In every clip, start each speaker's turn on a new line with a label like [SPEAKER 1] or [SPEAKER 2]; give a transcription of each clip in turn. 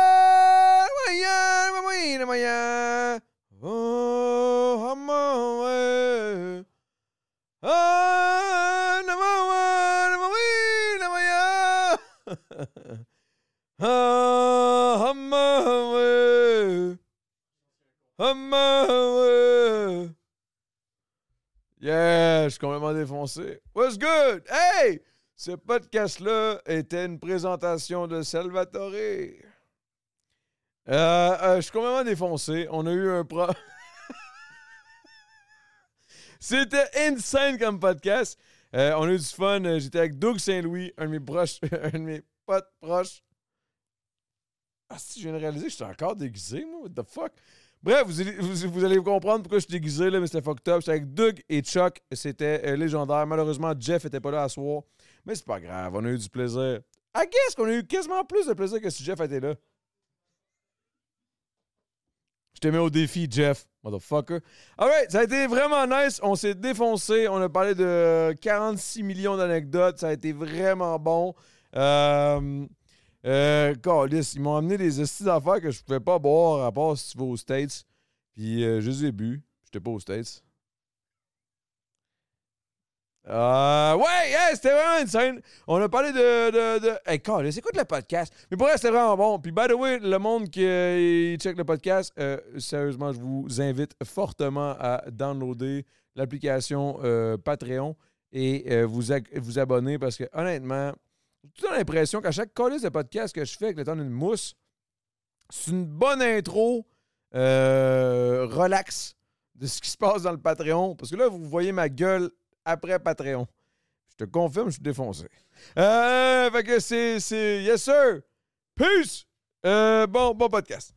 [SPEAKER 1] Eh, Hey, moyen, moyen, moyen. Oh, I'm on way. eh. Ah, moyen, moyen, moyen. Ah, I'm on way. I'm on way. Yeah, je suis complètement défoncé. What's good? Hey! Ce podcast-là était une présentation de Salvatore. Euh, euh, je suis complètement défoncé. On a eu un pro. C'était insane comme podcast. Euh, on a eu du fun. Euh, J'étais avec Doug Saint-Louis, un de mes proches, un de mes potes proches. Ah, si, je viens de réaliser que j'étais encore déguisé, moi. What the fuck? Bref, vous allez, vous, vous allez comprendre pourquoi je suis déguisé, là, mais c'était fucked up. J'étais avec Doug et Chuck. C'était euh, légendaire. Malheureusement, Jeff était pas là à soir. Mais c'est pas grave, on a eu du plaisir. I guess qu'on a eu quasiment plus de plaisir que si Jeff était là. Je te mets au défi, Jeff, motherfucker. Alright, ça a été vraiment nice. On s'est défoncé. On a parlé de 46 millions d'anecdotes. Ça a été vraiment bon. Euh, euh, câlisse, ils m'ont amené des estis d'affaires que je pouvais pas boire à part si tu vas aux States. Puis euh, je les ai bu. J'étais pas aux States. Euh, ouais, hey, c'était vraiment insane. On a parlé de. de, de... Hey, câlisse, écoute le podcast. Mais pour vrai, c'était vraiment bon. Puis, by the way, le monde qui euh, il check le podcast, euh, sérieusement, je vous invite fortement à downloader l'application euh, Patreon et euh, vous, ac- vous abonner parce que, honnêtement, j'ai tout le temps l'impression qu'à chaque colise de podcast que je fais avec le temps d'une mousse, c'est une bonne intro euh, relax de ce qui se passe dans le Patreon. Parce que là, vous voyez ma gueule après Patreon. Je te confirme, je suis défoncé. Euh, fait que c'est, c'est. Yes, sir! Peace! Euh, bon, bon podcast.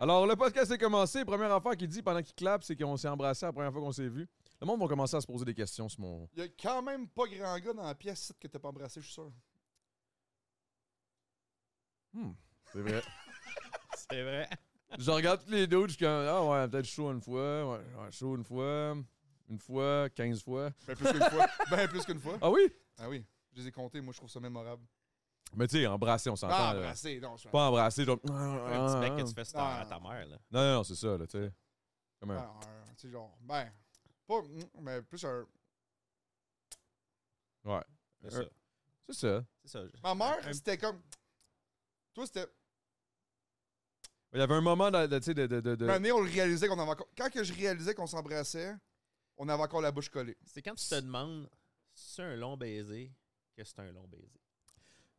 [SPEAKER 1] Alors, le podcast est commencé. Première affaire qu'il dit pendant qu'il clappe, c'est qu'on s'est embrassé la première fois qu'on s'est vu. Le monde va commencer à se poser des questions sur mon.
[SPEAKER 2] Il y a quand même pas grand gars dans la pièce site que t'as pas embrassé, je suis sûr.
[SPEAKER 1] C'est vrai.
[SPEAKER 3] C'est vrai.
[SPEAKER 1] Je regarde tous les d'autres, je suis comme Ah ouais, peut-être chaud une fois, ouais, ouais, chaud une fois, une fois, 15 fois.
[SPEAKER 2] Ben plus qu'une fois. Ben plus qu'une fois.
[SPEAKER 1] Ah oui?
[SPEAKER 2] Ah oui, je les ai comptés, moi je trouve ça mémorable.
[SPEAKER 1] Mais tu sais, embrasser, on s'entend.
[SPEAKER 2] Ah,
[SPEAKER 1] là.
[SPEAKER 2] embrassé, non, je
[SPEAKER 1] Pas embrasser, genre.
[SPEAKER 3] Un petit bec que tu fais sur ta-
[SPEAKER 2] Ah.
[SPEAKER 3] à ta mère, là.
[SPEAKER 1] Non, non, non, c'est ça, là, tu sais. Comme un.
[SPEAKER 2] Ah, un, tu sais, genre, ben, pas, mais plus un.
[SPEAKER 1] Ouais.
[SPEAKER 3] Ah. C'est ça.
[SPEAKER 1] C'est ça.
[SPEAKER 3] C'est ça.
[SPEAKER 2] Ma mère,
[SPEAKER 3] Un-
[SPEAKER 2] c'était comme. Toi, c'était.
[SPEAKER 1] Euh. Il y avait un moment, dans- de- tu sais, de. de, de, de-
[SPEAKER 2] Un
[SPEAKER 3] Ben,
[SPEAKER 2] moment donné, on le réalisait qu'on avait encore. Quand que je réalisais qu'on s'embrassait, on avait encore la bouche collée.
[SPEAKER 3] C'est quand tu te demandes si c'est un long baiser que c'est un long baiser.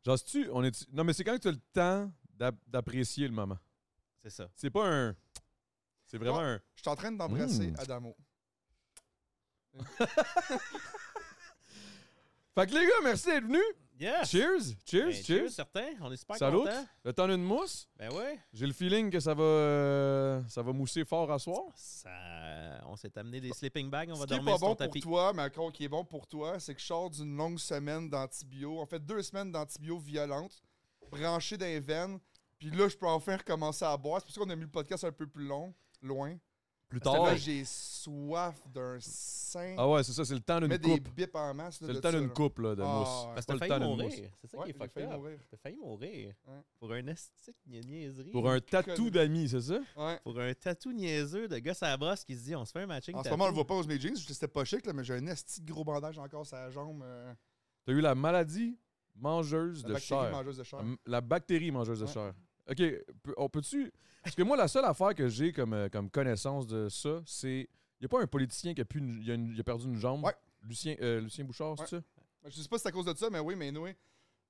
[SPEAKER 1] Genre, si tu. On est, non, mais c'est quand tu as le temps d'ap- d'apprécier le moment.
[SPEAKER 3] C'est ça.
[SPEAKER 1] C'est pas un. C'est vraiment un.
[SPEAKER 2] J'étais en train d'embrasser
[SPEAKER 1] Mm.
[SPEAKER 2] Adamo.
[SPEAKER 1] Fait que les gars, merci d'être venus.
[SPEAKER 3] Yeah!
[SPEAKER 1] Cheers. Cheers.
[SPEAKER 3] Ben,
[SPEAKER 1] cheers.
[SPEAKER 3] certain. On est super
[SPEAKER 1] Salut.
[SPEAKER 3] contents.
[SPEAKER 1] Le temps d'une mousse.
[SPEAKER 3] Ben ouais.
[SPEAKER 1] J'ai le feeling que ça va. euh, ça va mousser fort à soir.
[SPEAKER 3] Ça... On s'est amené des sleeping bags. On va
[SPEAKER 2] Ce qui est
[SPEAKER 3] dormir
[SPEAKER 2] pas
[SPEAKER 3] sur
[SPEAKER 2] bon
[SPEAKER 3] ton
[SPEAKER 2] pour
[SPEAKER 3] tapis.
[SPEAKER 2] toi, mais encore qui est bon pour toi, c'est que je sors d'une longue semaine d'antibio. En fait, deux semaines d'antibio violente, branché dans les veines. Puis là, je peux enfin recommencer à boire. C'est pour ça qu'on a mis le podcast un peu plus long, loin.
[SPEAKER 1] plus
[SPEAKER 2] Fait
[SPEAKER 3] Ah
[SPEAKER 2] que
[SPEAKER 1] tard.
[SPEAKER 2] là, j'ai soif d'un sein.
[SPEAKER 1] Ah ouais, c'est ça, c'est le temps d'une
[SPEAKER 2] Mets des
[SPEAKER 1] coupe.
[SPEAKER 2] bips en masse. là,
[SPEAKER 1] C'est le
[SPEAKER 2] de
[SPEAKER 1] temps
[SPEAKER 2] ça,
[SPEAKER 1] d'une
[SPEAKER 2] là.
[SPEAKER 1] coupe, là, de
[SPEAKER 2] Ah,
[SPEAKER 1] mousse.
[SPEAKER 2] ouais.
[SPEAKER 3] Parce
[SPEAKER 1] pas
[SPEAKER 3] que
[SPEAKER 1] le
[SPEAKER 3] t'as
[SPEAKER 1] temps
[SPEAKER 3] failli
[SPEAKER 1] d'une
[SPEAKER 3] mourir. C'est ça
[SPEAKER 2] Ouais,
[SPEAKER 3] qui est
[SPEAKER 2] j'ai
[SPEAKER 3] fucked
[SPEAKER 2] failli
[SPEAKER 3] up.
[SPEAKER 2] mourir.
[SPEAKER 3] T'as failli mourir.
[SPEAKER 2] Ouais.
[SPEAKER 3] Pour un esthétique niaiserie.
[SPEAKER 1] Pour un tatou d'amis, c'est ça?
[SPEAKER 2] Ouais.
[SPEAKER 3] Pour un tatou niaiseux de gosse à la brosse qui se dit on se fait un matching.
[SPEAKER 2] En ce
[SPEAKER 3] tattoo.
[SPEAKER 2] moment, on le voit pas aux mes jeans. C'était pas chic, là, mais j'ai un esti de gros bandage encore sur la jambe. euh,
[SPEAKER 1] T'as eu la maladie mangeuse
[SPEAKER 2] la
[SPEAKER 1] de
[SPEAKER 2] bactérie
[SPEAKER 1] chair.
[SPEAKER 2] mangeuse de
[SPEAKER 3] Ah,
[SPEAKER 2] chair.
[SPEAKER 1] La- La bactérie mangeuse de
[SPEAKER 2] Ouais.
[SPEAKER 1] chair. OK, peut- on peut-tu... Parce que moi, la seule affaire que j'ai comme, euh, comme connaissance de ça, c'est... Il n'y a pas un politicien qui a, plus une- il a une- il a perdu une jambe?
[SPEAKER 2] Ouais.
[SPEAKER 1] Lucien, euh, Lucien Bouchard, c'est ça?
[SPEAKER 2] Ben, Je sais pas si c'est à cause de ça, mais oui, mais anyway,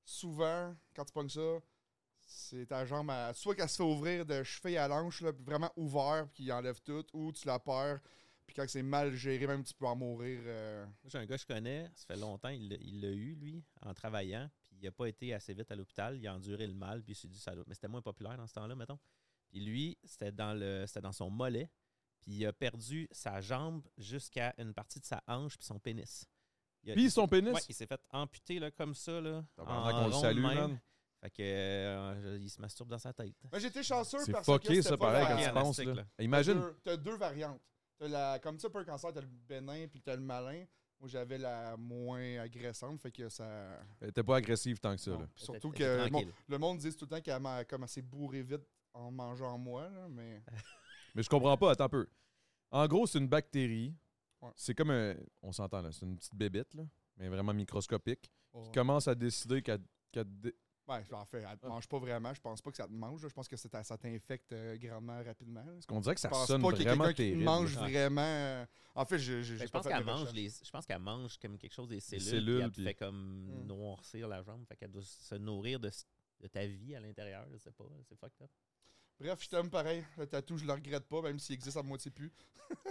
[SPEAKER 2] souvent, quand tu pognes ça, c'est ta jambe, à, soit qu'elle se fait ouvrir de cheville à l'anche, là, puis vraiment ouvert, puis qu'il enlève tout, ou tu la perds, puis quand c'est mal géré, même tu peux en mourir. euh,
[SPEAKER 3] Moi, J'ai un gars que je connais, ça fait longtemps, il l'a- il l'a eu, lui, en travaillant, puis il n'a pas été assez vite à l'hôpital, il a enduré le mal, puis il s'est dit ça doit- Mais c'était moins populaire dans ce temps-là, mettons. Puis lui, c'était dans, le, c'était dans son mollet, puis il a perdu sa jambe jusqu'à une partie de sa hanche, puis son pénis. Il a-
[SPEAKER 1] Puis son pénis?
[SPEAKER 3] Ouais, il s'est fait amputer là, comme ça, là.
[SPEAKER 1] Tabarnak,
[SPEAKER 3] en
[SPEAKER 1] on le
[SPEAKER 3] rond de
[SPEAKER 1] salue,
[SPEAKER 3] même.
[SPEAKER 1] man.
[SPEAKER 3] Fait que, euh, je- il se masturbe dans sa tête.
[SPEAKER 2] Mais Ben, j'étais chanceux
[SPEAKER 1] C'est
[SPEAKER 2] parce
[SPEAKER 1] fucké,
[SPEAKER 2] que.
[SPEAKER 1] ça, pareil,
[SPEAKER 3] fucké
[SPEAKER 1] quand tu
[SPEAKER 3] en
[SPEAKER 1] penses.
[SPEAKER 3] élastique,
[SPEAKER 1] là. Imagine,
[SPEAKER 2] T'as deux variantes. T'as la, comme ça, pour le cancer, t'as le bénin, puis t'as le malin. Moi, j'avais la moins agressante, fait que ça.
[SPEAKER 1] euh, t'es pas agressif tant que ça.
[SPEAKER 2] Non.
[SPEAKER 1] là.
[SPEAKER 2] Puis surtout
[SPEAKER 3] Était-
[SPEAKER 2] que
[SPEAKER 3] était
[SPEAKER 2] le monde,
[SPEAKER 3] tranquille.
[SPEAKER 2] le monde dit tout le temps qu'elle m'a comme elle s'est bourrée vite en mangeant moi, là, mais.
[SPEAKER 1] Mais je comprends pas, attends un peu. En gros, c'est une bactérie.
[SPEAKER 2] Ouais.
[SPEAKER 1] C'est comme un. On s'entend là, c'est une petite bébite, là, mais vraiment microscopique,
[SPEAKER 2] Ouais.
[SPEAKER 1] qui commence à décider qu'elle. qu'elle dé-
[SPEAKER 2] Ouais, en fait, elle te
[SPEAKER 1] Ah.
[SPEAKER 2] mange pas vraiment. Je pense pas que ça te mange. là. Je pense que c'est- ça t'infecte euh, grandement rapidement. là.
[SPEAKER 1] Parce qu'on dirait que
[SPEAKER 2] Je
[SPEAKER 1] ça
[SPEAKER 2] pense
[SPEAKER 1] sonne
[SPEAKER 2] pas qu'il y ait
[SPEAKER 1] vraiment
[SPEAKER 2] quelqu'un qui
[SPEAKER 1] terrible.
[SPEAKER 2] mange
[SPEAKER 3] Ouais.
[SPEAKER 2] vraiment. euh, En fait, je, je,
[SPEAKER 3] Ben,
[SPEAKER 2] j'ai
[SPEAKER 3] je
[SPEAKER 2] pas
[SPEAKER 3] pense
[SPEAKER 2] fait
[SPEAKER 3] qu'elle
[SPEAKER 2] mes
[SPEAKER 3] mange
[SPEAKER 2] recherches.
[SPEAKER 3] les, je pense qu'elle mange comme quelque chose des cellules,
[SPEAKER 1] cellules,
[SPEAKER 3] puis elle te
[SPEAKER 1] puis-
[SPEAKER 3] fait comme
[SPEAKER 2] Hmm.
[SPEAKER 3] noircir la jambe, fait qu'elle doit se nourrir de, s- de ta vie à l'intérieur, je sais pas, c'est fucked up.
[SPEAKER 2] Bref, je t'aime pareil. Le tatou, je le regrette pas, même s'il existe à moitié plus.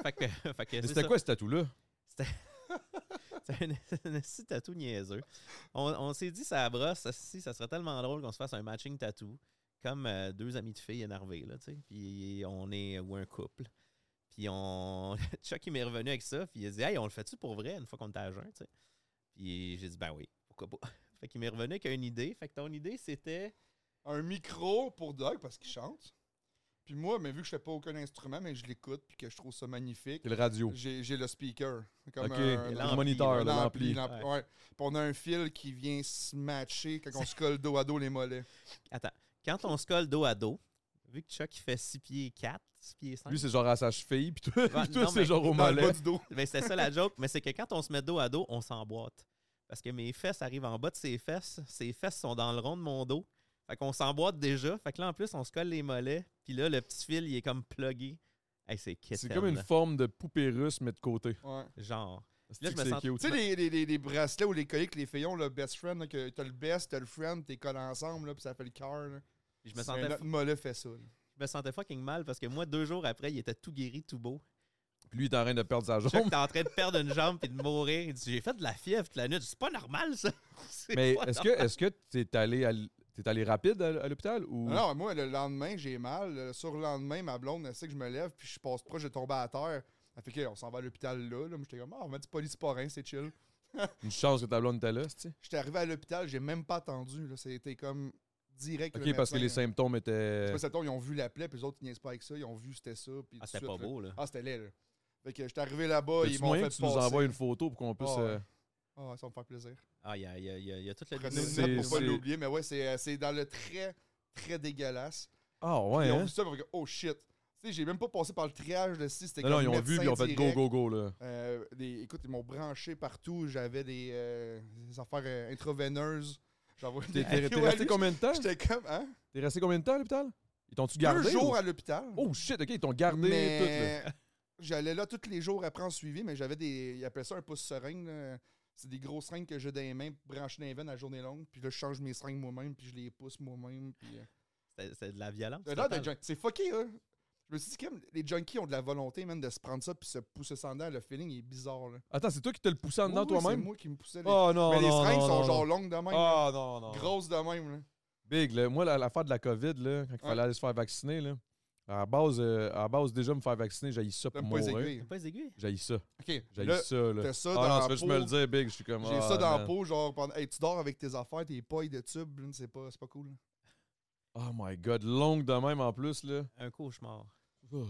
[SPEAKER 3] fait que,
[SPEAKER 1] Mais
[SPEAKER 3] fait que c'est
[SPEAKER 1] c'était
[SPEAKER 3] ça.
[SPEAKER 1] quoi ce tatou-là?
[SPEAKER 3] C'est un, un esti de tatou niaiseux. On, on s'est dit ça brosse, ça, si, ça serait tellement drôle qu'on se fasse un matching tattoo, comme euh, deux amis de filles énervés, là, tu sais. Puis on est, ou un couple. Puis on. Chuck, il m'est revenu avec ça, puis il a dit, hey, on le fait-tu pour vrai une fois qu'on t'a à jeun, tu sais. Puis j'ai dit, ben oui, pourquoi pas. Fait qu'il m'est revenu avec une idée. Fait que ton idée, c'était.
[SPEAKER 2] Un micro pour Doug parce qu'il chante. Puis moi, mais vu que je fais pas aucun instrument, mais je l'écoute puis que je trouve ça magnifique,
[SPEAKER 1] C'est le radio.
[SPEAKER 2] j'ai j'ai le speaker. Comme
[SPEAKER 1] OK,
[SPEAKER 2] un,
[SPEAKER 3] l'ampli,
[SPEAKER 1] le moniteur,
[SPEAKER 3] un
[SPEAKER 1] là, l'ampli.
[SPEAKER 2] l'ampli,
[SPEAKER 3] Ouais.
[SPEAKER 2] ouais. Puis on a un fil qui vient se matcher quand on se colle dos à dos les mollets.
[SPEAKER 3] Attends, quand on se colle dos à dos, vu que Chuck, il fait 6 pieds 4, 6 pieds 5.
[SPEAKER 1] Lui, c'est genre à sa cheville, puis toi,
[SPEAKER 3] Ouais,
[SPEAKER 1] puis toi,
[SPEAKER 3] non,
[SPEAKER 1] c'est
[SPEAKER 3] mais-
[SPEAKER 1] genre au
[SPEAKER 2] Dans le bas
[SPEAKER 1] mollet.
[SPEAKER 2] du dos.
[SPEAKER 3] Ben, c'est ça la joke, mais c'est que quand on se met dos à dos, on s'emboîte. Parce que mes fesses arrivent en bas de ses fesses, ses fesses sont dans le rond de mon dos. Fait qu'on s'emboîte déjà. Fait que là, en plus, on se colle les mollets. Puis là, le petit fil, il est comme plugué. Hey, c'est
[SPEAKER 1] C'est
[SPEAKER 3] quétaine,
[SPEAKER 1] comme une
[SPEAKER 3] là.
[SPEAKER 1] forme de poupée russe, mais de côté.
[SPEAKER 2] Ouais.
[SPEAKER 3] Genre.
[SPEAKER 1] C'est
[SPEAKER 3] je me sens-
[SPEAKER 1] cute.
[SPEAKER 2] Tu sais, les, les- les- les bracelets ou les colliers que les fillons, le best friend, là, que t'as le best, t'as le friend, t'es collé ensemble, là, puis ça fait le cœur. là.
[SPEAKER 3] Je me,
[SPEAKER 2] C'est
[SPEAKER 3] sentais,
[SPEAKER 2] un autre mollet fait ça. là.
[SPEAKER 3] je me sentais fucking mal parce que moi, deux jours après, il était tout guéri, tout beau.
[SPEAKER 1] Puis lui, il est en train de perdre sa
[SPEAKER 3] Chuck,
[SPEAKER 1] jambe.
[SPEAKER 3] t'es en train de perdre une jambe puis de mourir. Il dit, J'ai fait de la fièvre toute la nuit. C'est pas normal, ça. C'est
[SPEAKER 1] Mais
[SPEAKER 3] pas
[SPEAKER 1] est-ce
[SPEAKER 3] normal.
[SPEAKER 1] que est-ce que t'es allé à l- t'es allé rapide à l- à l'hôpital ou
[SPEAKER 2] Non, moi, le lendemain, j'ai mal. Le surlendemain, ma blonde, elle sait que je me lève, puis je passe proche de tomber à terre. Elle fait que, on s'en va à l'hôpital là. là. Moi, j'étais comme, ah, on va du polysporin, c'est chill.
[SPEAKER 1] une chance que ta blonde était là, tu sais?
[SPEAKER 2] J'étais arrivé à l'hôpital, j'ai même pas attendu. là. C'était comme direct.
[SPEAKER 1] OK,
[SPEAKER 2] le
[SPEAKER 1] parce que les euh,
[SPEAKER 2] médecin,
[SPEAKER 1] symptômes
[SPEAKER 2] là.
[SPEAKER 1] étaient
[SPEAKER 2] C'est pas ça, tombe, ils ont vu la plaie, puis les autres, ils niaisent pas avec ça. Ils ont vu, c'était ça. Puis
[SPEAKER 3] Ah,
[SPEAKER 2] tout
[SPEAKER 3] c'était
[SPEAKER 2] de
[SPEAKER 3] pas
[SPEAKER 2] suite, là.
[SPEAKER 3] beau, là.
[SPEAKER 2] Ah, c'était laid, là. Fait que j'étais arrivé là-bas,
[SPEAKER 1] T'as-tu
[SPEAKER 2] ils m'ont
[SPEAKER 1] moyen
[SPEAKER 2] fait
[SPEAKER 1] que tu nous
[SPEAKER 2] passer.
[SPEAKER 1] envoies une photo pour qu'on puisse.
[SPEAKER 2] Ah ouais.
[SPEAKER 1] euh,
[SPEAKER 2] Ah, ça va me faire plaisir.
[SPEAKER 3] Ah, il y a, il y a- il y a- il y a tout le
[SPEAKER 2] Prenez
[SPEAKER 3] dénouement.
[SPEAKER 2] une note pour
[SPEAKER 1] c'est-
[SPEAKER 2] pas l'oublier, mais ouais, c'est, euh, c'est dans le très, très dégueulasse.
[SPEAKER 1] Ah ouais,
[SPEAKER 2] ils ont
[SPEAKER 1] hein?
[SPEAKER 2] vu ça, ils ont fait, oh shit. Tu sais, j'ai même pas passé par le triage de si c'était
[SPEAKER 1] Non,
[SPEAKER 2] comme Euh,
[SPEAKER 1] non, ils ont vu, puis ils ont fait go, go, go, là.
[SPEAKER 2] écoute, ils m'ont branché partout, j'avais des, euh, des affaires euh, intraveineuses. J'envoie
[SPEAKER 1] T'es,
[SPEAKER 2] des
[SPEAKER 1] t'es- t'es
[SPEAKER 2] vidéos à
[SPEAKER 1] resté
[SPEAKER 2] lui.
[SPEAKER 1] combien de temps?
[SPEAKER 2] J'étais comme, hein?
[SPEAKER 1] T'es resté combien de temps à l'hôpital? Ils t'ont-tu gardé?
[SPEAKER 2] Deux jours
[SPEAKER 1] ou-
[SPEAKER 2] à l'hôpital.
[SPEAKER 1] Oh shit, ok, ils t'ont gardé tout, là.
[SPEAKER 2] mais J'allais là tous les jours après en suivi, mais j'avais des. Ils appellent ça un pouce seringue. là. C'est des grosses seringues que j'ai dans les mains, branchées dans les veines à journée longue. Puis là, je change mes seringues moi-même, puis je les pousse moi-même. Puis. euh,
[SPEAKER 3] C'était- C'était de la violence.
[SPEAKER 2] T'as l'air d'un
[SPEAKER 3] totale.
[SPEAKER 2] junk- C'est fucké, hein? Je me suis dit, comme les junkies ont de la volonté, même, de se prendre ça puis se pousser sans dedans. Le feeling est bizarre, là.
[SPEAKER 1] Attends, c'est toi qui te le poussais en dedans
[SPEAKER 2] Oui, oui,
[SPEAKER 1] toi-même?
[SPEAKER 2] C'est moi qui me poussais. Les...
[SPEAKER 1] Oh non,
[SPEAKER 2] Mais les
[SPEAKER 1] non,
[SPEAKER 2] seringues
[SPEAKER 1] non,
[SPEAKER 2] sont
[SPEAKER 1] non,
[SPEAKER 2] genre
[SPEAKER 1] non.
[SPEAKER 2] longues de même. là.
[SPEAKER 1] Ah non, non.
[SPEAKER 2] Grosses de même, là.
[SPEAKER 1] Big, là. Moi, la- l'affaire de la COVID, là, quand il fallait
[SPEAKER 2] Ouais.
[SPEAKER 1] aller se faire vacciner, là. À la base, euh, à la base déjà me faire vacciner, j'ai ça pour
[SPEAKER 2] T'aimes pas les
[SPEAKER 1] mourir.
[SPEAKER 2] aiguilles.
[SPEAKER 3] T'as pas les aiguilles?
[SPEAKER 1] J'ai ça.
[SPEAKER 2] Ok.
[SPEAKER 1] J'ai
[SPEAKER 2] Là,
[SPEAKER 1] ça, là.
[SPEAKER 2] t'as ça
[SPEAKER 1] ah
[SPEAKER 2] dans
[SPEAKER 1] non, tu
[SPEAKER 2] la
[SPEAKER 1] fais juste me
[SPEAKER 2] peau.
[SPEAKER 1] le dire, Big. Je suis comme.
[SPEAKER 2] J'ai
[SPEAKER 1] ah,
[SPEAKER 2] ça dans la
[SPEAKER 1] man.
[SPEAKER 2] peau, genre, pendant... hey, tu dors avec tes affaires, tes pailles de tube, là, c'est pas, c'est pas cool. là.
[SPEAKER 1] Oh my god, longue de même en plus, là.
[SPEAKER 3] Un cauchemar.
[SPEAKER 1] Oh.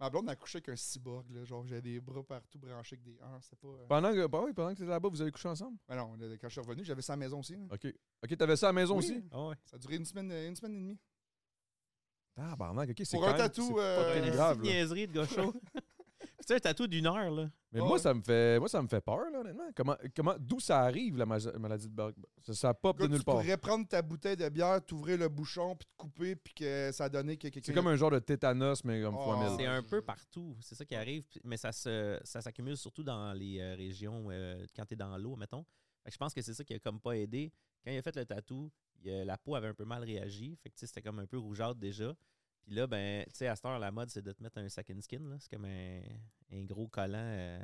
[SPEAKER 2] Ma blonde a couché avec un cyborg, là. Genre, j'avais des bras partout branchés avec des. Ah, c'est pas. euh,
[SPEAKER 1] Pendant que, bah oui, pendant que tu étais là-bas, vous avez couché ensemble?
[SPEAKER 2] Mais non, là, quand je suis revenu, j'avais ça à la maison aussi. là.
[SPEAKER 1] OK. OK, t'avais ça à la maison
[SPEAKER 2] Oui.
[SPEAKER 1] aussi?
[SPEAKER 3] Ah ouais.
[SPEAKER 2] Ça a duré une semaine, euh, une semaine et demie.
[SPEAKER 1] Ah, barnac, OK, c'est
[SPEAKER 2] Pour
[SPEAKER 1] quand
[SPEAKER 2] un
[SPEAKER 1] même- c'est
[SPEAKER 2] tatou.
[SPEAKER 1] pas
[SPEAKER 2] euh,
[SPEAKER 1] très
[SPEAKER 3] Une
[SPEAKER 1] grave,
[SPEAKER 3] petite
[SPEAKER 1] là.
[SPEAKER 3] niaiserie de gaucho. tu sais, un tatou d'une heure, là.
[SPEAKER 1] Mais
[SPEAKER 2] Ah
[SPEAKER 1] moi,
[SPEAKER 2] ouais.
[SPEAKER 1] ça me fait moi, ça me fait peur, là, honnêtement. Comment, comment, D'où ça arrive, la ma- maladie de Barnac? Ça, ça pop
[SPEAKER 2] gars,
[SPEAKER 1] de nulle
[SPEAKER 2] tu
[SPEAKER 1] part.
[SPEAKER 2] pourrais prendre ta bouteille de bière, t'ouvrir le bouchon, puis te couper, puis que ça donnait que quelqu'un.
[SPEAKER 1] C'est comme un genre de tétanos, mais comme fois
[SPEAKER 2] Ah.
[SPEAKER 1] mille.
[SPEAKER 3] C'est un peu partout. C'est ça qui arrive. puis- Mais ça se, ça s'accumule surtout dans les euh, régions euh, quand tu es dans l'eau, mettons. Fait que je pense que c'est ça qui a comme pas aidé. Quand il a fait le tatou, il, euh, la peau avait un peu mal réagi. Fait que tu sais, c'était comme un peu rougeâtre déjà. Puis là, ben, tu sais, à cette heure, la mode, c'est de te mettre un sack and skin. là. C'est comme un, un gros collant. euh,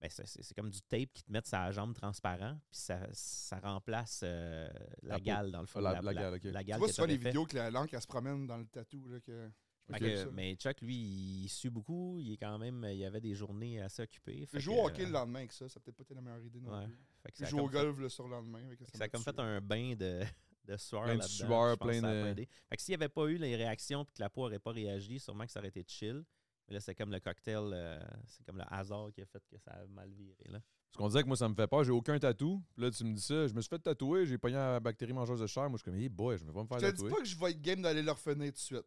[SPEAKER 3] ben, c'est- c'est c'est comme du tape qui te met sa jambe transparent. Puis ça, ça remplace euh, la,
[SPEAKER 1] La peau.
[SPEAKER 3] gale, dans le fond.
[SPEAKER 1] Ah, la- la gale, ok.
[SPEAKER 2] Tu
[SPEAKER 3] gale
[SPEAKER 2] vois
[SPEAKER 3] que
[SPEAKER 2] souvent les
[SPEAKER 3] t'avais fait.
[SPEAKER 2] vidéos que la langue, elle se promène dans le tatou. Là, que...
[SPEAKER 3] Fait
[SPEAKER 1] Ok.
[SPEAKER 3] que- mais Chuck, lui, il sue beaucoup. Il est quand même. Il avait des journées assez occupées.
[SPEAKER 2] Je
[SPEAKER 3] fait
[SPEAKER 2] joue
[SPEAKER 3] que- euh,
[SPEAKER 2] au hockey le lendemain avec ça, ça a peut-être pas été la meilleure idée. Non
[SPEAKER 3] Ouais.
[SPEAKER 2] plus.
[SPEAKER 3] Fait que
[SPEAKER 2] Puis
[SPEAKER 3] ça a
[SPEAKER 2] Je joue au
[SPEAKER 3] comme fait-
[SPEAKER 2] golf le sur le lendemain. fait que
[SPEAKER 3] ça a
[SPEAKER 2] m'a
[SPEAKER 3] comme
[SPEAKER 2] tué.
[SPEAKER 3] fait un bain de, de sueur.
[SPEAKER 1] Plein de
[SPEAKER 3] là-dedans,
[SPEAKER 1] sueur,
[SPEAKER 3] je pense que
[SPEAKER 1] plein
[SPEAKER 3] ça a
[SPEAKER 1] de-
[SPEAKER 3] pas aidé. Fait que s'il n'y avait pas eu les réactions et que la peau n'aurait pas réagi, sûrement que ça aurait été chill. Mais là, c'est comme le cocktail. euh, c'est comme le hasard qui a fait que ça a mal viré. Là.
[SPEAKER 1] Parce qu'on dirait que moi, ça me fait peur. J'ai aucun tatou. Puis là, tu me dis ça. Je me suis fait tatouer. J'ai pogné la bactérie mangeuse de chair. Moi, je suis comme, hey boy, je vais pas me faire
[SPEAKER 2] Je te dis
[SPEAKER 1] tatouer.
[SPEAKER 2] pas que je vais être game d'aller leur finir tout de suite.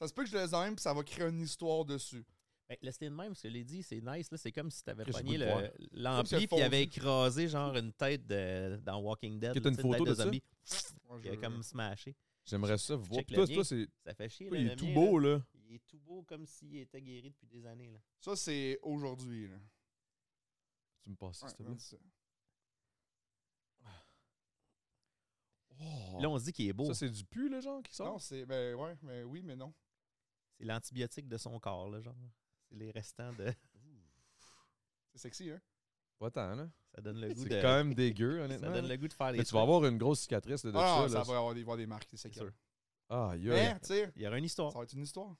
[SPEAKER 2] Ça se peut que je les aime, puis ça va créer une histoire dessus.
[SPEAKER 3] Ben, laisse-les de même, parce que les dit, c'est nice. là, C'est comme si tu avais
[SPEAKER 1] Chris, j'ai
[SPEAKER 3] pogné
[SPEAKER 1] goût de voir.
[SPEAKER 3] le-
[SPEAKER 2] Comme si
[SPEAKER 3] l'ampli
[SPEAKER 2] elle
[SPEAKER 3] puis il avait
[SPEAKER 2] fondue.
[SPEAKER 3] écrasé genre une tête de- dans Walking Dead.
[SPEAKER 1] Que
[SPEAKER 3] là,
[SPEAKER 1] t'as une
[SPEAKER 3] tu sais, une
[SPEAKER 1] photo
[SPEAKER 3] tête de
[SPEAKER 1] de ça?
[SPEAKER 3] zombie.
[SPEAKER 2] Moi,
[SPEAKER 3] Il
[SPEAKER 2] je-
[SPEAKER 3] a comme smashé.
[SPEAKER 1] J'aimerais ça voir.
[SPEAKER 3] Check le
[SPEAKER 1] Toi,
[SPEAKER 3] mien.
[SPEAKER 1] toi, c'est.
[SPEAKER 3] Ça fait chier. là,
[SPEAKER 1] Il
[SPEAKER 3] le
[SPEAKER 1] est tout
[SPEAKER 3] mien,
[SPEAKER 1] beau, là.
[SPEAKER 3] Il est tout beau comme s'il était guéri depuis des années. Là.
[SPEAKER 2] Ça, c'est aujourd'hui. là.
[SPEAKER 1] Tu me passes ça,
[SPEAKER 2] Ouais,
[SPEAKER 1] s'il te plaît.
[SPEAKER 2] non, c'est ça.
[SPEAKER 1] Oh.
[SPEAKER 3] Là, on se dit qu'il est beau.
[SPEAKER 1] Ça, c'est du pu, là, genre, qui
[SPEAKER 2] Non,
[SPEAKER 1] sort.
[SPEAKER 2] c'est. Ben ouais, mais oui, mais non.
[SPEAKER 3] C'est l'antibiotique de son corps, là, genre. C'est les restants de.
[SPEAKER 2] C'est sexy, hein?
[SPEAKER 1] Pas tant, là.
[SPEAKER 3] Ça donne le goût
[SPEAKER 1] C'est
[SPEAKER 3] de.
[SPEAKER 1] quand même dégueu,
[SPEAKER 3] ça
[SPEAKER 1] honnêtement.
[SPEAKER 3] donne le goût de faire les.
[SPEAKER 1] Mais tu vas avoir une grosse cicatrice de, de
[SPEAKER 2] Ah,
[SPEAKER 1] ça,
[SPEAKER 2] ça
[SPEAKER 1] là.
[SPEAKER 2] va avoir des, voir des marques, des séquelles.
[SPEAKER 3] sûr.
[SPEAKER 1] Ah, yo.
[SPEAKER 2] Mais, tu sais,
[SPEAKER 3] Il y aura une histoire.
[SPEAKER 2] ça va être une histoire.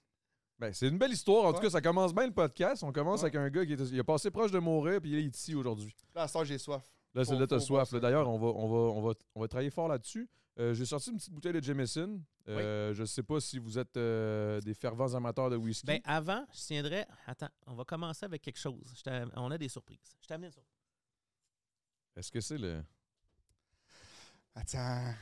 [SPEAKER 1] Ben, c'est une belle histoire. En tout
[SPEAKER 2] Ouais.
[SPEAKER 1] cas, ça commence bien le podcast. On commence
[SPEAKER 2] Ouais.
[SPEAKER 1] avec un gars qui est, il a passé proche de mourir, puis il est ici aujourd'hui.
[SPEAKER 2] Là, à ce temps, j'ai soif.
[SPEAKER 1] Là, c'est
[SPEAKER 2] Faut-
[SPEAKER 1] là, t'as
[SPEAKER 2] faut
[SPEAKER 1] soif.
[SPEAKER 2] boire
[SPEAKER 1] là.
[SPEAKER 2] ça.
[SPEAKER 1] D'ailleurs, on va, on, va, on, va, on va travailler fort là-dessus. Euh, J'ai sorti une petite bouteille de Jameson. Euh, Je sais pas si vous êtes euh, des fervents amateurs de whisky.
[SPEAKER 3] Ben, avant, je tiendrais. Attends, on va commencer avec quelque chose. Je t'am- On a des surprises. Je t'amène une surprise.
[SPEAKER 1] Est-ce que c'est le.
[SPEAKER 2] Attends.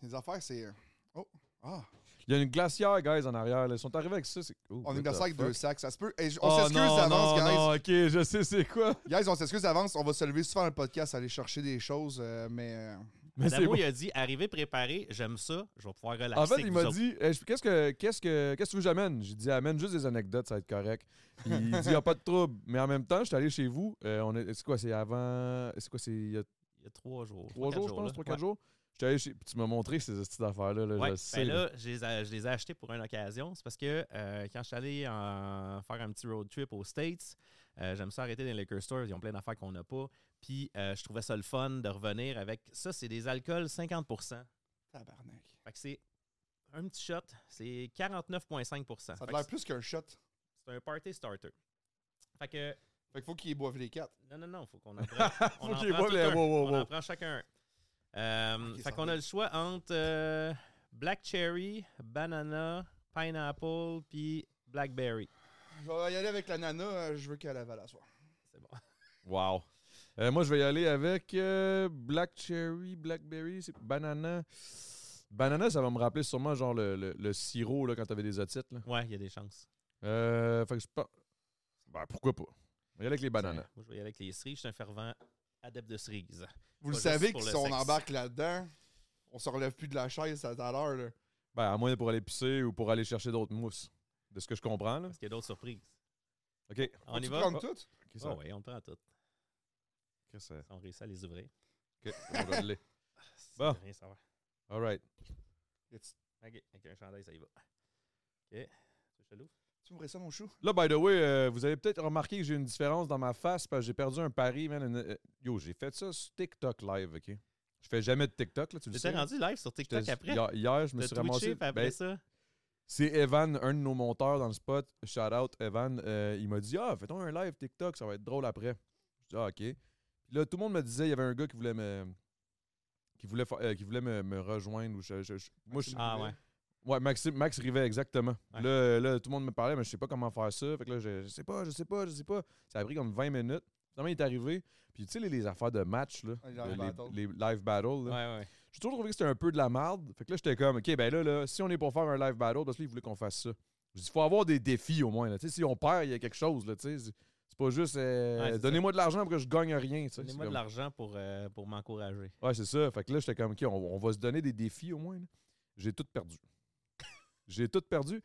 [SPEAKER 2] Les affaires, c'est. Oh! Ah!
[SPEAKER 1] Il y a une glacière, guys, en arrière. là. Ils sont arrivés avec ça. c'est- Oh,
[SPEAKER 2] On
[SPEAKER 1] what
[SPEAKER 2] est dans
[SPEAKER 1] the
[SPEAKER 2] ça avec
[SPEAKER 1] fuck?
[SPEAKER 2] deux sacs, ça se peut. Hey, j- on
[SPEAKER 1] Oh,
[SPEAKER 2] s'excuse
[SPEAKER 1] non,
[SPEAKER 2] d'avance,
[SPEAKER 1] non,
[SPEAKER 2] guys.
[SPEAKER 1] non, ok, je sais c'est quoi.
[SPEAKER 2] Guys, on s'excuse d'avance. On va se lever souvent dans le podcast, aller chercher des choses, euh, mais. euh,
[SPEAKER 1] Mais c'est
[SPEAKER 3] Adamo,
[SPEAKER 1] bon.
[SPEAKER 3] il a dit arrivé préparé, j'aime ça, je vais pouvoir relaxer.
[SPEAKER 1] En fait,
[SPEAKER 3] avec
[SPEAKER 1] il
[SPEAKER 3] vous
[SPEAKER 1] m'a
[SPEAKER 3] autres.
[SPEAKER 1] dit Eh, je- qu'est-ce que qu'est-ce que qu'est-ce que tu veux que j'amène J'ai dit amène juste des anecdotes, ça va être correct. Puis il dit y a pas de trouble, mais en même temps, je suis allé chez vous. euh, on est c'est quoi c'est avant c'est quoi c'est il y a
[SPEAKER 3] Il y a trois jours.
[SPEAKER 1] trois
[SPEAKER 3] quatre
[SPEAKER 1] jours je pense,
[SPEAKER 3] là.
[SPEAKER 1] trois quatre jours. Je suis allé chez puis tu m'as montré ces petites affaires là,
[SPEAKER 3] Ouais,
[SPEAKER 1] je le
[SPEAKER 3] ben
[SPEAKER 1] sais. là.
[SPEAKER 3] là, je les, ai, je les ai achetés pour une occasion. C'est parce que euh, quand je suis allé en- faire un petit road trip aux States, euh, j'aime ça arrêter dans les liquor stores. Ils ont plein d'affaires qu'on n'a pas. Puis euh, je trouvais ça le fun de revenir avec. Ça, c'est des alcools 50 Fait
[SPEAKER 2] Tabarnak.
[SPEAKER 3] que c'est un petit shot, c'est 49,5
[SPEAKER 2] Ça a
[SPEAKER 3] Fait que
[SPEAKER 2] l'air
[SPEAKER 3] C'est
[SPEAKER 2] plus qu'un shot.
[SPEAKER 3] c'est un party starter. Fait que.
[SPEAKER 2] Fait qu'il faut qu'ils boivent les quatre.
[SPEAKER 3] Non, non, non, faut qu'on en prenne. on
[SPEAKER 1] Faut
[SPEAKER 3] en
[SPEAKER 1] qu'il
[SPEAKER 3] prend
[SPEAKER 1] voit
[SPEAKER 3] tout
[SPEAKER 1] les-
[SPEAKER 3] un.
[SPEAKER 1] wow, wow,
[SPEAKER 3] On en
[SPEAKER 1] wow.
[SPEAKER 3] prend chacun un. Euh,
[SPEAKER 2] Ok,
[SPEAKER 3] fait
[SPEAKER 2] ça
[SPEAKER 3] qu'on
[SPEAKER 2] va.
[SPEAKER 3] a le choix entre euh, Black Cherry, Banana, Pineapple, puis Blackberry.
[SPEAKER 2] Je vais y aller avec la nana, euh, je veux qu'elle avale à soir.
[SPEAKER 3] C'est bon.
[SPEAKER 1] Wow. Euh, moi je vais y aller avec euh, black cherry, blackberry, c'est banana. Banana, ça va me rappeler sûrement genre le, le- le sirop là quand t'avais des otites là.
[SPEAKER 3] Ouais, il y a des chances.
[SPEAKER 1] Euh, fait que je pense ben, pourquoi pas. On va y aller avec les bananas.
[SPEAKER 3] Moi, je vais y aller avec les cerises. Je suis un fervent adepte de cerises.
[SPEAKER 2] Vous le
[SPEAKER 3] juste
[SPEAKER 2] savez que
[SPEAKER 3] pour le
[SPEAKER 2] si on
[SPEAKER 3] sexe.
[SPEAKER 2] embarque là-dedans, on se relève plus de la chaise à tout à l'heure. là.
[SPEAKER 1] Ben, à moins pour aller pisser ou pour aller chercher d'autres mousses. De ce que je comprends, là.
[SPEAKER 3] Parce qu'il y a d'autres surprises.
[SPEAKER 1] OK. Ah Ok,
[SPEAKER 3] On y
[SPEAKER 2] Faut-tu
[SPEAKER 3] va?
[SPEAKER 2] prendre
[SPEAKER 3] Oh,
[SPEAKER 2] toutes?
[SPEAKER 1] ça-
[SPEAKER 3] oh ouais, on le prend toutes.
[SPEAKER 1] ok, ça-
[SPEAKER 3] On réussit à les ouvrir.
[SPEAKER 1] euh, ok, on va le
[SPEAKER 3] Ça
[SPEAKER 1] Bon.
[SPEAKER 3] veut Rien savoir.
[SPEAKER 1] All right.
[SPEAKER 2] Y a-tu-
[SPEAKER 3] OK, avec un chandail, ça y va. OK. Tu chelou?
[SPEAKER 2] Tu ouvrais ça, mon chou?
[SPEAKER 1] Là, by the way, euh, vous avez peut-être remarqué que j'ai une différence dans ma face parce que j'ai perdu un pari, man. une- euh, yo, j'ai fait ça sur TikTok live, OK? Je fais jamais de TikTok, là, tu le
[SPEAKER 3] Tu
[SPEAKER 1] sais.
[SPEAKER 3] t'es rendu live sur
[SPEAKER 1] J'étais-
[SPEAKER 3] TikTok après?
[SPEAKER 1] Hier, hier, je me
[SPEAKER 3] T'as
[SPEAKER 1] suis
[SPEAKER 3] twitché,
[SPEAKER 1] ramassé.
[SPEAKER 3] puis après
[SPEAKER 1] ben,
[SPEAKER 3] ça?
[SPEAKER 1] C'est Evan, un de nos monteurs dans le spot. Shout out, Evan. Euh, il m'a dit Ah, fais-toi un live TikTok, ça va être drôle après. Je dis Ah, OK. Puis là, tout le monde me disait il y avait un gars qui voulait me. Qui voulait, fa- euh, qui voulait me, me rejoindre. Ou je- je- je- moi, je,
[SPEAKER 3] Ah ouais.
[SPEAKER 1] Ouais, Max, Max Rivet, exactement.
[SPEAKER 3] Ouais.
[SPEAKER 1] Là, là, tout le monde me parlait, mais je sais pas comment faire ça. Fait que là, je, je sais pas, je sais pas, je sais pas. Ça a pris comme 20 minutes. Finalement, il est arrivé. Puis tu sais, les, les affaires de match, là,
[SPEAKER 2] Les
[SPEAKER 1] de-
[SPEAKER 2] live battles.
[SPEAKER 1] les, live battles, là.
[SPEAKER 3] Ouais, ouais.
[SPEAKER 1] J'ai toujours trouvé que c'était un peu de la merde. Fait que là, j'étais comme, OK, ben là, là, si on est pour faire un live battle, parce qu'il voulait qu'on fasse ça. Je dis, faut avoir des défis au moins. Là. Tu sais, Si on perd, il y a quelque chose. Là, tu sais. c'est c'est pas juste, euh,
[SPEAKER 3] Ouais, c'est
[SPEAKER 1] donnez-moi de l'argent pour que je gagne rien. tu sais. C'est
[SPEAKER 3] Donnez-moi de
[SPEAKER 1] comme-
[SPEAKER 3] l'argent pour, euh, pour m'encourager.
[SPEAKER 1] Ouais, c'est ça. Fait que là, j'étais comme, OK, on, on va se donner des défis au moins. là. J'ai tout perdu. J'ai tout perdu.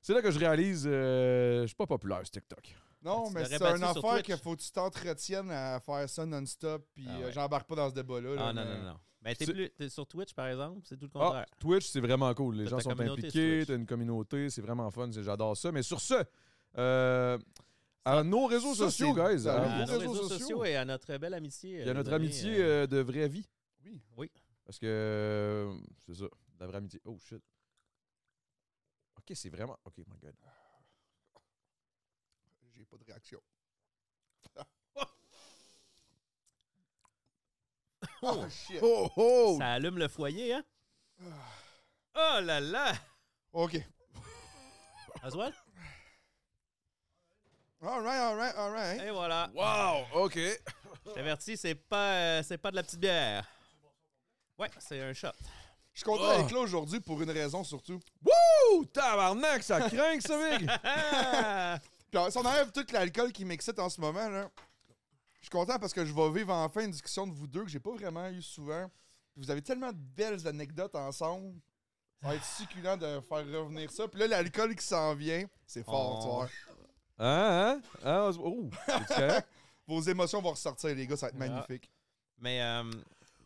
[SPEAKER 1] C'est là que je réalise, euh, je suis pas populaire sur TikTok.
[SPEAKER 2] Non,
[SPEAKER 3] Tu
[SPEAKER 2] mais
[SPEAKER 3] l'aurais
[SPEAKER 2] c'est une
[SPEAKER 3] battu sur
[SPEAKER 2] affaire
[SPEAKER 3] Twitch.
[SPEAKER 2] qu'il faut que tu t'entretiennes à faire ça non-stop, puis
[SPEAKER 3] Ah
[SPEAKER 2] euh,
[SPEAKER 3] ouais.
[SPEAKER 2] j'embarque pas dans ce débat-là. là,
[SPEAKER 3] Ah non,
[SPEAKER 2] mais-
[SPEAKER 3] non, non. Mais t'es
[SPEAKER 1] C'est-
[SPEAKER 3] plus, t'es sur Twitch, par exemple, c'est tout le
[SPEAKER 1] Ah,
[SPEAKER 3] contraire.
[SPEAKER 1] Twitch, c'est vraiment cool. Les
[SPEAKER 3] T'as
[SPEAKER 1] gens
[SPEAKER 3] ta
[SPEAKER 1] sont
[SPEAKER 3] communauté
[SPEAKER 1] impliqués,
[SPEAKER 3] Twitch.
[SPEAKER 1] t'as une communauté, c'est vraiment fun, c'est- j'adore ça. Mais sur ce, euh, à nos réseaux
[SPEAKER 2] ça,
[SPEAKER 1] sociaux,
[SPEAKER 2] c'est-
[SPEAKER 1] guys,
[SPEAKER 2] Ah,
[SPEAKER 1] à
[SPEAKER 3] À
[SPEAKER 2] euh,
[SPEAKER 1] nos réseaux, sociaux,
[SPEAKER 3] et à notre belle amitié.
[SPEAKER 1] il y a
[SPEAKER 3] les
[SPEAKER 1] notre
[SPEAKER 3] amis,
[SPEAKER 1] amitié
[SPEAKER 3] euh,
[SPEAKER 1] euh, de vraie vie.
[SPEAKER 2] Oui.
[SPEAKER 3] Oui.
[SPEAKER 1] Parce que, euh, c'est ça, de la vraie amitié. Oh, shit. OK, c'est vraiment... OK, my God.
[SPEAKER 2] J'ai pas de réaction.
[SPEAKER 3] Oh,
[SPEAKER 2] Oh, shit.
[SPEAKER 1] Oh, oh! Ah.
[SPEAKER 3] ça allume le foyer, hein? Oh là là!
[SPEAKER 2] OK.
[SPEAKER 3] Oswald?
[SPEAKER 2] All right, all right, all right.
[SPEAKER 3] Et voilà.
[SPEAKER 1] Wow, OK.
[SPEAKER 3] Je t'avertis, c'est pas, euh, c'est pas de la petite bière. Ouais, c'est un shot.
[SPEAKER 2] Je suis content
[SPEAKER 1] Oh.
[SPEAKER 2] d'être là aujourd'hui pour une raison surtout.
[SPEAKER 1] Wouh! Tabarnak, ça craint, ça, Big!
[SPEAKER 3] Ah!
[SPEAKER 2] Puis euh, si on enlève tout l'alcool qui m'excite en ce moment, là, je suis content parce que je vais vivre enfin une discussion de vous deux que j'ai pas vraiment eu souvent. Puis vous avez tellement de belles anecdotes ensemble. Ça va être succulent de faire revenir ça. Puis là, l'alcool qui s'en vient, c'est fort,
[SPEAKER 3] On-
[SPEAKER 2] tu vois.
[SPEAKER 1] Hein, hein? Hein, Os- Oh! c'est correct?
[SPEAKER 2] Vos émotions vont ressortir, les gars, ça va être magnifique.
[SPEAKER 3] Mais, euh,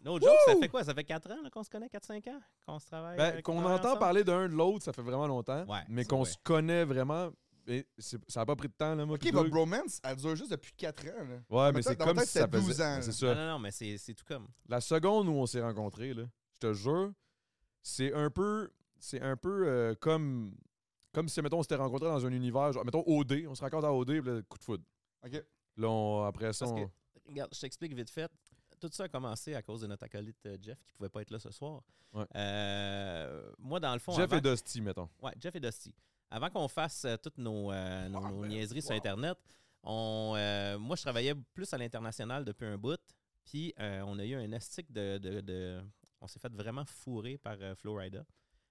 [SPEAKER 3] no joke, ça fait quoi? Ça fait 4 ans là, qu'on se connaît, 4-5 ans? Qu'on se travaille? euh,
[SPEAKER 1] Ben, qu'on
[SPEAKER 3] travaille
[SPEAKER 1] entend
[SPEAKER 3] ensemble?
[SPEAKER 1] parler d'un de l'autre, ça fait vraiment longtemps.
[SPEAKER 3] Ouais,
[SPEAKER 1] mais
[SPEAKER 3] ça,
[SPEAKER 1] qu'on
[SPEAKER 3] ouais.
[SPEAKER 1] se connaît vraiment, et c'est- ça n'a pas pris de temps, là, moi.
[SPEAKER 2] Ok,
[SPEAKER 1] pis
[SPEAKER 2] votre
[SPEAKER 1] Doug.
[SPEAKER 2] bromance, elle dure juste depuis 4 ans. Là.
[SPEAKER 3] Ah,
[SPEAKER 1] Ouais, mais
[SPEAKER 2] ma tête-
[SPEAKER 1] c'est
[SPEAKER 2] dans ma
[SPEAKER 1] comme
[SPEAKER 2] tête,
[SPEAKER 1] si ça
[SPEAKER 2] c'était 12
[SPEAKER 1] faisait...
[SPEAKER 2] ans, là.
[SPEAKER 1] C'est ça.
[SPEAKER 3] Non, non, non, mais c'est c'est tout comme.
[SPEAKER 1] La seconde où on s'est rencontrés, là, je te jure, c'est un peu... C'est un peu euh, comme... Comme si, mettons, on s'était rencontrés dans un univers, genre, mettons, OD, on se rencontre à OD, puis là, coup de foudre.
[SPEAKER 2] Ok.
[SPEAKER 1] Là, on- après ça,
[SPEAKER 3] Parce
[SPEAKER 1] on...
[SPEAKER 3] que- Regarde, je t'explique vite fait. Tout ça a commencé à cause de notre acolyte euh, Jeff qui pouvait pas être là ce soir.
[SPEAKER 1] Ouais.
[SPEAKER 3] Euh, moi, dans le fond.
[SPEAKER 1] Jeff
[SPEAKER 3] avant-
[SPEAKER 1] et Dusty, mettons.
[SPEAKER 3] Ouais, Jeff et Dusty. Avant qu'on fasse euh, toutes nos, euh,
[SPEAKER 1] Ah,
[SPEAKER 3] nos-
[SPEAKER 1] ben,
[SPEAKER 3] nos niaiseries sur Internet, on, euh, moi, je travaillais plus à l'international depuis un bout. Puis, euh, on a eu un astic de. de- de- on s'est fait vraiment fourrer par euh, Florida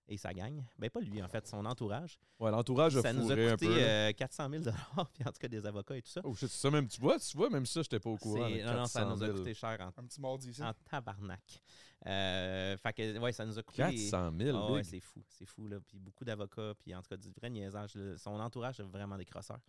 [SPEAKER 3] et sa gang. Ben, pas lui, en fait, son entourage.
[SPEAKER 1] Ouais, l'entourage a
[SPEAKER 3] ça nous a
[SPEAKER 1] fourré Ah, un
[SPEAKER 3] coûté
[SPEAKER 1] peu. hein. là.
[SPEAKER 3] euh, 400 000 puis en tout cas des avocats et tout ça.
[SPEAKER 1] Oh shit, c'est ça même, tu vois, tu vois, même ça, j'étais pas au courant.
[SPEAKER 3] C'est-
[SPEAKER 1] là,
[SPEAKER 3] non, non, ça
[SPEAKER 1] 400
[SPEAKER 3] nous a
[SPEAKER 1] 000.
[SPEAKER 3] coûté cher en
[SPEAKER 2] Un petit mardi ici.
[SPEAKER 1] Ah, Hein?
[SPEAKER 3] en tabarnak. Euh, fait que, ouais, ça nous a coupé.
[SPEAKER 1] 400 000,
[SPEAKER 3] Ah ouais,
[SPEAKER 1] big.
[SPEAKER 3] c'est fou, c'est fou, là. Puis beaucoup d'avocats, puis en tout cas, du vrai niaisage. là. Son entourage est vraiment des crosseurs.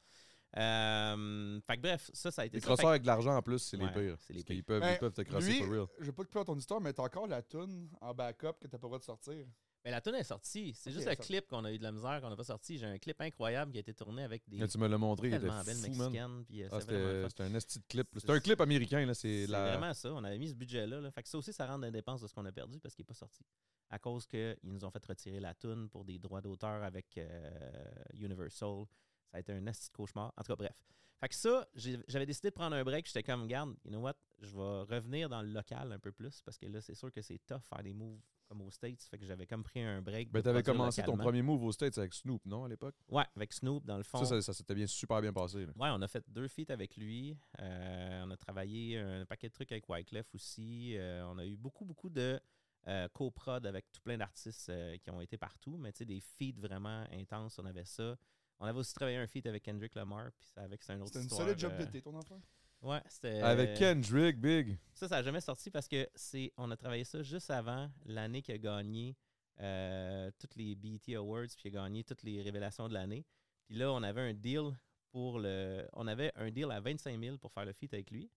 [SPEAKER 3] Euh, fait que bref, ça, ça a été
[SPEAKER 1] Les
[SPEAKER 3] ça. Fait
[SPEAKER 1] crosseurs avec de l'argent en plus, c'est les
[SPEAKER 3] Ouais,
[SPEAKER 1] pires.
[SPEAKER 3] c'est les
[SPEAKER 1] Parce qu'ils
[SPEAKER 3] pires.
[SPEAKER 1] peuvent,
[SPEAKER 2] Ben,
[SPEAKER 1] ils peuvent te crosser
[SPEAKER 2] Lui,
[SPEAKER 1] for real.
[SPEAKER 2] j'ai pas de peur ton histoire, mais t'as encore la toune en backup que t'as pas le droit de sortir.
[SPEAKER 3] que- Mais la tune est sortie. C'est
[SPEAKER 2] Ok, elle
[SPEAKER 3] juste le
[SPEAKER 2] est sortie.
[SPEAKER 3] clip qu'on a eu de la misère, qu'on n'a pas sorti. J'ai un clip incroyable qui a été tourné avec des
[SPEAKER 1] Quand tu me l'as montré, il était
[SPEAKER 3] tellement belles
[SPEAKER 1] fou, man.
[SPEAKER 3] mexicaines. Puis, euh,
[SPEAKER 1] Ah,
[SPEAKER 3] c'est vraiment le
[SPEAKER 1] c'était
[SPEAKER 3] fun.
[SPEAKER 1] c'était un esti de clip. là.
[SPEAKER 3] C'est-
[SPEAKER 1] C'est un clip américain, là. C'est
[SPEAKER 3] C'est
[SPEAKER 1] la.
[SPEAKER 3] vraiment ça. On avait mis ce budget-là. là. Fait que ça aussi, ça rentre dans les dépenses de ce qu'on a perdu parce qu'il n'est pas sorti. À cause qu'ils nous ont fait retirer la toune pour des droits d'auteur avec euh, Universal. Ça a été un asti de cauchemar. En tout cas, bref. Fait que ça, j'ai- j'avais décidé de prendre un break. J'étais comme, garde, you know what, je vais revenir dans le local un peu plus parce que là, c'est sûr que c'est tough faire des moves comme aux States. Fait que j'avais comme pris un break.
[SPEAKER 1] Ben,
[SPEAKER 3] de
[SPEAKER 1] t'avais
[SPEAKER 3] produire
[SPEAKER 1] commencé ton
[SPEAKER 3] localement.
[SPEAKER 1] premier move aux States avec Snoop, non, à l'époque?
[SPEAKER 3] Ouais, avec Snoop, dans le fond.
[SPEAKER 1] Ça, ça, ça s'était bien super bien passé. là.
[SPEAKER 3] Ouais, on a fait deux feats avec lui. Euh, on a travaillé un paquet de trucs avec Wyclef aussi. Euh, on a eu beaucoup, beaucoup de euh, coprod avec tout plein d'artistes euh, qui ont été partout, mais tu sais, des feats vraiment intenses, on avait ça. On avait aussi travaillé un feat avec Kendrick Lamar, puis ça avec c'est un autre
[SPEAKER 2] C'était une
[SPEAKER 3] histoire,
[SPEAKER 2] solide job
[SPEAKER 3] euh,
[SPEAKER 2] d'été, ton enfant.
[SPEAKER 3] Ouais, c'était.
[SPEAKER 1] Avec Kendrick, big.
[SPEAKER 3] Ça, ça n'a jamais sorti parce que c'est. On a travaillé ça juste avant l'année qu'il a gagné euh, toutes les BET Awards, puis il a gagné toutes les révélations de l'année. Puis là, on avait un deal pour le. On avait un deal à 25 000 pour faire le feat avec lui.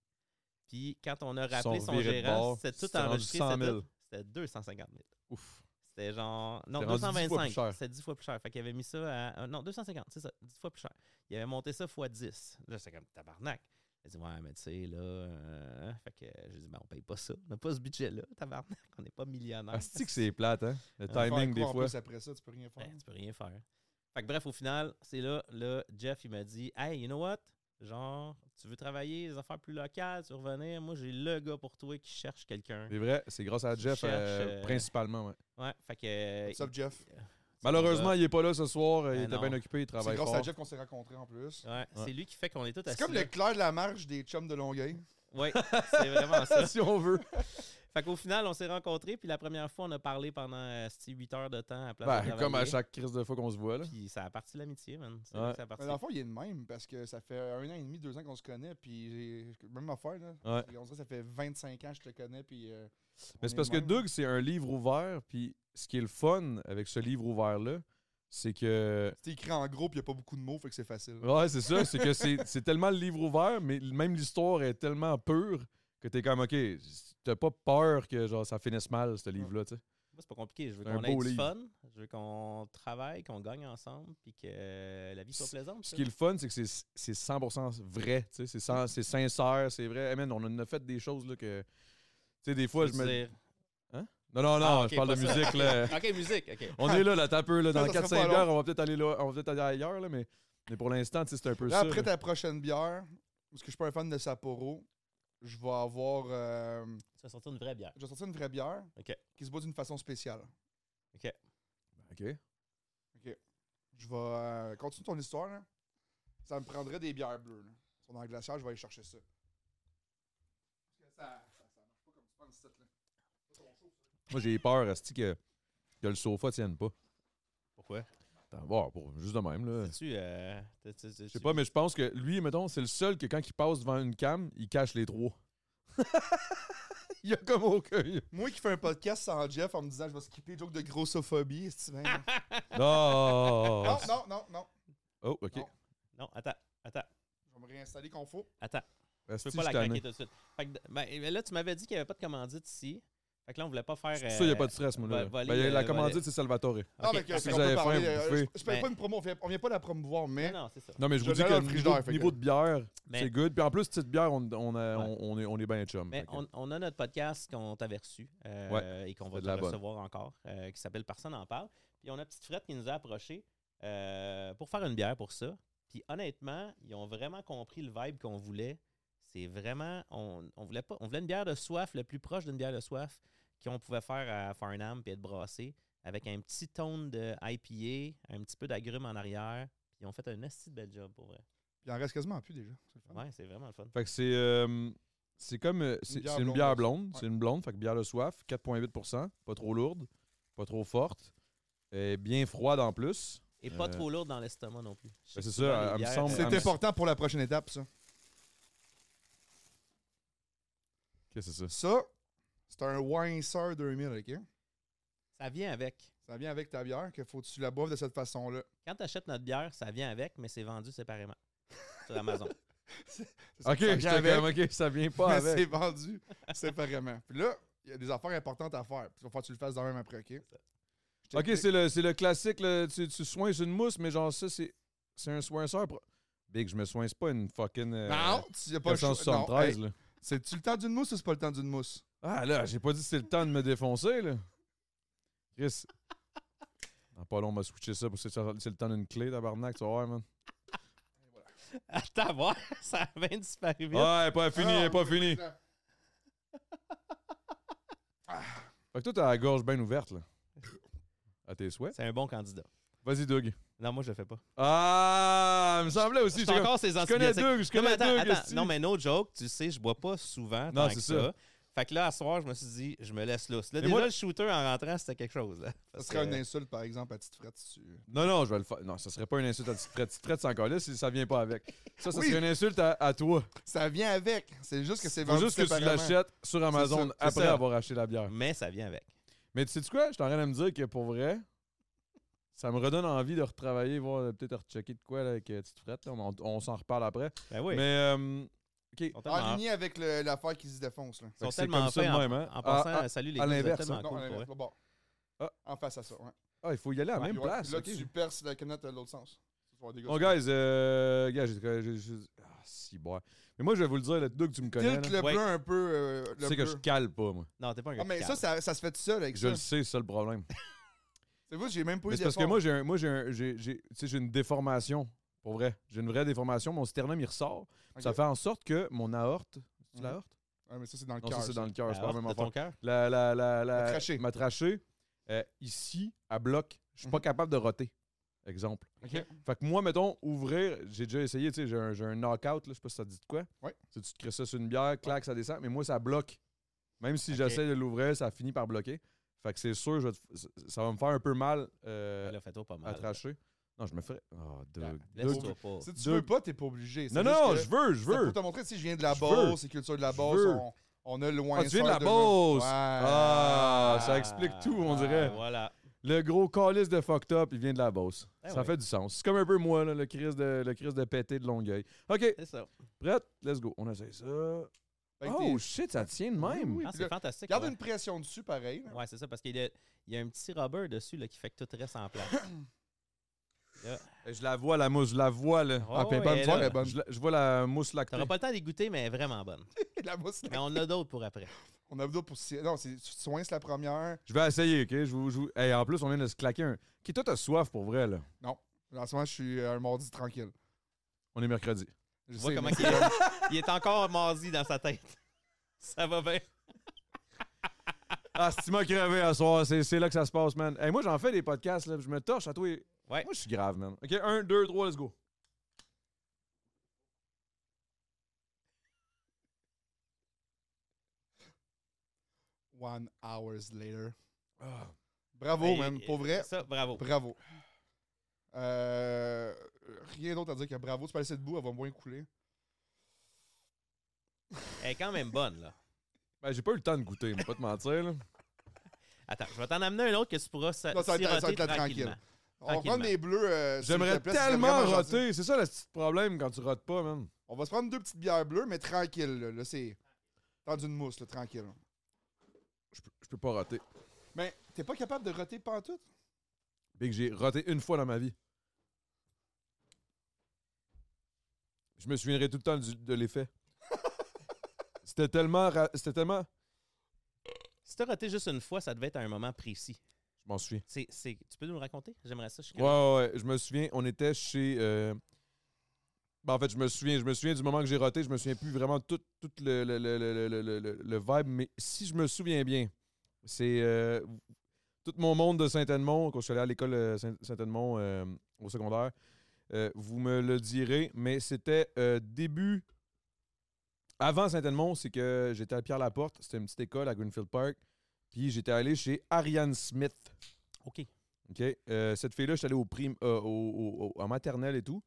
[SPEAKER 3] Puis quand on a
[SPEAKER 1] Ils sont
[SPEAKER 3] rappelé son
[SPEAKER 1] revirés de
[SPEAKER 3] gérant,
[SPEAKER 1] bord,
[SPEAKER 3] c'était tout
[SPEAKER 1] c'était rendu
[SPEAKER 3] enregistré.
[SPEAKER 1] 100
[SPEAKER 3] c'était
[SPEAKER 1] 000.
[SPEAKER 3] tout. C'était 250 000.
[SPEAKER 1] Ouf.
[SPEAKER 3] C'était genre. Non,
[SPEAKER 1] C'était rendu dix fois plus
[SPEAKER 3] 225.
[SPEAKER 1] cher.
[SPEAKER 3] C'était 10 fois plus cher. Fait qu'il avait mis ça à. euh, non, 250, c'est ça. 10 fois plus cher. Il avait monté ça fois 10. Là, c'était comme tabarnak. Il a dit, ouais, mais tu sais, là. euh, Fait que euh, j'ai dit, ben, on paye pas ça. On n'a pas ce budget-là, tabarnak. On n'est pas millionnaire.
[SPEAKER 1] Asti Ah, que c'est plate, hein? Le
[SPEAKER 3] Faire
[SPEAKER 1] timing, des
[SPEAKER 2] Faire quoi en
[SPEAKER 1] fois.
[SPEAKER 2] plus après ça, tu peux rien faire.
[SPEAKER 3] Ben, tu peux rien faire. Fait que bref, au final, c'est là, là, Jeff, il m'a dit, hey, you know what? Genre, tu veux travailler les affaires plus locales, tu veux revenir. Moi, j'ai le gars pour toi qui cherche quelqu'un.
[SPEAKER 1] C'est vrai, c'est grâce à
[SPEAKER 3] Tu
[SPEAKER 1] Jeff,
[SPEAKER 3] cherches,
[SPEAKER 1] euh,
[SPEAKER 3] euh,
[SPEAKER 1] principalement, ouais.
[SPEAKER 3] Ouais, fait que.
[SPEAKER 2] What's up, Jeff?
[SPEAKER 1] Malheureusement, il est pas là ce soir. euh, Il
[SPEAKER 3] euh, Ben
[SPEAKER 1] était
[SPEAKER 3] non.
[SPEAKER 1] bien occupé, il
[SPEAKER 2] C'est
[SPEAKER 1] travaille
[SPEAKER 2] grâce
[SPEAKER 1] fort. Ah,
[SPEAKER 2] à Jeff qu'on s'est rencontrés en plus.
[SPEAKER 3] Ouais, c'est lui qui fait qu'on est tous
[SPEAKER 2] C'est
[SPEAKER 3] assis.
[SPEAKER 2] comme le clair de la marge des chums de Longueuil.
[SPEAKER 1] Ah,
[SPEAKER 3] Oui, c'est vraiment ça.
[SPEAKER 1] si on veut.
[SPEAKER 3] Fait qu'au final, on s'est rencontrés, puis la première fois, on a parlé pendant 8 heures de temps à place de
[SPEAKER 1] Ben,
[SPEAKER 3] travailler.
[SPEAKER 1] comme à chaque crise de fois qu'on se voit, là.
[SPEAKER 3] Puis ça a parti l'amitié, man. C'est
[SPEAKER 1] Ouais.
[SPEAKER 3] ça a parti.
[SPEAKER 2] Mais dans le fond, il est de même parce que ça fait un an et demi, deux ans qu'on se connaît. Puis j'ai- même affaire, là.
[SPEAKER 1] Ouais.
[SPEAKER 2] On dirait que ça fait 25 ans que je te connais. Puis. euh, on
[SPEAKER 1] Mais
[SPEAKER 2] est
[SPEAKER 1] c'est
[SPEAKER 2] de
[SPEAKER 1] parce que
[SPEAKER 2] même.
[SPEAKER 1] Doug, c'est un livre ouvert, puis ce qui est le fun avec ce livre ouvert-là, c'est que.
[SPEAKER 2] C'est écrit en gros, puis il n'y a pas beaucoup de mots, fait que c'est facile.
[SPEAKER 1] Ouais, c'est ça, c'est que c'est c'est tellement le livre ouvert, mais même l'histoire est tellement pure que t'es comme, OK, t'as pas peur que genre ça finisse mal, ce livre-là, tu sais.
[SPEAKER 3] Moi, c'est pas compliqué. Je veux
[SPEAKER 1] C'est un
[SPEAKER 3] qu'on ait
[SPEAKER 1] beau
[SPEAKER 3] du
[SPEAKER 1] livre.
[SPEAKER 3] fun. Je veux qu'on travaille, qu'on gagne ensemble, puis que euh, la vie soit plaisante.
[SPEAKER 1] Ce
[SPEAKER 3] ça.
[SPEAKER 1] qui est le fun, c'est que c'est- c'est 100% vrai, tu sais, c'est cent- c'est sincère, c'est vrai. Hey, man, on en a fait des choses, là, que. Tu sais, des fois,
[SPEAKER 3] Tu
[SPEAKER 1] je
[SPEAKER 3] veux
[SPEAKER 1] me.
[SPEAKER 3] dire-
[SPEAKER 1] Non, non, non,
[SPEAKER 3] Ah, ok,
[SPEAKER 1] je parle de
[SPEAKER 3] pas ça.
[SPEAKER 1] musique, là.
[SPEAKER 3] OK, musique, OK.
[SPEAKER 1] On est là, là, t'as peu, là. Dans
[SPEAKER 2] Ça, ça
[SPEAKER 1] 4-5
[SPEAKER 2] sera pas
[SPEAKER 1] heures, on va peut-être aller, là- on va peut aller ailleurs, là, mais, mais pour l'instant, tu sais, c'est un peu ça.
[SPEAKER 2] Là, après
[SPEAKER 1] là.
[SPEAKER 2] ta prochaine bière, parce que je suis pas un fan de Sapporo, je vais avoir. euh,
[SPEAKER 3] Tu vas sortir une vraie bière.
[SPEAKER 2] je vais sortir une vraie bière
[SPEAKER 3] OK.
[SPEAKER 2] qui se boit d'une façon spéciale.
[SPEAKER 1] OK.
[SPEAKER 2] Je vais. euh, continue ton histoire, là. Ça me prendrait des bières bleues, là. Ils sont dans le glacière, je vais aller chercher ça. Parce que ça, ça, ça marche pas comme tu penses, cette, là.
[SPEAKER 1] Moi, j'ai peur, Asti, que, que le sofa tienne pas.
[SPEAKER 3] Pourquoi?
[SPEAKER 1] Attends, voir, pour, juste de même, là.
[SPEAKER 3] Tu, euh, t'as- t'as- t'as-
[SPEAKER 1] Je sais pas, mais je pense que lui, mettons, c'est le seul que quand il passe devant une cam, il cache les trois. il y a comme aucun.
[SPEAKER 2] Moi qui fais un podcast sans Jeff en me disant je vais skipper joke de grossophobie, c'est bien.
[SPEAKER 1] Ah.
[SPEAKER 2] là?
[SPEAKER 1] Non!
[SPEAKER 2] non, non, non, non.
[SPEAKER 1] Oh, OK.
[SPEAKER 2] Non.
[SPEAKER 3] Non, attends, attends,
[SPEAKER 2] Je vais me réinstaller qu'on faut.
[SPEAKER 3] attends.
[SPEAKER 1] Asti,
[SPEAKER 3] Tu peux
[SPEAKER 1] je
[SPEAKER 3] pas la
[SPEAKER 1] t'en ai.
[SPEAKER 3] craquer tout de suite. Fait que, ben, là, tu m'avais dit qu'il n'y avait pas de commandite ici. Fait que là, on voulait pas faire. euh,
[SPEAKER 1] C'est pour ça, il n'y a pas de stress, moi.
[SPEAKER 3] va-
[SPEAKER 1] Là.
[SPEAKER 3] voler,
[SPEAKER 1] Ben, il y a la
[SPEAKER 3] euh,
[SPEAKER 1] commandite,
[SPEAKER 3] voler.
[SPEAKER 1] c'est Salvatore.
[SPEAKER 2] Non, mais que,
[SPEAKER 3] que
[SPEAKER 1] si Ah,
[SPEAKER 2] qu'on
[SPEAKER 1] vous avez
[SPEAKER 2] peut
[SPEAKER 1] faim,
[SPEAKER 2] parler.
[SPEAKER 1] vous
[SPEAKER 2] euh,
[SPEAKER 1] pouvez.
[SPEAKER 2] je, je paye
[SPEAKER 3] Mais-
[SPEAKER 2] pas une promo, on, fait, on vient pas la promouvoir, mais.
[SPEAKER 3] Non, non, c'est ça.
[SPEAKER 1] Non, mais je
[SPEAKER 2] Je
[SPEAKER 1] vous dis
[SPEAKER 2] l'avais
[SPEAKER 1] que
[SPEAKER 2] dans le frigidaire,
[SPEAKER 1] niveau,
[SPEAKER 2] fait
[SPEAKER 1] niveau
[SPEAKER 2] que-
[SPEAKER 1] de bière,
[SPEAKER 3] Mais-
[SPEAKER 1] c'est good. Puis en plus, petite bière, on, on, a-
[SPEAKER 3] Ouais.
[SPEAKER 1] on, on est, on est bien chum.
[SPEAKER 3] Mais
[SPEAKER 1] Fait que-
[SPEAKER 3] on, on a notre podcast qu'on t'avait reçu euh, et qu'on va
[SPEAKER 1] c'était de
[SPEAKER 3] te
[SPEAKER 1] la bonne.
[SPEAKER 3] recevoir encore, euh, qui s'appelle Personne n'en parle. Puis on a Petite Frette qui nous a approchés euh, pour faire une bière pour ça. Puis honnêtement, ils ont vraiment compris le vibe qu'on voulait. C'est vraiment, on, on voulait pas, on voulait une bière de soif, le plus proche d'une bière de soif qu'on pouvait faire à Farnham puis être brassée, avec un petit tone de IPA, un petit peu d'agrumes en arrière. Puis ils ont fait un esti de bel job pour vrai.
[SPEAKER 2] Il en reste quasiment plus déjà. c'est le
[SPEAKER 1] Ah.
[SPEAKER 2] fun.
[SPEAKER 3] Ouais, c'est vraiment le fun.
[SPEAKER 1] Fait que c'est. euh, c'est comme. euh, C'est
[SPEAKER 2] bière
[SPEAKER 1] c'est une
[SPEAKER 2] blonde,
[SPEAKER 1] bière
[SPEAKER 2] ouais.
[SPEAKER 1] blonde. C'est une blonde. Fait que bière de soif, 4,8 Pas trop lourde. Pas trop forte. Et bien froide en plus.
[SPEAKER 3] Et pas
[SPEAKER 1] Euh, ben,
[SPEAKER 3] trop lourd dans l'estomac non plus.
[SPEAKER 1] c'est
[SPEAKER 3] Souvent,
[SPEAKER 1] ça,
[SPEAKER 3] les
[SPEAKER 1] elle me
[SPEAKER 3] bières,
[SPEAKER 1] semble-
[SPEAKER 3] euh,
[SPEAKER 2] C'est
[SPEAKER 1] Ah, mais-
[SPEAKER 2] important pour la prochaine étape, ça.
[SPEAKER 1] Qu'est-ce que c'est ça?
[SPEAKER 2] Ça, c'est un Wine Sour 2000, OK?
[SPEAKER 3] ça vient avec.
[SPEAKER 2] Ça vient avec ta bière, qu'il faut que tu la boives de cette façon-là.
[SPEAKER 3] Quand tu achètes notre bière, ça vient avec, mais c'est vendu séparément sur Amazon.
[SPEAKER 2] Ça-
[SPEAKER 1] Ok,
[SPEAKER 2] ça vient
[SPEAKER 1] j'étais
[SPEAKER 2] avec,
[SPEAKER 1] comme, ok, ça vient pas
[SPEAKER 2] mais c'est
[SPEAKER 1] avec.
[SPEAKER 2] vendu séparément. Puis là, il y a des affaires importantes à faire. Puis il va falloir que tu le fasses dans même après, OK? Je
[SPEAKER 1] Ok,
[SPEAKER 2] t'explique.
[SPEAKER 1] c'est le, c'est le classique, le, tu, tu soins une mousse, mais genre ça, c'est c'est un soin sœur. pro- Big, je me soins pas une fucking. euh,
[SPEAKER 2] Non, tu n'as pas le choix. Non,
[SPEAKER 1] 473,
[SPEAKER 2] hey,
[SPEAKER 1] là.
[SPEAKER 2] C'est-tu le temps d'une mousse ou c'est pas le temps d'une mousse?
[SPEAKER 1] Ah là, j'ai pas dit que c'était le temps de me défoncer, là. Chris. Dans pas long, on m'a switché ça pour que c'est c'est le temps d'une clé, tabarnak, tu vas voir, man.
[SPEAKER 3] Attends, voir, ça a bien disparu vite.
[SPEAKER 1] Ah, elle est pas finie, elle est
[SPEAKER 2] Ah,
[SPEAKER 1] pas
[SPEAKER 2] c'est
[SPEAKER 1] finie.
[SPEAKER 2] ça.
[SPEAKER 1] Fait que toi, t'as la gorge bien ouverte, là. À tes souhaits.
[SPEAKER 3] C'est un bon candidat.
[SPEAKER 1] Vas-y, Doug.
[SPEAKER 3] Non, moi, je le fais pas.
[SPEAKER 1] Ah, il me semblait aussi.
[SPEAKER 3] J'ai
[SPEAKER 1] j'étais
[SPEAKER 3] encore ces
[SPEAKER 1] je connais
[SPEAKER 3] antibiotiques.
[SPEAKER 1] Doug, je
[SPEAKER 3] Non, mais
[SPEAKER 1] connais
[SPEAKER 3] attends,
[SPEAKER 1] Doug.
[SPEAKER 3] attends.
[SPEAKER 1] esti.
[SPEAKER 3] Non, mais no joke, tu sais, je bois pas souvent
[SPEAKER 1] Non,
[SPEAKER 3] tant
[SPEAKER 1] c'est
[SPEAKER 3] que
[SPEAKER 1] ça.
[SPEAKER 3] ça. Fait que là, à soir, je me suis dit, je me laisse lousse. Là,
[SPEAKER 1] Mais
[SPEAKER 3] déjà,
[SPEAKER 1] moi-
[SPEAKER 3] le shooter en rentrant, c'était quelque chose. Là,
[SPEAKER 2] Ça
[SPEAKER 3] Parce
[SPEAKER 2] serait une
[SPEAKER 3] que-
[SPEAKER 2] insulte, par exemple, à petite frette. si tu-
[SPEAKER 1] Non, non, je vais le faire. Non, ça serait pas une insulte à Tite Frette. Tite Frette, c'est encore là si ça vient pas avec. Ça, ça
[SPEAKER 2] Oui.
[SPEAKER 1] serait une insulte à, à toi.
[SPEAKER 2] Ça vient avec. C'est juste que c'est
[SPEAKER 1] Faut
[SPEAKER 2] vendu
[SPEAKER 1] juste que tu
[SPEAKER 2] séparément.
[SPEAKER 1] l'achètes sur Amazon
[SPEAKER 2] ça, c'est
[SPEAKER 1] après
[SPEAKER 2] ça.
[SPEAKER 1] avoir acheté la bière.
[SPEAKER 3] Mais ça vient avec.
[SPEAKER 1] Mais tu sais quoi? Je t'en train de me dire que pour vrai, ça me redonne envie de retravailler, voir euh, peut-être rechecker de quoi là, avec euh, Tite Frette. là. On, on s'en reparle après.
[SPEAKER 3] Ben oui.
[SPEAKER 1] Mais, euh, OK.
[SPEAKER 3] Ils sont tellement,
[SPEAKER 2] En ligne Ah, avec le- l'affaire qui se défonce, là.
[SPEAKER 3] ils sont
[SPEAKER 1] c'est
[SPEAKER 3] tellement
[SPEAKER 1] comme Ah. ça de
[SPEAKER 3] fins en-
[SPEAKER 1] même, hein?
[SPEAKER 3] En, passant,
[SPEAKER 2] Ah,
[SPEAKER 1] À- à-
[SPEAKER 3] salut les
[SPEAKER 1] à
[SPEAKER 3] gars, vous êtes
[SPEAKER 1] l'inverse,
[SPEAKER 3] tellement
[SPEAKER 2] hein. Non,
[SPEAKER 3] cool
[SPEAKER 2] on
[SPEAKER 3] pour
[SPEAKER 2] est
[SPEAKER 3] vrai.
[SPEAKER 2] là, bon.
[SPEAKER 1] Ah.
[SPEAKER 2] En face à ça, ouais.
[SPEAKER 1] Ah, il faut y aller à la
[SPEAKER 3] Ouais,
[SPEAKER 1] même
[SPEAKER 2] Puis ouais,
[SPEAKER 1] place.
[SPEAKER 2] Là,
[SPEAKER 1] OK.
[SPEAKER 2] tu perces la canette de l'autre sens. Tu vas
[SPEAKER 1] Bon,
[SPEAKER 2] dégoûter.
[SPEAKER 1] guys, euh, gars, j'ai. j'ai- j'ai- Ah, si, bois. Mais moi, je vais vous le dire, le Doug, tu me connais.
[SPEAKER 2] Tilt
[SPEAKER 1] là.
[SPEAKER 2] le
[SPEAKER 3] Ouais.
[SPEAKER 2] bleu un peu. euh,
[SPEAKER 1] Tu
[SPEAKER 2] le
[SPEAKER 1] sais que
[SPEAKER 2] bleu.
[SPEAKER 1] je cale pas, moi.
[SPEAKER 3] Non, t'es pas un gars.
[SPEAKER 2] Ah, mais
[SPEAKER 3] qui
[SPEAKER 2] ça,
[SPEAKER 3] calme.
[SPEAKER 2] ça, ça se fait tout seul avec
[SPEAKER 1] Je
[SPEAKER 2] ça.
[SPEAKER 1] le sais, c'est ça le problème.
[SPEAKER 2] C'est vrai, j'ai même pas eu
[SPEAKER 1] Mais c'est parce que
[SPEAKER 2] d'effort.
[SPEAKER 1] moi, j'ai un- moi, j'ai un- j'ai- j'ai- tu sais, j'ai une déformation, pour vrai. J'ai une vraie déformation. Mon sternum, il ressort.
[SPEAKER 2] Ok.
[SPEAKER 1] Ça fait en sorte que mon aorte. C'est
[SPEAKER 2] Mhm.
[SPEAKER 1] l'aorte?
[SPEAKER 2] Ouais, mais ça, c'est dans le
[SPEAKER 1] Non, ça,
[SPEAKER 2] cœur.
[SPEAKER 1] c'est
[SPEAKER 2] ça.
[SPEAKER 1] dans le cœur. C'est
[SPEAKER 3] Ah,
[SPEAKER 1] pas la même
[SPEAKER 3] de ton
[SPEAKER 1] affaire.
[SPEAKER 3] cœur.
[SPEAKER 1] La, la, la, la,
[SPEAKER 2] La trachée.
[SPEAKER 1] Ma trachée. euh, ici, à bloc, je suis pas
[SPEAKER 2] Mhm.
[SPEAKER 1] capable de roter. Exemple.
[SPEAKER 2] Ok.
[SPEAKER 1] Fait que moi, mettons, ouvrir, j'ai déjà essayé, tu sais, j'ai un, j'ai un knockout, là, je sais pas si ça te dit de quoi.
[SPEAKER 2] Ouais.
[SPEAKER 1] Tu, sais, tu te crées ça sur une bière, clac, ça descend, mais moi, ça bloque. Même si
[SPEAKER 3] Ok.
[SPEAKER 1] j'essaie de l'ouvrir, ça finit par bloquer. Fait que c'est sûr, je vais te- ça- ça va me faire un peu mal euh,
[SPEAKER 3] Là, fais-toi pas
[SPEAKER 1] à
[SPEAKER 3] mal.
[SPEAKER 1] tracher. Non, je me ferais. Oh, Doug.
[SPEAKER 3] Ah,
[SPEAKER 1] Doug.
[SPEAKER 3] Laisse-toi pas.
[SPEAKER 2] Si tu
[SPEAKER 1] Deux-
[SPEAKER 2] veux pas, t'es pas obligé. Ben, C'est
[SPEAKER 1] Non,
[SPEAKER 2] juste
[SPEAKER 1] non, je
[SPEAKER 2] que
[SPEAKER 1] veux, je
[SPEAKER 2] c'est
[SPEAKER 1] veux.
[SPEAKER 2] Pour te montrer, si je viens de la
[SPEAKER 1] Je veux.
[SPEAKER 2] Beauce, c'est culture de la
[SPEAKER 1] Je
[SPEAKER 2] Beauce,
[SPEAKER 1] veux.
[SPEAKER 2] on, on a loin
[SPEAKER 1] Ah, tu viens de la Beauce.
[SPEAKER 2] Beauce!
[SPEAKER 1] Ah, ça explique tout, on
[SPEAKER 3] Ah,
[SPEAKER 1] dirait.
[SPEAKER 3] Voilà.
[SPEAKER 1] Le gros calice de fucked up, il vient de la Beauce.
[SPEAKER 3] Eh
[SPEAKER 1] ça
[SPEAKER 3] ouais.
[SPEAKER 1] fait du sens. C'est comme un peu moi, là, le crise de, le crise de pété de Longueuil. OK,
[SPEAKER 3] C'est ça.
[SPEAKER 1] prête? Let's go. On essaie ça. Oh shit, ça tient de même.
[SPEAKER 2] Oui, oui.
[SPEAKER 3] Ah,
[SPEAKER 2] puis
[SPEAKER 3] c'est
[SPEAKER 2] là,
[SPEAKER 3] fantastique.
[SPEAKER 2] Garde
[SPEAKER 3] ouais.
[SPEAKER 2] une pression dessus, pareil. là.
[SPEAKER 3] Ouais, c'est ça, parce qu'il y, a- il y a un petit rubber dessus là, qui fait que tout reste en place. Là,
[SPEAKER 1] Eh, Je la vois, la mousse, je la vois, là.
[SPEAKER 3] Oh,
[SPEAKER 1] ah, puis elle est bonne,
[SPEAKER 3] elle
[SPEAKER 1] tu vois,
[SPEAKER 3] est
[SPEAKER 1] elle est bonne. Je, la- je vois la mousse lactée.
[SPEAKER 3] T'auras pas le temps d'égoutter, mais elle est vraiment bonne.
[SPEAKER 2] la mousse, là.
[SPEAKER 3] Mais on en a d'autres pour après.
[SPEAKER 2] On a besoin pour. si- Non, c'est tu te soignes, c'est la première.
[SPEAKER 1] Je vais essayer, OK? Je vous, je vous- Hey, en plus, on vient de se claquer un... Qui, toi, t'as soif, pour vrai, là.
[SPEAKER 2] En ce moment, je suis euh, un mardi tranquille.
[SPEAKER 1] On est mercredi.
[SPEAKER 2] Je
[SPEAKER 3] Je vois
[SPEAKER 2] sais,
[SPEAKER 3] comment
[SPEAKER 2] mais-
[SPEAKER 3] il est. Il est encore mardi dans sa tête. Ça va bien.
[SPEAKER 1] Ah, c'est m'a crevé à soir. C'est c'est là que ça se passe, man. Hey, moi, j'en fais des podcasts, là. Je me torche à toi. et-
[SPEAKER 3] Ouais.
[SPEAKER 1] Moi, je suis grave, man. OK, un, deux, trois, let's go.
[SPEAKER 2] One hours later. Bravo,
[SPEAKER 3] Et-
[SPEAKER 2] man.
[SPEAKER 3] et-
[SPEAKER 2] Pour vrai,
[SPEAKER 3] Ah. Ça, bravo.
[SPEAKER 2] bravo. Euh, rien d'autre à dire que bravo. Tu peux laisser debout, elle va moins couler.
[SPEAKER 3] Elle est quand même bonne, là.
[SPEAKER 1] Ben, j'ai pas eu le temps de goûter, mais pas te mentir, là.
[SPEAKER 3] Attends, je vais t'en amener un autre que tu pourras sa-
[SPEAKER 2] Non, ça va être- ça va
[SPEAKER 3] siroter
[SPEAKER 2] être là, tranquille.
[SPEAKER 3] tranquillement.
[SPEAKER 2] On va prendre
[SPEAKER 3] Tranquillement.
[SPEAKER 2] des bleus. euh, s'il
[SPEAKER 1] J'aimerais
[SPEAKER 2] te plaît, ce serait
[SPEAKER 1] tellement
[SPEAKER 2] vraiment gentil.
[SPEAKER 1] roter. C'est ça, le petit problème quand tu rotes pas, man.
[SPEAKER 2] On va se prendre deux petites bières bleues, mais tranquille. Là, Là, c'est. Dans une mousse, là, tranquille.
[SPEAKER 1] Je peux, je peux pas roter.
[SPEAKER 2] Mais t'es pas capable de roter pantoute?
[SPEAKER 1] Big, j'ai roté une fois dans ma vie. Je me souviendrai tout le temps du- de l'effet. C'était tellement. ra- C'était tellement.
[SPEAKER 3] Si t'as raté juste une fois, ça devait être à un moment précis.
[SPEAKER 1] Je m'en souviens.
[SPEAKER 3] C'est, c'est- Tu peux nous le raconter? J'aimerais ça. je suis
[SPEAKER 1] Ouais, ouais, ouais. Je me souviens, on était chez. euh, ben, en fait, je me souviens. Je me souviens du moment que j'ai roté. Je me souviens plus vraiment tout, tout le, le, le- le- le- le- le- le vibe. Mais si je me souviens bien, c'est. euh, tout mon monde de Saint-Edmond, quand je suis allé à l'école euh, Saint- Saint-Edmond euh, au secondaire, euh, vous me le direz, mais c'était euh, début. Avant Saint-Edmond, c'est que j'étais à Pierre-Laporte. C'était une petite école à Greenfield Park. Puis j'étais allé chez Ariane Smith.
[SPEAKER 3] OK.
[SPEAKER 1] OK. Euh, cette fille-là, je suis allé au prime, euh, au- au- au- en maternelle et tout,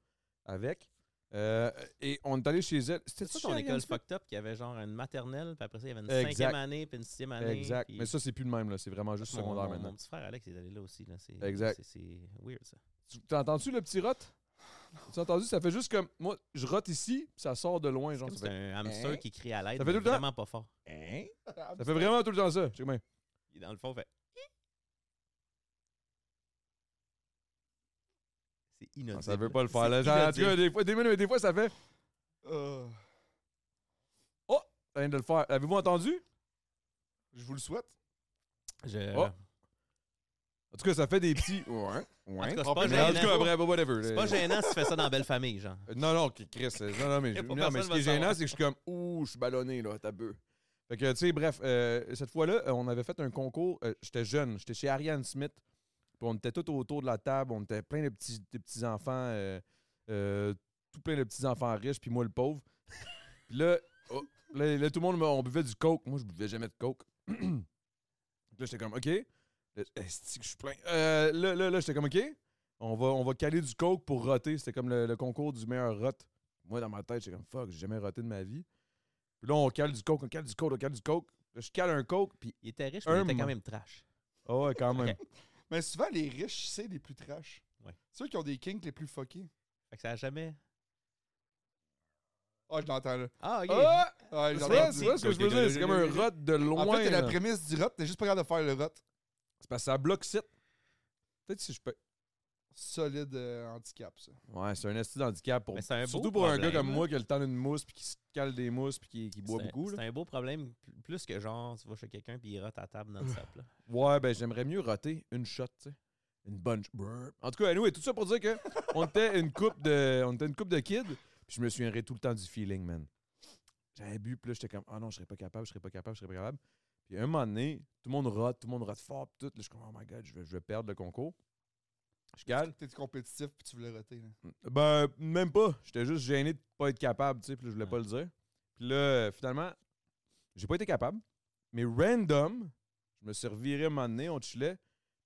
[SPEAKER 1] avec. Euh, et on est allé chez elle. C'était
[SPEAKER 3] C'est ça ton
[SPEAKER 1] chez Ariane
[SPEAKER 3] école
[SPEAKER 1] Smith?
[SPEAKER 3] fucked up qui avait genre une maternelle, puis après ça, il y avait une
[SPEAKER 1] Exact.
[SPEAKER 3] cinquième année, puis une sixième année.
[SPEAKER 1] Exact.
[SPEAKER 3] puis-
[SPEAKER 1] Mais ça, c'est plus le même, là. C'est vraiment juste
[SPEAKER 3] Mon-
[SPEAKER 1] secondaire
[SPEAKER 3] mon,
[SPEAKER 1] maintenant.
[SPEAKER 3] Mon petit frère Alex est allé là aussi. Là. C'est,
[SPEAKER 1] Exact.
[SPEAKER 3] C'est, c'est weird, ça.
[SPEAKER 1] Tu- T'as entendu le petit rot? T'as entendu? Ça fait juste comme. Moi, je rote ici, puis ça sort de loin, genre.
[SPEAKER 3] Comme
[SPEAKER 1] Ça
[SPEAKER 3] c'est
[SPEAKER 1] fait, Hein?
[SPEAKER 3] un hamster qui crie à l'aide.
[SPEAKER 1] Ça fait tout
[SPEAKER 3] mais
[SPEAKER 1] le temps-
[SPEAKER 3] vraiment pas fort.
[SPEAKER 2] Ah,
[SPEAKER 1] ça fait vraiment tout le temps ça. Check bien.
[SPEAKER 3] Il est Dans le fond, il fait. C'est inaudible.
[SPEAKER 1] Ah, ça veut pas le faire. Là.
[SPEAKER 3] C'est
[SPEAKER 1] Ça- en tout cas,
[SPEAKER 3] inaudible.
[SPEAKER 1] des fois, des, minutes, des fois, ça fait.
[SPEAKER 2] Euh,
[SPEAKER 1] Ça vient de le faire. Avez-vous entendu?
[SPEAKER 2] je vous le souhaite.
[SPEAKER 3] Je-
[SPEAKER 1] Oh. En tout cas, ça fait des petits. Ouais.
[SPEAKER 3] En tout
[SPEAKER 1] Ouais.
[SPEAKER 3] cas,
[SPEAKER 2] En
[SPEAKER 3] c'est pas
[SPEAKER 2] plus,
[SPEAKER 1] Mais en tout cas,
[SPEAKER 3] gênant.
[SPEAKER 1] bref, whatever.
[SPEAKER 3] C'est pas gênant si tu fais ça dans Belle Famille, genre.
[SPEAKER 1] Euh, Non, non, qui- Chris. euh, Non, non, mais, je-
[SPEAKER 3] Pas
[SPEAKER 1] non, mais ce
[SPEAKER 3] personne
[SPEAKER 1] qui est
[SPEAKER 3] va
[SPEAKER 1] gênant,
[SPEAKER 3] savoir.
[SPEAKER 1] c'est que je suis comme, ouh, je suis ballonné, là, t'as peu. Fait que, tu sais, bref, euh, cette fois-là, euh, on avait fait un concours. euh, j'étais jeune, j'étais chez Ariane Smith. Puis on était tout autour de la table, on était plein de petits, de petits enfants, euh, euh, tout plein de petits enfants riches, puis moi le pauvre. puis là, oh, là, là, tout le monde, me- on buvait du coke. Moi, je buvais jamais de coke. Donc là, j'étais comme, OK. Là, esti que je suis plein. Euh, là, là, là, j'étais comme, OK. On va, on va caler du coke pour roter. C'était comme le, le concours du meilleur rot. Moi, dans ma tête, j'étais comme, fuck, j'ai jamais roté de ma vie. Puis là, on cale du coke, on cale du coke, on cale du coke. Là, je cale un coke, puis.
[SPEAKER 3] Il était riche, mais il était
[SPEAKER 1] Hum.
[SPEAKER 3] quand même trash.
[SPEAKER 1] Ah ouais, quand même.
[SPEAKER 2] Mais souvent, les riches, c'est les plus trash.
[SPEAKER 3] Ouais.
[SPEAKER 2] Ceux qui ont des kinks les plus fuckés.
[SPEAKER 3] Fait que ça a jamais.
[SPEAKER 2] Ah, je l'entends là.
[SPEAKER 3] Ah, ok.
[SPEAKER 1] Ah!
[SPEAKER 2] Ah, je
[SPEAKER 1] Tu
[SPEAKER 3] C'est
[SPEAKER 2] l'entends.
[SPEAKER 1] vois,
[SPEAKER 3] vrai,
[SPEAKER 1] tu vois ce que je veux dire? C'est comme un rot de loin.
[SPEAKER 2] En fait, t'es la
[SPEAKER 1] là.
[SPEAKER 2] prémisse du rot, t'es juste pas capable de faire le rot.
[SPEAKER 1] C'est parce que ça bloque site. Peut-être si je peux.
[SPEAKER 2] Solide euh, handicap, ça.
[SPEAKER 1] Ouais, c'est un esti d'handicap pour.
[SPEAKER 3] Mais c'est un beau
[SPEAKER 1] Surtout pour un
[SPEAKER 3] problème,
[SPEAKER 1] gars comme
[SPEAKER 3] là.
[SPEAKER 1] moi qui a le temps d'une mousse puis qui se cale des mousses puis qui, qui boit
[SPEAKER 3] C'est un-
[SPEAKER 1] beaucoup. là.
[SPEAKER 3] C'est un beau problème, pl- plus que genre, tu vas chez quelqu'un puis il rote à table dans le sap. là.
[SPEAKER 1] Ouais, ben j'aimerais mieux roter une shot, tu sais. Une bonne. sh- Brrr. En tout cas, anyway, tout ça pour dire que on était une coupe de. On était une coupe de kids, puis je me souviendrai tout le temps du feeling, man. J'avais bu, puis là, j'étais comme Ah non, je serais pas capable, je serais pas capable, je serais pas capable. Puis à un moment donné, tout le monde rote, tout le monde rote fort, puis tout. Là, je suis comme, oh my god, je vais, je vais perdre le concours. Je cale.
[SPEAKER 2] T'es compétitif puis tu voulais roter. là.
[SPEAKER 1] Ben, même pas. J'étais juste gêné de pas être capable, tu sais, puis là, je voulais pas
[SPEAKER 3] Ouais.
[SPEAKER 1] le dire. Puis là, euh, finalement, j'ai pas été capable. Mais random, je me suis reviré un moment donné, on chillait.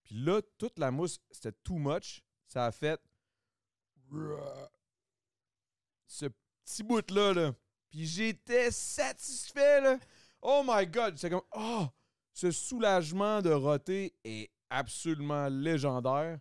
[SPEAKER 1] Puis là, toute la mousse, c'était too much. Ça a fait. Ce petit bout-là, là. Puis j'étais satisfait, là. Oh my God! C'est comme, oh, ce soulagement de roter est absolument légendaire.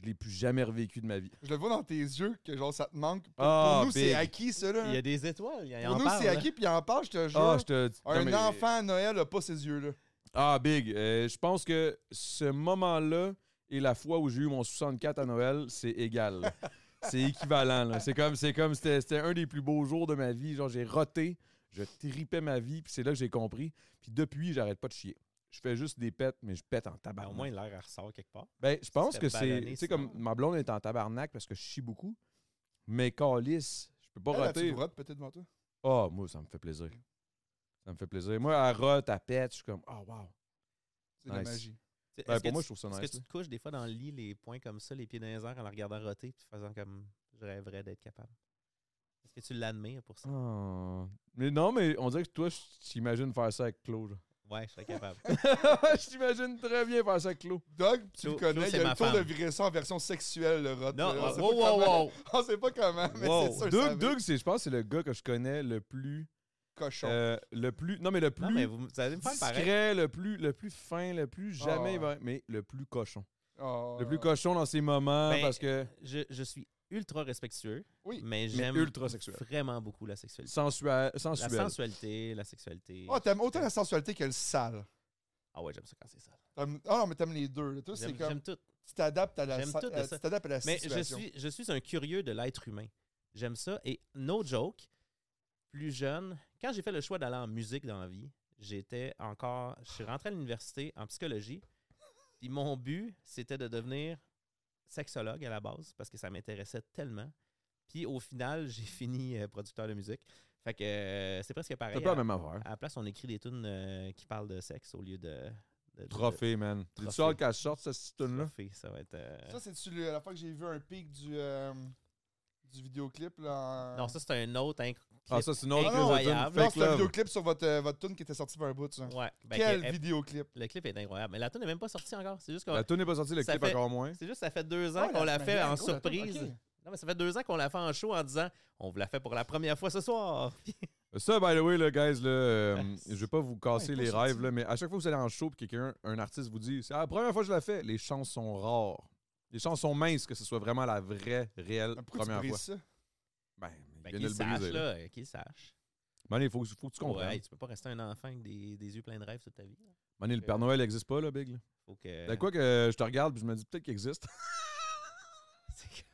[SPEAKER 1] Je l'ai plus jamais revécu de ma vie.
[SPEAKER 2] Je le vois dans tes yeux que genre ça te manque. Pour,
[SPEAKER 1] Ah,
[SPEAKER 2] pour nous, c'est
[SPEAKER 1] big.
[SPEAKER 2] acquis ça là.
[SPEAKER 3] Il y a des étoiles. Il y a, il
[SPEAKER 2] pour
[SPEAKER 3] en
[SPEAKER 2] nous,
[SPEAKER 3] parle, hein.
[SPEAKER 2] c'est
[SPEAKER 3] là.
[SPEAKER 2] acquis puis il en parle, je te jure.
[SPEAKER 1] Ah, je te dis- non,
[SPEAKER 2] Un
[SPEAKER 1] mais-
[SPEAKER 2] enfant à Noël a pas ces yeux-là.
[SPEAKER 1] Ah, big. euh, je pense que ce moment-là et la fois où j'ai eu mon 64 à Noël, c'est égal. là. c'est équivalent. là. C'est comme, c'est comme, c'était, c'était un des plus beaux jours de ma vie. Genre, j'ai roté, je tripais ma vie, puis c'est là que j'ai compris. Puis depuis, j'arrête pas de chier. Je fais juste des pets, mais je pète en
[SPEAKER 3] Ben,
[SPEAKER 1] tabarnak.
[SPEAKER 3] au moins, l'air elle ressort quelque part.
[SPEAKER 1] Ben, je pense
[SPEAKER 3] te
[SPEAKER 1] que
[SPEAKER 3] fais
[SPEAKER 1] c'est.
[SPEAKER 3] ballonner,
[SPEAKER 1] Tu sais, comme
[SPEAKER 3] sinon.
[SPEAKER 1] ma blonde est en tabarnak parce que je chie beaucoup, mais calice, je peux pas
[SPEAKER 2] Elle,
[SPEAKER 1] roter.
[SPEAKER 2] Eh, tu rotes peut-être devant toi.
[SPEAKER 1] Ah, moi, ça me fait plaisir. Ça me fait plaisir. Moi, elle rote, elle pète, je suis comme, ah, wow.
[SPEAKER 2] C'est de la
[SPEAKER 1] Nice.
[SPEAKER 2] magie.
[SPEAKER 3] Tu sais,
[SPEAKER 1] Ben,
[SPEAKER 3] est-ce
[SPEAKER 1] pour
[SPEAKER 3] que
[SPEAKER 1] moi,
[SPEAKER 3] tu-
[SPEAKER 1] je trouve ça
[SPEAKER 3] Est-ce
[SPEAKER 1] nice,
[SPEAKER 3] que
[SPEAKER 1] là.
[SPEAKER 3] tu te couches des fois dans le lit, les poings comme ça, les pieds dans les airs, en la regardant roter, puis faisant comme je rêverais d'être capable? Est-ce que tu l'admires pour ça?
[SPEAKER 1] Ah. Mais non, mais on dirait que toi, je t'imagine faire ça avec Claude.
[SPEAKER 3] Ouais, je serais capable.
[SPEAKER 1] je t'imagine très bien faire ça avec Claude.
[SPEAKER 2] Doug, tu
[SPEAKER 3] Claude-
[SPEAKER 2] le connais,
[SPEAKER 3] Claude,
[SPEAKER 2] il
[SPEAKER 3] c'est
[SPEAKER 2] y a
[SPEAKER 3] ma
[SPEAKER 2] le tour de
[SPEAKER 3] femme.
[SPEAKER 2] virer ça en version sexuelle, le rot.
[SPEAKER 3] Non,
[SPEAKER 2] là.
[SPEAKER 3] ah,
[SPEAKER 2] on, sait
[SPEAKER 3] wow,
[SPEAKER 2] pas
[SPEAKER 3] wow,
[SPEAKER 2] comment-
[SPEAKER 3] wow.
[SPEAKER 2] on sait pas comment, mais
[SPEAKER 3] Wow.
[SPEAKER 2] c'est sûr que ça
[SPEAKER 1] Doug,
[SPEAKER 2] va
[SPEAKER 1] Doug c'est- je pense que c'est le gars que je connais le plus.
[SPEAKER 2] être cochon.
[SPEAKER 1] euh, le plus. Non, mais le plus
[SPEAKER 3] Non, mais vous, vous allez me faire pareil. Ah,
[SPEAKER 1] discret, le plus, le plus fin, le plus jamais.
[SPEAKER 2] ouais.
[SPEAKER 1] va- Mais le plus cochon.
[SPEAKER 2] Oh,
[SPEAKER 1] Le plus cochon dans ses moments
[SPEAKER 3] Ben,
[SPEAKER 1] hein, parce que.
[SPEAKER 3] Je, je suis ultra respectueux,
[SPEAKER 2] Oui.
[SPEAKER 3] mais j'aime
[SPEAKER 1] ultra sexuel.
[SPEAKER 3] vraiment beaucoup la sexualité.
[SPEAKER 1] Sensuel.
[SPEAKER 3] La
[SPEAKER 1] sensuel.
[SPEAKER 3] sensualité, la sexualité.
[SPEAKER 2] Oh, t'aimes autant la sensualité que le sale.
[SPEAKER 3] Ah ouais, j'aime ça quand c'est ça.
[SPEAKER 2] T'aimes- Ah non, mais t'aimes les deux. là. Toi, c'est
[SPEAKER 3] J'aime
[SPEAKER 2] comme.
[SPEAKER 3] j'aime tout.
[SPEAKER 2] Tu t'adaptes à la,
[SPEAKER 3] J'aime
[SPEAKER 2] sa-
[SPEAKER 3] tout de
[SPEAKER 2] à-
[SPEAKER 3] ça.
[SPEAKER 2] tu t'adaptes à la
[SPEAKER 3] Mais je
[SPEAKER 2] situation.
[SPEAKER 3] suis, je suis un curieux de l'être humain. J'aime ça. Et no joke, plus jeune, quand j'ai fait le choix d'aller en musique dans la vie, j'étais encore. Je suis rentré à l'université en psychologie. Puis mon but, c'était de devenir sexologue à la base parce que ça m'intéressait tellement. Puis au final, j'ai fini euh, producteur de musique. Fait que euh, c'est presque pareil.
[SPEAKER 1] C'est pas
[SPEAKER 3] À,
[SPEAKER 1] la même affaire.
[SPEAKER 3] à la place, on écrit des tunes euh, qui parlent de sexe au lieu de. de- de-
[SPEAKER 1] Trophée, man. Tu
[SPEAKER 3] Trophée.
[SPEAKER 1] sors qu'elle sorte, cette
[SPEAKER 3] de
[SPEAKER 1] tune là
[SPEAKER 3] trophée. Ça va être. euh,
[SPEAKER 2] Ça, c'est-tu le- la fois que j'ai vu un pic du, euh, du vidéoclip? Là, en-
[SPEAKER 3] non, ça, c'est un autre. inc-
[SPEAKER 1] Ah,
[SPEAKER 3] clip
[SPEAKER 1] ça, c'est une autre
[SPEAKER 2] Ah non,
[SPEAKER 1] crise de tune.
[SPEAKER 3] incroyable.
[SPEAKER 2] Non,
[SPEAKER 1] Fake
[SPEAKER 2] c'est le
[SPEAKER 1] love.
[SPEAKER 2] vidéoclip sur votre, euh, votre tune qui était sorti par un bout. ça.
[SPEAKER 3] Ouais. ben,
[SPEAKER 2] Quel
[SPEAKER 3] que- eh,
[SPEAKER 2] vidéoclip?
[SPEAKER 3] le clip est incroyable. Mais la tune n'est même pas sortie encore. C'est juste qu'on.
[SPEAKER 1] La tune n'est pas sortie, le
[SPEAKER 3] Ça
[SPEAKER 1] clip
[SPEAKER 3] fait-
[SPEAKER 1] encore moins.
[SPEAKER 3] C'est juste ça fait deux ans
[SPEAKER 2] Ouais,
[SPEAKER 3] qu'on
[SPEAKER 2] Oh, la-
[SPEAKER 3] Ah, l'a
[SPEAKER 2] mais
[SPEAKER 3] fait
[SPEAKER 2] bien
[SPEAKER 3] en
[SPEAKER 2] gros, la tune,
[SPEAKER 3] surprise.
[SPEAKER 2] ok.
[SPEAKER 3] Non, mais ça fait deux ans qu'on l'a fait en show en disant on vous l'a fait pour la première fois ce soir.
[SPEAKER 1] Ça, by the way, là, guys, là,
[SPEAKER 3] Ah,
[SPEAKER 1] euh,
[SPEAKER 3] c'est-
[SPEAKER 1] je vais pas vous casser
[SPEAKER 2] Ouais, pas
[SPEAKER 1] les
[SPEAKER 2] sorti.
[SPEAKER 1] rêves, là, mais à chaque fois que vous allez en show et quelqu'un, un artiste vous dit C'est la première fois que je la fais, les chances sont rares. Les chances sont minces que ce soit vraiment la vraie, réelle
[SPEAKER 2] Ah, Pourquoi tu
[SPEAKER 1] première
[SPEAKER 2] brises
[SPEAKER 1] fois.
[SPEAKER 2] ça?
[SPEAKER 1] Ben,
[SPEAKER 3] Ben,
[SPEAKER 1] il
[SPEAKER 3] qu'il
[SPEAKER 1] vient de le
[SPEAKER 3] sache,
[SPEAKER 1] briser. là.
[SPEAKER 3] là. euh, Qu'il sache.
[SPEAKER 1] Man, il faut, faut que tu comprennes.
[SPEAKER 3] Ouais, tu peux pas rester un enfant avec des, des yeux pleins de rêves toute ta vie. là.
[SPEAKER 1] Man, le Père Noël n'existe pas, là, Big. Là.
[SPEAKER 3] Faut que.
[SPEAKER 1] Ben, quoi que je te regarde puis je me dis peut-être qu'il existe.
[SPEAKER 3] C'est que-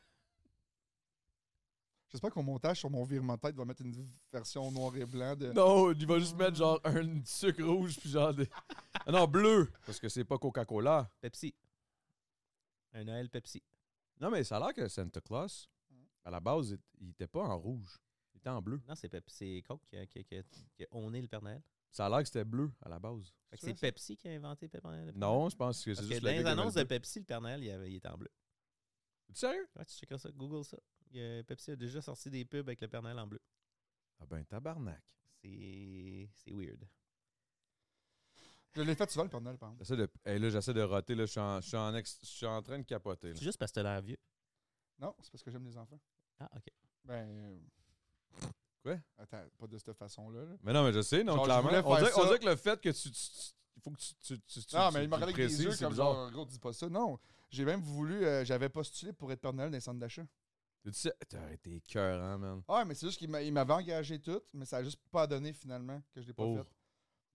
[SPEAKER 2] J'espère qu'au montage, sur mon virement de tête, va mettre une version noir et blanc de.
[SPEAKER 1] non, il va juste mettre genre un sucre rouge puis genre des. Ah non, bleu, parce que c'est pas Coca-Cola.
[SPEAKER 3] Pepsi. Un Noël Pepsi.
[SPEAKER 1] Non, mais ça a l'air que Santa Claus, à la base, il- il était pas en rouge. Il était en bleu.
[SPEAKER 3] Non, c'est Pepsi. C'est Coke qui a, qui a- qui a- qui a honné le Père Noël.
[SPEAKER 1] Ça a l'air que c'était bleu à la base.
[SPEAKER 3] Fait que
[SPEAKER 2] C'est
[SPEAKER 3] c'est
[SPEAKER 2] vrai,
[SPEAKER 3] Pepsi qui a inventé Père Noël. le Père Noël.
[SPEAKER 1] Non, je pense que c'est
[SPEAKER 3] Parce que
[SPEAKER 1] juste
[SPEAKER 3] dans
[SPEAKER 1] le
[SPEAKER 3] les
[SPEAKER 1] gars qui
[SPEAKER 3] annonces de
[SPEAKER 1] avait le
[SPEAKER 3] Pepsi, le Père Noël, il, avait- il était en bleu.
[SPEAKER 1] bleu. T'es sérieux?
[SPEAKER 3] Ouais, tu checkeras ça, Google ça. Il y a- Pepsi a déjà sorti des pubs avec le Père Noël en bleu.
[SPEAKER 1] Ah ben tabarnak.
[SPEAKER 3] C'est c'est weird.
[SPEAKER 2] Je l'ai fait souvent, le Père Noël, par exemple.
[SPEAKER 1] J'essaie de. Hey, là, j'essaie de roter, là. Je suis en, je suis en, ex- je suis en train de capoter. là.
[SPEAKER 3] C'est juste parce que t'as l'air vieux.
[SPEAKER 2] Non, c'est parce que j'aime les enfants.
[SPEAKER 3] Ah, OK.
[SPEAKER 2] Ben. euh,
[SPEAKER 1] Quoi?
[SPEAKER 2] Attends, pas de cette façon-là. là.
[SPEAKER 1] Mais non, mais je sais, non,
[SPEAKER 2] Genre, je
[SPEAKER 1] clairement.
[SPEAKER 2] voulais
[SPEAKER 1] On
[SPEAKER 2] faire
[SPEAKER 1] dirait, on
[SPEAKER 2] ça.
[SPEAKER 1] dirait que le fait que tu. tu- tu- Il faut que tu. tu, tu, tu-
[SPEAKER 2] Non,
[SPEAKER 1] tu-
[SPEAKER 2] mais il
[SPEAKER 1] tu
[SPEAKER 2] me regarde avec
[SPEAKER 1] précises,
[SPEAKER 2] des yeux
[SPEAKER 1] c'est
[SPEAKER 2] comme
[SPEAKER 1] bizarre.
[SPEAKER 2] genre, gros, dis pas ça. Non, j'ai même voulu, euh, j'avais postulé pour être Père Noël dans les centres d'achat.
[SPEAKER 1] Tu sais, t'as été cœur, hein, man.
[SPEAKER 2] Ah, mais c'est juste qu'il m'a- il m'avait engagé tout, mais ça a juste pas donné finalement que je l'ai pas
[SPEAKER 1] Oh.
[SPEAKER 2] fait.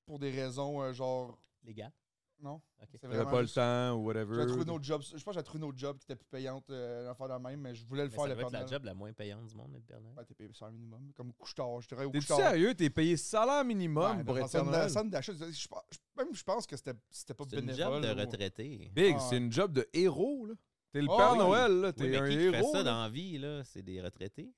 [SPEAKER 2] Pour des raisons, euh, genre,
[SPEAKER 3] Les gars.
[SPEAKER 2] non.
[SPEAKER 3] OK.
[SPEAKER 2] C'est
[SPEAKER 1] T'avais
[SPEAKER 2] vraiment
[SPEAKER 1] pas le
[SPEAKER 2] juste-
[SPEAKER 1] temps ou whatever.
[SPEAKER 2] J'ai trouvé notre job. Je pense que j'ai trouvé notre job qui était plus payante, euh, l'affaire de la même, mais je voulais le
[SPEAKER 3] Mais
[SPEAKER 2] faire
[SPEAKER 3] ça
[SPEAKER 2] le
[SPEAKER 3] doit
[SPEAKER 2] Père
[SPEAKER 3] être la
[SPEAKER 2] Noël.
[SPEAKER 3] job la moins payante du monde, le Père Noël.
[SPEAKER 2] Ouais, t'es payé sur un minimum, comme couche-tard. Je te dirais au
[SPEAKER 1] T'es
[SPEAKER 2] couche-tard.
[SPEAKER 1] sérieux? T'es payé salaire minimum
[SPEAKER 2] Ouais,
[SPEAKER 1] pour
[SPEAKER 2] dans
[SPEAKER 1] être
[SPEAKER 2] un centre
[SPEAKER 1] Père
[SPEAKER 2] d'a-
[SPEAKER 1] Noël?
[SPEAKER 2] centre d'achat, je- je- je- Même je pense que c'était c'était pas
[SPEAKER 3] C'est une
[SPEAKER 2] bénévole.
[SPEAKER 3] job de
[SPEAKER 2] là, ou-
[SPEAKER 3] retraité.
[SPEAKER 1] Big,
[SPEAKER 2] Ah,
[SPEAKER 1] c'est
[SPEAKER 2] ouais.
[SPEAKER 1] une job de héros, là. T'es le
[SPEAKER 2] Ah,
[SPEAKER 1] Père
[SPEAKER 2] oui.
[SPEAKER 1] Noël, là.
[SPEAKER 3] Oui,
[SPEAKER 1] T'es
[SPEAKER 3] mais
[SPEAKER 1] un
[SPEAKER 3] qui qui fait
[SPEAKER 1] héros.
[SPEAKER 3] ça
[SPEAKER 1] là.
[SPEAKER 3] dans la vie, là? C'est des retraités.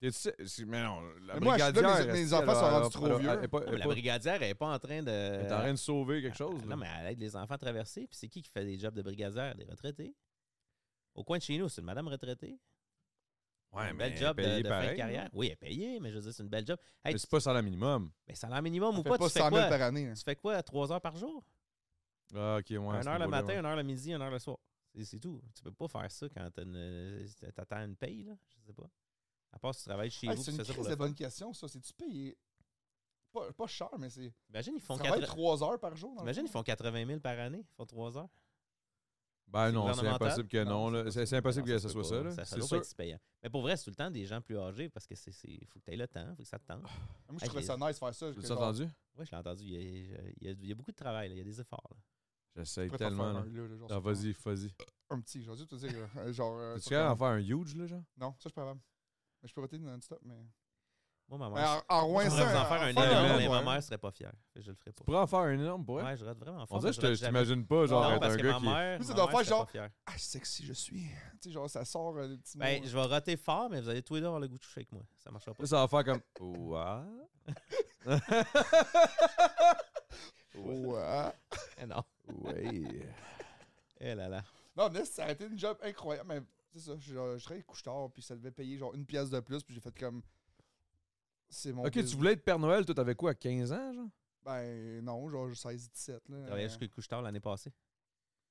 [SPEAKER 1] T'es- c'est- c'est- Mais non, la
[SPEAKER 2] Mais moi, je- là, mes-
[SPEAKER 1] brigadière.
[SPEAKER 2] mes
[SPEAKER 1] est-ce
[SPEAKER 2] enfants
[SPEAKER 1] qu'elle
[SPEAKER 2] sont
[SPEAKER 1] a-
[SPEAKER 2] rendus trop
[SPEAKER 1] elle a-
[SPEAKER 2] vieux.
[SPEAKER 1] elle est pas-
[SPEAKER 3] Non,
[SPEAKER 1] elle
[SPEAKER 3] mais
[SPEAKER 1] est
[SPEAKER 3] la
[SPEAKER 1] Euh, pas-
[SPEAKER 3] brigadière, elle n'est pas en train de. Ah,
[SPEAKER 1] elle est en train de sauver quelque chose. là.
[SPEAKER 3] Non, mais elle aide les enfants à traverser. Puis c'est qui qui fait des jobs de brigadière? Des retraités. Au coin de chez nous, c'est une madame retraitée.
[SPEAKER 1] Ouais,
[SPEAKER 3] une
[SPEAKER 1] mais
[SPEAKER 3] belle job de,
[SPEAKER 1] payée
[SPEAKER 3] de fin de
[SPEAKER 1] pareil,
[SPEAKER 3] carrière. Oui, elle est payée, mais je veux dire, c'est une belle job.
[SPEAKER 1] Mais
[SPEAKER 3] Hey, tu-
[SPEAKER 1] c'est pas ça la minimum.
[SPEAKER 3] mais salaire minimum
[SPEAKER 2] On
[SPEAKER 3] ou
[SPEAKER 2] fait
[SPEAKER 3] pas,
[SPEAKER 2] pas
[SPEAKER 3] tu fais
[SPEAKER 2] 100 000
[SPEAKER 3] quoi?
[SPEAKER 2] par année. hein.
[SPEAKER 3] Tu fais quoi? 3 heures par jour?
[SPEAKER 1] Ah, ok, ouais. à ce
[SPEAKER 3] 1 heure le
[SPEAKER 1] niveau-là,
[SPEAKER 3] matin,
[SPEAKER 1] ouais.
[SPEAKER 3] 1 heure le midi, 1 heure le soir. C'est- C'est tout. Tu peux pas faire ça quand t'as une- t'attends une paye, là. Je sais pas. À part si tu travailles chez
[SPEAKER 2] Hey,
[SPEAKER 3] vous,
[SPEAKER 2] Ah, c'est
[SPEAKER 3] tu
[SPEAKER 2] une
[SPEAKER 3] fais ça pour
[SPEAKER 2] crise
[SPEAKER 3] le
[SPEAKER 2] de
[SPEAKER 3] fun.
[SPEAKER 2] bonne question, ça. C'est-tu payé? Pas, pas cher, mais c'est.
[SPEAKER 3] Imagine, ils
[SPEAKER 2] Tu
[SPEAKER 3] font
[SPEAKER 2] travailles
[SPEAKER 3] 80
[SPEAKER 2] 3 heures par jour. dans le
[SPEAKER 3] Imagine, ils
[SPEAKER 2] fond.
[SPEAKER 3] font 80 000 par année. Ils font 3 heures.
[SPEAKER 1] Ben
[SPEAKER 3] C'est
[SPEAKER 1] non, c'est
[SPEAKER 3] gouvernemental?
[SPEAKER 1] impossible que non. là. C'est c'est impossible
[SPEAKER 3] Non,
[SPEAKER 1] que
[SPEAKER 3] se
[SPEAKER 1] ça
[SPEAKER 3] peut
[SPEAKER 1] soit ça.
[SPEAKER 3] pas.
[SPEAKER 1] là.
[SPEAKER 3] Ça
[SPEAKER 1] C'est
[SPEAKER 3] doit pas
[SPEAKER 1] sûr.
[SPEAKER 3] être si payant. Mais pour vrai, c'est tout le temps des gens plus âgés parce que c'est, c'est- faut que tu aies le temps, faut que ça te tente.
[SPEAKER 2] Moi, je
[SPEAKER 3] Hey,
[SPEAKER 2] trouvais
[SPEAKER 3] j'ai-
[SPEAKER 2] ça nice de faire ça. que
[SPEAKER 1] Tu as
[SPEAKER 2] genre,
[SPEAKER 1] entendu?
[SPEAKER 3] Oui, je l'ai entendu. Il y, a, il y a- il y a beaucoup de travail, là, il y a des efforts. là.
[SPEAKER 1] J'essaie
[SPEAKER 2] je préfère
[SPEAKER 1] tellement.
[SPEAKER 2] faire
[SPEAKER 1] là.
[SPEAKER 2] un là, là, genre,
[SPEAKER 1] Ah,
[SPEAKER 2] sur-
[SPEAKER 1] vas-y, vas-y.
[SPEAKER 2] Un petit, j'ai envie de te dire. euh, Genre. euh,
[SPEAKER 1] Tu
[SPEAKER 2] sur
[SPEAKER 1] capable
[SPEAKER 2] ton-
[SPEAKER 1] d'en faire un huge, là, genre?
[SPEAKER 2] Non, ça, je suis pas capable. Mais Je peux voter non-stop, mais.
[SPEAKER 3] Moi, ma
[SPEAKER 2] Mais
[SPEAKER 3] mère.
[SPEAKER 2] en- En
[SPEAKER 3] je
[SPEAKER 2] Rouen,
[SPEAKER 3] pourrais
[SPEAKER 2] ça.
[SPEAKER 3] vous en faire un
[SPEAKER 1] faire un
[SPEAKER 3] énorme,
[SPEAKER 2] ouais.
[SPEAKER 3] mais ma mère serait pas fière. Fait que Je le ferai
[SPEAKER 1] Tu
[SPEAKER 3] pas.
[SPEAKER 1] pourrais en faire un énorme, pour
[SPEAKER 3] Ouais,
[SPEAKER 1] vrai?
[SPEAKER 3] je rate vraiment fort.
[SPEAKER 1] On dirait que
[SPEAKER 3] mais je
[SPEAKER 1] je te-
[SPEAKER 3] rate
[SPEAKER 1] je
[SPEAKER 3] jamais.
[SPEAKER 1] t'imagine pas, genre,
[SPEAKER 3] Non,
[SPEAKER 1] être
[SPEAKER 3] parce
[SPEAKER 1] un
[SPEAKER 3] que ma
[SPEAKER 1] gars qui.
[SPEAKER 3] mère.
[SPEAKER 2] Tu sais,
[SPEAKER 3] ma
[SPEAKER 2] dois
[SPEAKER 3] mère
[SPEAKER 2] faire
[SPEAKER 3] serait
[SPEAKER 2] genre-
[SPEAKER 3] pas fière.
[SPEAKER 2] Ah, sexy, je suis. Tu sais, genre, ça sort euh, des petits mots.
[SPEAKER 3] Ben, je vais rater fort, mais vous allez tous les deux avoir le goût de toucher avec moi. Ça marchera pas.
[SPEAKER 1] Là, ça va faire comme. Ouah.
[SPEAKER 2] Ouais.
[SPEAKER 3] Eh non.
[SPEAKER 1] Ouais.
[SPEAKER 3] Eh là là.
[SPEAKER 2] Non, mais ça a été une job incroyable. Mais c'est ça, je, je travaillais couche-tard, puis ça devait payer genre une pièce de plus, puis j'ai fait comme. C'est mon.
[SPEAKER 1] Ok, tu
[SPEAKER 2] business.
[SPEAKER 1] voulais être Père Noël, toi, t'avais quoi, à 15 ans, genre?
[SPEAKER 2] Ben, non, genre 16, 17. Là,
[SPEAKER 3] Ah Je travaillais jusqu'au couche-tard l'année passée.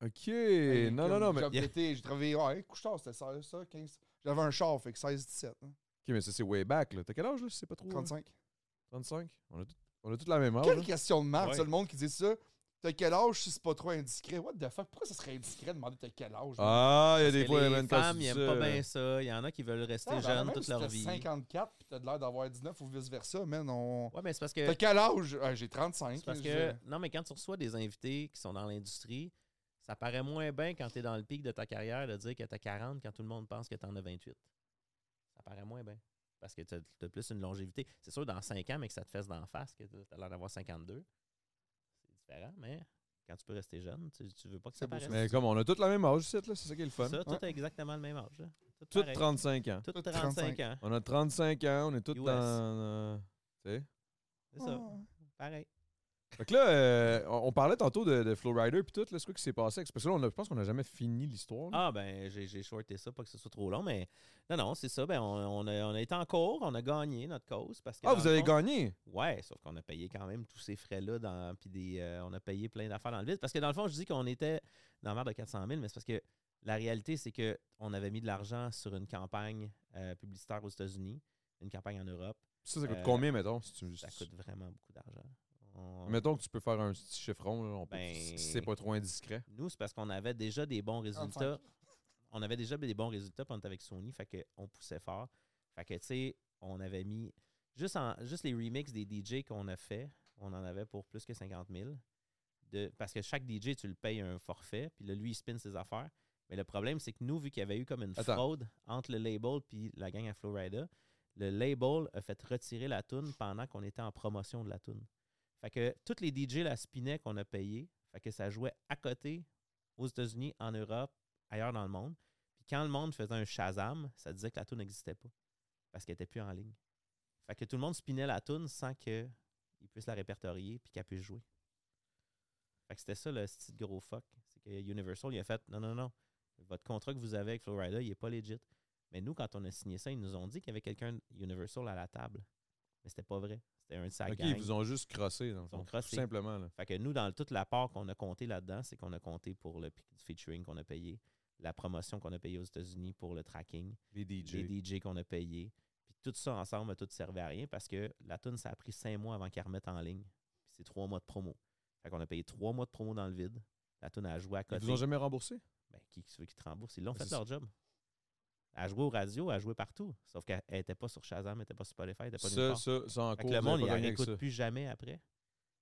[SPEAKER 1] Ok.
[SPEAKER 2] Euh,
[SPEAKER 1] Non, non,
[SPEAKER 2] comme
[SPEAKER 1] non, mais.
[SPEAKER 2] Job
[SPEAKER 3] Yeah.
[SPEAKER 2] d'été, j'ai travaillé. Ouais, couche-tard, c'était ça, ça, 15. J'avais un char, fait que 16, 17. hein,
[SPEAKER 1] Ok, mais ça, c'est way back, là. T'as quel âge, là? Je sais pas trop. là.
[SPEAKER 2] 35.
[SPEAKER 1] 35? On a tout- On a tous la même âge.
[SPEAKER 2] Quelle
[SPEAKER 1] là.
[SPEAKER 2] question de merde,
[SPEAKER 3] Ah, Ouais.
[SPEAKER 2] ça, le monde qui dit ça. T'as quel âge si c'est pas trop indiscret? What the fuck? Pourquoi ça serait indiscret de demander t'as quel âge? man?
[SPEAKER 1] Ah, il y a des
[SPEAKER 3] Parce que
[SPEAKER 1] fois,
[SPEAKER 3] les
[SPEAKER 1] man, quand tu
[SPEAKER 3] femmes,
[SPEAKER 1] dis
[SPEAKER 3] ils
[SPEAKER 1] ça,
[SPEAKER 3] aiment pas
[SPEAKER 1] là.
[SPEAKER 3] bien ça. Il y en a qui veulent rester
[SPEAKER 2] Non, ben,
[SPEAKER 3] jeunes
[SPEAKER 2] même
[SPEAKER 3] toute
[SPEAKER 2] si
[SPEAKER 3] leur
[SPEAKER 2] t'as
[SPEAKER 3] vie.
[SPEAKER 2] 54 puis t'as de l'air d'avoir 19 ou vice-versa, man. On...
[SPEAKER 3] Ouais, mais c'est parce
[SPEAKER 2] T'as
[SPEAKER 3] que.
[SPEAKER 2] quel âge? Ah, j'ai 35.
[SPEAKER 3] C'est parce
[SPEAKER 2] je-
[SPEAKER 3] Hein, que. Non, mais quand tu reçois des invités qui sont dans l'industrie, ça paraît moins bien quand tu es dans le pic de ta carrière de dire que t'as 40 quand tout le monde pense que t'en as 28. Ça paraît moins bien. Parce que t'as as plus une longévité. C'est sûr, dans 5 ans, mais que ça te fesse d'en face, que t'as l'air d'avoir 52. C'est différent, mais quand tu peux rester jeune, tu, tu veux pas que ça
[SPEAKER 2] C'est beau,
[SPEAKER 3] paraisse.
[SPEAKER 1] Mais comme on a tous la même âge, c'est là, c'est ça qui est le fun.
[SPEAKER 3] Ça, tout
[SPEAKER 2] Ouais.
[SPEAKER 3] a exactement le même âge. là. Tout
[SPEAKER 1] Toutes
[SPEAKER 3] pareil.
[SPEAKER 1] 35 ans.
[SPEAKER 3] Tout
[SPEAKER 2] Tout
[SPEAKER 3] 35
[SPEAKER 2] 35.
[SPEAKER 3] ans.
[SPEAKER 1] On a 35 ans, on est tous
[SPEAKER 3] US.
[SPEAKER 1] dans. euh, tu sais.
[SPEAKER 3] C'est ça.
[SPEAKER 2] Ah.
[SPEAKER 3] Pareil.
[SPEAKER 1] Fait que là, euh, on, on parlait tantôt de, de Flowrider puis tout, là, c'est quoi qui s'est passé? avec- Parce que là, on a- je pense qu'on n'a jamais fini l'histoire. là.
[SPEAKER 3] Ah, ben, j'ai j'ai shorté ça, pas que ce soit trop long, mais non, non, c'est ça. Ben, on, on a, on a été en cours, on a gagné notre cause. parce que
[SPEAKER 1] Ah,
[SPEAKER 3] dans
[SPEAKER 1] vous
[SPEAKER 3] le
[SPEAKER 1] avez
[SPEAKER 3] fond-
[SPEAKER 1] gagné!
[SPEAKER 3] Ouais, sauf qu'on a payé quand même tous ces frais-là, dans- puis des, euh, on a payé plein d'affaires dans le vide. Parce que dans le fond, je dis qu'on était dans la merde de 400 000, mais c'est parce que la réalité, c'est que on avait mis de l'argent sur une campagne euh, publicitaire aux États-Unis, une campagne en Europe.
[SPEAKER 1] Ça, ça coûte
[SPEAKER 3] Euh,
[SPEAKER 1] combien, mettons? Si tu,
[SPEAKER 3] Ça coûte vraiment beaucoup d'argent. On-
[SPEAKER 1] Mettons que tu peux faire un petit chiffron, là, on peut-
[SPEAKER 3] Ben-
[SPEAKER 1] si c'est pas trop indiscret.
[SPEAKER 3] Nous, c'est parce qu'on avait déjà des bons résultats. On avait déjà des bons résultats, puis on était avec Sony, fait qu'on poussait fort. Fait que, tu sais, on avait mis. Juste, en, juste les remixes des DJ qu'on a fait, on en avait pour plus que 50 000. De, parce que chaque DJ, tu le payes un forfait, puis là, lui, il spin ses affaires. Mais le problème, c'est que nous, vu qu'il y avait eu comme une
[SPEAKER 1] Attends.
[SPEAKER 3] fraude entre le label puis la gang à Florida, le label a fait retirer la toune pendant qu'on était en promotion de la toune. Fait que toutes les DJ la spinaient qu'on a payé, fait que ça jouait à côté aux États-Unis, en Europe, ailleurs dans le monde. Puis quand le monde faisait un Shazam, ça disait que la toune n'existait pas parce qu'elle était plus en ligne. Fait que tout le monde spinait la toune sans que ils puissent la répertorier puis qu'elle puisse jouer. Fait que c'était ça le petit gros fuck, c'est que Universal il a fait non non non, votre contrat que vous avez avec Florida, il est pas legit. Mais nous quand on a signé ça, ils nous ont dit qu'il y avait quelqu'un Universal à la table. Mais c'était pas vrai. C'était un de sa
[SPEAKER 1] Ok,
[SPEAKER 3] gang.
[SPEAKER 1] ils vous ont juste crossé, dans le
[SPEAKER 3] Ils ont
[SPEAKER 1] fond,
[SPEAKER 3] crossé.
[SPEAKER 1] Tout simplement, là.
[SPEAKER 3] Fait que nous, dans toute la part qu'on a compté là-dedans, c'est qu'on a compté pour le pic- featuring qu'on a payé, la promotion qu'on a payée aux États-Unis pour le tracking,
[SPEAKER 1] Les DJ.
[SPEAKER 3] les DJ qu'on a payés. Puis tout ça ensemble a tout servi à rien parce que la tune ça a pris cinq mois avant qu'elle remette en ligne. Puis c'est trois mois de promo. Fait qu'on a payé trois mois de promo dans le vide. La tune a joué à
[SPEAKER 1] Ils
[SPEAKER 3] côté.
[SPEAKER 1] vous ont jamais remboursé?
[SPEAKER 3] Ben, qui qui veut qu'ils te remboursent? Ils l'ont
[SPEAKER 1] Ben,
[SPEAKER 3] fait
[SPEAKER 1] c'est
[SPEAKER 3] leur job. Elle jouait aux radios, elle jouait partout. Sauf qu'elle n'était pas sur Shazam, elle n'était pas sur Spotify, elle n'était pas nulle
[SPEAKER 1] Ça,
[SPEAKER 3] part.
[SPEAKER 1] ça, ça, en
[SPEAKER 3] Fait
[SPEAKER 1] cours,
[SPEAKER 3] que le
[SPEAKER 1] vous
[SPEAKER 3] monde,
[SPEAKER 1] avez pas
[SPEAKER 3] il la
[SPEAKER 1] gagné avec
[SPEAKER 3] réécoute
[SPEAKER 1] ça.
[SPEAKER 3] plus jamais après. Ben,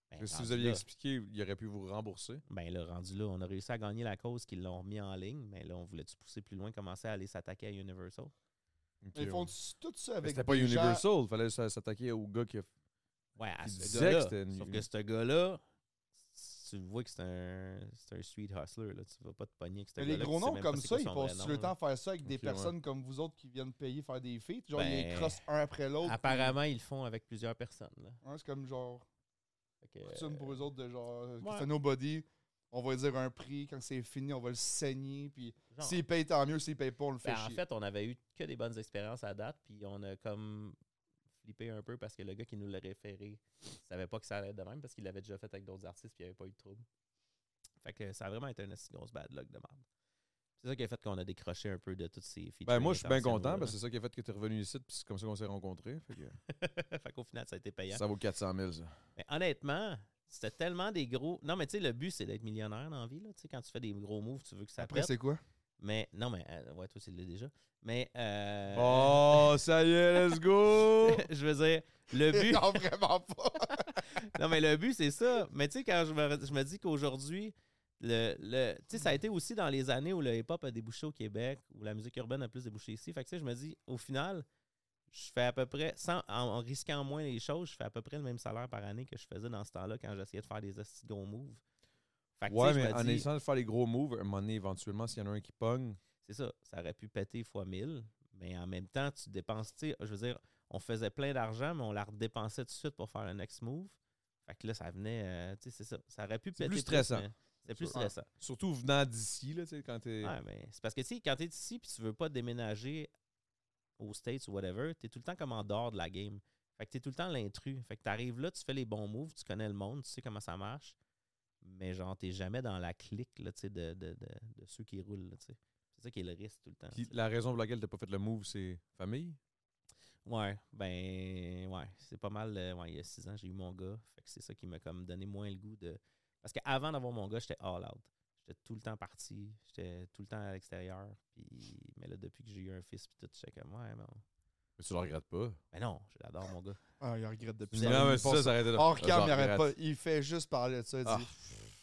[SPEAKER 1] Parce que Si
[SPEAKER 3] rendu
[SPEAKER 1] vous aviez
[SPEAKER 3] là-
[SPEAKER 1] expliqué, il aurait pu vous rembourser.
[SPEAKER 3] Ben là, rendu là, on a réussi à gagner la cause qu'ils l'ont remis en ligne, mais là, on voulait-tu pousser plus loin, commencer à aller s'attaquer à Universal?
[SPEAKER 1] Ok,
[SPEAKER 2] Mais ils
[SPEAKER 1] ouais.
[SPEAKER 2] font tout ça
[SPEAKER 1] Mais
[SPEAKER 2] avec.
[SPEAKER 1] C'était pas
[SPEAKER 2] des gens-
[SPEAKER 1] Universal, il fallait s'a- s'attaquer au gars qui a
[SPEAKER 3] Ouais, à
[SPEAKER 1] Qui
[SPEAKER 3] ce
[SPEAKER 1] disait que
[SPEAKER 3] gars-là.
[SPEAKER 1] c'était une-
[SPEAKER 3] Sauf que ce gars-là, tu vois que c'est un, c'est un street hustler. Là. Tu vas pas te pogner que c'est un
[SPEAKER 2] Mais les
[SPEAKER 3] gars-là
[SPEAKER 2] gros
[SPEAKER 3] qui sait
[SPEAKER 2] noms
[SPEAKER 3] même pas
[SPEAKER 2] comme
[SPEAKER 3] c'est quoi
[SPEAKER 2] ça, ils
[SPEAKER 3] son vrai
[SPEAKER 2] passent
[SPEAKER 3] nom,
[SPEAKER 2] le
[SPEAKER 3] là.
[SPEAKER 2] temps à faire ça avec des
[SPEAKER 3] Ok, ouais.
[SPEAKER 2] personnes comme vous autres qui viennent payer faire des feats. Genre, ils les
[SPEAKER 3] Ben,
[SPEAKER 2] crossent un après l'autre.
[SPEAKER 3] Apparemment, ils le font avec plusieurs personnes. Là.
[SPEAKER 2] Hein, c'est comme genre
[SPEAKER 3] Fait que,
[SPEAKER 2] coutume pour eux autres de genre euh, que
[SPEAKER 3] Euh, ouais.
[SPEAKER 2] c'est un nobody. On va lui dire un prix. Quand c'est fini, on va le saigner. Puis
[SPEAKER 3] genre,
[SPEAKER 2] s'il paye, tant mieux. S'il paye pas, on le fait
[SPEAKER 3] ben, en
[SPEAKER 2] chier.
[SPEAKER 3] fait, on avait eu que des bonnes expériences à date, puis on a comme flippé un peu parce que le gars qui nous l'a référé savait pas que ça allait être de même parce qu'il l'avait déjà fait avec d'autres artistes puis il n'y avait pas eu de trouble. Fait que ça a vraiment été une assez grosse bad luck de merde. C'est ça qui a fait qu'on a décroché un peu de toutes ces features.
[SPEAKER 1] Ben, moi, je suis bien content parce que c'est ça qui a fait que tu es revenu ici, puis c'est comme ça qu'on s'est rencontrés. Fait que
[SPEAKER 3] fait qu'au final, ça a été payant.
[SPEAKER 1] ça vaut 400 000, ça.
[SPEAKER 3] Mais honnêtement, c'était tellement des gros. Non, mais tu sais, le but, c'est d'être millionnaire dans la vie. Là. Tu sais, Quand tu fais des gros moves, tu veux que ça
[SPEAKER 2] Après,
[SPEAKER 3] pète.
[SPEAKER 2] c'est quoi?
[SPEAKER 3] Mais non, mais euh, ouais, toi, tu l'as déjà. Mais euh,
[SPEAKER 1] Oh, ça y est, let's go!
[SPEAKER 3] je veux dire, le but.
[SPEAKER 2] non, vraiment pas.
[SPEAKER 3] non, mais le but, c'est ça. Mais tu sais, quand je me, je me dis qu'aujourd'hui, le, le, tu sais, ça a été aussi dans les années où le hip-hop a débouché au Québec, où la musique urbaine a plus débouché ici. Fait que tu sais, je me dis, au final, je fais à peu près, sans, en, en risquant moins les choses, je fais à peu près le même salaire par année que je faisais dans ce temps-là quand j'essayais de faire des hosties de gros moves. Fait que tu sais,
[SPEAKER 1] ouais,
[SPEAKER 3] je
[SPEAKER 1] mais
[SPEAKER 3] me
[SPEAKER 1] en
[SPEAKER 3] dis-
[SPEAKER 1] essayant de faire les gros moves, à un moment donné, éventuellement, s'il y en a un qui pogne,
[SPEAKER 3] c'est ça, ça aurait pu péter fois 1000, mais en même temps, tu dépenses, tu sais, je veux dire, on faisait plein d'argent, mais on la redépensait tout de suite pour faire le next move. Fait que là, ça venait, euh, tu sais, c'est ça, ça aurait pu
[SPEAKER 1] C'est
[SPEAKER 3] péter.
[SPEAKER 1] plus stressant.
[SPEAKER 3] mais C'est plus
[SPEAKER 1] sûr.
[SPEAKER 3] stressant.
[SPEAKER 1] surtout venant d'ici, là, tu sais, quand t'es.
[SPEAKER 3] Ouais, mais c'est parce que, tu sais, quand t'es ici puis tu veux pas déménager aux States ou whatever, t'es tout le temps comme en dehors de la game. Fait que t'es tout le temps l'intrus. Fait que t'arrives là, tu fais les bons moves, tu connais le monde, tu sais comment ça marche, mais genre, t'es jamais dans la clique, là, tu sais, de, de, de, de ceux qui roulent, là, tu sais. C'est ça qui est le risque tout le temps.
[SPEAKER 1] Puis
[SPEAKER 3] tu sais.
[SPEAKER 1] la raison pour laquelle t'as pas fait le move, c'est famille.
[SPEAKER 3] Ouais, ben ouais, c'est pas mal. euh, ouais, il y a six ans, j'ai eu mon gars. Fait que c'est ça qui m'a comme donné moins le goût de. Parce qu'avant d'avoir mon gars, j'étais all out. J'étais tout le temps parti. J'étais tout le temps à l'extérieur. Puis mais là, depuis que j'ai eu un fils puis tout, j'étais comme ouais, non.
[SPEAKER 1] Mais tu le regrettes pas.
[SPEAKER 3] Mais non, je l'adore mon gars.
[SPEAKER 2] Ah, il regrette depuis
[SPEAKER 3] Vous avez
[SPEAKER 1] Non,
[SPEAKER 2] l'année
[SPEAKER 1] mais c'est ça,
[SPEAKER 2] passée.
[SPEAKER 1] ça arrête de
[SPEAKER 2] Hors
[SPEAKER 1] Je
[SPEAKER 2] cam, il
[SPEAKER 1] regrette.
[SPEAKER 2] arrête pas. Il fait juste parler de ça. il dit,
[SPEAKER 1] Ah,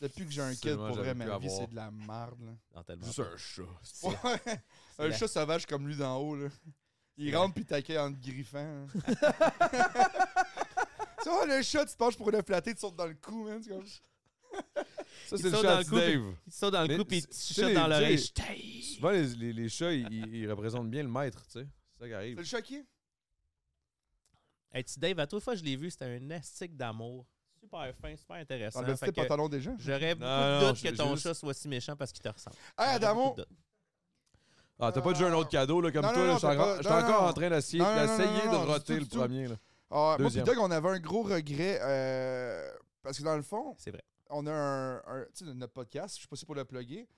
[SPEAKER 2] Depuis que j'ai un kid,
[SPEAKER 1] Seulement,
[SPEAKER 2] pour vrai,
[SPEAKER 1] j'aurais
[SPEAKER 2] ma
[SPEAKER 1] pu
[SPEAKER 2] vie, c'est
[SPEAKER 1] avoir
[SPEAKER 2] de la merde. là.
[SPEAKER 3] Dans tellement.
[SPEAKER 1] Juste un chat.
[SPEAKER 3] C'est-
[SPEAKER 2] Ouais.
[SPEAKER 3] c'est
[SPEAKER 2] Un
[SPEAKER 3] la-
[SPEAKER 2] chat sauvage comme lui d'en haut. Là. Il
[SPEAKER 3] C'est
[SPEAKER 2] rentre puis t'accueille en te griffant. hein. tu vois, le chat, tu penches pour le flatter, tu sautes dans le cou, man. C'est comme-
[SPEAKER 1] Ça,
[SPEAKER 3] Il
[SPEAKER 1] c'est le
[SPEAKER 3] saute
[SPEAKER 1] chat
[SPEAKER 3] dans le
[SPEAKER 1] de
[SPEAKER 3] coup,
[SPEAKER 1] Dave.
[SPEAKER 3] Il te saute dans le
[SPEAKER 1] Mais
[SPEAKER 3] cou puis il
[SPEAKER 1] c'est-
[SPEAKER 3] te
[SPEAKER 1] tu sais,
[SPEAKER 3] chuchote
[SPEAKER 1] les-
[SPEAKER 3] dans l'oreille.
[SPEAKER 1] tu sais,
[SPEAKER 3] Je t'haïs.
[SPEAKER 1] Souvent, les, les, les chats, ils, ils- ils représentent bien le maître, tu sais. C'est ça qui
[SPEAKER 2] C'est
[SPEAKER 1] arrive.
[SPEAKER 2] le chat qui est?
[SPEAKER 3] Hey, tu sais, Dave, à toute fois que je l'ai vu, c'était un astique d'amour. Super fin, super
[SPEAKER 2] Dans
[SPEAKER 3] intéressant.
[SPEAKER 2] le
[SPEAKER 3] Fait
[SPEAKER 2] petit
[SPEAKER 3] que
[SPEAKER 2] pantalon déjà.
[SPEAKER 3] J'aurais beaucoup
[SPEAKER 1] non,
[SPEAKER 3] de doutes
[SPEAKER 1] je-
[SPEAKER 3] que ton
[SPEAKER 1] juste-
[SPEAKER 3] chat soit si méchant parce qu'il te ressemble.
[SPEAKER 2] Hey, Adamo!
[SPEAKER 1] Ah, t'as pas déjà un autre cadeau, là, comme
[SPEAKER 2] Non,
[SPEAKER 1] toi,
[SPEAKER 2] non,
[SPEAKER 1] là.
[SPEAKER 2] non,
[SPEAKER 1] Je suis
[SPEAKER 2] t'as
[SPEAKER 1] encore,
[SPEAKER 2] pas-
[SPEAKER 1] je suis
[SPEAKER 2] non, non,
[SPEAKER 1] encore
[SPEAKER 2] non.
[SPEAKER 1] en train d'essayer
[SPEAKER 2] Non, non, non,
[SPEAKER 1] d'essayer
[SPEAKER 2] non, non,
[SPEAKER 1] de
[SPEAKER 2] du tout,
[SPEAKER 1] roter
[SPEAKER 2] du
[SPEAKER 1] le
[SPEAKER 2] tout.
[SPEAKER 1] premier, là.
[SPEAKER 2] Ah, moi puis
[SPEAKER 1] Deuxième.
[SPEAKER 2] Doug, on avait un gros regret. euh, parce que dans le fond,
[SPEAKER 3] C'est vrai.
[SPEAKER 2] on a un. un- tu sais, notre podcast, je sais pas si pour le plugger,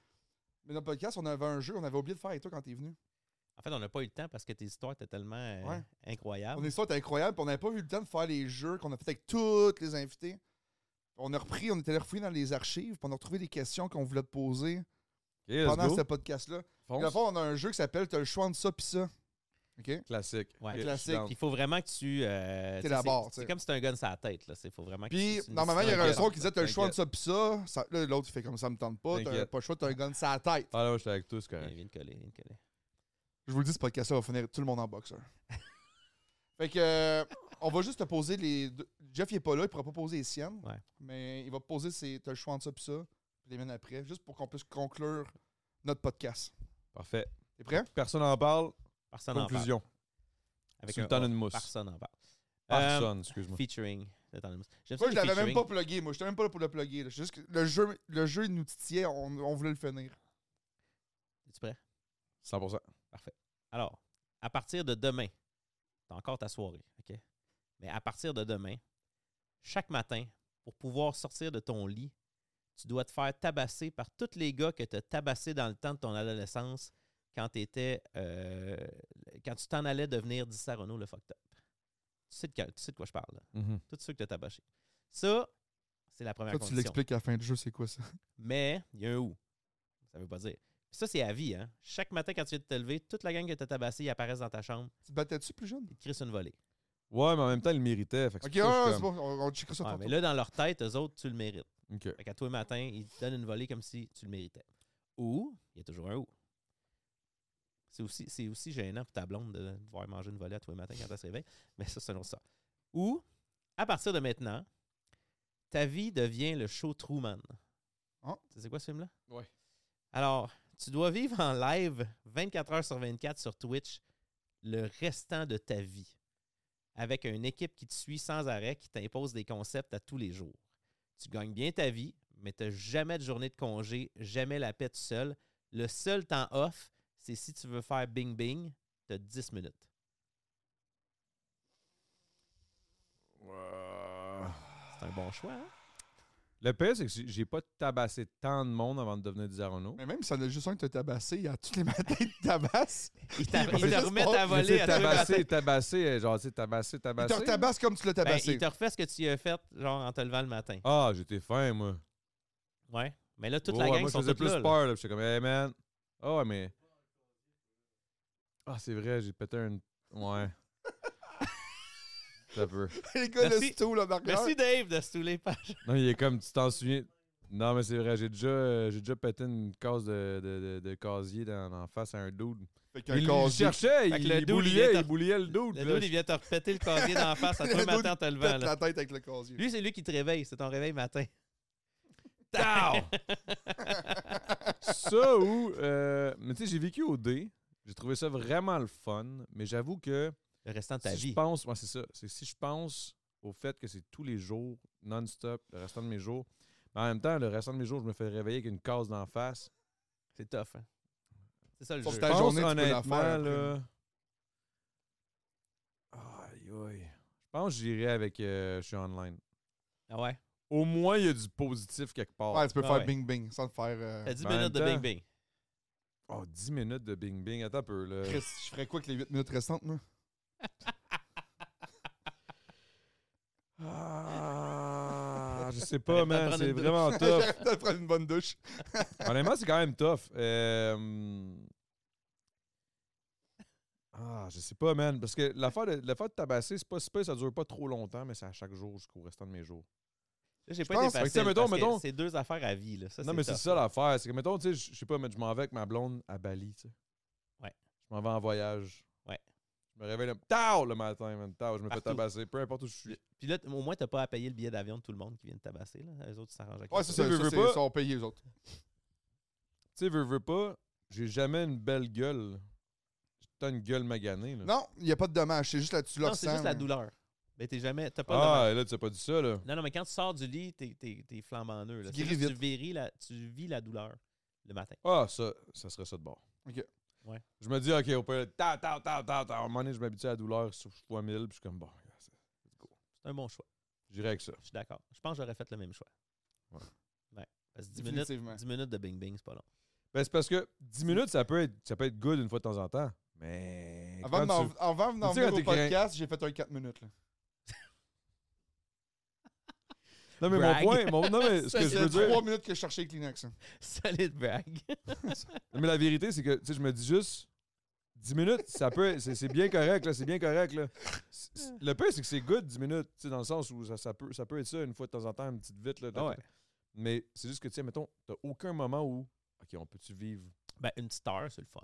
[SPEAKER 2] mais notre podcast, on avait un jeu, on avait oublié de faire avec toi quand t'es venu.
[SPEAKER 3] En fait, on n'a pas eu le temps parce que tes histoires étaient tellement euh,
[SPEAKER 2] Ouais.
[SPEAKER 1] Ah
[SPEAKER 3] incroyables.
[SPEAKER 2] On est sorti incroyable, puis on n'avait pas eu le temps de faire les jeux qu'on a fait avec tous les invités. On a repris, on était allé refouiller dans les archives, puis on a retrouvé des questions qu'on voulait te poser
[SPEAKER 1] Ok, let's
[SPEAKER 2] pendant
[SPEAKER 1] go.
[SPEAKER 2] ce podcast-là. Puis,
[SPEAKER 1] Fonce.
[SPEAKER 2] Dans le fond, on a un jeu qui s'appelle T'as le choix entre ça puis ça. OK?
[SPEAKER 1] Classique.
[SPEAKER 3] Ouais.
[SPEAKER 1] Ok, je
[SPEAKER 2] Classique.
[SPEAKER 1] suis down.
[SPEAKER 3] Il faut vraiment que tu. euh, tu sais,
[SPEAKER 2] T'élabores,
[SPEAKER 3] c'est-
[SPEAKER 2] tu sais.
[SPEAKER 3] C'est comme si t'as un gun sur la tête. Là. C'est- Faut vraiment que
[SPEAKER 2] Puis,
[SPEAKER 3] tu- tu-
[SPEAKER 2] normalement,
[SPEAKER 3] tu-
[SPEAKER 2] il y aurait un
[SPEAKER 3] t'inquiète.
[SPEAKER 2] son qui disait T'as le choix entre
[SPEAKER 1] T'inquiète.
[SPEAKER 2] ça puis ça. ça là, l'autre, il fait comme ça me tente pas. T'as
[SPEAKER 1] T'inquiète.
[SPEAKER 2] pas le choix, t'as un gun sur la tête.
[SPEAKER 1] Ah, là, j'étais avec toi, c'est
[SPEAKER 2] euh,
[SPEAKER 3] Viens,
[SPEAKER 1] correct.
[SPEAKER 3] viens de coller, viens de coller.
[SPEAKER 2] Je vous le dis, ce podcast-là va finir tout le monde en boxeur. fait que, euh, on va juste te poser les. deux- Jeff, il est pas là, il pourra pas poser les siennes.
[SPEAKER 3] Ouais.
[SPEAKER 2] Mais il va poser ses. T'as le choix entre ça puis ça, puis les mènes après, juste pour qu'on puisse conclure notre podcast.
[SPEAKER 1] Parfait.
[SPEAKER 2] T'es prêt?
[SPEAKER 1] Personne n'en parle.
[SPEAKER 3] Personne en parle.
[SPEAKER 1] Conclusion.
[SPEAKER 3] Avec
[SPEAKER 1] Sultan
[SPEAKER 3] un-
[SPEAKER 1] and Mousse.
[SPEAKER 3] Personne en parle.
[SPEAKER 1] Personne, excuse-moi.
[SPEAKER 3] Euh, featuring. Sultan and Mousse. J'aime ça
[SPEAKER 2] Moi,
[SPEAKER 3] les
[SPEAKER 2] je l'avais même
[SPEAKER 3] featuring.
[SPEAKER 2] pas plugué. Moi, j'étais même pas là pour le plugger. là. C'est juste que le jeu, le jeu il nous titillait, on, on voulait le finir.
[SPEAKER 3] Es-tu prêt?
[SPEAKER 1] 100%.
[SPEAKER 3] Alors, à partir de demain, t'as encore ta soirée, OK? Mais à partir de demain, chaque matin, pour pouvoir sortir de ton lit, tu dois te faire tabasser par tous les gars que tu as tabassés dans le temps de ton adolescence quand, t'étais, euh, quand tu t'en allais devenir Dissy Renault le fucked up. Tu sais, de, quel- tu sais de quoi je parle, là.
[SPEAKER 1] Mhm.
[SPEAKER 3] Tous ceux que tu as tabassés. Ça, c'est la première
[SPEAKER 2] Toi, tu
[SPEAKER 3] condition.
[SPEAKER 2] l'expliques à la fin du jeu, c'est quoi ça?
[SPEAKER 3] Mais il y a un ou. Ça veut pas dire. Puis ça, c'est à vie, hein? Chaque matin, quand tu viens de te lever, toute la gang que t'as tabassée, ils apparaissent dans ta chambre,
[SPEAKER 2] Tu te battais-tu plus jeune?
[SPEAKER 3] ils te crissent une volée.
[SPEAKER 1] Ouais, mais en même temps, il le méritait. Fait que
[SPEAKER 2] Ok,
[SPEAKER 1] c'est pour ça que
[SPEAKER 2] ah,
[SPEAKER 1] je
[SPEAKER 2] c'est
[SPEAKER 1] suis
[SPEAKER 2] bon, on, on checkera ça
[SPEAKER 3] Ouais,
[SPEAKER 2] tantôt.
[SPEAKER 3] mais là, dans leur tête, eux autres, tu le mérites.
[SPEAKER 1] comme- Ok.
[SPEAKER 3] Fait qu'à tous les matins, ils te donnent une volée comme si tu le méritais. Ou, il y a toujours un ou. C'est aussi, c'est aussi gênant pour ta blonde de devoir manger une volée à tous les matins quand elle se réveille, mais ça, c'est un autre ça. Ou, à partir de maintenant, Ta vie devient le show Truman.
[SPEAKER 2] Oh.
[SPEAKER 3] Tu sais quoi ce film-là?
[SPEAKER 1] Ouais.
[SPEAKER 3] Alors, tu dois vivre en live 24 heures sur 24 sur Twitch le restant de ta vie avec une équipe qui te suit sans arrêt, qui t'impose des concepts à tous les jours. Tu gagnes bien ta vie, mais tu n'as jamais de journée de congé, jamais la paix tout seul. Le seul temps off, c'est si tu veux faire bing bing, tu as 10 minutes. C'est un bon choix, hein?
[SPEAKER 1] Le pire, c'est que j'ai- j'ai pas tabassé tant de monde avant de devenir Dizarono.
[SPEAKER 2] Mais même si en a juste un que t'as tabassé, il y a tous les matins de tabasse.
[SPEAKER 3] Ils t'a-
[SPEAKER 2] va
[SPEAKER 3] ils te
[SPEAKER 2] juste
[SPEAKER 3] remettent à
[SPEAKER 2] prendre-
[SPEAKER 1] Mais tu sais,
[SPEAKER 3] voler à tous les matins.
[SPEAKER 1] tabassé, tabassé, euh, genre, tu sais, tabassé,
[SPEAKER 2] Il te
[SPEAKER 1] tabassé.
[SPEAKER 2] retabasse comme tu l'as
[SPEAKER 3] Ben,
[SPEAKER 2] tabassé.
[SPEAKER 3] ils te refait ce que tu as fait, genre en te levant le matin.
[SPEAKER 1] Ah, j'étais fin, moi.
[SPEAKER 3] Ouais. Mais là, toute
[SPEAKER 1] Ouais,
[SPEAKER 3] la
[SPEAKER 1] ouais,
[SPEAKER 3] gang
[SPEAKER 1] moi, je
[SPEAKER 3] sont
[SPEAKER 1] faisais
[SPEAKER 3] toutes
[SPEAKER 1] plus
[SPEAKER 3] là. là.
[SPEAKER 1] peur, là. puis J'étais comme, hey, man. Ah, ouais, mais. Ah, c'est vrai, j'ai pété un. Ouais. Ça peut.
[SPEAKER 2] les gars, le
[SPEAKER 3] Merci.
[SPEAKER 2] sto, le marqueur.
[SPEAKER 3] Merci Dave de se tous les pages.
[SPEAKER 1] Non, il est comme, tu t'en souviens. Non, mais c'est vrai, j'ai déjà, euh, j'ai déjà pété une case de, de, de, de casier dans, en face à un dude.
[SPEAKER 2] Fait qu'un
[SPEAKER 1] Il,
[SPEAKER 2] casier.
[SPEAKER 1] cherchait,
[SPEAKER 3] Fait que
[SPEAKER 1] il,
[SPEAKER 3] le
[SPEAKER 1] le
[SPEAKER 3] dude, il
[SPEAKER 1] bouliait,
[SPEAKER 3] vient
[SPEAKER 1] il
[SPEAKER 3] te-
[SPEAKER 1] bouliait le dude.
[SPEAKER 3] Le
[SPEAKER 1] là.
[SPEAKER 3] dude, il vient te repéter le casier d'en face à
[SPEAKER 2] Le
[SPEAKER 3] toi le
[SPEAKER 2] dude,
[SPEAKER 3] matin en te
[SPEAKER 2] il
[SPEAKER 3] levant.
[SPEAKER 2] pète
[SPEAKER 3] là.
[SPEAKER 2] la tête avec le casier.
[SPEAKER 3] Lui, c'est lui qui te réveille. C'est ton réveil matin.
[SPEAKER 1] Tao! ça ou. euh, mais tu sais, j'ai vécu au D. J'ai trouvé ça vraiment le fun. Mais j'avoue que.
[SPEAKER 3] Le restant de ta
[SPEAKER 1] Si je
[SPEAKER 3] vie.
[SPEAKER 1] pense. Moi, c'est ça. C'est que si je pense au fait que c'est tous les jours, non-stop, le restant de mes jours. Mais en même temps, le restant de mes jours, je me fais réveiller avec une case d'en face.
[SPEAKER 3] C'est tough. hein. C'est ça le
[SPEAKER 2] Sauf
[SPEAKER 3] jeu.
[SPEAKER 2] ta
[SPEAKER 1] Je pense,
[SPEAKER 2] journée, tu peux la
[SPEAKER 1] honnêtement,
[SPEAKER 2] faire après.
[SPEAKER 1] là. Aïe, aïe. Je pense que j'irai avec. euh, je suis online.
[SPEAKER 3] Ah ouais.
[SPEAKER 1] Au moins, il y a du positif quelque part.
[SPEAKER 2] Ouais, tu peux
[SPEAKER 3] Ah
[SPEAKER 2] faire
[SPEAKER 3] ouais.
[SPEAKER 2] bing bing sans te faire. euh,
[SPEAKER 3] T'as 10
[SPEAKER 1] en
[SPEAKER 3] minutes
[SPEAKER 1] même
[SPEAKER 3] de
[SPEAKER 1] temps-
[SPEAKER 3] Bing Bing.
[SPEAKER 1] Oh, 10 minutes de Bing Bing. Attends un peu, là.
[SPEAKER 2] Chris, je ferais quoi avec les 8 minutes restantes, moi?
[SPEAKER 1] Ah, je sais
[SPEAKER 3] Arrête
[SPEAKER 1] pas,
[SPEAKER 3] de
[SPEAKER 1] man.
[SPEAKER 3] prendre
[SPEAKER 1] C'est
[SPEAKER 3] une douche.
[SPEAKER 1] vraiment tough.
[SPEAKER 2] J'arrête de prendre une bonne douche.
[SPEAKER 1] Honnêtement, c'est quand même tough. Euh, Ah, je sais pas, man. Parce que l'affaire de, l'affaire de tabasser, c'est pas si pire, ça dure pas trop longtemps, mais c'est à chaque jour jusqu'au restant de mes jours.
[SPEAKER 3] Là, J'ai
[SPEAKER 2] Je
[SPEAKER 3] pas
[SPEAKER 2] pense-
[SPEAKER 1] Fait
[SPEAKER 3] été
[SPEAKER 1] que, tu sais,
[SPEAKER 3] facile.
[SPEAKER 1] mettons,
[SPEAKER 3] parce que
[SPEAKER 1] mettons-
[SPEAKER 3] C'est deux affaires à vie. Là. Ça,
[SPEAKER 1] non, mais c'est
[SPEAKER 3] tough,
[SPEAKER 1] ça
[SPEAKER 3] là.
[SPEAKER 1] l'affaire. C'est que, mettons, tu sais, je je sais pas, mais je m'en vais avec ma blonde à Bali, tu sais.
[SPEAKER 3] Ouais.
[SPEAKER 1] Je m'en vais en voyage.
[SPEAKER 3] Ouais.
[SPEAKER 1] Je me réveille le, tao, le matin, man. Tao, je me fais
[SPEAKER 3] Partout.
[SPEAKER 1] tabasser, peu importe où je suis.
[SPEAKER 3] Puis là, t- au moins, t'as pas à payer le billet d'avion de tout le monde qui vient de tabasser. Là. Les autres, ils s'arrangent avec
[SPEAKER 2] Ouais,
[SPEAKER 3] ça.
[SPEAKER 1] Ça,
[SPEAKER 2] ça, c'est
[SPEAKER 1] veux,
[SPEAKER 2] ça,
[SPEAKER 1] veux
[SPEAKER 2] c'est-
[SPEAKER 1] pas.
[SPEAKER 2] Ils sont payés, eux autres.
[SPEAKER 1] Tu sais, veux, veux pas, j'ai jamais une belle gueule. T'as une gueule maganée, là.
[SPEAKER 2] Non, il n'y a pas de dommage. C'est juste là, tu
[SPEAKER 3] Non,
[SPEAKER 2] l'as
[SPEAKER 3] c'est juste la douleur. Mais t'es jamais. T'as pas le
[SPEAKER 1] ah, là, tu as pas dit ça, là.
[SPEAKER 3] Non, non, mais quand tu sors du lit, t'es, t'es, t'es flambant nœud. Là.
[SPEAKER 2] Tu
[SPEAKER 3] C'est
[SPEAKER 2] guéris
[SPEAKER 3] juste que
[SPEAKER 2] vite.
[SPEAKER 3] Tu, verris la- tu vis la douleur le matin.
[SPEAKER 1] Ah, ça, ça serait ça de bord.
[SPEAKER 2] Ok.
[SPEAKER 3] Ouais.
[SPEAKER 1] Je me dis, OK, au pire, ta, ta, ta, ta, ta. À un moment donné, je m'habitue à la douleur sur fois 1000, puis je suis comme, bon, c'est-
[SPEAKER 3] C'est un bon choix.
[SPEAKER 1] j'irai avec ça.
[SPEAKER 3] Je suis d'accord. Je pense que j'aurais fait le même choix.
[SPEAKER 1] Ouais.
[SPEAKER 3] Ouais. Parce que 10 minutes,
[SPEAKER 2] Définitivement.
[SPEAKER 3] 10 minutes de bing bing, c'est pas long.
[SPEAKER 1] Ben, c'est parce que 10 minutes, ça peut être, ça peut être good une fois de temps en temps. Mais.
[SPEAKER 2] Avant de
[SPEAKER 1] quand
[SPEAKER 2] m'en-
[SPEAKER 1] tu-
[SPEAKER 2] avant de m'en
[SPEAKER 1] Tu sais,
[SPEAKER 2] venir
[SPEAKER 1] quand
[SPEAKER 2] au
[SPEAKER 1] t'es craint-
[SPEAKER 2] podcast, j'ai fait un 4 minutes. là.
[SPEAKER 1] Non, mais mon
[SPEAKER 3] Brag.
[SPEAKER 1] point, mon- non, mais ce
[SPEAKER 3] Ça,
[SPEAKER 1] que je
[SPEAKER 2] C'est
[SPEAKER 1] veux dire.
[SPEAKER 2] 3 minutes que je cherchais les Kleenex. hein.
[SPEAKER 3] Solide brag.
[SPEAKER 1] Mais la vérité, c'est que, tu sais, je me dis juste, 10 minutes, ça peut, c'est c'est bien correct, là, c'est bien correct, là. C'est- c'est- Le pire, c'est que c'est good, 10 minutes, tu sais, dans le sens où ça, ça peut, ça peut être ça, une fois de temps en temps, une petite vite, là. ta-
[SPEAKER 3] Ah ouais.
[SPEAKER 1] ta- Mais c'est juste que, tu sais, mettons, t'as aucun moment où, OK, on peut-tu vivre?
[SPEAKER 3] Ben, une petite heure, c'est le fun.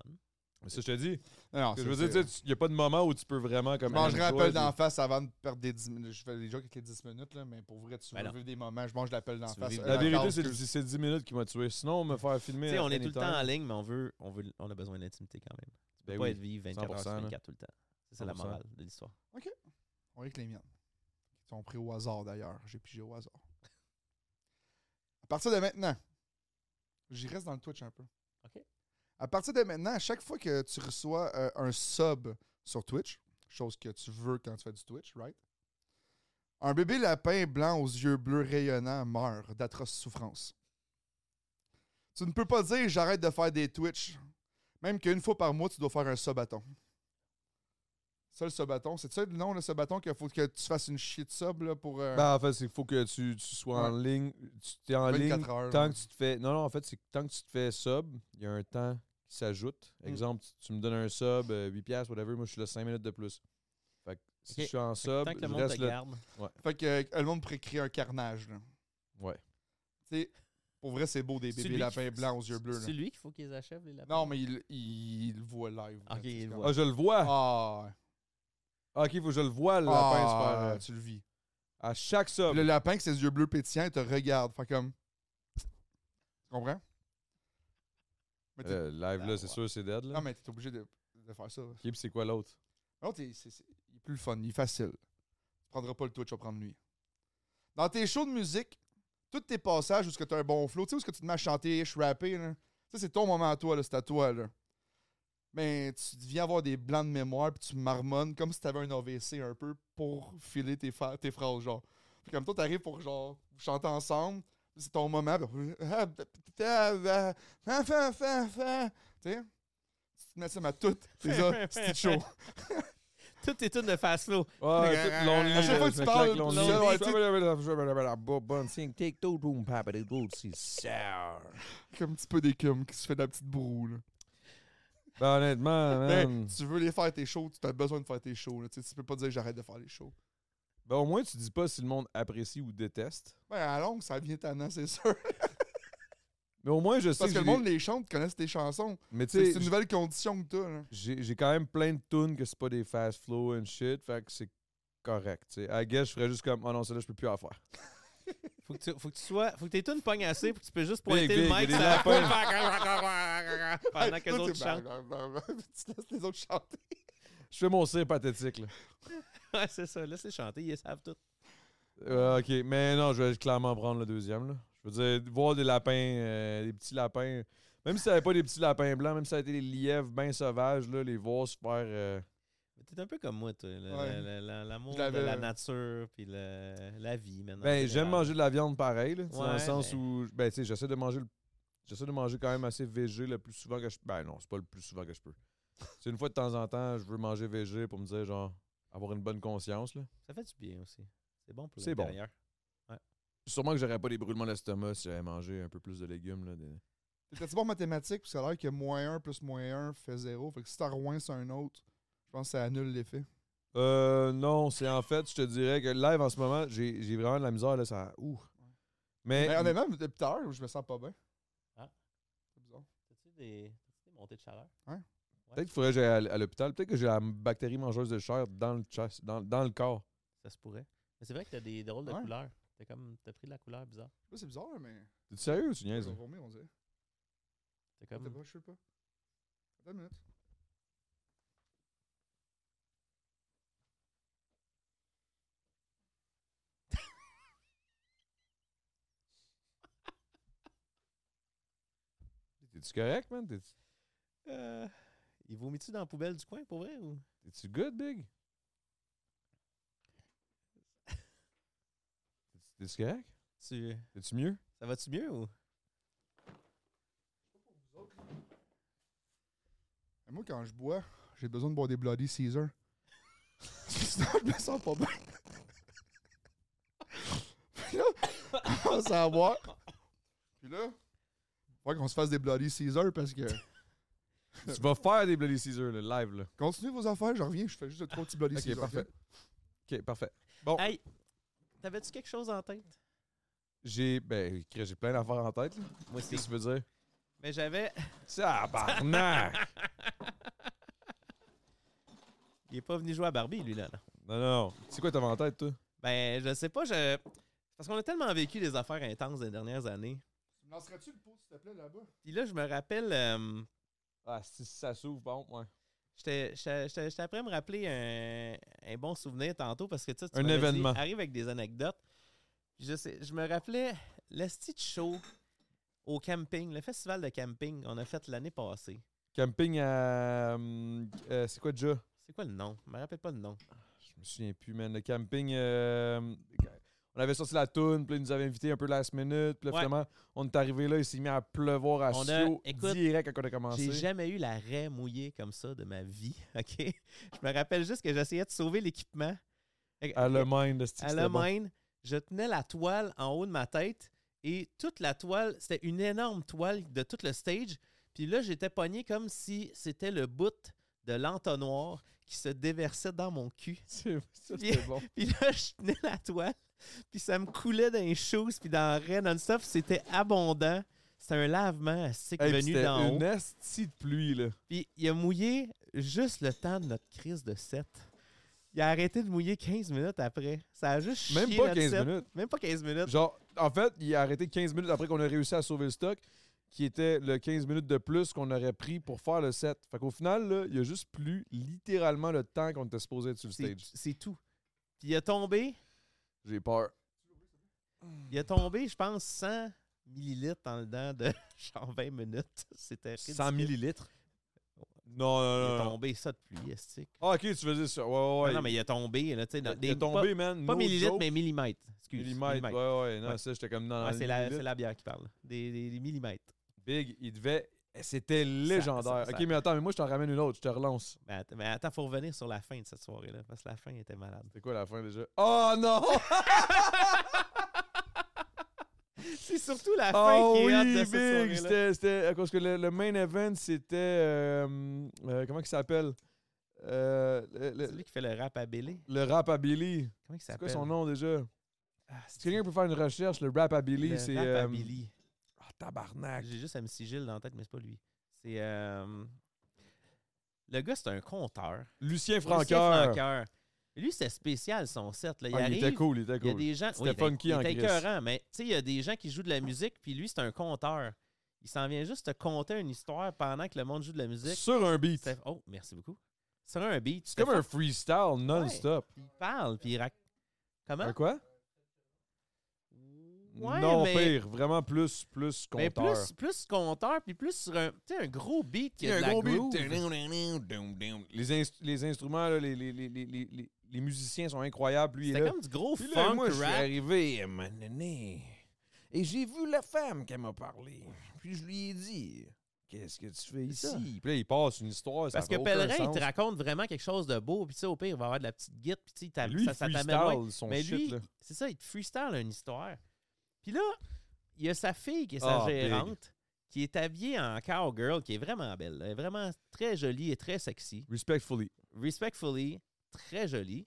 [SPEAKER 1] Mais ça, je te dis,
[SPEAKER 2] Non,
[SPEAKER 3] Ah,
[SPEAKER 2] non,
[SPEAKER 1] que je
[SPEAKER 2] c'est-
[SPEAKER 1] veux
[SPEAKER 2] c'est-
[SPEAKER 1] dire, il n'y a pas de moment où tu peux vraiment, comme...
[SPEAKER 2] Je mangerais un
[SPEAKER 1] enjoy
[SPEAKER 2] appel d'en
[SPEAKER 1] les-
[SPEAKER 2] face avant de perdre des 10 minutes. Je fais des jokes avec les 10 minutes, là, mais pour vrai, tu
[SPEAKER 3] Ben
[SPEAKER 2] veux
[SPEAKER 3] non.
[SPEAKER 2] vivre des moments. Je mange l'appel d'en
[SPEAKER 3] Tu veux
[SPEAKER 2] face.
[SPEAKER 3] vivre
[SPEAKER 2] euh,
[SPEAKER 1] La
[SPEAKER 3] dans
[SPEAKER 1] vérité,
[SPEAKER 2] dans-
[SPEAKER 1] c'est
[SPEAKER 2] excuse.
[SPEAKER 1] c'est 10 minutes qui m'a tué. Sinon, me faire
[SPEAKER 3] Tu
[SPEAKER 1] filmer...
[SPEAKER 3] sais,
[SPEAKER 1] à
[SPEAKER 3] on est tout le temps en
[SPEAKER 1] euh, anytime,
[SPEAKER 3] ligne, mais on veut, on veut, on a besoin d'intimité quand même. Tu peux
[SPEAKER 1] Ben
[SPEAKER 3] pas
[SPEAKER 1] oui,
[SPEAKER 3] être vivre 24 heures sur
[SPEAKER 1] 100%, là.
[SPEAKER 3] 24 tout le temps. C'est ça la
[SPEAKER 1] 100%.
[SPEAKER 3] morale de l'histoire.
[SPEAKER 2] On est avec les miennes. Ils sont pris au hasard d'ailleurs. J'ai pigé au hasard. À partir de maintenant, j'y reste dans le Twitch un peu.
[SPEAKER 3] OK.
[SPEAKER 2] À partir de maintenant, à chaque fois que tu reçois euh, un sub sur Twitch, chose que tu veux quand tu fais du Twitch, right? Un bébé lapin blanc aux yeux bleus rayonnants meurt d'atroces souffrances. Tu ne peux pas dire j'arrête de faire des Twitch. Même qu'une fois par mois, tu dois faire un subathon. Ça, le subathon, c'est ça le nom, le subathon, qu'il faut que tu fasses une shit sub là, pour. euh,
[SPEAKER 1] Ben, en fait, il faut que tu, tu sois en ligne. Tu es en
[SPEAKER 2] 24
[SPEAKER 1] ligne
[SPEAKER 2] heures,
[SPEAKER 1] tant
[SPEAKER 2] ouais.
[SPEAKER 1] que tu te fais. Non, non, en fait, c'est que tant que tu te fais sub, il y a un temps qui s'ajoute.
[SPEAKER 2] Mm.
[SPEAKER 1] Exemple, tu, tu me donnes un sub, euh, 8 piastres, whatever, moi je suis là 5 minutes de plus. Fait que si
[SPEAKER 3] Ok.
[SPEAKER 1] je suis en
[SPEAKER 3] Fait que
[SPEAKER 1] sub,
[SPEAKER 3] Tant que
[SPEAKER 1] je
[SPEAKER 3] le monde
[SPEAKER 1] reste
[SPEAKER 3] te
[SPEAKER 1] là.
[SPEAKER 3] garde,
[SPEAKER 2] Fait que euh, le monde pourrait créer un carnage. Là.
[SPEAKER 1] Ouais.
[SPEAKER 2] Tu sais, pour vrai, c'est beau des
[SPEAKER 3] C'est
[SPEAKER 2] bébés
[SPEAKER 3] lui
[SPEAKER 2] lapins
[SPEAKER 3] qui-
[SPEAKER 2] blancs aux yeux bleus.
[SPEAKER 3] c'est
[SPEAKER 2] Là.
[SPEAKER 3] lui qu'il faut qu'ils achèvent les lapins.
[SPEAKER 2] Non, mais il, il, il le voit live. là,
[SPEAKER 3] Ok,
[SPEAKER 2] tu sais,
[SPEAKER 3] il
[SPEAKER 2] c'est
[SPEAKER 3] le
[SPEAKER 2] comme-
[SPEAKER 3] voit.
[SPEAKER 1] Ah, je le vois.
[SPEAKER 2] Ah,
[SPEAKER 1] Ah, ok, faut que je le vois, le
[SPEAKER 2] ah,
[SPEAKER 1] lapin se faire.
[SPEAKER 2] tu le vis.
[SPEAKER 1] euh, À chaque
[SPEAKER 3] Ah.
[SPEAKER 1] sub.
[SPEAKER 2] Le lapin avec ses yeux bleus pétillants, il te regarde. Fait comme. Tu comprends? Mais t'es-
[SPEAKER 3] Euh,
[SPEAKER 1] Le Euh, live, là, c'est sûr, c'est dead. Là.
[SPEAKER 2] Non, mais t'es obligé de, de faire ça.
[SPEAKER 1] Ok, puis c'est quoi l'autre?
[SPEAKER 2] Non, t'es- c'est- c'est- il est plus le fun, il est facile. Tu prendras pas le Twitch, tu vas prendre lui. Dans tes shows de musique, tous tes passages où tu as un bon flow, tu sais, où est-ce que tu te mets à chanter, je rapper, là, ça, c'est ton moment à toi, là, c'est à toi. Là. Mais tu viens avoir des blancs de mémoire, puis tu marmonnes comme si t'avais un AVC un peu pour filer tes, fa- tes phrases, genre. Puis comme toi, t'arrives pour, genre, vous chanter ensemble, c'est ton moment, puis- ah, bah, tu bah, sais. Tu te mets ça, mais à toutes tes autres petites shows.
[SPEAKER 3] Toutes tes tunes de fast flow.
[SPEAKER 1] Ouais,
[SPEAKER 2] Mais-
[SPEAKER 1] tout Ah, lonely,
[SPEAKER 2] À chaque
[SPEAKER 1] là,
[SPEAKER 2] fois que
[SPEAKER 1] je
[SPEAKER 2] tu
[SPEAKER 1] me
[SPEAKER 2] parles,
[SPEAKER 1] claque lonely.
[SPEAKER 2] tu dis, ouais, tu sais-
[SPEAKER 1] Bonne signe, take two, boom, papa, the gold, c'est sour.
[SPEAKER 2] comme un petit peu d'écume qui se fait de la petite broue. Là.
[SPEAKER 1] Ben, honnêtement, man.
[SPEAKER 2] Ben, tu veux les faire tes shows, tu as besoin de faire tes shows. Là. Tu sais, tu peux pas dire j'arrête de faire les shows.
[SPEAKER 1] Ben, au moins, tu dis pas si le monde apprécie ou déteste.
[SPEAKER 2] Ben, à longue, ça vient tannant, c'est sûr.
[SPEAKER 1] Mais au moins, je sais
[SPEAKER 2] Parce que
[SPEAKER 1] j'ai
[SPEAKER 2] le monde les chante, connaissent tes chansons.
[SPEAKER 1] des- Mais tu
[SPEAKER 2] C'est
[SPEAKER 1] sais,
[SPEAKER 2] c'est une nouvelle condition que t'as. là.
[SPEAKER 1] j'ai j'ai quand même plein de tunes que c'est pas des fast flow and shit, fait que c'est correct. tu sais. I guess, je ferais juste comme, oh non, celle-là, je peux plus en faire.
[SPEAKER 3] Faut que tu, faut que tu sois, faut que tes tunes pognent assez pour que tu peux juste
[SPEAKER 1] Big,
[SPEAKER 3] pointer
[SPEAKER 1] big,
[SPEAKER 3] le
[SPEAKER 1] il y a
[SPEAKER 3] mic
[SPEAKER 1] des
[SPEAKER 3] sur la
[SPEAKER 1] lapins.
[SPEAKER 3] poule. pendant
[SPEAKER 2] Hey,
[SPEAKER 3] que les
[SPEAKER 2] toi,
[SPEAKER 3] autres
[SPEAKER 2] t'es-
[SPEAKER 3] chantent.
[SPEAKER 2] tu laisses les autres chanter.
[SPEAKER 1] Je fais mon cire pathétique, là.
[SPEAKER 3] Ouais, c'est ça. Laisse-les chanter, ils savent tout.
[SPEAKER 1] Euh, ok, mais non, je vais clairement prendre le deuxième. Là. Je veux dire, voir des lapins, euh, des petits lapins, même si ça n'avait pas des petits lapins blancs, même si ça a été des lièvres bien sauvages, là, les voir se faire. euh,
[SPEAKER 3] T'es un peu comme moi, toi. le-
[SPEAKER 2] Ouais.
[SPEAKER 3] le- le- L'amour
[SPEAKER 2] Je
[SPEAKER 3] de
[SPEAKER 2] l'avais-
[SPEAKER 3] la nature, puis le- la vie, maintenant.
[SPEAKER 1] Ben,
[SPEAKER 3] en
[SPEAKER 1] j'aime
[SPEAKER 3] général.
[SPEAKER 1] manger de la viande pareil, là, tu sais, dans le
[SPEAKER 3] Ouais,
[SPEAKER 1] sens
[SPEAKER 3] mais-
[SPEAKER 1] où, ben, tu sais, j'essaie de manger le- J'essaie de manger quand même assez végé le plus souvent que je Ben non, c'est pas le plus souvent que je peux. C'est une fois de temps en temps, je veux manger végé pour me dire, genre, avoir une bonne conscience. Là.
[SPEAKER 3] Ça fait du bien aussi. C'est bon pour
[SPEAKER 1] C'est bon.
[SPEAKER 3] l'intérieur.
[SPEAKER 1] Sûrement que j'aurais pas des brûlements d'estomac si j'avais mangé un peu plus de légumes. Là, des-
[SPEAKER 2] T'étais-tu bon en mathématiques? Parce que ça a l'air que moins 1 plus moins 1 fait 0. Fait que si t'en rejoins sur un autre, je pense que ça annule l'effet.
[SPEAKER 1] Euh, non, c'est en fait, je te dirais que live en ce moment, j'ai j'ai vraiment de la misère, là, ça. Ouh. Mais.
[SPEAKER 2] Mais honnêtement, depuis tout à l'heure, je me sens pas bien.
[SPEAKER 3] Ah.
[SPEAKER 2] C'est bizarre.
[SPEAKER 3] T'as-tu des, t'as-tu des montées de chaleur?
[SPEAKER 1] Peut-être qu'il faudrait que j'aille à, à l'hôpital. Peut-être que j'ai la bactérie mangeuse de chair dans le chest, dans, dans le corps.
[SPEAKER 3] Ça se pourrait. Mais c'est vrai que t'as des drôles de
[SPEAKER 2] Ouais.
[SPEAKER 3] couleurs. T'as comme t'as pris de la couleur bizarre.
[SPEAKER 2] Là, c'est bizarre, mais.
[SPEAKER 1] T'es sérieux ou tu
[SPEAKER 2] Ils
[SPEAKER 1] niaises? hein?
[SPEAKER 2] ont vomi, on dirait.
[SPEAKER 3] T'as
[SPEAKER 2] Attends,
[SPEAKER 3] comme
[SPEAKER 2] je sais pas. Attends une minute.
[SPEAKER 1] T'es-tu correct, man? T'es-
[SPEAKER 3] Euh, il vomit-tu dans la poubelle du coin pour vrai ou
[SPEAKER 1] T'es-tu good, big? T'es- T'es-tu correct?
[SPEAKER 3] tu
[SPEAKER 1] T'es-tu mieux?
[SPEAKER 3] ça va-tu mieux ou
[SPEAKER 2] Mais Moi, quand je bois, j'ai besoin de boire des Bloody Caesar. Sinon, je me sens pas bien. Puis là, je commence à boire. Puis là, faut qu'on se fasse des Bloody Caesar parce que.
[SPEAKER 1] tu vas faire des Bloody Caesar, là, live, là.
[SPEAKER 2] Continuez vos affaires, je reviens, je fais juste de trois petits Bloody
[SPEAKER 1] Ok,
[SPEAKER 2] Caesar.
[SPEAKER 1] parfait. Ok, parfait. Bon,
[SPEAKER 3] Hey, t'avais-tu quelque chose en tête
[SPEAKER 1] j'ai. Ben, Chris, j'ai plein d'affaires en tête, là.
[SPEAKER 3] Moi aussi.
[SPEAKER 1] Qu'est-ce que tu veux dire?
[SPEAKER 3] Mais j'avais
[SPEAKER 1] Tabarnak!
[SPEAKER 3] il est pas venu jouer à Barbie lui là. non.
[SPEAKER 1] Non, non, non. C'est quoi t'avais en tête, toi?
[SPEAKER 3] Ben je sais pas, je parce qu'on a tellement vécu des affaires intenses des dernières années.
[SPEAKER 2] Tu me lancerais-tu le pot, s'il te plaît, là-bas?
[SPEAKER 3] Puis là je me rappelle euh,
[SPEAKER 1] Ah, si ça s'ouvre, bon, ouais.
[SPEAKER 3] J'étais- J'étais j'étais- j'étais après à me rappeler un, un bon souvenir tantôt parce que tu sais, tu
[SPEAKER 1] Un
[SPEAKER 3] m'avais dit,
[SPEAKER 1] événement.
[SPEAKER 3] arrive avec des anecdotes. Je, sais, je me rappelais l'esti de show au camping, le festival de camping qu'on a fait l'année passée.
[SPEAKER 1] Camping à. hum, euh, c'est quoi déjà?
[SPEAKER 3] C'est quoi le nom? Je me rappelle pas le nom.
[SPEAKER 1] Je me souviens plus, man. Le camping. euh, on avait sorti la toune, puis là, ils nous avaient invités un peu last minute. Puis là,
[SPEAKER 3] Ouais.
[SPEAKER 1] finalement, on est arrivé là, il s'est mis à pleuvoir à
[SPEAKER 3] On a-
[SPEAKER 1] Sio
[SPEAKER 3] écoute,
[SPEAKER 1] direct quand on a
[SPEAKER 3] J'ai
[SPEAKER 1] commencé.
[SPEAKER 3] jamais eu la raie mouillée comme ça de ma vie, OK? Je me rappelle juste que j'essayais de sauver l'équipement.
[SPEAKER 1] À le mind, le style.
[SPEAKER 3] à la mine, je tenais la toile en haut de ma tête et toute la toile, c'était une énorme toile de tout le stage. Puis là, j'étais pogné comme si c'était le bout de l'entonnoir qui se déversait dans mon cul.
[SPEAKER 1] C'est ça, c'était bon.
[SPEAKER 3] Puis là, je tenais la toile, puis ça me coulait dans les choses, puis dans le non-stop, c'était abondant. C'était un lavement assez
[SPEAKER 1] Hey, puis
[SPEAKER 3] venu
[SPEAKER 1] c'était
[SPEAKER 3] d'en haut.
[SPEAKER 1] une estie de pluie, là.
[SPEAKER 3] Puis il a mouillé juste le temps de notre crise de 7. Il a arrêté de mouiller 15 minutes après. Ça a juste
[SPEAKER 1] Même
[SPEAKER 3] chié
[SPEAKER 1] pas
[SPEAKER 3] notre
[SPEAKER 1] 15
[SPEAKER 3] set.
[SPEAKER 1] minutes.
[SPEAKER 3] Même pas 15 minutes.
[SPEAKER 1] Genre, en fait, il a arrêté 15 minutes après qu'on a réussi à sauver le stock, qui était le 15 minutes de plus qu'on aurait pris pour faire le set. Fait qu'au final, là, il a juste plus littéralement le temps qu'on était supposé être sur le
[SPEAKER 3] C'est-
[SPEAKER 1] stage.
[SPEAKER 3] C'est tout. Puis il a tombé,
[SPEAKER 1] J'ai peur.
[SPEAKER 3] il a tombé, je pense, 100 millilitres en dedans de genre 20 minutes. C'était ridicule.
[SPEAKER 1] 100 millilitres? Non,
[SPEAKER 3] Il
[SPEAKER 1] non,
[SPEAKER 3] est
[SPEAKER 1] non, non.
[SPEAKER 3] tombé ça de pluie, estique.
[SPEAKER 1] Ah, ok, tu faisais ça. Ouais, ouais, ouais.
[SPEAKER 3] Ah Non, non, mais il est tombé, là, tu sais, dans
[SPEAKER 1] il est
[SPEAKER 3] des-
[SPEAKER 1] tombé, man.
[SPEAKER 3] Pas, pas
[SPEAKER 1] no
[SPEAKER 3] millilitres,
[SPEAKER 1] joke.
[SPEAKER 3] mais millimètres. Excuse,
[SPEAKER 1] Millimètres,
[SPEAKER 3] millimètres.
[SPEAKER 1] ouais, ouais. Non,
[SPEAKER 3] Ouais.
[SPEAKER 1] ça, j'étais comme dans
[SPEAKER 3] Ouais,
[SPEAKER 1] la
[SPEAKER 3] c'est la, c'est
[SPEAKER 1] millilitres.
[SPEAKER 3] la bière qui parle. Des, des- des millimètres.
[SPEAKER 1] Big, il devait. C'était légendaire.
[SPEAKER 3] ça-
[SPEAKER 1] ok, mais attends, mais moi, je t'en ramène une autre. Je te relance.
[SPEAKER 3] Mais attends, mais attends, faut revenir sur la fin de cette soirée-là, parce que la fin était malade.
[SPEAKER 1] C'est quoi la fin déjà? Oh non!
[SPEAKER 3] C'est surtout la fin
[SPEAKER 1] Oh
[SPEAKER 3] qui est hâte
[SPEAKER 1] oui,
[SPEAKER 3] de
[SPEAKER 1] big!
[SPEAKER 3] cette soirée-là.
[SPEAKER 1] C'était, c'était- à cause que le, le main event, c'était. euh, euh, comment il s'appelle? Euh, le,
[SPEAKER 3] C'est
[SPEAKER 1] le,
[SPEAKER 3] Celui qui fait le rap à Billy.
[SPEAKER 1] le rap à Billy.
[SPEAKER 3] Comment il
[SPEAKER 1] C'est quoi
[SPEAKER 3] s'appelle
[SPEAKER 1] son nom déjà?
[SPEAKER 3] Ah,
[SPEAKER 1] Si quelqu'un peut faire une recherche, le rap à Billy,
[SPEAKER 3] Le
[SPEAKER 1] c'est.
[SPEAKER 3] rap à
[SPEAKER 1] euh,
[SPEAKER 3] Ben, Billy.
[SPEAKER 1] Ah, tabarnak!
[SPEAKER 3] J'ai juste MC Gilles dans la tête, mais c'est pas lui. C'est. euh, Le gars, c'est un conteur.
[SPEAKER 1] Lucien
[SPEAKER 3] Lucien
[SPEAKER 1] Franqueur.
[SPEAKER 3] Franqueur. Lui, c'était spécial son set. Là. Il,
[SPEAKER 1] Ah, il
[SPEAKER 3] arrive,
[SPEAKER 1] était cool, il était
[SPEAKER 3] Il y a
[SPEAKER 1] cool.
[SPEAKER 3] des gens.
[SPEAKER 1] C'était
[SPEAKER 3] il était-
[SPEAKER 1] funky
[SPEAKER 3] il
[SPEAKER 1] en
[SPEAKER 3] était
[SPEAKER 1] crise.
[SPEAKER 3] écœurant, mais tu sais, il y a des gens qui jouent de la musique, puis lui, c'est un conteur. Il s'en vient juste te conter une histoire pendant que le monde joue de la musique.
[SPEAKER 1] Sur un beat.
[SPEAKER 3] C'était- Oh, merci beaucoup. Sur un beat,
[SPEAKER 1] C'est comme un freestyle non-stop.
[SPEAKER 3] il parle, puis il rac... Comment?
[SPEAKER 1] Un quoi?
[SPEAKER 3] Ben, Ouais,
[SPEAKER 1] non,
[SPEAKER 3] mais-
[SPEAKER 1] pire. Vraiment plus, plus
[SPEAKER 3] Mais
[SPEAKER 1] compteur.
[SPEAKER 3] Ben, plus, plus conteur, puis plus sur un, tu sais, un gros beat qui
[SPEAKER 1] Il y a
[SPEAKER 3] a de la groove.
[SPEAKER 1] Les, inst- les instruments, là, les, les, les, les, les- les- les musiciens sont incroyables. Lui, il est
[SPEAKER 3] C'était
[SPEAKER 1] là.
[SPEAKER 3] comme du gros
[SPEAKER 1] Puis là,
[SPEAKER 3] funk
[SPEAKER 1] moi, je suis
[SPEAKER 3] rap.
[SPEAKER 1] arrivé à ma nénée et j'ai vu la femme qui m'a parlé. Puis je lui ai dit Qu'est-ce que tu fais
[SPEAKER 3] C'est ça.
[SPEAKER 1] ici Puis là, il passe une histoire. ça
[SPEAKER 3] Parce que
[SPEAKER 1] fait aucun
[SPEAKER 3] Pellerin, il
[SPEAKER 1] sens.
[SPEAKER 3] te raconte vraiment quelque chose de beau, puis tu sais, au pire, il va avoir de la petite guide, puis tu sais, t'as-
[SPEAKER 1] Lui,
[SPEAKER 3] ça,
[SPEAKER 1] il
[SPEAKER 3] ça t'amène loin.
[SPEAKER 1] freestyle son
[SPEAKER 3] Mais
[SPEAKER 1] shit.
[SPEAKER 3] lui,
[SPEAKER 1] là.
[SPEAKER 3] c'est ça, il te freestyle une histoire. Puis là, il y a sa fille qui est sa
[SPEAKER 1] Ah, big.
[SPEAKER 3] gérante, qui est habillée en cowgirl, qui est vraiment belle. là. Elle est vraiment très jolie et très sexy.
[SPEAKER 1] Respectfully.
[SPEAKER 3] Respectfully, très jolie.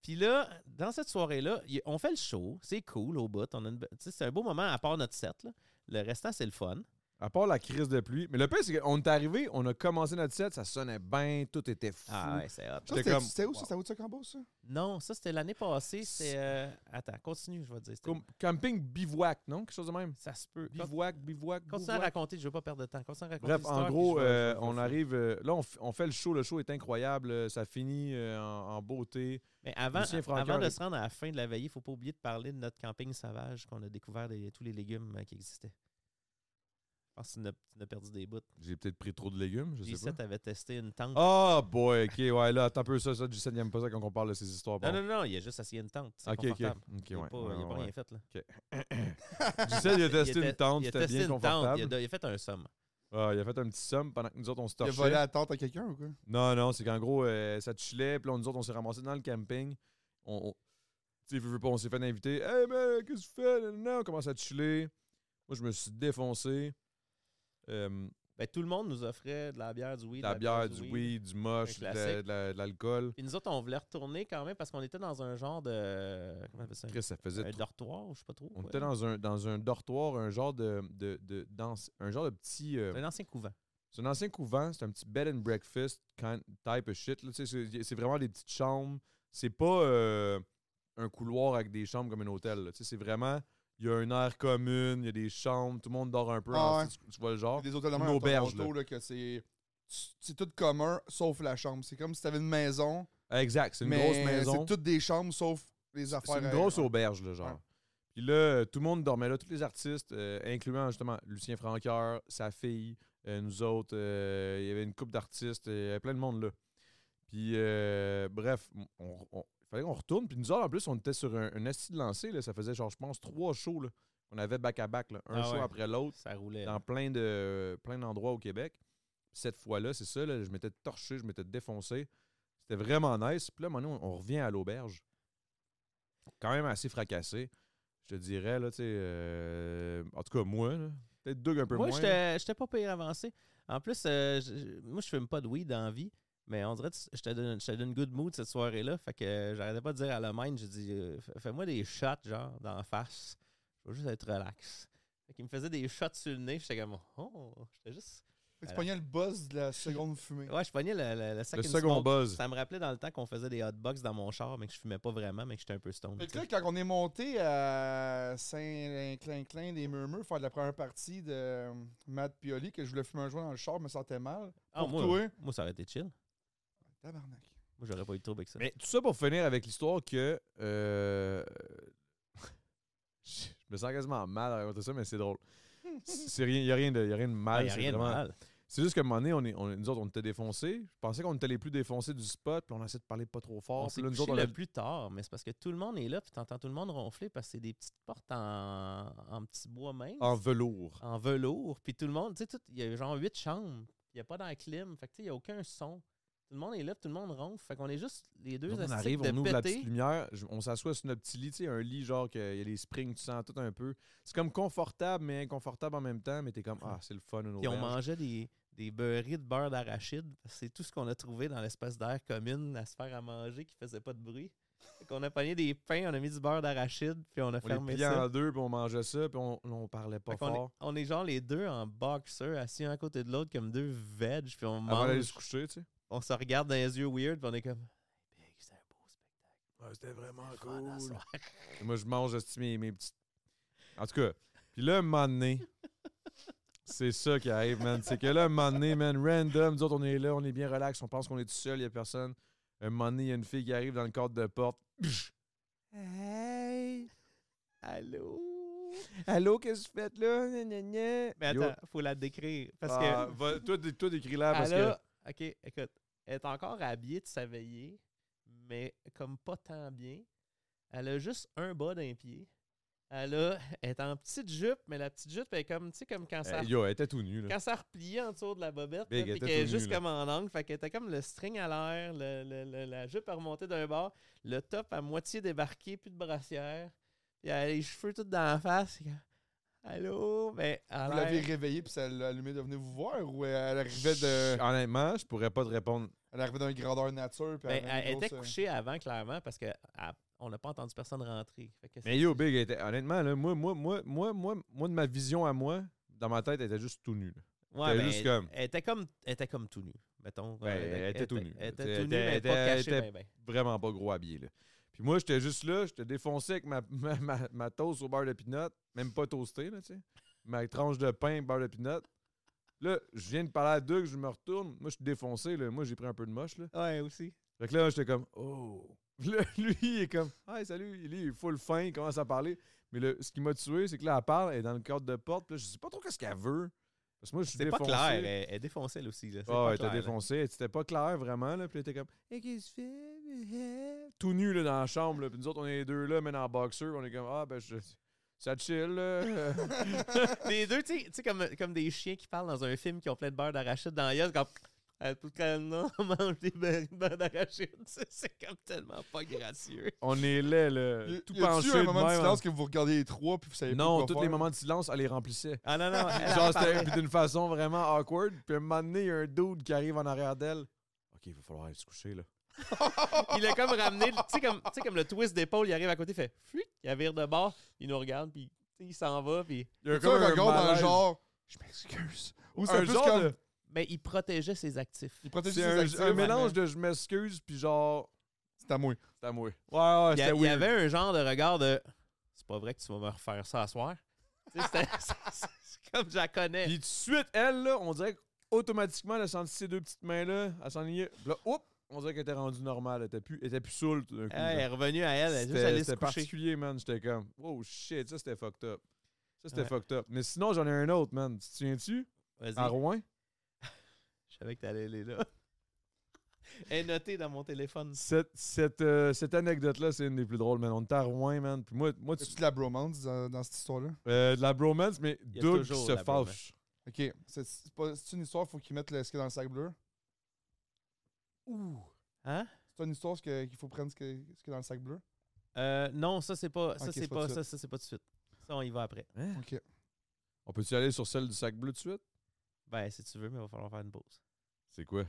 [SPEAKER 3] Puis là, dans cette soirée-là, y- on fait le show. C'est cool au bout. On a une be- tu sais, C'est un beau moment à part notre set. là. Le restant, c'est le fun.
[SPEAKER 1] À part la crise de pluie. Mais le pire, c'est qu'on est arrivé, on a commencé notre set, ça sonnait bien, tout était fou.
[SPEAKER 3] Ah ouais, c'est hot.
[SPEAKER 2] Ça,
[SPEAKER 1] J'étais
[SPEAKER 2] C'était
[SPEAKER 1] comme,
[SPEAKER 2] c'était où
[SPEAKER 1] wow.
[SPEAKER 2] ça? C'était où ça, Cambo, ça?
[SPEAKER 3] Non, ça, c'était l'année passée. C'est. euh, Attends, continue, je vais te dire. c'était-
[SPEAKER 1] Com- camping bivouac, non Quelque chose de même.
[SPEAKER 3] Ça se peut. Con-
[SPEAKER 1] Bivouac, bivouac,
[SPEAKER 3] Continue à
[SPEAKER 1] bivouac.
[SPEAKER 3] raconter, je veux pas perdre de temps. Continue à raconter.
[SPEAKER 1] Bref,
[SPEAKER 3] l'histoire,
[SPEAKER 1] en
[SPEAKER 3] puis
[SPEAKER 1] gros,
[SPEAKER 3] je vais-
[SPEAKER 1] euh,
[SPEAKER 3] je vais- je
[SPEAKER 1] on
[SPEAKER 3] vais-
[SPEAKER 1] arrive. euh, là, on, f- on fait le show. Le show est incroyable. euh, Ça finit euh, en, en beauté.
[SPEAKER 3] Mais avant,
[SPEAKER 1] Lucien Francoeur
[SPEAKER 3] avant de
[SPEAKER 1] est-
[SPEAKER 3] se rendre à la fin de la veillée, il ne faut pas oublier de parler de notre camping sauvage qu'on a découvert des- tous les légumes euh, qui existaient. Je pense que tu n'as- tu n'as perdu des bouts.
[SPEAKER 1] J'ai peut-être pris trop de légumes, je sais
[SPEAKER 3] J7
[SPEAKER 1] pas.
[SPEAKER 3] avait testé une tente.
[SPEAKER 1] Oh boy, ok, ouais, là, attends un peu ça, ça, J7 n'aime pas ça quand on parle de ces histoires.
[SPEAKER 3] non,
[SPEAKER 1] bon.
[SPEAKER 3] non, non, il a juste essayé une tente. C'est
[SPEAKER 1] ok, ok,
[SPEAKER 3] confortable.
[SPEAKER 1] ok,
[SPEAKER 3] il n'a
[SPEAKER 1] ouais,
[SPEAKER 3] pas,
[SPEAKER 1] ouais,
[SPEAKER 3] il a pas
[SPEAKER 1] ouais.
[SPEAKER 3] rien fait. Là.
[SPEAKER 1] J7, il a testé
[SPEAKER 3] était-
[SPEAKER 1] une tente,
[SPEAKER 3] il a
[SPEAKER 1] c'était
[SPEAKER 3] testé
[SPEAKER 1] bien
[SPEAKER 3] une tente,
[SPEAKER 1] confortable.
[SPEAKER 3] il, a, il a fait un somme.
[SPEAKER 1] Ah, il a fait un petit somme pendant que nous autres, on se
[SPEAKER 2] Il a
[SPEAKER 1] torchait.
[SPEAKER 2] volé la tente à quelqu'un ou quoi?
[SPEAKER 1] Non, non, c'est qu'en gros, euh, ça chillait, puis là, nous autres, on s'est ramassés dans le camping. On, on- tu sais, veux, veux pas, on s'est fait inviter. Hey, man, qu'est-ce que tu fais? Non, on commence à chiller. Moi, je me suis défoncé. Euh,
[SPEAKER 3] Ben, tout le monde nous offrait de la bière, du weed.
[SPEAKER 1] de
[SPEAKER 3] de
[SPEAKER 1] la bière, du weed, du moche, de, la-
[SPEAKER 3] classique.
[SPEAKER 1] de la- de l'alcool.
[SPEAKER 3] Puis nous autres, on voulait retourner quand même parce qu'on était dans un genre de. Comment on appelle ça
[SPEAKER 1] Chris, ça faisait
[SPEAKER 3] Un
[SPEAKER 1] trop-
[SPEAKER 3] dortoir, je sais pas trop.
[SPEAKER 1] On
[SPEAKER 3] ouais.
[SPEAKER 1] était dans un, dans un dortoir, un genre de, de, de danse- un genre de petit. euh,
[SPEAKER 3] un ancien couvent.
[SPEAKER 1] c'est un ancien couvent, c'est un petit bed and breakfast kind type of shit. là, tu sais, C'est c'est vraiment des petites chambres. C'est pas euh, un couloir avec des chambres comme un hôtel. là, tu sais, C'est vraiment. Il y a une aire commune, il y a des chambres, tout le monde dort un peu.
[SPEAKER 2] Ah
[SPEAKER 1] en-
[SPEAKER 2] ouais.
[SPEAKER 1] tu, tu vois le genre?
[SPEAKER 2] Il y a des hôtels de
[SPEAKER 1] une
[SPEAKER 2] même à
[SPEAKER 1] auberge,
[SPEAKER 2] Toronto, là, que c'est. C'est tout commun sauf la chambre. C'est comme si t'avais une maison.
[SPEAKER 1] Ah, Exact, c'est une
[SPEAKER 2] mais
[SPEAKER 1] grosse maison.
[SPEAKER 2] C'est toutes des chambres sauf les affaires.
[SPEAKER 1] C'est une
[SPEAKER 2] à-
[SPEAKER 1] grosse
[SPEAKER 2] ouais.
[SPEAKER 1] auberge, là, genre.
[SPEAKER 2] Ouais.
[SPEAKER 1] Puis là, euh, tout le monde dormait là, tous les artistes, euh, incluant justement Lucien Franqueur, sa fille, euh, nous autres. euh, Il y avait une couple d'artistes, euh, il y avait plein de monde là. Puis euh, bref, on, on- il fallait qu'on retourne. Puis nous autres, en plus, on était sur un, un esti de lancer. Là, ça faisait genre, je pense, trois shows. Là. On avait back-à-back, là, un
[SPEAKER 3] Ah
[SPEAKER 1] show
[SPEAKER 3] ouais.
[SPEAKER 1] après l'autre,
[SPEAKER 3] Ça roulait.
[SPEAKER 1] dans plein de plein d'endroits au Québec. Cette fois-là, c'est ça, là, je m'étais torché, je m'étais défoncé. C'était vraiment nice. Puis là, maintenant, on revient à l'auberge quand même assez fracassé. Je te dirais, là, tu sais. euh, en tout cas, moi, là, peut-être Doug un peu
[SPEAKER 3] Moi,
[SPEAKER 1] moins. là.
[SPEAKER 3] j'étais j'étais pas pire avancé. En plus, euh, je- je- moi, je fume pas de weed dans la vie, mais on dirait que je te donne- je te donne good mood cette soirée-là. Fait que euh, j'arrêtais pas de dire à la main, j'ai dit, euh, Fais- fais-moi des shots, genre, dans la face. Je veux juste être relax. Fait qu'il me faisait des shots sur le nez, j'étais comme, oh, j'étais juste.
[SPEAKER 2] Fait que Tu
[SPEAKER 3] Voilà.
[SPEAKER 2] pognais le buzz de la seconde fumée.
[SPEAKER 3] Ouais, je pognais le, le, le
[SPEAKER 1] Le
[SPEAKER 3] second
[SPEAKER 1] second
[SPEAKER 3] smoke.
[SPEAKER 1] buzz.
[SPEAKER 3] Ça me rappelait dans le temps qu'on faisait des hotbox dans mon char, mais que je fumais pas vraiment, mais que j'étais un peu stone.
[SPEAKER 2] Fait
[SPEAKER 3] tu
[SPEAKER 2] que
[SPEAKER 3] sais.
[SPEAKER 2] là, quand on est monté à Saint-Clin-Clin des Murmures, faire de la première partie de euh, Matt Pioli, que je voulais fumer un joint dans le char, je me sentais mal.
[SPEAKER 3] Ah,
[SPEAKER 2] pour
[SPEAKER 3] moi,
[SPEAKER 2] toi.
[SPEAKER 3] moi, ça aurait été chill.
[SPEAKER 2] Tabarnak.
[SPEAKER 3] Moi, j'aurais pas eu de trouble avec ça.
[SPEAKER 1] Mais tout ça pour finir avec l'histoire que. euh, je me sens quasiment mal à raconter ça, mais c'est drôle. Il n'y a, rien de y a rien de
[SPEAKER 3] Ah,
[SPEAKER 1] mal.
[SPEAKER 3] y a
[SPEAKER 1] c'est
[SPEAKER 3] rien de
[SPEAKER 1] vraiment-
[SPEAKER 3] mal.
[SPEAKER 1] C'est juste qu'à un moment donné, on est, on, nous autres, on était défoncés. Je pensais qu'on était les plus défoncés du spot, puis on essaie de parler pas trop fort.
[SPEAKER 3] On
[SPEAKER 1] puis
[SPEAKER 3] s'est
[SPEAKER 1] là, nous
[SPEAKER 3] couché
[SPEAKER 1] autres, on a-
[SPEAKER 3] le plus tard, mais c'est parce que tout le monde est là, puis t'entends tout le monde ronfler parce que c'est des petites portes en, en petit bois mince,
[SPEAKER 1] en
[SPEAKER 3] en,
[SPEAKER 1] velours.
[SPEAKER 3] velours, puis tout le monde, tu sais, tout- il y a genre huit chambres, il n'y a pas d'air clim, fait que tu sais, il n'y a aucun son. Tout le monde est là, puis tout le monde ronfle, fait qu'on est juste les deux
[SPEAKER 1] Donc, on
[SPEAKER 3] astiques
[SPEAKER 1] arrive,
[SPEAKER 3] de
[SPEAKER 1] on ouvre la
[SPEAKER 3] péter.
[SPEAKER 1] petite lumière, je- on s'assoit sur notre petit lit, tu sais, un lit genre qu'il y a les springs, tu sens tout un peu. C'est comme confortable, mais inconfortable en même temps, mais t'es comme, ah, c'est le fun, une
[SPEAKER 3] Hum. Puis on
[SPEAKER 1] auberge.
[SPEAKER 3] mangeait des, des beurrés de beurre d'arachide. parce que C'est tout ce qu'on a trouvé dans l'espèce d'air commune à se faire à manger qui faisait pas de bruit. Fait qu'on a pogné des pains, on a mis du beurre d'arachide, puis on
[SPEAKER 1] On les
[SPEAKER 3] a fermé
[SPEAKER 1] pliait en
[SPEAKER 3] ça.
[SPEAKER 1] deux, puis on mangeait ça, puis on, on parlait pas
[SPEAKER 3] Fait qu'on est-
[SPEAKER 1] fort.
[SPEAKER 3] on, est, genre les deux en boxer, assis un à côté de l'autre comme deux veg, puis on
[SPEAKER 1] Avant d'aller
[SPEAKER 3] mange.
[SPEAKER 1] se coucher, tu sais.
[SPEAKER 3] On se regarde dans les yeux weird, puis on est comme. Hey, big, c'était un beau spectacle.
[SPEAKER 1] C'était vraiment
[SPEAKER 3] Fun à soir.
[SPEAKER 1] Et moi, je mange hostie, mes, mes petites. En tout cas, puis là, un moment donné, c'est ça qui arrive, man. C'est que là, un moment donné, man, random, nous autres, on est là, on est bien relax, on pense qu'on est tout seul, il n'y a personne. Un moment donné, il y a une fille qui arrive dans le cadre de porte. Hey!
[SPEAKER 3] Allô?
[SPEAKER 1] Allô, qu'est-ce que vous faites là? Gna, gna, gna.
[SPEAKER 3] Mais
[SPEAKER 1] Yo.
[SPEAKER 3] attends, faut la décrire. Parce
[SPEAKER 1] Ah,
[SPEAKER 3] que.
[SPEAKER 1] va- toi, dé- toi, décris là parce
[SPEAKER 3] Elle
[SPEAKER 1] que.
[SPEAKER 3] a- OK, écoute. Elle est encore habillée de sa veillée, mais comme pas tant bien. Elle a juste un bas d'un pied. Elle, a, elle est en petite jupe, mais la petite jupe, elle est comme, tu sais, comme quand ça,
[SPEAKER 1] Eh, yo, elle était tout nue, là.
[SPEAKER 3] quand ça repliait en dessous de la bobette,
[SPEAKER 1] Big,
[SPEAKER 3] là,
[SPEAKER 1] elle
[SPEAKER 3] puis
[SPEAKER 1] était
[SPEAKER 3] qu'elle est
[SPEAKER 1] tout
[SPEAKER 3] juste
[SPEAKER 1] nue, là.
[SPEAKER 3] comme en angle. Fait qu'elle était comme le string à l'air, le- le- le- la jupe à remonter d'un bord, le top à moitié débarqué, plus de brassière. Puis elle a les cheveux tout dans la face. c'est comme, Allô? Mais elle a
[SPEAKER 2] Vous
[SPEAKER 3] l'air-
[SPEAKER 2] l'avez réveillée, puis ça l'a allumé de venir vous voir, ou euh, elle arrivait de.
[SPEAKER 1] Honnêtement, je pourrais pas te répondre.
[SPEAKER 2] Elle arrivait d'une grandeur nature, puis
[SPEAKER 3] Ben,
[SPEAKER 2] avait une
[SPEAKER 3] elle était
[SPEAKER 2] grosse, euh,
[SPEAKER 3] couchée avant, clairement, parce que elle- on n'a pas entendu personne rentrer. Fait que c'est-
[SPEAKER 1] Mais yo, Big, elle était- honnêtement, là, moi, moi, moi, moi, moi, moi, de ma vision à moi, dans ma tête, elle était juste tout nue. là.
[SPEAKER 3] Ouais,
[SPEAKER 1] elle
[SPEAKER 3] ben,
[SPEAKER 1] juste
[SPEAKER 3] elle-
[SPEAKER 1] comme-
[SPEAKER 3] Elle était comme, elle était comme tout nue, mettons.
[SPEAKER 1] Ouais, elle était tout nue.
[SPEAKER 3] Elle était
[SPEAKER 1] Elle
[SPEAKER 3] tout nue,
[SPEAKER 1] était-
[SPEAKER 3] mais
[SPEAKER 1] elle
[SPEAKER 3] pas
[SPEAKER 1] était-
[SPEAKER 3] cachée,
[SPEAKER 1] elle
[SPEAKER 3] ben, ben.
[SPEAKER 1] Vraiment pas gros habillé. Là. Puis moi, j'étais juste là, j'étais défoncé avec ma, ma, ma, ma toast au beurre de pinot, même pas toastée, là, tu sais. Ma tranche de pain, beurre de pinot. Là, je viens de parler à deux que je me retourne. Moi, je suis défoncé, là. Moi, j'ai pris un peu de moche, là.
[SPEAKER 3] Ouais, aussi.
[SPEAKER 1] Fait que là, j'étais comme, oh. Là, lui, il est comme, hey, salut. Lui, il est full fin, il commence à parler. Mais le, ce qui m'a tué, c'est que là, elle parle, elle est dans le cadre de porte. Puis là, je sais pas trop qu'est-ce qu'elle veut. Parce que moi, je suis
[SPEAKER 3] C'est pas
[SPEAKER 1] défoncé.
[SPEAKER 3] clair. Elle, elle défonçait, elle aussi. Là. C'est
[SPEAKER 1] Ah,
[SPEAKER 3] pas
[SPEAKER 1] elle était
[SPEAKER 3] clair, là.
[SPEAKER 1] défoncée. C'était pas clair, vraiment. Là. Puis elle était comme, hey, qu'est-ce que tu fais? Tout nu là, dans la chambre. Là. Puis nous autres, on est les deux là, mais en boxer. On est comme, ah, ben, je- ça chill. Là.
[SPEAKER 3] Les deux, tu sais- tu sais, comme, comme des chiens qui parlent dans un film qui ont plein de beurre d'arachide dans la gueule, comme. Euh, Tout quand non, on mange des beurres- beurres d'arachide. C'est- C'est comme tellement pas gracieux.
[SPEAKER 1] on est là, là.
[SPEAKER 2] euh, y-
[SPEAKER 1] euh, tout
[SPEAKER 2] y a-tu
[SPEAKER 1] penché.
[SPEAKER 2] eu un moment
[SPEAKER 1] de
[SPEAKER 2] de
[SPEAKER 1] même. hein.
[SPEAKER 2] silence que vous regardiez les trois, puis vous savez pas
[SPEAKER 1] Non,
[SPEAKER 2] quoi
[SPEAKER 1] tous les
[SPEAKER 2] faire?
[SPEAKER 1] moments de silence, elle les remplissait.
[SPEAKER 3] Ah non, non. elle,
[SPEAKER 1] Genre,
[SPEAKER 3] elle
[SPEAKER 1] c'était
[SPEAKER 3] parlait.
[SPEAKER 1] puis d'une façon vraiment awkward. Puis à un moment donné, il y a un dude qui arrive en arrière d'elle. OK, il va falloir aller se coucher, là.
[SPEAKER 3] Il a comme ramené, tu sais, comme, tu sais, comme le twist d'épaule, il arrive à côté, il fait fuit, il vire de bord, il nous regarde, puis tu sais, il s'en va, puis.
[SPEAKER 1] Il y a
[SPEAKER 2] Tu sais, un regard dans le
[SPEAKER 1] malaise.
[SPEAKER 2] genre, je m'excuse. Ou c'est
[SPEAKER 1] Un
[SPEAKER 2] plus
[SPEAKER 1] genre
[SPEAKER 2] comme.
[SPEAKER 1] de-
[SPEAKER 3] Mais ben, il protégeait ses actifs.
[SPEAKER 2] Il protège
[SPEAKER 1] C'est
[SPEAKER 2] ses
[SPEAKER 1] un,
[SPEAKER 2] actifs,
[SPEAKER 1] un
[SPEAKER 2] mais-
[SPEAKER 1] mélange de je m'excuse, puis genre,
[SPEAKER 2] C'est à moi.
[SPEAKER 1] c'est à moi. Ouais, ouais,
[SPEAKER 3] Il y, a-
[SPEAKER 1] c'était
[SPEAKER 3] il y
[SPEAKER 1] weird.
[SPEAKER 3] avait un genre de regard de c'est pas vrai que tu vas me refaire ça à soir. Tu sais, c'était- c'est c'est comme je la connais.
[SPEAKER 1] Puis tout de suite, elle, là, on dirait qu'automatiquement, elle a senti ses deux petites mains-là, elle s'enlignait. Puis là, oups, on dirait qu'elle était rendue normale. Elle était plus, elle était plus saoule tout d'un coup.
[SPEAKER 3] Ah, elle
[SPEAKER 1] là.
[SPEAKER 3] est revenue à elle, elle est juste
[SPEAKER 1] C'était
[SPEAKER 3] allée se
[SPEAKER 1] c'était
[SPEAKER 3] coucher.
[SPEAKER 1] particulier, man. J'étais comme, oh shit, ça c'était fucked up. Ça c'était
[SPEAKER 3] Ouais.
[SPEAKER 1] fucked up. Mais sinon, j'en ai un autre, man. Tu te souviens-tu?
[SPEAKER 3] Vas-y,
[SPEAKER 1] À Rouen?
[SPEAKER 3] je savais que t'allais aller là. Elle est notée dans mon téléphone.
[SPEAKER 1] Cette, cette, euh, cette anecdote-là, c'est une des plus drôles, man. On était à Rouen, man. Puis moi, moi tu-
[SPEAKER 2] C'est de la bromance dans, dans cette histoire-là.
[SPEAKER 1] euh, de la bromance, mais
[SPEAKER 3] Il y a
[SPEAKER 1] double qui
[SPEAKER 3] toujours de
[SPEAKER 1] se
[SPEAKER 3] la bromance.
[SPEAKER 1] fâche.
[SPEAKER 2] Ok, c'est- c'est pas- c'est une histoire, faut qu'ils mettent le- ce qu'il y a dans le sac bleu. Ouh.
[SPEAKER 3] Hein?
[SPEAKER 2] C'est une histoire ce que- qu'il faut prendre ce que- ce qu'il y a dans le sac bleu.
[SPEAKER 3] Euh, non, ça c'est pas ça
[SPEAKER 2] Ok,
[SPEAKER 3] c'est
[SPEAKER 2] c'est pas
[SPEAKER 3] pas
[SPEAKER 2] tout de
[SPEAKER 3] ça, ça c'est pas tout de suite. Ça on y va après.
[SPEAKER 2] Ok.
[SPEAKER 1] On peut-tu aller sur celle du sac bleu tout de suite?
[SPEAKER 3] Ben si tu veux mais il va falloir faire une pause.
[SPEAKER 1] C'est quoi?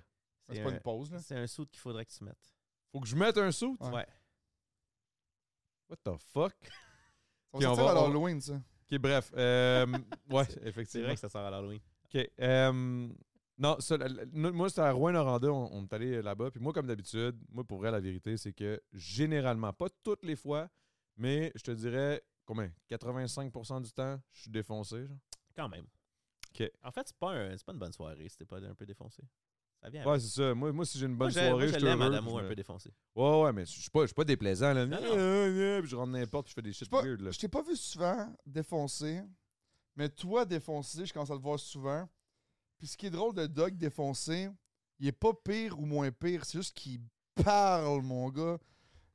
[SPEAKER 2] Ah, C'est pas une pause, là.
[SPEAKER 3] C'est un saut qu'il faudrait que tu mettes.
[SPEAKER 1] Faut que je mette un saut?
[SPEAKER 2] Ouais.
[SPEAKER 3] ouais.
[SPEAKER 1] What the fuck?
[SPEAKER 2] On
[SPEAKER 1] Puis
[SPEAKER 2] va
[SPEAKER 1] on
[SPEAKER 2] sortir
[SPEAKER 1] va-
[SPEAKER 2] à
[SPEAKER 1] on-
[SPEAKER 2] l'Halloween, ça.
[SPEAKER 1] Ok, bref. euh, ouais,
[SPEAKER 3] C'est
[SPEAKER 1] effectivement.
[SPEAKER 3] vrai que ça sort à l'Halloween.
[SPEAKER 1] Ok. euh, Non, ça, la- la- nous- moi, c'était à Rouen-Noranda, on, on est allé euh, là-bas. Puis moi, comme d'habitude, moi, pour vrai, la vérité, c'est que généralement, pas toutes les fois, mais je te dirais, combien 85 du temps, je suis défoncé. Genre.
[SPEAKER 3] Quand même.
[SPEAKER 1] OK.
[SPEAKER 3] En fait, c'est pas, un- c'est pas une bonne soirée si t'es pas un peu défoncé. Ça vient.
[SPEAKER 1] Ouais,
[SPEAKER 3] avec.
[SPEAKER 1] c'est ça. Moi, moi si j'ai une bonne
[SPEAKER 3] moi, j'ai- moi,
[SPEAKER 1] soirée,
[SPEAKER 3] je
[SPEAKER 1] je suis
[SPEAKER 3] l'aime,
[SPEAKER 1] heureux.
[SPEAKER 3] Adamo,
[SPEAKER 1] puis je
[SPEAKER 3] un
[SPEAKER 1] me-
[SPEAKER 3] peu défoncé.
[SPEAKER 1] Ouais, ouais, mais je suis pas, je suis pas déplaisant. Là.
[SPEAKER 3] Non, non.
[SPEAKER 1] Euh, euh, puis je rentre n'importe, puis je fais des shit
[SPEAKER 2] pas-
[SPEAKER 1] weird. Là.
[SPEAKER 2] Je t'ai pas vu souvent défoncer, mais toi défoncé, je commence à le voir souvent. Puis ce qui est drôle de Doug défoncé, il est pas pire ou moins pire, c'est juste qu'il parle, mon gars.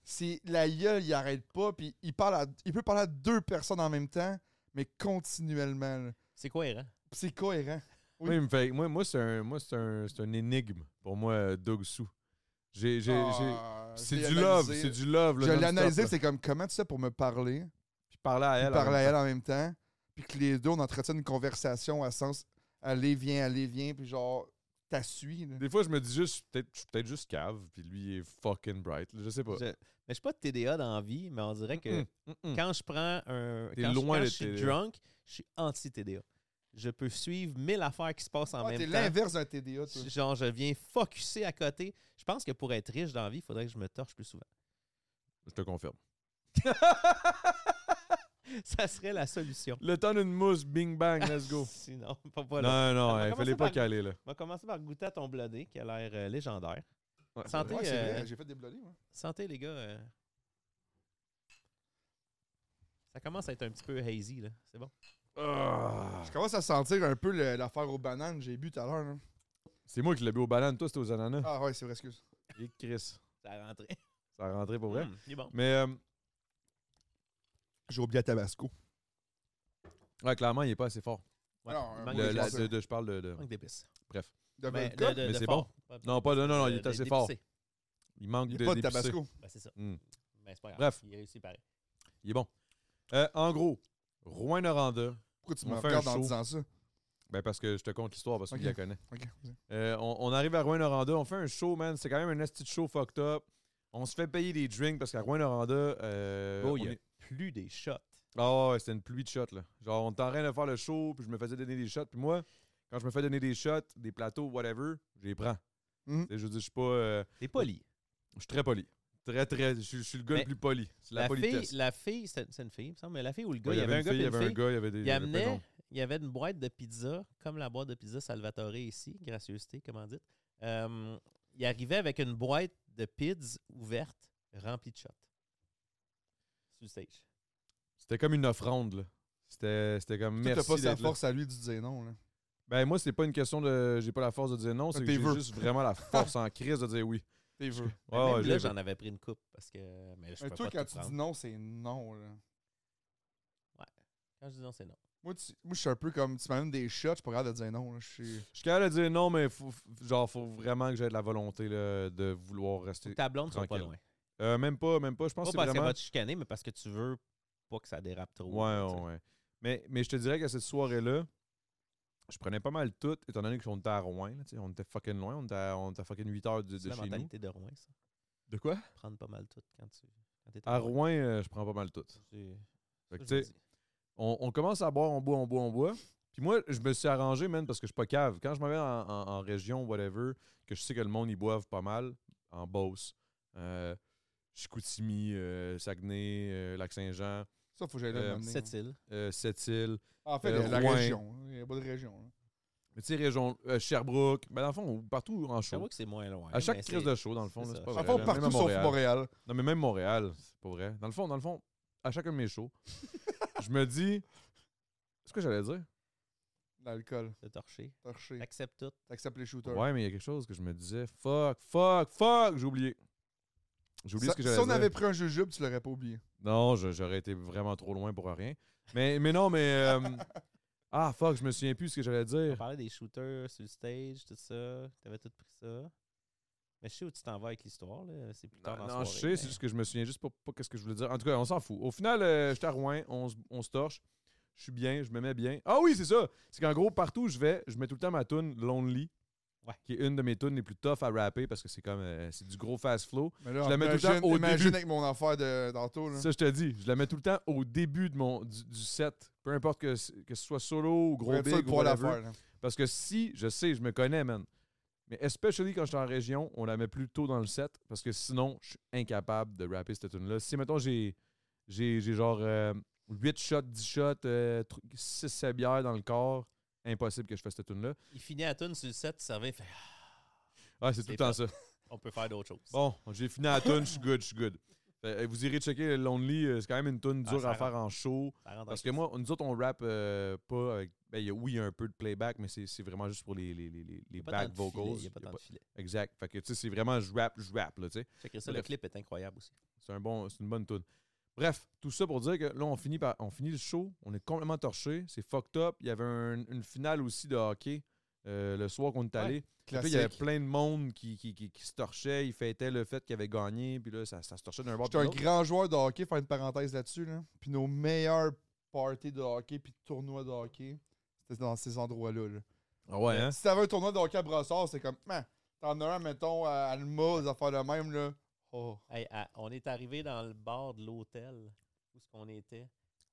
[SPEAKER 2] C'est la gueule, il arrête pas, puis il parle à- il peut parler à deux personnes en même temps, mais continuellement. là.
[SPEAKER 3] C'est cohérent.
[SPEAKER 2] Puis C'est cohérent. oui.
[SPEAKER 1] Moi, il me fait- moi, moi, c'est un, moi, c'est un, c'est un énigme pour moi, euh, Doug Sou. J'ai, j'ai, j'ai-
[SPEAKER 2] Ah, je
[SPEAKER 1] c'est
[SPEAKER 2] l'ai
[SPEAKER 1] du love,
[SPEAKER 2] analysé. euh,
[SPEAKER 1] c'est du love. là,
[SPEAKER 2] Je l'ai
[SPEAKER 1] non-stop,
[SPEAKER 2] analysé,
[SPEAKER 1] là.
[SPEAKER 2] c'est comme comment tu sais pour me parler,
[SPEAKER 1] Puis parler à elle. en
[SPEAKER 2] puis parler
[SPEAKER 1] même
[SPEAKER 2] à
[SPEAKER 1] temps.
[SPEAKER 2] elle en même temps, puis que les deux on entretient une conversation à sens aller viens aller viens, puis genre t'as suis. là.
[SPEAKER 1] Des fois, je me dis juste, peut-être, je suis peut-être juste cave, puis lui il est fucking bright. là, Je sais pas.
[SPEAKER 3] Je- mais je suis pas de TDA dans la vie, mais on dirait que
[SPEAKER 1] Mm, mm, mm.
[SPEAKER 3] quand je prends un.
[SPEAKER 1] T'es
[SPEAKER 3] quand je-
[SPEAKER 1] loin
[SPEAKER 3] quand
[SPEAKER 1] de
[SPEAKER 3] je suis
[SPEAKER 1] TDA.
[SPEAKER 3] drunk, je suis anti-TDA. Je peux suivre mille affaires qui se passent en
[SPEAKER 2] Ah, t'es
[SPEAKER 3] même temps.
[SPEAKER 2] l'inverse d'un TDA, toi.
[SPEAKER 3] Genre, je viens focusser à côté. Je pense que pour être riche dans la vie, il faudrait que je me torche plus souvent.
[SPEAKER 1] Je te confirme.
[SPEAKER 3] Ça serait la solution.
[SPEAKER 1] Le temps d'une mousse, bing bang, let's go.
[SPEAKER 3] Sinon, pas voilà.
[SPEAKER 1] Non, non,
[SPEAKER 3] On va
[SPEAKER 1] il fallait
[SPEAKER 3] commencer
[SPEAKER 1] pas
[SPEAKER 3] par-
[SPEAKER 1] caler là.
[SPEAKER 3] On va commencer par goûter à ton blodé qui a l'air euh, légendaire.
[SPEAKER 1] Ouais, c'est
[SPEAKER 3] Santé,
[SPEAKER 2] Ouais, c'est
[SPEAKER 3] euh,
[SPEAKER 2] vrai, j'ai fait des blodés, moi.
[SPEAKER 3] santé les gars. euh. Ça commence à être un petit peu hazy, là. C'est bon.
[SPEAKER 1] Ah.
[SPEAKER 2] Je commence à sentir un peu le- l'affaire aux bananes que j'ai bu tout à l'heure. là.
[SPEAKER 1] C'est moi qui l'ai bu au bananes, toi, c'était aux ananas.
[SPEAKER 2] Ah ouais, c'est vrai, excuse.
[SPEAKER 1] Et Chris,
[SPEAKER 3] Ça a rentré.
[SPEAKER 1] ça a rentré pour vrai.
[SPEAKER 3] Mm, il est bon.
[SPEAKER 1] Mais euh,
[SPEAKER 2] J'ai oublié à Tabasco.
[SPEAKER 1] ouais, clairement, il est pas assez fort.
[SPEAKER 3] Ouais,
[SPEAKER 2] Alors,
[SPEAKER 3] il
[SPEAKER 2] euh,
[SPEAKER 3] manque
[SPEAKER 1] Le-
[SPEAKER 3] de-
[SPEAKER 1] la-
[SPEAKER 2] d'épices.
[SPEAKER 1] de- de- je parle de. de-
[SPEAKER 3] il manque d'épices.
[SPEAKER 2] De
[SPEAKER 3] Ben,
[SPEAKER 2] vodka?
[SPEAKER 3] de- de-
[SPEAKER 1] mais
[SPEAKER 3] de
[SPEAKER 1] c'est
[SPEAKER 3] fort. Pas-
[SPEAKER 1] Non, pas de. Non, non, il
[SPEAKER 3] de-
[SPEAKER 1] est assez
[SPEAKER 3] d'épicé.
[SPEAKER 1] fort. Il manque
[SPEAKER 2] Il
[SPEAKER 1] de.
[SPEAKER 2] n'y a pas de
[SPEAKER 1] d'épicé.
[SPEAKER 2] Tabasco.
[SPEAKER 3] Ben, c'est ça.
[SPEAKER 1] Mm.
[SPEAKER 3] Ben, c'est pas grave.
[SPEAKER 1] Bref.
[SPEAKER 3] Il réussit pareil.
[SPEAKER 1] Il est bon. Euh, en gros, Rouen-Noranda,
[SPEAKER 2] Pourquoi tu
[SPEAKER 1] On
[SPEAKER 2] me
[SPEAKER 1] fait un
[SPEAKER 2] regardes en
[SPEAKER 1] show.
[SPEAKER 2] disant ça?
[SPEAKER 1] ben parce que je te conte l'histoire parce que
[SPEAKER 2] Ok.
[SPEAKER 1] tu la connais.
[SPEAKER 2] Ok, vas-y.
[SPEAKER 1] Euh, on, on arrive à Rouen-Noranda, on fait un show, man. C'est quand même un esti de show fucked up. On se fait payer des drinks parce qu'à Rouen-Noranda. Euh,
[SPEAKER 3] Bro,
[SPEAKER 1] on
[SPEAKER 3] il y a
[SPEAKER 1] est-
[SPEAKER 3] plus des shots.
[SPEAKER 1] Ah ouais, c'était une pluie de shots, là. Genre, on était en train de faire le show, puis je me faisais donner des shots. Puis moi, quand je me fais donner des shots, des plateaux, whatever, je les prends.
[SPEAKER 2] Mhm.
[SPEAKER 1] Tu sais, Je veux dire, je suis pas. euh,
[SPEAKER 3] T'es poli.
[SPEAKER 1] je suis très poli. Très, très. Je suis- je suis le gars
[SPEAKER 3] Mais
[SPEAKER 1] le plus poli. C'est la,
[SPEAKER 3] La, fille,
[SPEAKER 1] politesse.
[SPEAKER 3] la fille, c'est c'est une fille, il me semble, mais la fille ou le gars,
[SPEAKER 1] Ouais,
[SPEAKER 3] il y avait un
[SPEAKER 1] une
[SPEAKER 3] gars,
[SPEAKER 1] fille,
[SPEAKER 3] puis
[SPEAKER 1] il y
[SPEAKER 3] une
[SPEAKER 1] avait un
[SPEAKER 3] fille.
[SPEAKER 1] gars, il y avait des. il
[SPEAKER 3] Il
[SPEAKER 1] y avait plein de
[SPEAKER 3] amenait,
[SPEAKER 1] monde.
[SPEAKER 3] il y avait une boîte de pizza, comme la boîte de pizza Salvatore ici, gracieuseté, comment dites. Euh, il arrivait avec une boîte de pids ouverte, remplie de shots. Sous stage.
[SPEAKER 1] C'était comme une offrande, là. C'était c'était comme
[SPEAKER 2] Toi, T'as pas
[SPEAKER 1] merci
[SPEAKER 2] sa
[SPEAKER 1] d'être là.
[SPEAKER 2] force à lui de dire non. Là.
[SPEAKER 1] Ben moi, c'est pas une question de j'ai pas la force de dire
[SPEAKER 3] Ah,
[SPEAKER 1] non, c'est que
[SPEAKER 2] tes
[SPEAKER 1] j'ai
[SPEAKER 2] vœux.
[SPEAKER 1] juste vraiment la force en crise de dire oui.
[SPEAKER 2] T'es veux.
[SPEAKER 3] Mais
[SPEAKER 1] Ouais,
[SPEAKER 3] même
[SPEAKER 1] ouais,
[SPEAKER 3] là,
[SPEAKER 1] j'ai-
[SPEAKER 3] j'en avais pris une coupe parce que. Mais je
[SPEAKER 2] Mais
[SPEAKER 3] peux
[SPEAKER 2] Euh, toi,
[SPEAKER 3] pas
[SPEAKER 2] quand
[SPEAKER 3] tout
[SPEAKER 2] tu dis
[SPEAKER 3] prendre.
[SPEAKER 2] non, c'est non. Là.
[SPEAKER 3] Quand je dis non, c'est non.
[SPEAKER 2] Moi, tu- moi, je suis un peu comme. Tu m'amènes des shots, je suis pas capable de dire non. là. Je suis.
[SPEAKER 1] Je suis capable de dire non, mais faut, f- genre, faut vraiment que j'ai de la volonté là, de vouloir rester.
[SPEAKER 3] Ta blonde, sont pas
[SPEAKER 1] tranquille.
[SPEAKER 3] loin.
[SPEAKER 1] Euh, même pas, même pas. Je
[SPEAKER 3] Pas
[SPEAKER 1] pense que
[SPEAKER 3] parce
[SPEAKER 1] c'est
[SPEAKER 3] qu'elle
[SPEAKER 1] vraiment.
[SPEAKER 3] va te chicaner, mais parce que tu veux pas que ça dérape trop. là, tu
[SPEAKER 1] Ouais,
[SPEAKER 3] sais.
[SPEAKER 1] ouais, ouais. Mais, mais je te dirais qu'à cette soirée-là, je prenais pas mal tout, étant donné qu'on était à Rouen. là, tu sais, on était fucking loin, on était à, on était à fucking 8 heures de, de
[SPEAKER 3] C'est la
[SPEAKER 1] chez nous.
[SPEAKER 3] mentalité de Rouen, ça.
[SPEAKER 1] De quoi
[SPEAKER 3] Prendre pas mal tout quand tu. Quand t'es
[SPEAKER 1] À Rouen, euh, je prends pas mal tout.
[SPEAKER 3] C'est-
[SPEAKER 1] Fait que,
[SPEAKER 3] ça,
[SPEAKER 1] tu
[SPEAKER 3] je me
[SPEAKER 1] sais, on, on commence à boire, on boit, on boit, on boit. Puis moi, je me suis arrangé, man, parce que je suis pas cave. Quand je m'en vais en, en- en région, whatever, que je sais que le monde, ils boivent pas mal, en Beauce, euh, Chicoutimi, euh, Saguenay, euh, Lac-Saint-Jean,
[SPEAKER 2] Ça, faut que j'aille là.
[SPEAKER 1] Euh,
[SPEAKER 2] un moment donné,
[SPEAKER 3] dis. Cette
[SPEAKER 2] là.
[SPEAKER 3] île.
[SPEAKER 1] euh, Sept-Îles.
[SPEAKER 2] Ah, En fait,
[SPEAKER 1] euh,
[SPEAKER 2] la
[SPEAKER 1] Rouen.
[SPEAKER 2] région. là. Il n'y a pas de région. là.
[SPEAKER 1] Mais tu sais, région, euh, Sherbrooke. Ben, dans le fond, partout en
[SPEAKER 3] Je
[SPEAKER 1] show.
[SPEAKER 3] vois que c'est moins loin.
[SPEAKER 1] À chaque
[SPEAKER 3] mais
[SPEAKER 1] crise
[SPEAKER 3] c'est-
[SPEAKER 1] de show, dans le fond,
[SPEAKER 3] c'est
[SPEAKER 1] là, c'est
[SPEAKER 3] ça.
[SPEAKER 1] pas
[SPEAKER 2] Dans
[SPEAKER 1] vrai.
[SPEAKER 2] le fond,
[SPEAKER 1] là.
[SPEAKER 2] partout
[SPEAKER 1] Même à
[SPEAKER 2] sauf Montréal.
[SPEAKER 1] Non, mais même Montréal, c'est pas vrai. Dans le fond, dans le fond, à chacun de mes shows, je me dis, ce que j'allais dire?
[SPEAKER 2] L'alcool.
[SPEAKER 3] de torcher.
[SPEAKER 2] Torché.
[SPEAKER 3] Accepte tout.
[SPEAKER 2] T'acceptes les shooters.
[SPEAKER 1] Ouais, mais il y a quelque chose que je me disais, fuck, fuck, fuck, j'ai oublié. J'ai oublié
[SPEAKER 2] Ça-
[SPEAKER 1] ce que j'allais
[SPEAKER 2] si on
[SPEAKER 1] dire.
[SPEAKER 2] avait pris un jujube, tu l'aurais pas oublié.
[SPEAKER 1] Non, je- j'aurais été vraiment trop loin pour rien. Mais, mais non, mais... euh, Ah, fuck, je me souviens plus ce que j'allais
[SPEAKER 3] On
[SPEAKER 1] dire.
[SPEAKER 3] parlait des shooters sur le stage, tout ça. T'avais tout pris ça. Mais je sais où tu t'en vas avec l'histoire, là. C'est plus tard bah, dans
[SPEAKER 1] Non, non,
[SPEAKER 3] la
[SPEAKER 1] je
[SPEAKER 3] soirée,
[SPEAKER 1] sais, c'est juste que je me souviens juste pas, pas qu'est-ce que je voulais dire. En tout cas, on s'en fout. Au final, euh, j'étais à Rouen, on, se- on se torche. Je suis bien, je me mets bien. Ah oui, c'est ça! C'est qu'en gros, partout où je vais, je mets tout le temps ma tune Lonely,
[SPEAKER 3] Ouais.
[SPEAKER 1] qui est une de mes tunes les plus tough à rapper parce que c'est comme euh, c'est du gros fast flow.
[SPEAKER 2] Mais là,
[SPEAKER 1] Je la mets tout le temps
[SPEAKER 2] imagine-
[SPEAKER 1] au
[SPEAKER 2] imagine
[SPEAKER 1] début.
[SPEAKER 2] avec mon affaire de- d'Anto. là.
[SPEAKER 1] Ça, je te dis, je la mets tout le temps au début de mon, du, du set. Peu importe que, c- que ce soit solo ou gros
[SPEAKER 2] Pour être sûr de
[SPEAKER 1] big ou
[SPEAKER 2] pouvoir la
[SPEAKER 1] whatever.
[SPEAKER 2] faire. là.
[SPEAKER 1] Parce que si, je sais, je me connais, man. Mais especially quand je suis en région, on la met plus tôt dans le set parce que sinon, je suis incapable de rapper cette tune là Si, mettons, j'ai j'ai j'ai genre euh, 8 shots, 10 shots, euh, 6 bières dans le corps, impossible que je fasse cette tune là
[SPEAKER 3] Il finit à tune sur le set, il servait, il fait Ah,
[SPEAKER 1] Ouais, c'est tout
[SPEAKER 3] C'est
[SPEAKER 1] le temps
[SPEAKER 3] pas-
[SPEAKER 1] ça.
[SPEAKER 3] on peut faire d'autres choses.
[SPEAKER 1] Bon, j'ai fini à la tune, je suis good, je suis good. Fait, euh, Vous irez checker Lonely, euh, c'est quand même une tune
[SPEAKER 3] Ah,
[SPEAKER 1] dure
[SPEAKER 3] ça
[SPEAKER 1] à faire en show.
[SPEAKER 3] Ça rentre en
[SPEAKER 1] Parce que moi, nous autres, on rappe euh, pas avec. Ben, il y a- oui, il y a un peu de playback, mais c'est c'est vraiment juste pour les, les, les, les- les
[SPEAKER 3] Il y a pas
[SPEAKER 1] back
[SPEAKER 3] tant de filet,
[SPEAKER 1] vocals.
[SPEAKER 3] Il n'y a pas
[SPEAKER 1] Y a
[SPEAKER 3] tant
[SPEAKER 1] pas-
[SPEAKER 3] de filet.
[SPEAKER 1] Exact. Fait que, tu sais, c'est vraiment je rappe, je rappe, là, tu sais.
[SPEAKER 3] Checker ça,
[SPEAKER 1] Le-
[SPEAKER 3] le clip est incroyable aussi.
[SPEAKER 1] C'est un bon, c'est une bonne tune. Bref, tout ça pour dire que là, on finit, par, on finit le show, on est complètement torché, c'est fucked up. Il y avait un- une finale aussi de hockey euh, le soir qu'on est allé. Puis là, il y avait
[SPEAKER 2] Classique.
[SPEAKER 1] plein de monde qui, qui, qui, qui se torchait, ils fêtaient le fait qu'ils avaient gagné, puis là, ça, ça se torchait d'un bord.
[SPEAKER 2] J'étais
[SPEAKER 1] puis
[SPEAKER 2] un
[SPEAKER 1] de l'autre.
[SPEAKER 2] grand joueur de hockey, faire une parenthèse là-dessus. Là. Puis nos meilleurs parties de hockey, puis tournois de hockey, c'était dans ces endroits-là. là.
[SPEAKER 1] Ah ouais, hein?
[SPEAKER 2] Si t'avais un tournoi de hockey à Brossard, c'est comme, man, t'en as un, mettons, à Alma, des affaires de même, là. Oh.
[SPEAKER 3] Hey, à- on est arrivé dans le bar de l'hôtel où ce qu'on était.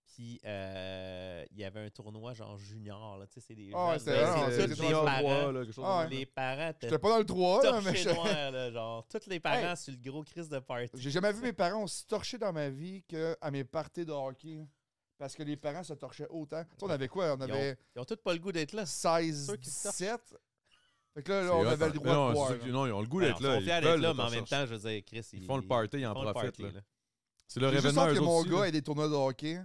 [SPEAKER 3] Puis euh, il y avait un tournoi genre junior. là, Tu sais, c'est des
[SPEAKER 2] Ah ouais,
[SPEAKER 3] jeunes,
[SPEAKER 2] c'était
[SPEAKER 3] ben,
[SPEAKER 2] vraiment-
[SPEAKER 3] c'est
[SPEAKER 2] c'était
[SPEAKER 3] tous
[SPEAKER 2] des
[SPEAKER 3] les
[SPEAKER 2] juniors
[SPEAKER 3] parents.
[SPEAKER 1] là, quelque chose
[SPEAKER 2] Ah
[SPEAKER 1] de même.
[SPEAKER 3] Les parents étaient
[SPEAKER 2] J'étais pas dans le 3, là, mais
[SPEAKER 3] torchés
[SPEAKER 2] je-
[SPEAKER 3] noirs, là, genre. Tous les parents sur le gros crise de party.
[SPEAKER 2] j'ai jamais vu mes parents aussi torcher dans ma vie qu'à mes parties de hockey. Parce que les parents se torchaient autant. Tu sais, on avait quoi? On
[SPEAKER 3] Ils ont-
[SPEAKER 2] avait
[SPEAKER 3] Ils ont tous pas le goût d'être là.
[SPEAKER 2] 16,
[SPEAKER 3] Ceux qui se torchent.
[SPEAKER 2] 17. Fait que là, là,
[SPEAKER 1] C'est
[SPEAKER 2] on
[SPEAKER 1] hot,
[SPEAKER 2] avait le
[SPEAKER 1] hein.
[SPEAKER 2] droit
[SPEAKER 1] Non,
[SPEAKER 2] de
[SPEAKER 1] c'est
[SPEAKER 2] boire.
[SPEAKER 1] sûr qu'ils-
[SPEAKER 2] là.
[SPEAKER 1] non, ils ont le goût
[SPEAKER 3] Ben,
[SPEAKER 1] d'être là.
[SPEAKER 3] Ils sont fiers
[SPEAKER 1] ils
[SPEAKER 3] d'être
[SPEAKER 1] veulent
[SPEAKER 3] là,
[SPEAKER 1] le
[SPEAKER 3] mais en même
[SPEAKER 1] torchage.
[SPEAKER 3] temps, je veux dire, Chris.
[SPEAKER 1] Ils font le party, ils en
[SPEAKER 3] font le
[SPEAKER 1] profitent.
[SPEAKER 3] party,
[SPEAKER 1] là.
[SPEAKER 3] là.
[SPEAKER 1] C'est leur
[SPEAKER 2] J'ai juste
[SPEAKER 1] événement.
[SPEAKER 2] hâte que
[SPEAKER 1] eux
[SPEAKER 2] mon
[SPEAKER 1] aussi, là.
[SPEAKER 2] gars ait des tournois de hockey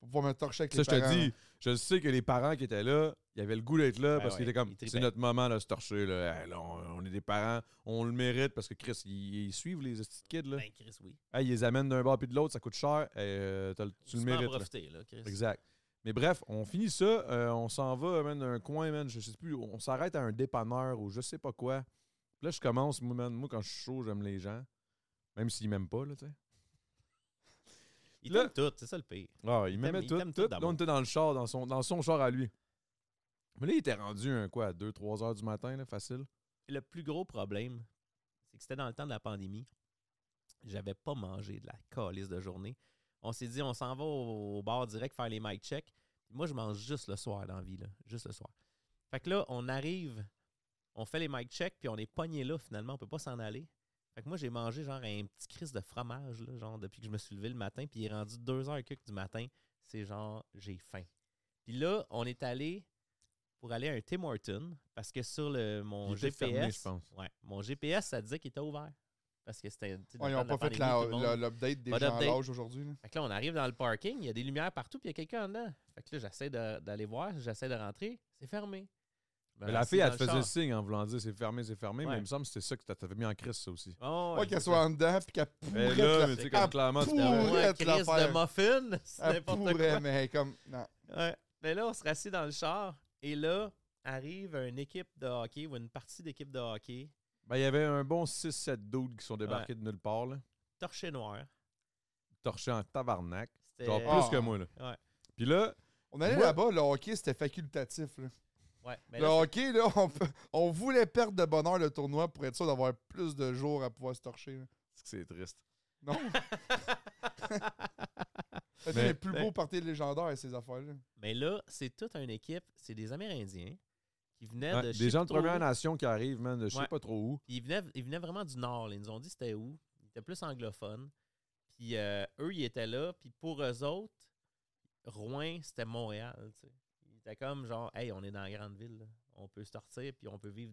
[SPEAKER 2] pour pouvoir me torcher avec
[SPEAKER 1] Ça,
[SPEAKER 2] les
[SPEAKER 1] je te
[SPEAKER 2] parents.
[SPEAKER 1] dis, je sais que les parents qui étaient là, ils avaient le goût d'être là
[SPEAKER 3] Ben
[SPEAKER 1] parce qu'ils
[SPEAKER 3] ouais,
[SPEAKER 1] étaient comme,
[SPEAKER 3] ils tripaient.
[SPEAKER 1] c'est notre moment de se torcher. Là. Hey, là, on, on est des parents, on le mérite parce que Chris, ils, ils suivent les petits kids. Là.
[SPEAKER 3] Ben, Chris, oui.
[SPEAKER 1] Hey, ils les amènent d'un bord puis de l'autre, ça coûte cher. et, euh, t'as le- tu le
[SPEAKER 3] peux en
[SPEAKER 1] mérites. là.
[SPEAKER 3] profiter, là, Chris.
[SPEAKER 1] Exact. Mais bref, on finit ça, euh, on s'en va, man, un coin, man, je sais plus, on s'arrête à un dépanneur ou je sais pas quoi. Puis là, je commence, moi, man, moi quand je suis chaud, j'aime les gens. Même s'ils m'aiment pas, là, tu sais.
[SPEAKER 3] Ils
[SPEAKER 1] Là-
[SPEAKER 3] t'aiment tout, c'est ça le pire.
[SPEAKER 1] Ah, il
[SPEAKER 3] Il
[SPEAKER 1] m'aimait
[SPEAKER 3] t'aime- il
[SPEAKER 1] tout,
[SPEAKER 3] t'aime
[SPEAKER 1] tout.
[SPEAKER 3] tout
[SPEAKER 1] Là,
[SPEAKER 3] d'amour.
[SPEAKER 1] on était dans le char, dans son, dans son char à lui. Mais là, il était rendu, un, quoi, à 2-3 heures du matin, là, facile.
[SPEAKER 3] Le plus gros problème, c'est que c'était dans le temps de la pandémie. J'avais pas mangé de la calice de journée. On s'est dit, on s'en va au, au bar direct faire les mic checks. Moi, je mange juste le soir dans la vie, là. Juste le soir. Fait que là, on arrive, on fait les mic checks, puis on est pogné là, finalement. On peut pas s'en aller. Fait que moi, j'ai mangé genre un petit crise de fromage, là, genre depuis que je me suis levé le matin, puis il est rendu 2 heures quelques du matin. C'est genre, j'ai faim. Puis là, on est allé pour aller à un Tim Horton, parce que sur le, mon
[SPEAKER 1] Il était
[SPEAKER 3] GPS,
[SPEAKER 1] fermé, je pense.
[SPEAKER 3] Ouais, mon GPS, ça disait qu'il était ouvert. Parce que c'était. tu sais, dans
[SPEAKER 2] Ouais,
[SPEAKER 3] le
[SPEAKER 2] ils n'ont
[SPEAKER 3] temps de
[SPEAKER 2] pas fait
[SPEAKER 3] pandémie,
[SPEAKER 2] la-
[SPEAKER 3] tout le monde-
[SPEAKER 2] la- l'update des
[SPEAKER 3] Pas
[SPEAKER 2] gens à
[SPEAKER 3] d'update.
[SPEAKER 2] l'âge aujourd'hui. là.
[SPEAKER 3] fait que là, on arrive dans le parking, il y a des lumières partout, puis il y a quelqu'un dedans. Fait que là, j'essaie de- d'aller voir, j'essaie de rentrer, c'est fermé. Je me
[SPEAKER 1] Mais la
[SPEAKER 3] rassis
[SPEAKER 1] fille, elle
[SPEAKER 3] Ben, dans
[SPEAKER 1] te
[SPEAKER 3] le
[SPEAKER 1] faisait
[SPEAKER 3] char.
[SPEAKER 1] signe en voulant dire c'est fermé, c'est fermé, mais
[SPEAKER 3] Ouais.
[SPEAKER 1] il me semble que c'était ça que t'a- t'avais mis en crise, ça aussi.
[SPEAKER 3] Oh,
[SPEAKER 2] Pas qu'elle soit en dedans puis qu'elle
[SPEAKER 1] Mais
[SPEAKER 2] pourrait
[SPEAKER 1] là, mais tu sais,
[SPEAKER 2] la-
[SPEAKER 3] ben c'est
[SPEAKER 1] comme
[SPEAKER 2] ah,
[SPEAKER 1] clairement,
[SPEAKER 2] pou-
[SPEAKER 1] c'était-
[SPEAKER 3] C'était
[SPEAKER 2] pourrait
[SPEAKER 3] un
[SPEAKER 2] te
[SPEAKER 3] crise
[SPEAKER 2] la
[SPEAKER 3] de
[SPEAKER 2] faire.
[SPEAKER 3] muffin, c'est
[SPEAKER 2] Elle
[SPEAKER 3] n'importe quoi.
[SPEAKER 2] pourrait, Ah, mais comme. Non.
[SPEAKER 3] Ouais. Mais là, on se rassit dans le char, et là, arrive une équipe de hockey ou une partie d'équipe de hockey,
[SPEAKER 1] Ben, il y avait un bon 6-7 dudes qui sont débarqués de nulle part, là,
[SPEAKER 3] torché noir.
[SPEAKER 1] torchés en tabarnak.
[SPEAKER 3] C'était-
[SPEAKER 1] Genre
[SPEAKER 2] Ah.
[SPEAKER 1] plus que moi, là.
[SPEAKER 3] Ouais.
[SPEAKER 1] Puis là,
[SPEAKER 2] On allait
[SPEAKER 1] Moi-
[SPEAKER 2] là-bas, le hockey, c'était facultatif. là.
[SPEAKER 3] Ouais, mais
[SPEAKER 2] Le
[SPEAKER 3] là,
[SPEAKER 2] hockey, là, on, peut- on voulait perdre de bonheur le tournoi pour être sûr d'avoir plus de jours à pouvoir se torcher. là.
[SPEAKER 1] c'est triste.
[SPEAKER 2] Non? C'était
[SPEAKER 1] Mais-
[SPEAKER 2] les plus
[SPEAKER 3] mais-
[SPEAKER 2] beaux parties légendaires, ces affaires-là.
[SPEAKER 3] mais là, c'est toute une équipe, c'est des Amérindiens qui venaient
[SPEAKER 1] Ouais,
[SPEAKER 3] de je sais
[SPEAKER 1] des gens de
[SPEAKER 3] plus trop
[SPEAKER 1] Première
[SPEAKER 3] où.
[SPEAKER 1] Nation qui arrivent, man, de je sais
[SPEAKER 3] Ouais.
[SPEAKER 1] pas trop où.
[SPEAKER 3] Puis ils venaient, ils venaient vraiment du Nord. là. Ils nous ont dit c'était où. Ils étaient plus anglophones. Puis euh, eux, ils étaient là. Puis pour eux autres, Rouen, c'était Montréal. tu sais. Ils étaient comme genre, hey, on est dans la grande ville. là. On peut sortir, puis on peut vivre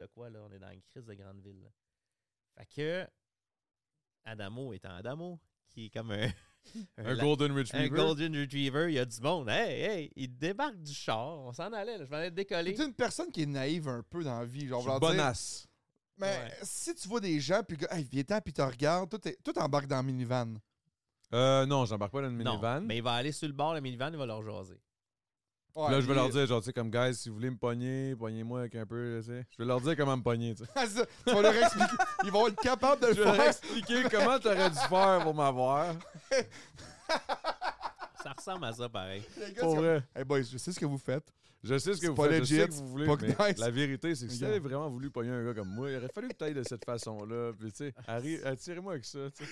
[SPEAKER 3] de quoi, là. On est dans une crise de grande ville. là. Fait que Adamo étant Adamo, qui est comme un.
[SPEAKER 1] Un
[SPEAKER 3] la-
[SPEAKER 1] Golden Rich
[SPEAKER 3] un
[SPEAKER 1] Reaver.
[SPEAKER 3] Golden Retriever, il y a du monde. Hey, hey, il débarque du char. On s'en allait, là. Je m'en allais décoller.
[SPEAKER 2] T'es une personne qui est naïve un peu dans la vie. Genre,
[SPEAKER 1] Je suis
[SPEAKER 2] vouloir dire,
[SPEAKER 1] bonasse.
[SPEAKER 2] Mais
[SPEAKER 3] Ouais.
[SPEAKER 2] si tu vois des gens, puis que, hey, viens-t'en, puis te regardes, tout, est- tout embarque dans la minivan.
[SPEAKER 1] Euh, non, j'embarque pas dans une
[SPEAKER 3] Non,
[SPEAKER 1] minivan.
[SPEAKER 3] mais il va aller sur le bord, le minivan, il va leur jaser.
[SPEAKER 2] Ouais,
[SPEAKER 1] là, je vais
[SPEAKER 2] puis-
[SPEAKER 1] leur dire, genre, tu sais, comme, guys, si vous voulez me pogner, pognez-moi avec un peu, tu sais. Je vais leur dire comment me pogner, tu sais.
[SPEAKER 2] Ah, ça, tu vas leur expliquer. Ils vont être capables de le
[SPEAKER 1] Je vais leur
[SPEAKER 2] faire.
[SPEAKER 1] expliquer comment t'aurais dû faire pour m'avoir.
[SPEAKER 3] Ça ressemble à ça, pareil.
[SPEAKER 2] Les gars,
[SPEAKER 1] Pour
[SPEAKER 2] c'est comme,
[SPEAKER 1] vrai.
[SPEAKER 2] Hey boys, je sais ce que vous faites.
[SPEAKER 1] Je sais ce que
[SPEAKER 2] C'est
[SPEAKER 1] vous
[SPEAKER 2] pas
[SPEAKER 1] faites, je sais
[SPEAKER 2] legit,
[SPEAKER 1] que vous voulez.
[SPEAKER 2] pas
[SPEAKER 1] mais
[SPEAKER 2] nice.
[SPEAKER 1] La vérité, c'est que si
[SPEAKER 2] Regarde.
[SPEAKER 1] t'avais vraiment voulu pogner un gars comme moi, il aurait fallu que t'ailles de cette façon-là. Puis, tu sais,
[SPEAKER 3] Ah,
[SPEAKER 1] arri- attirez-moi avec ça, tu sais.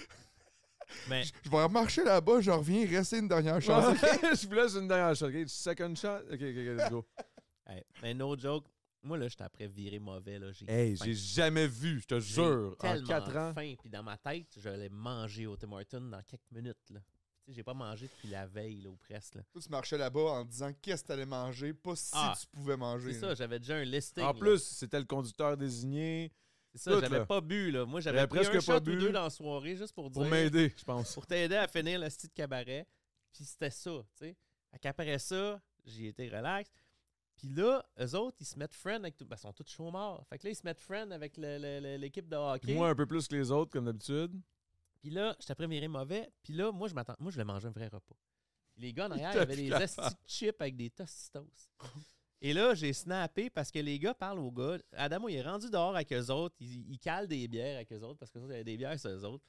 [SPEAKER 3] Mais
[SPEAKER 2] Je vais marcher là-bas, je reviens, rester une dernière chance.
[SPEAKER 3] Ah,
[SPEAKER 1] Je vous laisse une dernière shot. Ok, second shot. Ok, ok, ok, let's go.
[SPEAKER 3] Hey, mais no joke, moi là, je suis après virer mauvais. Là, j'ai
[SPEAKER 1] Hey,
[SPEAKER 3] faim.
[SPEAKER 1] j'ai jamais vu, je te
[SPEAKER 3] J'ai
[SPEAKER 1] jure, en
[SPEAKER 3] tellement
[SPEAKER 1] 4 ans.
[SPEAKER 3] faim. Puis dans ma tête, je l'ai mangé au Tim Hortons dans quelques minutes. Là. Tu sais, j'ai pas mangé depuis la veille, là, ou presque. là.
[SPEAKER 2] Toi, tu marchais là-bas en disant qu'est-ce que t'allais manger, pas si
[SPEAKER 3] Ah,
[SPEAKER 2] tu pouvais manger.
[SPEAKER 3] C'est
[SPEAKER 2] là.
[SPEAKER 3] ça, j'avais déjà un listing.
[SPEAKER 1] En
[SPEAKER 3] là.
[SPEAKER 1] plus, c'était le conducteur désigné
[SPEAKER 3] c'est ça,
[SPEAKER 1] tout,
[SPEAKER 3] j'avais
[SPEAKER 1] là.
[SPEAKER 3] pas bu. Là. Moi, j'avais
[SPEAKER 1] J'avais
[SPEAKER 3] pris
[SPEAKER 1] presque
[SPEAKER 3] un
[SPEAKER 1] pas
[SPEAKER 3] shot
[SPEAKER 1] bu.
[SPEAKER 3] ou deux dans la soirée juste pour,
[SPEAKER 1] pour
[SPEAKER 3] dire-
[SPEAKER 1] m'aider, je pense.
[SPEAKER 3] pour t'aider à finir le style de cabaret. Puis c'était ça, tu sais. Fait qu'après ça, j'ai été relax. Puis là, eux autres, ils se mettent friend avec tout. Ben, ils sont tous chauds morts. Fait que là, ils se mettent friend avec le- le- le- l'équipe de hockey.
[SPEAKER 1] Moi, un peu plus que les autres, comme d'habitude.
[SPEAKER 3] Puis là, j'étais après viré mauvais. Puis là, moi, je m'attends. Moi, je voulais manger un vrai repas. Puis les gars en arrière,
[SPEAKER 1] T'es
[SPEAKER 3] ils avaient des
[SPEAKER 1] capable.
[SPEAKER 3] esti de chips avec des tostitos. Et là, j'ai snappé parce que les gars parlent aux gars. Adamo, il est rendu dehors avec eux autres. Il, il cale des bières avec eux autres parce que ça, il y avait des bières sur eux autres.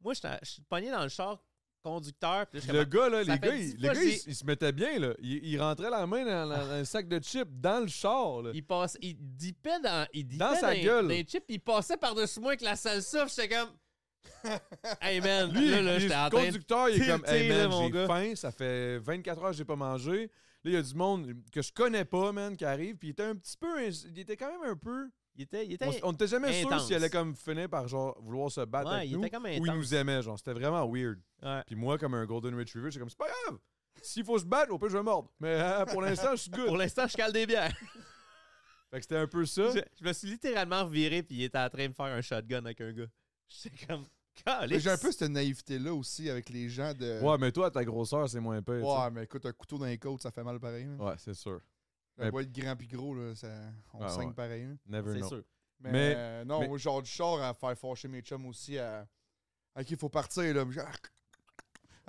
[SPEAKER 3] Moi, j'étais- je suis pogné dans le char conducteur. Puis là, j'étais
[SPEAKER 1] Le
[SPEAKER 3] comme-
[SPEAKER 1] gars, là,
[SPEAKER 3] Ça
[SPEAKER 1] les
[SPEAKER 3] fait
[SPEAKER 1] gars,
[SPEAKER 3] dix
[SPEAKER 1] il,
[SPEAKER 3] fois
[SPEAKER 1] le gars,
[SPEAKER 3] que
[SPEAKER 1] il,
[SPEAKER 3] j'ai-
[SPEAKER 1] il se mettait bien, là. Il, il rentrait la main dans, dans un sac de chips dans le char, là.
[SPEAKER 3] Il passe, il dipait dans, il dipait
[SPEAKER 1] Dans sa
[SPEAKER 3] les-
[SPEAKER 1] gueule.
[SPEAKER 3] dans les chips, il passait par-dessus moi avec la salsa, puis j'étais comme, hey man, là, là,
[SPEAKER 1] il-
[SPEAKER 3] j'étais en
[SPEAKER 1] le
[SPEAKER 3] train de
[SPEAKER 1] conducteur, il est comme,
[SPEAKER 3] tilter,
[SPEAKER 1] hey
[SPEAKER 3] là,
[SPEAKER 1] man,
[SPEAKER 3] mon
[SPEAKER 1] j'ai
[SPEAKER 3] gars.
[SPEAKER 1] faim, ça fait 24 heures que j'ai pas mangé. Là, il y a du monde que je connais pas, man, qui arrive, puis il était un petit peu, ins- il était quand même un peu.
[SPEAKER 3] Il était, il était,
[SPEAKER 1] On, on était jamais sûr
[SPEAKER 3] intense.
[SPEAKER 1] s'il allait comme finir par genre vouloir se battre
[SPEAKER 3] Ouais,
[SPEAKER 1] avec nous
[SPEAKER 3] il était comme
[SPEAKER 1] ou il
[SPEAKER 3] intense.
[SPEAKER 1] nous aimait, genre. C'était vraiment weird.
[SPEAKER 3] Ouais.
[SPEAKER 1] Puis moi, comme un Golden Retriever, j'étais comme, c'est pas grave. S'il faut se battre, au pire, je vais mordre. Mais euh, pour l'instant, je suis good.
[SPEAKER 3] Pour l'instant, je cale des bières.
[SPEAKER 1] Fait que c'était un peu ça.
[SPEAKER 3] Je, je me suis littéralement reviré, puis il était en train de me faire un shotgun avec un gars. J'étais comme,
[SPEAKER 2] Mais
[SPEAKER 3] calé.
[SPEAKER 2] J'ai un peu cette naïveté-là aussi avec les gens de.
[SPEAKER 1] Ouais, mais toi, ta grosseur, c'est moins pire. tu sais.
[SPEAKER 2] Ouais, mais écoute, un couteau dans les côtes, ça fait mal pareil. là.
[SPEAKER 1] Ouais, c'est sûr.
[SPEAKER 2] Ça
[SPEAKER 1] mais-
[SPEAKER 2] doit être grand puis gros, là, ça... on
[SPEAKER 1] Ah,
[SPEAKER 2] saigne
[SPEAKER 1] ouais.
[SPEAKER 2] pareil. là.
[SPEAKER 1] Never
[SPEAKER 3] C'est
[SPEAKER 1] know.
[SPEAKER 3] sûr.
[SPEAKER 2] Mais,
[SPEAKER 1] Mais-
[SPEAKER 2] euh, non,
[SPEAKER 1] mais-
[SPEAKER 2] moi, genre du char à faire fâcher mes chums aussi à. À qui il faut partir, là. Genre... avec
[SPEAKER 1] Ah,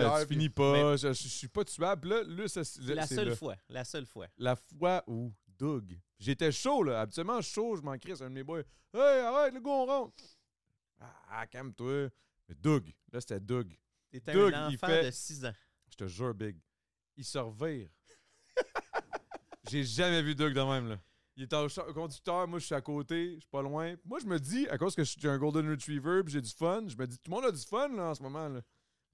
[SPEAKER 2] les bières,
[SPEAKER 1] tu
[SPEAKER 2] puis-
[SPEAKER 1] finis pas. Je, je- je suis pas tuable. Là, là ça, c'est
[SPEAKER 3] La
[SPEAKER 1] c'est
[SPEAKER 3] seule
[SPEAKER 1] là.
[SPEAKER 3] fois, la seule fois.
[SPEAKER 1] La fois où Doug. J'étais chaud, là. Habituellement chaud, je m'en crisse. Un de mes boys. Hey, arrête, le gars, on rentre. Ah, ah, calme-toi. Mais Doug. Là, c'était Doug.
[SPEAKER 3] T'étais
[SPEAKER 1] Doug,
[SPEAKER 3] un
[SPEAKER 1] il
[SPEAKER 3] enfant
[SPEAKER 1] fait-
[SPEAKER 3] de 6 ans.
[SPEAKER 1] Je te jure, Big. Il se revire. J'ai jamais vu Doug de même, là. Il est au char- au conducteur, moi je suis à côté, je suis pas loin. Moi je me dis, à cause que je suis un Golden Retriever puis j'ai du fun, je me dis, tout le monde a du fun là, en ce moment. Là.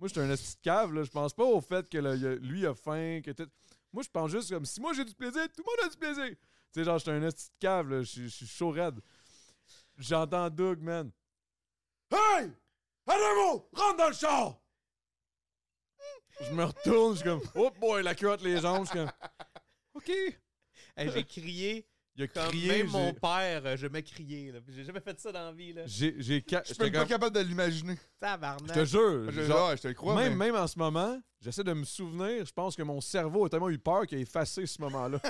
[SPEAKER 1] Moi je suis un esti de cave, là. je pense pas au fait que là, il a- lui a faim. Que tout- Moi je pense juste comme si moi j'ai du plaisir, tout le monde a du plaisir. Tu sais, genre je suis un esti de cave, là. je suis- je suis chaud raide. J'entends Doug, man. Hey! Adamo, rentre dans le char! Je me retourne, je suis comme, oh boy, la culotte, les jambes, je suis comme, OK.
[SPEAKER 3] Hey, j'ai crié
[SPEAKER 1] Il a
[SPEAKER 3] comme
[SPEAKER 1] crié,
[SPEAKER 3] même
[SPEAKER 1] j'ai-
[SPEAKER 3] mon père, euh, je me crié. là. Puis J'ai jamais fait ça dans la vie. Là.
[SPEAKER 1] J'ai, j'ai, ca-
[SPEAKER 2] Je suis
[SPEAKER 1] j'étais
[SPEAKER 2] même pas
[SPEAKER 1] comme-
[SPEAKER 2] capable de l'imaginer.
[SPEAKER 1] je
[SPEAKER 3] Tabarnak.
[SPEAKER 1] te jure,
[SPEAKER 2] Je,
[SPEAKER 1] genre,
[SPEAKER 2] ouais, je te le crois.
[SPEAKER 1] même,
[SPEAKER 2] mais...
[SPEAKER 1] même en ce moment, j'essaie de me souvenir, je pense que mon cerveau a tellement eu peur qu'il a effacé ce moment-là.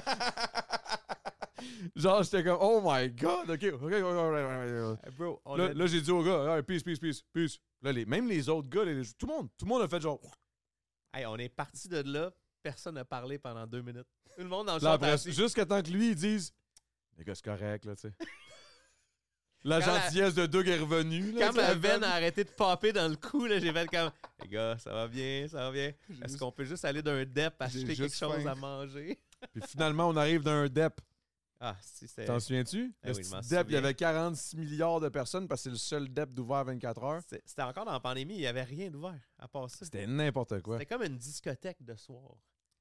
[SPEAKER 1] genre, j'étais comme, oh my god, OK, OK, OK, OK, OK.
[SPEAKER 3] Hey, bro, on
[SPEAKER 1] Là,
[SPEAKER 3] a-
[SPEAKER 1] là, j'ai dit au gars, Hey, peace, peace, peace, peace. Là, les, même les autres gars, les- tout, le monde, tout le monde a fait genre,
[SPEAKER 3] Hey, on est parti de là. Personne n'a parlé pendant deux minutes. Tout le monde dans le
[SPEAKER 1] là,
[SPEAKER 3] chat.
[SPEAKER 1] après,
[SPEAKER 3] a dit-
[SPEAKER 1] jusqu'à temps que lui, il dise, les gars, c'est correct, là, tu sais. La
[SPEAKER 3] Quand la-
[SPEAKER 1] gentillesse de Doug est revenue. là,
[SPEAKER 3] Quand
[SPEAKER 1] tu sais,
[SPEAKER 3] ma
[SPEAKER 1] la
[SPEAKER 3] veine
[SPEAKER 1] femme.
[SPEAKER 3] a arrêté de popper dans le cou, là, j'ai fait comme Les gars, ça va bien, ça va bien. Est-ce
[SPEAKER 2] juste-
[SPEAKER 3] qu'on peut juste aller d'un dep acheter quelque
[SPEAKER 2] juste
[SPEAKER 3] chose
[SPEAKER 2] faim.
[SPEAKER 3] à manger?
[SPEAKER 1] Puis finalement, on arrive d'un dep.
[SPEAKER 3] Ah, si, c'était.
[SPEAKER 1] T'en souviens-tu?
[SPEAKER 3] Ben
[SPEAKER 1] le
[SPEAKER 3] oui, je m'en
[SPEAKER 1] petit DEP, il y
[SPEAKER 3] souviens.
[SPEAKER 1] avait 46 milliards de personnes parce que c'est le seul DEP d'ouvert à 24 heures.
[SPEAKER 3] c'était- C'était encore dans la pandémie, il n'y avait rien d'ouvert à part ça.
[SPEAKER 1] C'était n'importe quoi.
[SPEAKER 3] C'était comme une discothèque de soir.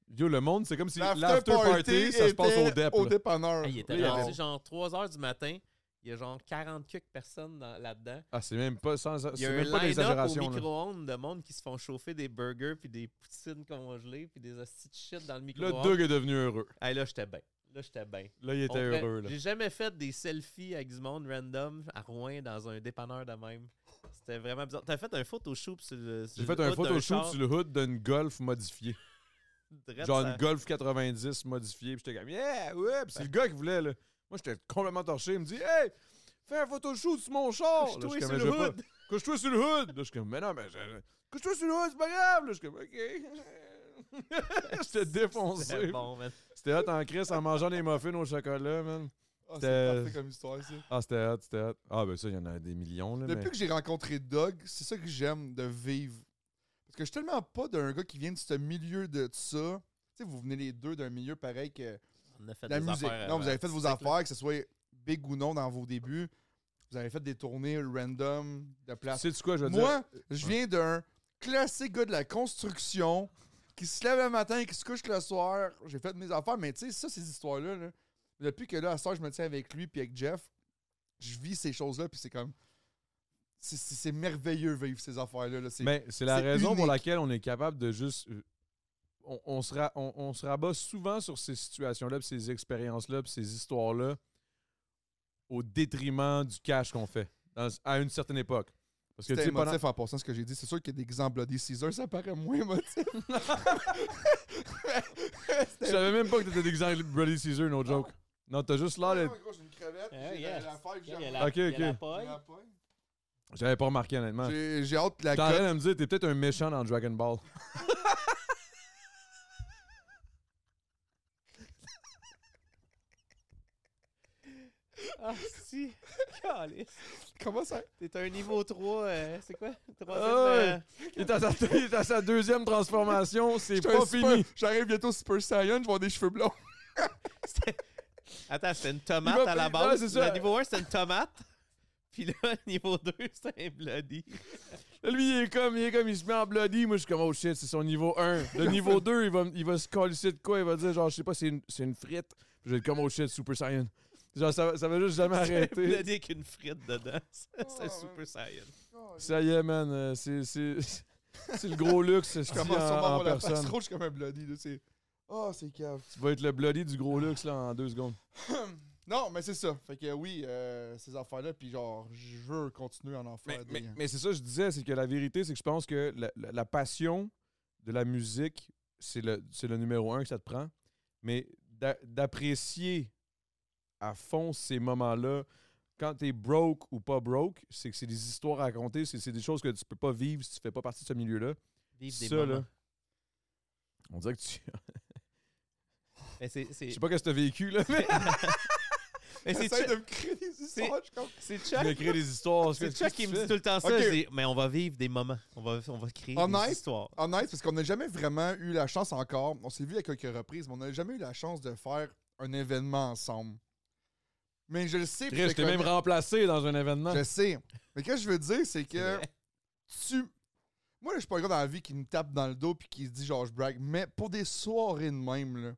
[SPEAKER 1] Yo, le monde, c'est comme si
[SPEAKER 2] L'after
[SPEAKER 1] l'after party, ça se passe au
[SPEAKER 2] était
[SPEAKER 1] DEP.
[SPEAKER 2] Au
[SPEAKER 3] E
[SPEAKER 1] là.
[SPEAKER 2] dépanneur.
[SPEAKER 3] Hey, Ah, il était
[SPEAKER 2] Là, il y
[SPEAKER 3] rendu
[SPEAKER 2] avait-
[SPEAKER 3] genre 3 heures du matin. Il y a genre 40 quelques personnes dans- là-dedans.
[SPEAKER 1] Ah, c'est même pas, sans,
[SPEAKER 3] Il y
[SPEAKER 1] c'est
[SPEAKER 3] a un
[SPEAKER 1] même pas des
[SPEAKER 3] line-up au
[SPEAKER 1] exagérations. là.
[SPEAKER 3] micro-ondes de monde qui se font chauffer des burgers puis des poutines congelées puis des hosties de shit dans le
[SPEAKER 1] Là,
[SPEAKER 3] micro-ondes.
[SPEAKER 1] Doug est devenu heureux.
[SPEAKER 3] Hey, là, j'étais bien. Là, j'étais bien.
[SPEAKER 1] Là, il était
[SPEAKER 3] On fait-
[SPEAKER 1] heureux. Là.
[SPEAKER 3] J'ai jamais fait des selfies avec du monde random à Rouen dans un dépanneur de même. C'était vraiment bizarre. T'as fait un photoshoot sur le. sur
[SPEAKER 1] J'ai
[SPEAKER 3] le
[SPEAKER 1] fait un
[SPEAKER 3] hood d'un
[SPEAKER 1] photoshoot
[SPEAKER 3] char,
[SPEAKER 1] sur le hood d'une Golf modifiée.
[SPEAKER 3] direct
[SPEAKER 1] Genre
[SPEAKER 3] ça-
[SPEAKER 1] une Golf 90 modifiée. Puis j'étais comme, yeah, ouais. Puis c'est le gars qui voulait, là. Moi, j'étais complètement torché. Il me dit, hey, fais un photoshoot sur mon char. Là,
[SPEAKER 3] Couche-toi
[SPEAKER 1] je suis
[SPEAKER 3] sur
[SPEAKER 1] comme,
[SPEAKER 3] le
[SPEAKER 1] Je veux
[SPEAKER 3] hood.
[SPEAKER 1] pas. Couche-toi sur le hood. Là, je suis comme, mais non, mais. je- Couche-toi sur le hood, c'est pas grave. Là, je suis comme, OK. J'étais
[SPEAKER 3] C'était
[SPEAKER 1] défoncé.
[SPEAKER 3] bon, man.
[SPEAKER 1] C'était hot en crise en mangeant des muffins au chocolat, man.
[SPEAKER 2] Ah,
[SPEAKER 1] Euh,
[SPEAKER 2] c'est parfait comme histoire, ça.
[SPEAKER 1] Ah, c'était hot, c'était hot. Ah, ben ça, il y en a des millions, là.
[SPEAKER 2] Depuis
[SPEAKER 1] mais...
[SPEAKER 2] que j'ai rencontré Doug, c'est ça que j'aime de vivre. Parce que je suis tellement pas d'un gars qui vient de ce milieu de ça. Tu sais, vous venez les deux d'un milieu pareil que
[SPEAKER 3] On a fait
[SPEAKER 2] la
[SPEAKER 3] des
[SPEAKER 2] musique.
[SPEAKER 3] affaires,
[SPEAKER 2] non,
[SPEAKER 3] euh,
[SPEAKER 2] vous avez fait vos
[SPEAKER 3] artistiques, là.
[SPEAKER 2] affaires, que ce soit big ou non dans vos débuts. Vous avez fait des tournées random de place.
[SPEAKER 1] Sais-tu quoi, je veux dire?
[SPEAKER 2] Moi, je viens d'un classique gars de la construction qui se lève le matin et qui se couche le soir. J'ai fait mes affaires, mais tu sais, ça, ces histoires-là. là, depuis que là, à soir, je me tiens avec lui puis avec Jeff, je vis ces choses-là, puis c'est comme. C'est- C'est c'est merveilleux vivre ces affaires-là. là. C'est-
[SPEAKER 1] Mais c'est la
[SPEAKER 2] c'est
[SPEAKER 1] raison pour
[SPEAKER 2] unique.
[SPEAKER 1] laquelle on est capable de juste. euh, On, on se, ra- on, on se rabat souvent sur ces situations-là, puis ces expériences-là, puis ces histoires-là, au détriment du cash qu'on fait dans- à une certaine époque. Parce que tu
[SPEAKER 2] C'était
[SPEAKER 1] sais, pendant-
[SPEAKER 2] émotif en passant ce que j'ai dit. C'est sûr que des exemples des Caesar, ça paraît moins émotif.
[SPEAKER 1] je
[SPEAKER 2] C'était-
[SPEAKER 1] savais même pas que t'étais déguisé en Brody Caesar, no joke.
[SPEAKER 2] Ah.
[SPEAKER 1] Non, t'as juste l'air d'être-
[SPEAKER 2] j'ai une crevette,
[SPEAKER 3] Ah,
[SPEAKER 2] j'ai
[SPEAKER 3] yes.
[SPEAKER 2] la- la fève, j'ai
[SPEAKER 3] Il y a
[SPEAKER 2] la-
[SPEAKER 3] la-
[SPEAKER 1] Ok,
[SPEAKER 3] il y a
[SPEAKER 1] ok.
[SPEAKER 3] la paille.
[SPEAKER 2] la poigne.
[SPEAKER 1] J'avais pas remarqué, honnêtement.
[SPEAKER 2] J'ai j'ai hâte que la
[SPEAKER 1] T'es en train
[SPEAKER 2] cote.
[SPEAKER 1] de me dire, t'es peut-être un méchant dans Dragon Ball.
[SPEAKER 3] Ah, si. Calisse.
[SPEAKER 2] Comment ça?
[SPEAKER 3] T'es un niveau 3. euh, c'est quoi? Troisième.
[SPEAKER 1] Ah ouais.
[SPEAKER 3] euh,
[SPEAKER 1] Il est à sa, il est à sa deuxième transformation, c'est
[SPEAKER 2] J'étais
[SPEAKER 1] pas
[SPEAKER 2] un super-
[SPEAKER 1] fini.
[SPEAKER 2] J'arrive bientôt Super Saiyan, je vais avoir des cheveux blonds.
[SPEAKER 3] C'était- Attends, c'était une tomate
[SPEAKER 1] Il m'a
[SPEAKER 3] à la
[SPEAKER 1] pris-
[SPEAKER 3] base.
[SPEAKER 1] Ouais, c'est ça.
[SPEAKER 3] Le niveau 1, c'était une tomate. Puis là, niveau 2, c'était un bloody.
[SPEAKER 1] Lui, il est comme, il est comme, il se met en bloody. Moi, je suis comme, oh shit, c'est son niveau 1. Le niveau 2, il va, il va se colisser de quoi? Il va dire, genre, je sais pas, c'est une, c'est une frite. Puis je vais être comme, oh shit, Super Saiyan. Genre, ça, va- ça va juste jamais
[SPEAKER 3] Un
[SPEAKER 1] arrêter.
[SPEAKER 3] bloody avec une frite dedans. C'est c'est un
[SPEAKER 2] Oh,
[SPEAKER 3] Super Saiyan.
[SPEAKER 1] Ça y est, man, euh, c'est, c'est, c'est le gros luxe.
[SPEAKER 2] Je
[SPEAKER 1] c'est
[SPEAKER 2] commence
[SPEAKER 1] en-
[SPEAKER 2] sûrement à
[SPEAKER 1] en
[SPEAKER 2] avoir la face
[SPEAKER 1] personne.
[SPEAKER 2] rouge comme un bloody. Là, c'est... Oh, c'est cave.
[SPEAKER 1] Tu vas être le bloody du gros luxe, là, en deux secondes.
[SPEAKER 2] Non, mais c'est ça. Fait que oui, euh, ces affaires-là, puis genre, je veux continuer à en
[SPEAKER 1] Mais,
[SPEAKER 2] faire
[SPEAKER 1] mais-
[SPEAKER 2] des...
[SPEAKER 1] mais c'est ça que je disais, c'est que la vérité, c'est que je pense que la, la- la passion de la musique, c'est le, c'est le numéro un que ça te prend. Mais d'a- d'apprécier à fond ces moments-là, quand t'es broke ou pas broke, c'est que c'est des histoires à raconter, c'est c'est des choses que tu peux pas vivre si tu fais pas partie de ce milieu-là.
[SPEAKER 3] Vive des
[SPEAKER 1] Ça,
[SPEAKER 3] moments.
[SPEAKER 1] là. On dirait que tu.
[SPEAKER 3] Mais c'est c'est-
[SPEAKER 1] Je sais pas qu'est-ce que t'as vécu, là, mais
[SPEAKER 3] mais c'est
[SPEAKER 2] Essaye
[SPEAKER 3] Chuck,
[SPEAKER 2] de me créer des histoires, Ah, je comprends.
[SPEAKER 3] c'est
[SPEAKER 1] tu
[SPEAKER 3] Chuck,
[SPEAKER 1] m'écris des histoires.
[SPEAKER 3] c'est
[SPEAKER 1] qu'est-ce
[SPEAKER 3] Chuck
[SPEAKER 1] que
[SPEAKER 3] qui
[SPEAKER 1] tu
[SPEAKER 3] me dit
[SPEAKER 1] fais?
[SPEAKER 3] tout le temps ça.
[SPEAKER 2] Ok.
[SPEAKER 3] Je dis, mais on va vivre des moments. On va, on va créer
[SPEAKER 2] Honnête?
[SPEAKER 3] des histoires.
[SPEAKER 2] Honnête, parce qu'on n'a jamais vraiment eu la chance encore. On s'est vu à quelques reprises, mais on n'a jamais eu la chance de faire un événement ensemble. Mais je le sais. puis
[SPEAKER 1] Chris,
[SPEAKER 2] je
[SPEAKER 1] je t'ai
[SPEAKER 2] connais-
[SPEAKER 1] même remplacé dans un événement.
[SPEAKER 2] Je sais. Mais qu'est-ce que je veux dire, c'est que
[SPEAKER 3] vrai.
[SPEAKER 2] tu. Moi, là, je suis pas un gars dans la vie qui me tape dans le dos puis qui se dit genre je brague. Mais pour des soirées de même, là,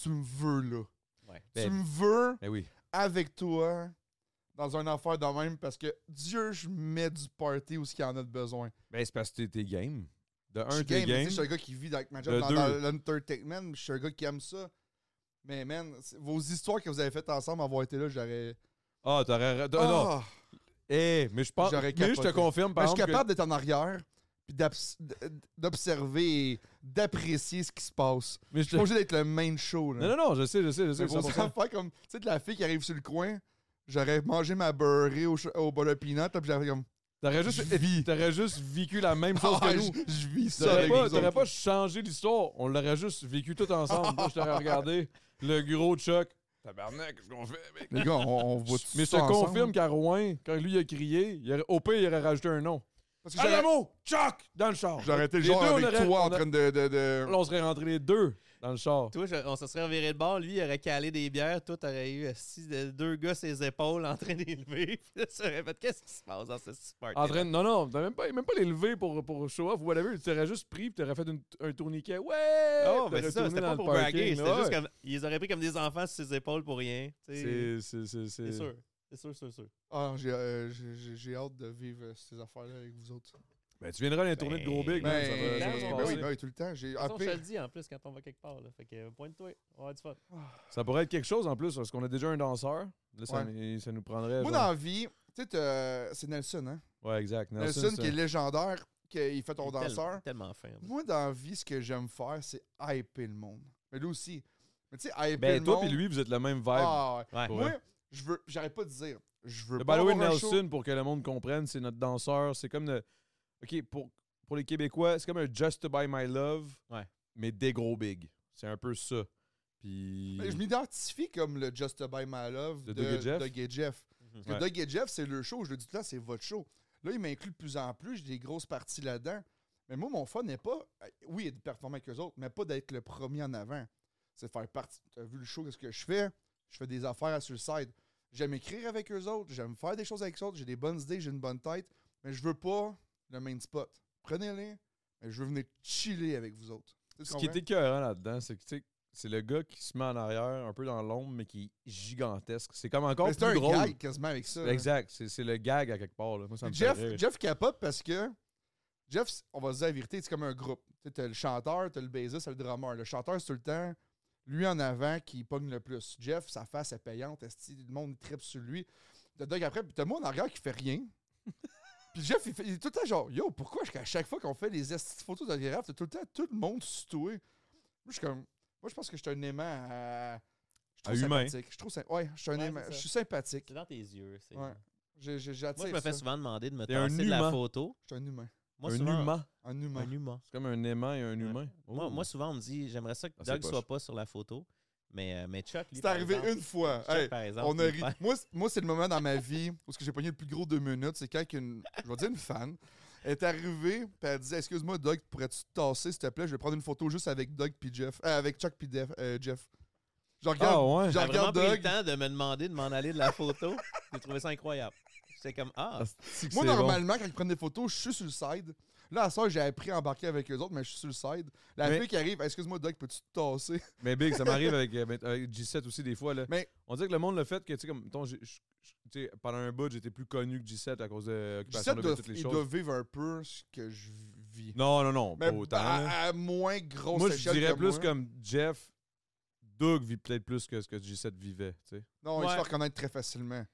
[SPEAKER 2] tu me veux là.
[SPEAKER 3] Ouais.
[SPEAKER 2] tu
[SPEAKER 1] Ben,
[SPEAKER 2] me veux
[SPEAKER 1] ben oui.
[SPEAKER 2] avec toi dans une affaire de même parce que Dieu, je mets du party où ce qu'il y en a de besoin.
[SPEAKER 1] Ben, c'est parce que t'es- t'es game. De
[SPEAKER 2] je
[SPEAKER 1] un,
[SPEAKER 2] suis
[SPEAKER 1] t'es
[SPEAKER 2] game, mais tu sais,
[SPEAKER 1] game.
[SPEAKER 2] je suis un gars qui vit avec ma job
[SPEAKER 1] De
[SPEAKER 2] dans,
[SPEAKER 1] deux.
[SPEAKER 2] dans l'entertainment. Je suis un gars qui aime ça. Mais man, c'est- vos histoires que vous avez faites ensemble, avoir été là, j'aurais.
[SPEAKER 1] Ah, t'aurais. t'aurais- Non,
[SPEAKER 2] Ah!
[SPEAKER 1] Eh, mais je pense.
[SPEAKER 2] J'aurais
[SPEAKER 1] Mais je te
[SPEAKER 2] capoté.
[SPEAKER 1] confirme, par
[SPEAKER 2] Ben, je suis
[SPEAKER 1] exemple.
[SPEAKER 2] capable d'être en arrière, puis d'abs- d- d'observer et d'apprécier ce qui se passe.
[SPEAKER 1] que- mais je
[SPEAKER 2] Je suis
[SPEAKER 1] te-
[SPEAKER 2] pas obligé d'être le main show. Là.
[SPEAKER 1] Non, non, non, je sais, je sais, je sais.
[SPEAKER 2] C'est pour
[SPEAKER 1] 100%.
[SPEAKER 2] ça faire comme, tu sais, de la fille qui arrive sur le coin, j'aurais mangé ma beurrée au, ch- au bol de peanut, là, puis j'aurais comme,
[SPEAKER 1] T'aurais juste, t'aurais juste vécu la même chose
[SPEAKER 2] Ah,
[SPEAKER 1] que nous.
[SPEAKER 2] je- je vis ça.
[SPEAKER 1] T'aurais
[SPEAKER 2] avec
[SPEAKER 1] pas,
[SPEAKER 2] vous
[SPEAKER 1] t'aurais
[SPEAKER 2] autres.
[SPEAKER 1] pas changé l'histoire. On l'aurait juste vécu tout ensemble. Moi, je t'aurais regardé le gros choc. Tabarnak, qu'est-ce qu'on fait, mec?
[SPEAKER 2] Les gars, on, on voit tout
[SPEAKER 1] Mais je
[SPEAKER 2] ça
[SPEAKER 1] te
[SPEAKER 2] ensemble.
[SPEAKER 1] confirme qu'à Rouen, quand lui a crié, il aurait- au pire, il aurait rajouté un nom.
[SPEAKER 2] Parce que j'aurais-
[SPEAKER 1] Adamo, Chuck, dans le char.
[SPEAKER 2] j'aurais été le
[SPEAKER 1] Les
[SPEAKER 2] genre
[SPEAKER 1] deux, on
[SPEAKER 2] avec
[SPEAKER 1] aurait-
[SPEAKER 2] toi en
[SPEAKER 1] on a-
[SPEAKER 2] train de. de, de-
[SPEAKER 1] Là, on serait rentrés les deux dans le char.
[SPEAKER 3] Toi, je- on se serait reviré de bord. Lui, il aurait calé des bières. Toi, t'aurais eu euh, six- euh, deux gars ses épaules en train d'élever. Puis là, tu aurais fait Qu'est-ce qui se passe dans ce super
[SPEAKER 1] En train de- Non, non, t'as même pas, même pas les lever pour, pour show off ou whatever. Tu t'aurais juste pris et t'aurais fait une- un tourniquet. Ouais!
[SPEAKER 3] Oh,
[SPEAKER 1] T'aurais
[SPEAKER 3] ben c'est ça,
[SPEAKER 1] tourné
[SPEAKER 3] c'était
[SPEAKER 1] dans
[SPEAKER 3] pas
[SPEAKER 1] le
[SPEAKER 3] pour
[SPEAKER 1] parking,
[SPEAKER 3] braguer. C'était
[SPEAKER 1] ouais.
[SPEAKER 3] juste comme. Ils les auraient pris comme des enfants sur ses épaules pour rien. tu sais.
[SPEAKER 1] C'est- c'est- c'est-
[SPEAKER 3] C'est
[SPEAKER 1] C'est
[SPEAKER 3] sûr. C'est sûr, c'est sûr.
[SPEAKER 2] Ah, j'ai, euh, j'ai- j'ai- j'ai hâte de vivre euh, ces affaires-là avec vous autres.
[SPEAKER 1] Ben, tu viendras dans les tournées de gros big,
[SPEAKER 3] Ben,
[SPEAKER 1] man, ça va- ça
[SPEAKER 3] ben,
[SPEAKER 1] va se
[SPEAKER 3] ben
[SPEAKER 2] ben
[SPEAKER 1] passer.
[SPEAKER 2] oui, ben oui, tout le temps. J'ai
[SPEAKER 3] De toute façon, je te
[SPEAKER 2] happé.
[SPEAKER 3] le dis en plus quand on va quelque part. Là. Fait que, euh, pointe-toi. On va avoir du fun.
[SPEAKER 1] Ça pourrait être quelque chose en plus, parce qu'on a déjà un danseur. Là, ça,
[SPEAKER 2] Ouais.
[SPEAKER 1] nous- ça nous prendrait.
[SPEAKER 2] Moi,
[SPEAKER 1] genre-
[SPEAKER 2] dans la vie, tu sais, t'as- c'est Nelson, hein?
[SPEAKER 1] Ouais, exact. Nelson,
[SPEAKER 2] Nelson,
[SPEAKER 1] ça-
[SPEAKER 2] qui est légendaire, qu'il fait ton
[SPEAKER 3] Il est tel-
[SPEAKER 2] danseur.
[SPEAKER 3] Tellement fin. en plus.
[SPEAKER 2] Moi, dans la vie, ce que j'aime faire, c'est hyper le monde. Mais lui aussi. Mais tu sais, hyper le
[SPEAKER 1] Ben,
[SPEAKER 2] monde.
[SPEAKER 1] toi puis lui, vous êtes la même vibe.
[SPEAKER 2] Ah, ouais.
[SPEAKER 3] Ouais.
[SPEAKER 1] pour
[SPEAKER 2] Moi,
[SPEAKER 1] vrai.
[SPEAKER 2] je veux, j'arrête pas de dire. Je veux
[SPEAKER 1] le
[SPEAKER 2] pas
[SPEAKER 1] By the way,
[SPEAKER 2] avoir un show.
[SPEAKER 1] Nelson, pour que le monde comprenne, c'est notre danseur. C'est comme le. OK, pour, pour les Québécois, c'est comme un Just to Buy My Love,
[SPEAKER 3] Ouais.
[SPEAKER 1] mais des gros bigs. C'est un peu ça. Puis.
[SPEAKER 2] Mais je m'identifie comme le Just By My Love
[SPEAKER 1] De
[SPEAKER 2] de,
[SPEAKER 1] Doug et Jeff? Mhm.
[SPEAKER 2] Doug et Jeff. Parce que
[SPEAKER 1] Ouais.
[SPEAKER 2] Doug et Jeff, c'est le show. Je le dis tout là, c'est votre show. Là, il m'inclut de plus en plus. J'ai des grosses parties là-dedans. Mais moi, mon fun n'est pas. euh, Oui, de performer avec eux autres, mais pas d'être le premier en avant. C'est de faire partie. Tu as vu le show, qu'est-ce que je fais? Je fais des affaires sur le side. J'aime écrire avec eux autres. J'aime faire des choses avec eux autres. J'ai des bonnes idées, j'ai une bonne tête. Mais je veux pas le main spot. Prenez-les. Mais je veux venir chiller avec vous autres. Tu sais, tu
[SPEAKER 1] Ce qui est
[SPEAKER 2] comprends?
[SPEAKER 1] écœurant là-dedans, c'est que tu sais, c'est le gars qui se met en arrière, un peu dans l'ombre, mais qui est gigantesque. C'est comme encore
[SPEAKER 2] Mais
[SPEAKER 1] plus
[SPEAKER 2] c'est un
[SPEAKER 1] drôle.
[SPEAKER 2] gag quasiment avec ça. là.
[SPEAKER 1] Exact, c'est c'est le gag à quelque part. Là. Moi, ça me fait
[SPEAKER 2] Jeff,
[SPEAKER 1] rire.
[SPEAKER 2] Jeff capote parce que Jeff, c- on va se dire la vérité, c'est comme un groupe. Tu as le chanteur, tu as le bassiste, t'as le drummer. Le chanteur, c'est tout le temps lui en avant qui pogne le plus. Jeff, sa face est payante, esti, le monde tripe sur lui. T'as Doug après, puis t'as moi en arrière qui fait rien. puis Jeff, il, fait- il est tout le temps genre Yo, pourquoi est-ce qu'à chaque fois qu'on fait les esti de photos d'autographe, t'as tout le temps tout le monde situé? Moi, je suis comme. Moi, je pense que je suis un aimant à. Je
[SPEAKER 1] À
[SPEAKER 2] suis
[SPEAKER 1] humain.
[SPEAKER 2] sympathique. Je trouve ouais, je suis un
[SPEAKER 3] Ouais,
[SPEAKER 2] aimant.
[SPEAKER 3] c'est ça.
[SPEAKER 2] Je suis sympathique.
[SPEAKER 3] C'est dans tes yeux. c'est-
[SPEAKER 2] Ouais. Je- je- J'attire.
[SPEAKER 3] Moi, je me fais
[SPEAKER 2] ça.
[SPEAKER 3] souvent demander de me
[SPEAKER 1] T'es un
[SPEAKER 3] tasser de la
[SPEAKER 1] humain.
[SPEAKER 3] photo.
[SPEAKER 2] Je suis un humain.
[SPEAKER 3] Moi,
[SPEAKER 1] un
[SPEAKER 3] souvent-
[SPEAKER 1] humain.
[SPEAKER 2] Un humain.
[SPEAKER 3] Un humain.
[SPEAKER 1] C'est comme un aimant et un humain.
[SPEAKER 3] Moi,
[SPEAKER 1] Oh.
[SPEAKER 3] moi, souvent, on me dit j'aimerais ça que
[SPEAKER 1] Ah, c'est
[SPEAKER 3] Doug
[SPEAKER 1] poche.
[SPEAKER 3] soit pas sur la photo. Mais, euh, mais Chuck, lui,
[SPEAKER 2] C'est
[SPEAKER 3] par
[SPEAKER 2] arrivé
[SPEAKER 3] exemple-
[SPEAKER 2] une fois.
[SPEAKER 3] Chuck,
[SPEAKER 2] Hey,
[SPEAKER 3] par exemple,
[SPEAKER 2] on a
[SPEAKER 3] il
[SPEAKER 2] ri.
[SPEAKER 3] fait-
[SPEAKER 2] Moi, c- moi, c'est le moment dans ma vie où ce que j'ai pogné le plus gros deux minutes, c'est quand une, je vais dire une fan, est arrivée, puis elle disait Excuse-moi, Doug, pourrais-tu te tasser, s'il te plaît Je vais prendre une photo juste avec Doug puis Jeff. Euh, avec Chuck puis Def- euh, Jeff. Je regarde,
[SPEAKER 1] Ah ouais?
[SPEAKER 2] je
[SPEAKER 3] J'ai vraiment
[SPEAKER 2] regarde
[SPEAKER 3] pris le
[SPEAKER 2] Doug.
[SPEAKER 3] temps de me demander de m'en aller de la photo. J'ai trouvé ça incroyable. J'étais comme Ah,
[SPEAKER 1] Ah, c'est que
[SPEAKER 2] Moi,
[SPEAKER 1] c'est bon.
[SPEAKER 2] normalement, quand ils prennent des photos, je suis sur le side. Là, à ça, j'ai appris à embarquer avec eux autres, mais je suis sur le side. La
[SPEAKER 1] Mais-
[SPEAKER 2] fille qui arrive, excuse-moi, Doug, peux-tu te tasser?
[SPEAKER 1] Mais Big, ça m'arrive avec, euh, avec- avec G7 aussi des fois. Là.
[SPEAKER 2] Mais-
[SPEAKER 1] On dirait que le monde le fait que, tu sais, comme, mettons, j'ai- je- je- tu sais, pendant un bout, j'étais plus connu que G7 à cause de Occupation
[SPEAKER 2] Gisette
[SPEAKER 1] Double,
[SPEAKER 2] doit,
[SPEAKER 1] toutes les
[SPEAKER 2] il
[SPEAKER 1] choses.
[SPEAKER 2] doit vivre un peu ce que je vis.
[SPEAKER 1] Non, non, non,
[SPEAKER 2] mais bah,
[SPEAKER 1] pas autant. là.
[SPEAKER 2] à, à moins grosse
[SPEAKER 1] moi, je
[SPEAKER 2] échelle
[SPEAKER 1] dirais
[SPEAKER 2] que
[SPEAKER 1] plus
[SPEAKER 2] moi.
[SPEAKER 1] comme Jeff. Doug vit peut-être plus que ce que G7 vivait, tu sais.
[SPEAKER 2] Non, il se
[SPEAKER 3] Ouais.
[SPEAKER 2] fait reconnaître très facilement.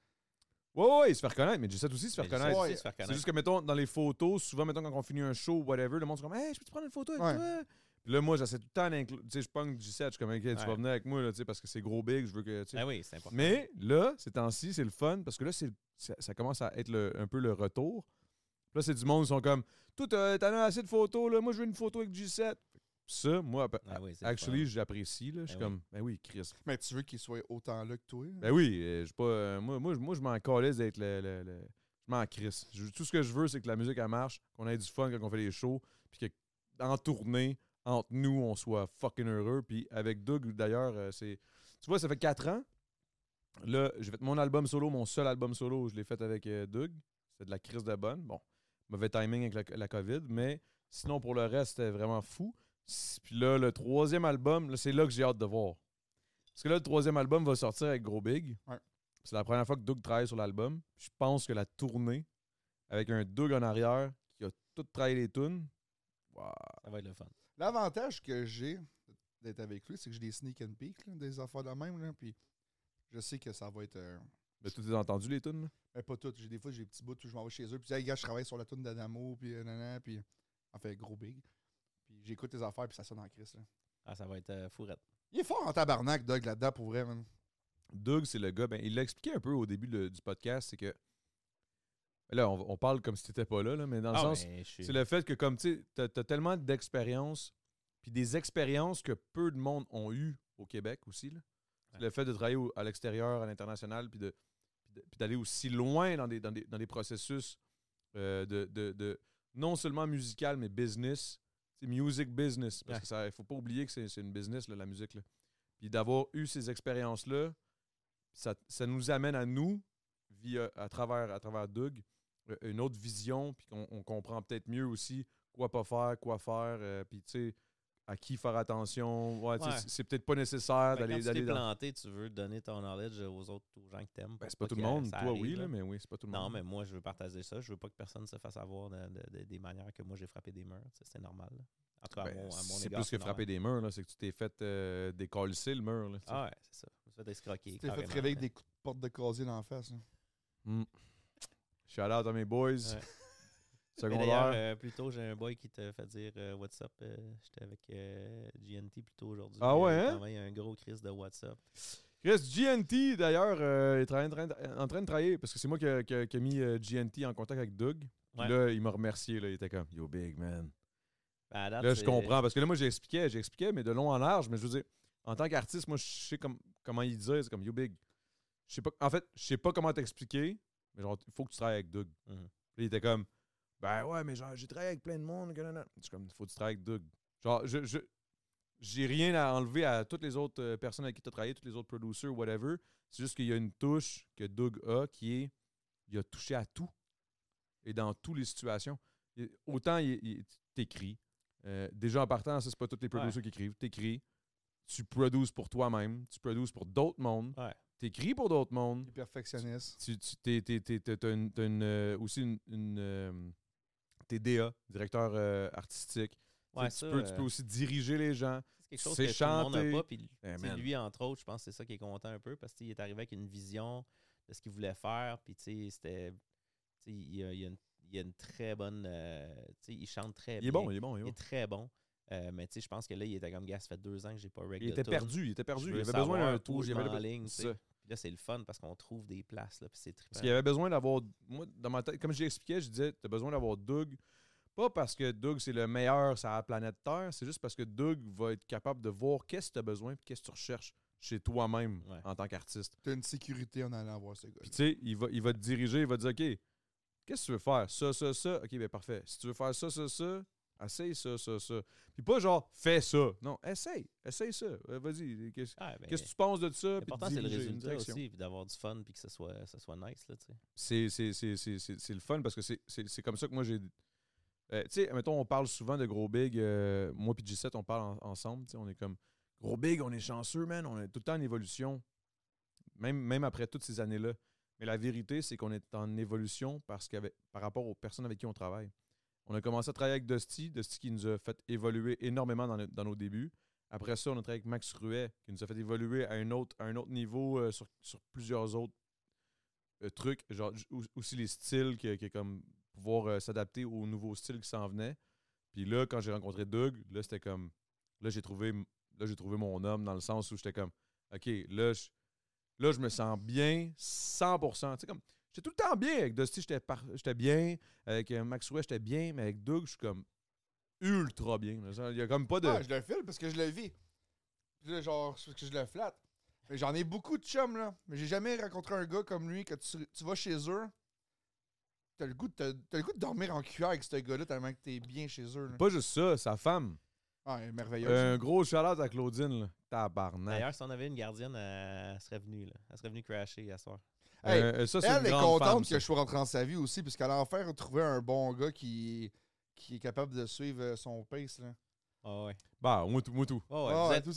[SPEAKER 1] Ouais, ouais, ouais, il se fait reconnaître, mais G7 aussi se fait
[SPEAKER 3] Mais G7
[SPEAKER 1] reconnaître.
[SPEAKER 3] aussi se fait
[SPEAKER 1] C'est
[SPEAKER 3] reconnaître.
[SPEAKER 1] juste que, mettons, dans les photos, souvent, mettons, quand on finit un show ou whatever, le monde se dit comme, hey, je peux te prendre une photo avec
[SPEAKER 2] Ouais.
[SPEAKER 1] toi? Puis là, moi, j'essaie tout le temps d'inclure. Tu sais, je pogne du 7, je suis comme, ok, tu vas
[SPEAKER 3] Ouais.
[SPEAKER 1] venir avec moi, là, tu sais, parce que c'est gros big, je veux que. tu sais.
[SPEAKER 3] ah oui, c'est important.
[SPEAKER 1] Mais là, ces temps-ci, c'est le fun, parce que là, c'est, ça, ça commence à être le- un peu le retour. Là, c'est du monde, ils sont comme, toi, t'as, t'en as assez de photos, là, moi, je veux une photo avec G7. Ça, moi,
[SPEAKER 3] Ah oui, c'est le
[SPEAKER 1] actually, j'apprécie, là. Je suis
[SPEAKER 3] Ben oui.
[SPEAKER 1] comme, ben oui, Chris.
[SPEAKER 2] Mais tu veux qu'il soit autant là que toi? là?
[SPEAKER 1] Ben oui, euh, j'ai pas, euh, moi, moi, je- moi, je m'en calais d'être le, le- le- Je m'en crisse. Je- tout ce que je veux, c'est que la musique, elle marche, qu'on ait du fun quand on fait les shows, puis que en tournée, entre nous, on soit fucking heureux. Puis avec Doug, d'ailleurs, euh, c'est... Tu vois, ça fait quatre ans. Là, j'ai fait mon album solo, mon seul album solo, je l'ai fait avec euh, Doug. C'était de la crise de bonne. Bon, mauvais timing avec la, la COVID, mais sinon, pour le reste, c'était vraiment fou. S- Puis là, le troisième album, là, c'est là que j'ai hâte de voir. Parce que là, le troisième album va sortir avec Gros Big.
[SPEAKER 2] Ouais.
[SPEAKER 1] C'est la première fois que Doug travaille sur l'album. Je pense que la tournée, avec un Doug en arrière qui a tout travaillé les tunes, waouh.
[SPEAKER 3] Ça va être le fun.
[SPEAKER 2] L'avantage que j'ai d'être avec lui, c'est que j'ai des sneak and peek, là, des affaires de même. Là, puis je sais que ça va être. euh,
[SPEAKER 1] Mais tu as entendu les tunes? là?
[SPEAKER 2] ben, pas tout. J'ai Des fois, j'ai des petits bouts où je m'en vais chez eux. Puis, je dis, hey, gars, je travaille sur la tune d'Adamo. Puis, euh, nanana, puis, en fait, gros big. Puis, j'écoute tes affaires. Puis, ça sonne en crise. là.
[SPEAKER 3] Ah, ça va être euh, fourrette.
[SPEAKER 2] Il est fort en tabarnak, Doug, là-dedans, pour vrai. man.
[SPEAKER 1] Doug, c'est le gars. Ben, il l'a expliqué un peu au début le- du podcast, c'est que. Là, on, on parle comme si t'étais pas là, là, mais dans le
[SPEAKER 3] Ah,
[SPEAKER 1] sens.
[SPEAKER 3] mais je suis-
[SPEAKER 1] C'est le fait que, comme tu sais, t'as- t'as tellement d'expérience, puis des expériences que peu de monde ont eues au Québec aussi. là. C'est
[SPEAKER 3] Ouais.
[SPEAKER 1] Le fait de travailler au- à l'extérieur, à l'international, puis de- puis de- puis d'aller aussi loin dans des, dans des, dans des processus euh, de, de, de, non seulement musicale, mais business. C'est music business. Parce
[SPEAKER 3] Ouais.
[SPEAKER 1] que ça, il faut pas oublier que c'est c'est une business, là, la musique. là. Puis d'avoir eu ces expériences-là, ça, ça nous amène à nous, via, à, travers, à travers Doug, euh, une autre vision, puis qu'on on comprend peut-être mieux aussi quoi pas faire, quoi faire, euh, puis tu sais, à qui faire attention. Ouais, tu sais,
[SPEAKER 3] Ouais.
[SPEAKER 1] c'est- C'est peut-être pas nécessaire
[SPEAKER 3] Fait que
[SPEAKER 1] d'aller
[SPEAKER 3] Quand tu
[SPEAKER 1] d'aller
[SPEAKER 3] t'es
[SPEAKER 1] dans-
[SPEAKER 3] planté, tu veux donner ton knowledge aux autres, aux gens que t'aimes.
[SPEAKER 1] Ben,
[SPEAKER 3] pour
[SPEAKER 1] c'est pas tout le
[SPEAKER 3] que
[SPEAKER 1] monde.
[SPEAKER 3] ça
[SPEAKER 1] Toi,
[SPEAKER 3] arrive,
[SPEAKER 1] oui, là, mais oui, c'est pas tout le
[SPEAKER 3] Non,
[SPEAKER 1] monde.
[SPEAKER 3] mais moi, je veux partager ça. Je veux pas que personne se fasse avoir de- de- de- des manières que moi, j'ai frappé des murs. Ça, C'est normal. là. En tout cas, à
[SPEAKER 1] Ben,
[SPEAKER 3] mon, à mon
[SPEAKER 1] c'est
[SPEAKER 3] égard,
[SPEAKER 1] plus que
[SPEAKER 3] normal.
[SPEAKER 1] frapper des murs, là, c'est que tu t'es fait euh, décoller le mur. Là, tu sais.
[SPEAKER 3] Ah ouais, c'est ça. Je me suis fait escroquer.
[SPEAKER 2] Tu t'es fait
[SPEAKER 3] carrément,
[SPEAKER 2] réveiller
[SPEAKER 1] hein.
[SPEAKER 2] avec
[SPEAKER 3] là.
[SPEAKER 2] des coups de porte de casier dans la face. là.
[SPEAKER 1] Shout out à mes boys.
[SPEAKER 3] Ouais. Mais D'ailleurs,
[SPEAKER 1] Secondaire.
[SPEAKER 3] euh, plus tôt, j'ai un boy qui te fait dire euh, What's up. euh, J'étais avec euh, GNT plus tôt aujourd'hui.
[SPEAKER 1] Ah ouais,
[SPEAKER 3] Il
[SPEAKER 1] hein?
[SPEAKER 3] t'a envoyé un gros crise de WhatsApp.
[SPEAKER 1] Chris GNT, d'ailleurs, euh, est en train, de- en train de travailler parce que c'est moi qui ai mis euh, GNT en contact avec Doug. Puis
[SPEAKER 3] Ouais.
[SPEAKER 1] là, il m'a remercié. Là, il était comme Yo, big man.
[SPEAKER 3] Ben, à date,
[SPEAKER 1] Là, je
[SPEAKER 3] c'est-
[SPEAKER 1] comprends. Parce que là, moi, j'expliquais, j'expliquais, mais de long en large. Mais je veux dire, en tant qu'artiste, moi, je sais comme, comment il disait. C'est comme Yo, big. Je sais pas, en fait, je sais pas comment t'expliquer, mais genre, il faut que tu travailles avec Doug.
[SPEAKER 3] Mhm.
[SPEAKER 1] Puis il était comme, ben ouais, mais genre, j'ai travaillé avec plein de monde. que nanana. Je suis comme, faut que tu travailles avec Doug. Genre, je, je, j'ai rien à enlever à toutes les autres euh, personnes avec qui tu as travaillé, tous les autres producers, whatever. C'est juste qu'il y a une touche que Doug a qui est, il a touché à tout et dans toutes les situations. Il- autant il, il- t'écris. Euh, déjà en partant, ça, c'est pas tous les producers qui écrivent. T'écris. Tu produces pour toi-même. Tu produces pour d'autres mondes.
[SPEAKER 3] Ouais.
[SPEAKER 1] T'écris pour d'autres mondes
[SPEAKER 2] Les perfectionnistes.
[SPEAKER 1] tu, tu t'es, t'es- t'es- t'es- t'as une, t'as une, euh, aussi une, une euh, t'es DA, directeur euh, artistique. Tu sais,
[SPEAKER 3] Ouais,
[SPEAKER 1] tu,
[SPEAKER 3] ça,
[SPEAKER 1] peux, tu
[SPEAKER 3] euh,
[SPEAKER 1] peux aussi diriger les gens.
[SPEAKER 3] C'est quelque chose
[SPEAKER 1] C'est
[SPEAKER 3] que tout le monde
[SPEAKER 1] chanté.
[SPEAKER 3] n'a pas. Puis tu
[SPEAKER 1] Eh,
[SPEAKER 3] sais,
[SPEAKER 1] man.
[SPEAKER 3] lui, entre autres, je pense que c'est ça qui est content un peu parce qu'il est arrivé avec une vision de ce qu'il voulait faire. Puis tu sais, c'était. tu sais, Il y a, il y a une, il y a une très bonne. euh, tu sais, il chante très
[SPEAKER 1] Il
[SPEAKER 3] bien.
[SPEAKER 1] est bon, il est bon, il est
[SPEAKER 3] Il
[SPEAKER 1] bon.
[SPEAKER 3] est très bon. Euh, mais tu sais, je pense que là, il était comme gars, ça fait deux ans que j'ai pas reg
[SPEAKER 1] Il
[SPEAKER 3] de
[SPEAKER 1] était
[SPEAKER 3] tune.
[SPEAKER 1] perdu, il était
[SPEAKER 3] Je
[SPEAKER 1] perdu. Il
[SPEAKER 3] veux
[SPEAKER 1] avait besoin
[SPEAKER 3] savoir
[SPEAKER 1] d'un
[SPEAKER 3] où
[SPEAKER 1] tour.
[SPEAKER 3] je
[SPEAKER 1] Il avait
[SPEAKER 3] m'en ligne, tu sais.
[SPEAKER 1] ça.
[SPEAKER 3] Puis là, c'est le fun parce qu'on trouve des places. Là, puis c'est trippant.
[SPEAKER 1] Parce qu'il avait besoin d'avoir. Moi, dans ma tête, comme je l'expliquais, je disais, t'as besoin d'avoir Doug. Pas parce que Doug, c'est le meilleur sur la planète Terre, c'est juste parce que Doug va être capable de voir qu'est-ce que tu as besoin et qu'est-ce que tu recherches chez toi-même
[SPEAKER 3] Ouais.
[SPEAKER 1] en tant qu'artiste.
[SPEAKER 2] T'as une sécurité en allant voir ce gars.
[SPEAKER 1] Puis tu sais, il va, il va te diriger, il va te dire, OK, qu'est-ce que tu veux faire? Ça, ça, ça. OK, bien parfait. Si tu veux faire ça, ça, ça, essaye ça, ça, ça. Puis pas genre, fais ça. Non, essaye. Essaye ça. Euh, Vas-y. Qu'est-ce
[SPEAKER 3] Ouais, ben,
[SPEAKER 1] qu'est-ce que tu penses de ça? Puis
[SPEAKER 3] L'important, c'est le
[SPEAKER 1] diriger une
[SPEAKER 3] résultat
[SPEAKER 1] direction.
[SPEAKER 3] aussi. Puis d'avoir du fun. Puis que ce soit, ça soit nice. Là, tu
[SPEAKER 1] c'est,
[SPEAKER 3] sais.
[SPEAKER 1] c'est, c'est, c'est, c'est, c'est le fun parce que c'est, c'est, c'est comme ça que moi j'ai. Euh, tu sais, mettons, on parle souvent de gros big. euh, moi puis G7, on parle en- ensemble. Tu sais, on est comme gros big, on est chanceux, man. On est tout le temps en évolution. Même, même après toutes ces années-là. Mais la vérité, c'est qu'on est en évolution parce qu'avec, par rapport aux personnes avec qui on travaille. On a commencé à travailler avec Dusty, Dusty qui nous a fait évoluer énormément dans, le- dans nos débuts. Après ça, on a travaillé avec Max Ruet, qui nous a fait évoluer à un autre, à un autre niveau euh, sur, sur plusieurs autres euh, trucs, genre j- ou- aussi les styles, que, que comme pouvoir euh, s'adapter aux nouveaux styles qui s'en venaient. Puis là, quand j'ai rencontré Doug, là, c'était comme. Là, j'ai trouvé, m- là, j'ai trouvé mon homme dans le sens où j'étais comme, OK, là, je, là, je me sens bien, 100%. Tu sais, comme, j'étais tout le temps bien. Avec Dusty, j'étais, par- j'étais bien. Avec euh, Max Ruet, j'étais bien. Mais avec Doug, je suis comme ultra bien. Il n'y a comme pas de.
[SPEAKER 2] Ah, je le file parce que je le vis. Puis là, genre, c'est parce que je le flatte. Mais j'en ai beaucoup de chums, là. Mais j'ai jamais rencontré un gars comme lui que tu, tu vas chez eux. T'as le, goût de, te- t'as le goût de dormir en cuillère avec ce gars-là tellement que t'es bien chez eux. Là.
[SPEAKER 1] Pas juste ça, sa femme.
[SPEAKER 2] Ah, elle est merveilleuse.
[SPEAKER 1] Un Euh, gros shout à Claudine, là. Tabarnak. Euh,
[SPEAKER 3] D'ailleurs, si on avait une gardienne, elle elle serait venue. Là. Elle serait venue crasher à soir.
[SPEAKER 2] Hey,
[SPEAKER 1] Euh, ça, c'est une
[SPEAKER 2] elle est
[SPEAKER 1] grande
[SPEAKER 2] contente
[SPEAKER 1] femme,
[SPEAKER 2] que
[SPEAKER 1] ça.
[SPEAKER 2] je sois rentré dans sa vie aussi, parce qu'elle a enfin trouvé un bon gars qui, qui est capable de suivre euh, son pace. Là.
[SPEAKER 3] Ah ouais.
[SPEAKER 1] Bah, moutou, moutou.
[SPEAKER 3] Ah ouais,
[SPEAKER 2] Ah,
[SPEAKER 3] vous
[SPEAKER 2] ouais,
[SPEAKER 3] êtes-
[SPEAKER 2] tout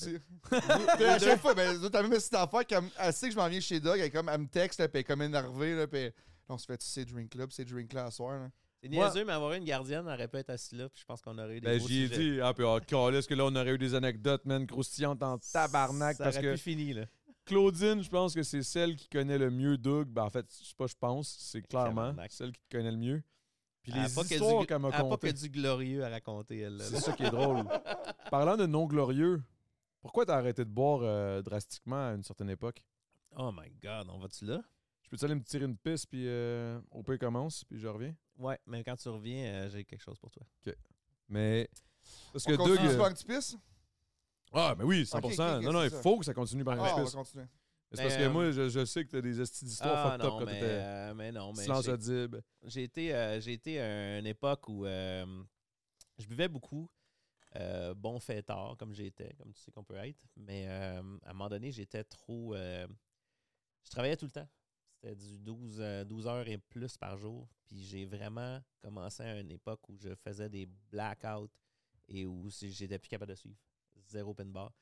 [SPEAKER 2] aussi. Puis à chaque fois, ben, t'as même cette affaire qu'elle me- elle sait que je m'en viens chez Doug, elle, est comme, elle me texte, là, puis elle est comme énervée, là, puis on se fait tu ces drinks là, puis ces drinks là à soir. Là.
[SPEAKER 3] C'est
[SPEAKER 1] Moi-
[SPEAKER 3] niaiseux, mais avoir une gardienne, elle aurait pu être assise là, puis je pense qu'on aurait eu des
[SPEAKER 1] Ben,
[SPEAKER 3] gros
[SPEAKER 1] j'y ai
[SPEAKER 3] sujets.
[SPEAKER 1] dit. Ah, puis, oh, calisse que là, on aurait eu des anecdotes, man, croustillantes en tabarnak.
[SPEAKER 3] Ça
[SPEAKER 1] parce
[SPEAKER 3] aurait
[SPEAKER 1] que
[SPEAKER 3] plus fini, là.
[SPEAKER 1] Claudine, je pense que c'est celle qui connaît le mieux Doug. Ben, en fait, je sais pas, je pense. C'est clairement
[SPEAKER 3] Tabarnak.
[SPEAKER 1] celle qui te connaît le mieux. Puis
[SPEAKER 3] Elle a
[SPEAKER 1] les
[SPEAKER 3] pas que du-
[SPEAKER 1] histoires qu'elle m'a
[SPEAKER 3] elle a pas que
[SPEAKER 1] contées.
[SPEAKER 3] du glorieux à raconter, elle. là.
[SPEAKER 1] C'est ça qui est drôle. Parlant de non-glorieux, pourquoi t'as arrêté de boire euh, drastiquement à une certaine époque?
[SPEAKER 3] Oh my god, on va-tu là?
[SPEAKER 1] Je peux-tu aller me tirer une piste, puis euh, au pire commence, puis je reviens?
[SPEAKER 3] Ouais, mais quand tu reviens, euh, j'ai quelque chose pour toi.
[SPEAKER 1] Mais... Parce que
[SPEAKER 2] on
[SPEAKER 1] Doug...
[SPEAKER 2] continue
[SPEAKER 1] euh,
[SPEAKER 2] sur Bank Tipeee?
[SPEAKER 1] Ah, mais oui, 100%.
[SPEAKER 2] Ok, ok, ok,
[SPEAKER 1] non, non,
[SPEAKER 2] c'est
[SPEAKER 1] il
[SPEAKER 2] ça.
[SPEAKER 1] faut que ça continue par
[SPEAKER 2] Ah, on Ben,
[SPEAKER 1] la
[SPEAKER 2] va
[SPEAKER 1] piste.
[SPEAKER 2] continuer.
[SPEAKER 1] C'est
[SPEAKER 3] Mais,
[SPEAKER 1] parce que
[SPEAKER 3] euh,
[SPEAKER 1] moi, je, je sais que t'as des hosties d'histoires
[SPEAKER 3] Ah,
[SPEAKER 1] fucked up
[SPEAKER 3] non,
[SPEAKER 1] quand
[SPEAKER 3] mais,
[SPEAKER 1] t'étais
[SPEAKER 3] euh, mais non, mais
[SPEAKER 1] silence
[SPEAKER 3] j'ai-
[SPEAKER 1] audible.
[SPEAKER 3] j'ai été, euh, j'ai été à une époque où euh, je buvais beaucoup, euh, bon fêtard, comme j'étais, comme tu sais qu'on peut être. Mais euh, à un moment donné, j'étais trop. euh, je travaillais tout le temps. C'était du 12, euh, 12 heures et plus par jour. Puis j'ai vraiment commencé à une époque où je faisais des blackouts et où si- j'étais plus capable de suivre. Zéro open bar.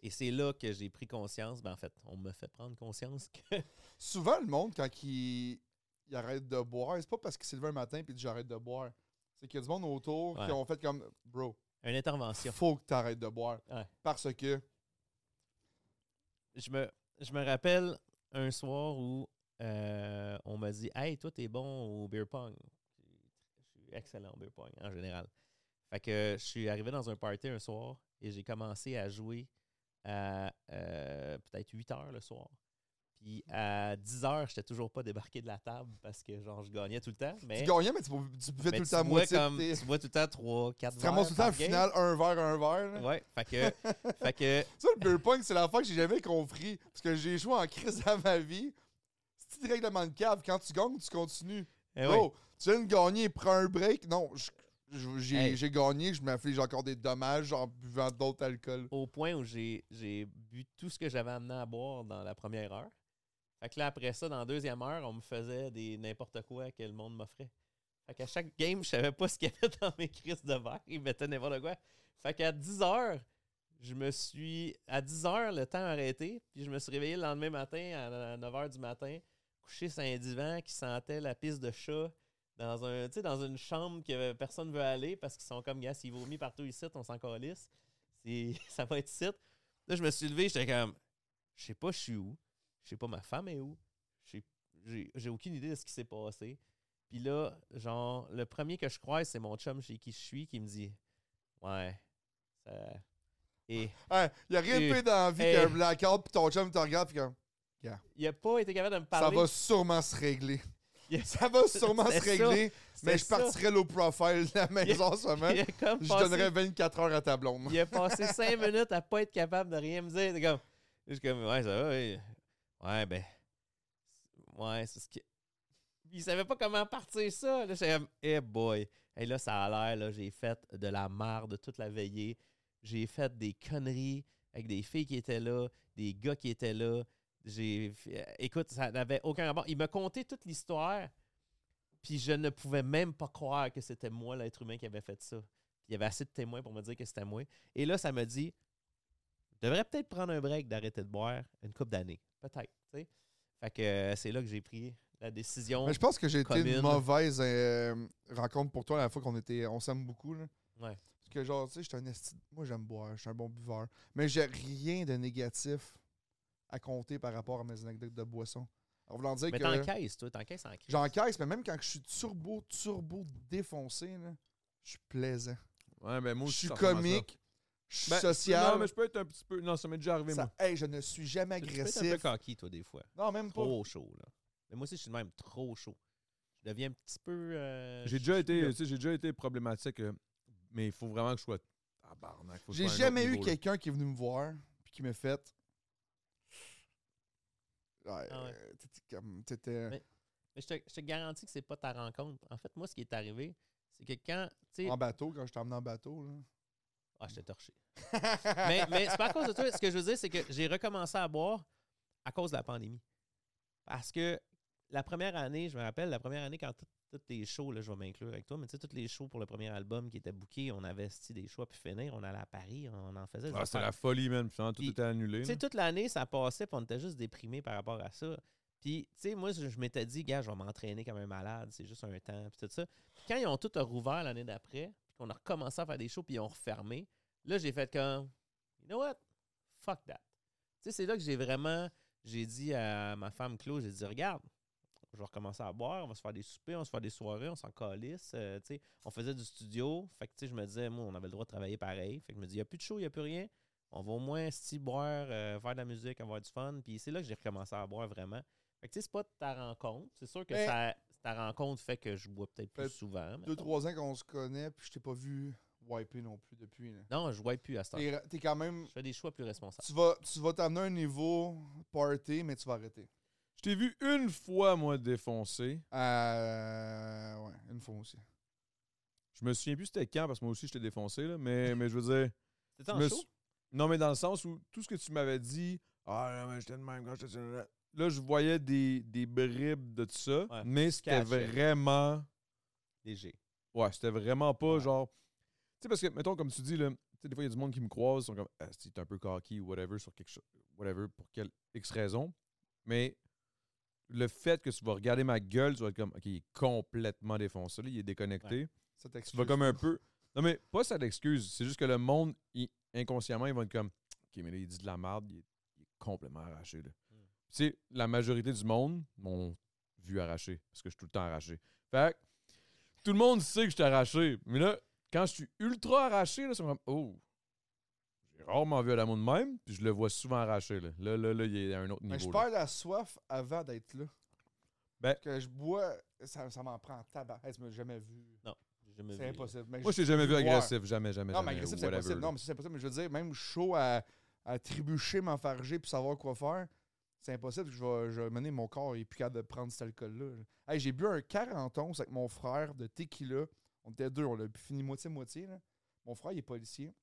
[SPEAKER 3] Et c'est là que j'ai pris conscience, ben en fait, on me fait prendre conscience que
[SPEAKER 2] Souvent, le monde, quand il, il arrête de boire, c'est pas parce qu'il s'est levé un matin et dit j'arrête de boire. C'est qu'il y a du monde autour
[SPEAKER 3] Ouais.
[SPEAKER 2] qui ont fait comme Bro,
[SPEAKER 3] une intervention.
[SPEAKER 2] faut que t'arrêtes de boire.
[SPEAKER 3] Ouais.
[SPEAKER 2] Parce que.
[SPEAKER 3] je me, je me rappelle un soir où euh, on m'a dit Hey, toi, t'es bon au beer pong. Je suis excellent au beer pong en général. Fait que je suis arrivé dans un party un soir et j'ai commencé à jouer à euh, peut-être 8 heures le soir. Puis
[SPEAKER 2] Mmh.
[SPEAKER 3] à 10 heures, j'étais toujours pas débarqué de la table parce que genre je gagnais tout le temps. Mais,
[SPEAKER 2] Tu gagnais, mais tu, tu buvais
[SPEAKER 3] mais
[SPEAKER 2] tout le
[SPEAKER 3] tu
[SPEAKER 2] temps à
[SPEAKER 3] vois
[SPEAKER 2] moitié.
[SPEAKER 3] comme-
[SPEAKER 2] puis t'es-
[SPEAKER 3] tu vois tout le temps 3, 4
[SPEAKER 2] Tu te ramasses tout le temps, au final, un verre, un verre. là.
[SPEAKER 3] Ouais, fait que, fait que
[SPEAKER 2] Ça, le beer pong, c'est l'affaire que j'ai jamais compris. Parce que j'ai joué en crise à ma vie. C'est un règlement de cave. Quand tu gagnes, tu continues.
[SPEAKER 3] eh oui.
[SPEAKER 2] Bro, tu viens de gagner, prends un break. Non, je- je- j'ai
[SPEAKER 3] Hey.
[SPEAKER 2] j'ai gagné, je m'afflige encore des dommages en buvant d'autres alcools.
[SPEAKER 3] au point où j'ai j'ai bu tout ce que j'avais amené à boire dans la première heure. Fait que là, après ça, dans la deuxième heure, on me faisait des n'importe quoi que le monde m'offrait. Fait qu'à chaque game, je savais pas ce qu'il y avait dans mes crises de verre. Ils mettaient n'importe quoi. Fait qu'à 10 heures, je me suis. À 10 heures, le temps a arrêté. Puis je me suis réveillé le lendemain matin à 9 heures du matin, couché sur un divan qui sentait la pisse de chat dans un tu sais, dans une chambre que personne veut aller parce qu'ils sont comme gars, s'ils vomissent partout ici, on s'en calisse. C'est- ça va être site. Là, je me suis levé, j'étais comme, je sais pas, je suis où. Je sais pas, ma femme est où. Je sais- J'ai j'ai aucune idée de ce qui s'est passé. Puis là, genre, le premier que je croise, c'est mon chum chez qui je suis qui me dit, ouais, ça- Et
[SPEAKER 2] Hey, il Hein, y a rien de
[SPEAKER 3] Et-
[SPEAKER 2] pire dans la vie
[SPEAKER 3] hey.
[SPEAKER 2] qu'un blackout, puis ton chum te regarde, puis comme,
[SPEAKER 3] il a pas été capable de me
[SPEAKER 2] ça
[SPEAKER 3] parler.
[SPEAKER 2] va sûrement se régler.
[SPEAKER 3] Yeah.
[SPEAKER 2] Ça va sûrement se
[SPEAKER 3] C'est ça,
[SPEAKER 2] régler, mais
[SPEAKER 3] c'est
[SPEAKER 2] je
[SPEAKER 3] ça.
[SPEAKER 2] partirais low profile de la maison en ce moment.
[SPEAKER 3] Il a comme
[SPEAKER 2] Je
[SPEAKER 3] passé-
[SPEAKER 2] donnerais 24 heures à ta blonde.
[SPEAKER 3] Il a passé cinq minutes à pas être capable de rien me dire. T'es comme, je suis comme, ouais, ça va. Ouais, Ouais, ben. Ouais, c'est ce qui. Il savait pas comment partir ça. Là, j'étais comme, eh boy. Et là, ça a l'air, là, j'ai fait de la merde toute la veillée. J'ai fait des conneries avec des filles qui étaient là, des gars qui étaient là. J'ai. euh, Écoute, ça n'avait aucun rapport. Il m'a conté toute l'histoire. Puis je ne pouvais même pas croire que c'était moi, l'être humain, qui avait fait ça. Puis il y avait assez de témoins pour me dire que c'était moi. Et là, ça me dit, je devrais peut-être prendre un break d'arrêter de boire une coupe d'années. Peut-être, tu sais. Fait que euh, c'est là que j'ai pris la décision.
[SPEAKER 2] Mais je pense que j'ai été une
[SPEAKER 3] commune.
[SPEAKER 2] mauvaise euh, rencontre pour toi la fois qu'on était. On s'aime beaucoup, là.
[SPEAKER 3] Ouais.
[SPEAKER 2] Parce que, genre, tu sais, j'étais un esti- Moi, j'aime boire, je suis un bon buveur. Mais j'ai rien de négatif à compter par rapport à mes anecdotes de boisson. En voulant dire
[SPEAKER 3] Mais
[SPEAKER 2] que.
[SPEAKER 3] t'encaisses, toi, t'encaisses en crise.
[SPEAKER 2] J'encaisse, mais même quand je suis turbo, turbo défoncé, là, je suis plaisant.
[SPEAKER 1] Ouais, ben moi
[SPEAKER 2] Je
[SPEAKER 1] aussi,
[SPEAKER 2] suis
[SPEAKER 1] ça ressemble à ça.
[SPEAKER 2] comique, je suis
[SPEAKER 1] Ben,
[SPEAKER 2] social.
[SPEAKER 1] Non, mais je peux être un petit peu. Non, ça m'est déjà arrivé,
[SPEAKER 2] ça-
[SPEAKER 1] moi.
[SPEAKER 2] hey, je ne suis jamais
[SPEAKER 3] Tu peux être un peu
[SPEAKER 2] agressif.
[SPEAKER 3] cocky, toi, des fois.
[SPEAKER 2] Non, même pas.
[SPEAKER 3] Trop chaud, là. Mais moi aussi, je suis même trop chaud. Je deviens un petit peu. euh,
[SPEAKER 1] J'ai
[SPEAKER 3] je-
[SPEAKER 1] déjà,
[SPEAKER 3] je-
[SPEAKER 1] été,
[SPEAKER 3] là.
[SPEAKER 1] tu sais, j'ai déjà été problématique, euh, mais il faut vraiment que je sois. Tabarnak, faut que je
[SPEAKER 2] J'ai
[SPEAKER 1] sois à un
[SPEAKER 2] jamais
[SPEAKER 1] autre
[SPEAKER 2] eu
[SPEAKER 1] niveau, là.
[SPEAKER 2] quelqu'un qui est venu me voir puis qui m'a fait. Ouais,
[SPEAKER 3] Ah ouais.
[SPEAKER 2] euh, t'étais comme- t'étais-
[SPEAKER 3] Mais- Mais je te, je te garantis que c'est pas ta rencontre. En fait, moi, ce qui est arrivé, c'est que quand. Tu sais.
[SPEAKER 2] en bateau quand je t'emmenais en bateau. Là.
[SPEAKER 3] Ah, je t'ai torché. mais mais c'est pas à cause de toi. Ce que je veux dire, c'est que j'ai recommencé à boire à cause de la pandémie. Parce que la première année, je me rappelle, la première année, quand tout- toutes les shows, là, je vais m'inclure avec toi, mais tu sais, toutes les shows pour le premier album qui étaient bookés, on avait sti, des shows à pu finir, on allait à Paris, on en faisait. des
[SPEAKER 1] Ah, c'était
[SPEAKER 3] affaires.
[SPEAKER 1] la folie, man. Puis finalement, tout
[SPEAKER 3] Puis,
[SPEAKER 1] était annulé.
[SPEAKER 3] Tu
[SPEAKER 1] là.
[SPEAKER 3] sais, toute l'année, ça passait, puis on était juste déprimés par rapport à ça. Puis, tu sais, moi, je, je m'étais dit, gars, je vais m'entraîner comme un malade, c'est juste un temps, puis tout ça. Puis quand ils ont tout rouvert l'année d'après, puis qu'on a recommencé à faire des shows, puis ils ont refermé, là, j'ai fait comme, you know what? Fuck that. Tu sais, c'est là que j'ai vraiment, j'ai dit à ma femme Claude, j'ai dit, regarde, je vais recommencer à boire, on va se faire des soupers, on va se faire des soirées, on s'en calisse, euh, tu sais, on faisait du studio, fait que, tu sais, je me disais, moi, on avait le droit de travailler pareil. Fait que je me dis, il n'y a plus de show, il n'y a plus rien. On va au moins si boire, euh, faire de la musique, avoir du fun. Puis c'est là que j'ai recommencé à boire vraiment. Fait que tu sais, c'est pas de ta rencontre. C'est sûr que
[SPEAKER 2] Ben-
[SPEAKER 3] ça- ta rencontre fait que je bois peut-être plus
[SPEAKER 2] Fait
[SPEAKER 3] souvent.
[SPEAKER 2] Deux,
[SPEAKER 3] mettons.
[SPEAKER 2] trois ans qu'on se connaît puis je t'ai pas vu wiper non plus depuis. là.
[SPEAKER 3] Non, je wipe plus à cette heure.
[SPEAKER 2] T'es ra- T'es quand même.
[SPEAKER 3] Je fais des choix plus responsables.
[SPEAKER 2] Tu vas tu vas t'amener à un niveau party, mais tu vas arrêter.
[SPEAKER 1] Je t'ai vu une fois, moi, défoncer.
[SPEAKER 2] Euh, ouais, une fois aussi.
[SPEAKER 1] Je me souviens plus c'était quand, parce que moi aussi, je t'ai défoncé, là. Mais, mais je veux dire.
[SPEAKER 3] C'était
[SPEAKER 1] je
[SPEAKER 3] en
[SPEAKER 1] me
[SPEAKER 3] show?
[SPEAKER 1] sou- Non, mais dans le sens où tout ce que tu m'avais dit, ah, non, mais j'étais de même quand j'étais. Là, je voyais des, des bribes de tout ça,
[SPEAKER 3] Ouais,
[SPEAKER 1] mais c'était
[SPEAKER 3] cachais.
[SPEAKER 1] vraiment.
[SPEAKER 3] Léger.
[SPEAKER 1] Ouais, c'était vraiment pas
[SPEAKER 3] Ouais.
[SPEAKER 1] genre. Tu sais, parce que, mettons, comme tu dis, là, tu sais, des fois, il y a du monde qui me croise, ils sont comme, ah, si t'es un peu cocky ou whatever, sur quelque chose, whatever, pour quelle X raison. Mais le fait que tu vas regarder ma gueule, tu vas être comme, OK, il est complètement défoncé, là, il est déconnecté.
[SPEAKER 2] Ça
[SPEAKER 1] Tu
[SPEAKER 2] t'excuse.
[SPEAKER 1] vas comme un peu. Non, mais pas ça d'excuse, c'est juste que le monde, il- inconsciemment, ils vont être comme, OK, mais là, il dit de la merde, il est, il est complètement arraché, là.
[SPEAKER 2] Hmm.
[SPEAKER 1] Tu sais, la majorité du monde m'ont vu arraché, parce que je suis tout le temps arraché. Fait que, tout le monde sait que je suis arraché. Mais là, quand je suis ultra arraché, là, c'est comme Oh! J'ai rarement vu un amour de même, puis je le vois souvent arraché. Là, là, là, là, il est à un autre
[SPEAKER 2] Mais je
[SPEAKER 1] niveau. là.
[SPEAKER 2] perds la soif avant d'être là.
[SPEAKER 1] Ben-
[SPEAKER 2] que je bois, ça, ça m'en prend en tabac. Hey, tu m'as jamais vu.
[SPEAKER 3] Non, j'ai jamais
[SPEAKER 2] C'est
[SPEAKER 3] vu.
[SPEAKER 2] impossible. Mais
[SPEAKER 1] Moi, je t'ai jamais vu agressif, jamais, jamais,
[SPEAKER 2] Non,
[SPEAKER 1] jamais.
[SPEAKER 2] mais agressif,
[SPEAKER 1] ou
[SPEAKER 2] c'est
[SPEAKER 1] whatever,
[SPEAKER 2] impossible.
[SPEAKER 1] là.
[SPEAKER 2] Non, mais ça, c'est impossible. Mais je veux dire, même chaud à, à trébucher, m'enfarger puis savoir quoi faire, c'est impossible. Je vais, je vais mener mon corps et puis capable de prendre cet alcool-là. Hey, j'ai bu un 40 onces avec mon frère de tequila. On était deux, on l'a fini moitié-moitié. là. Mon frère, il est policier.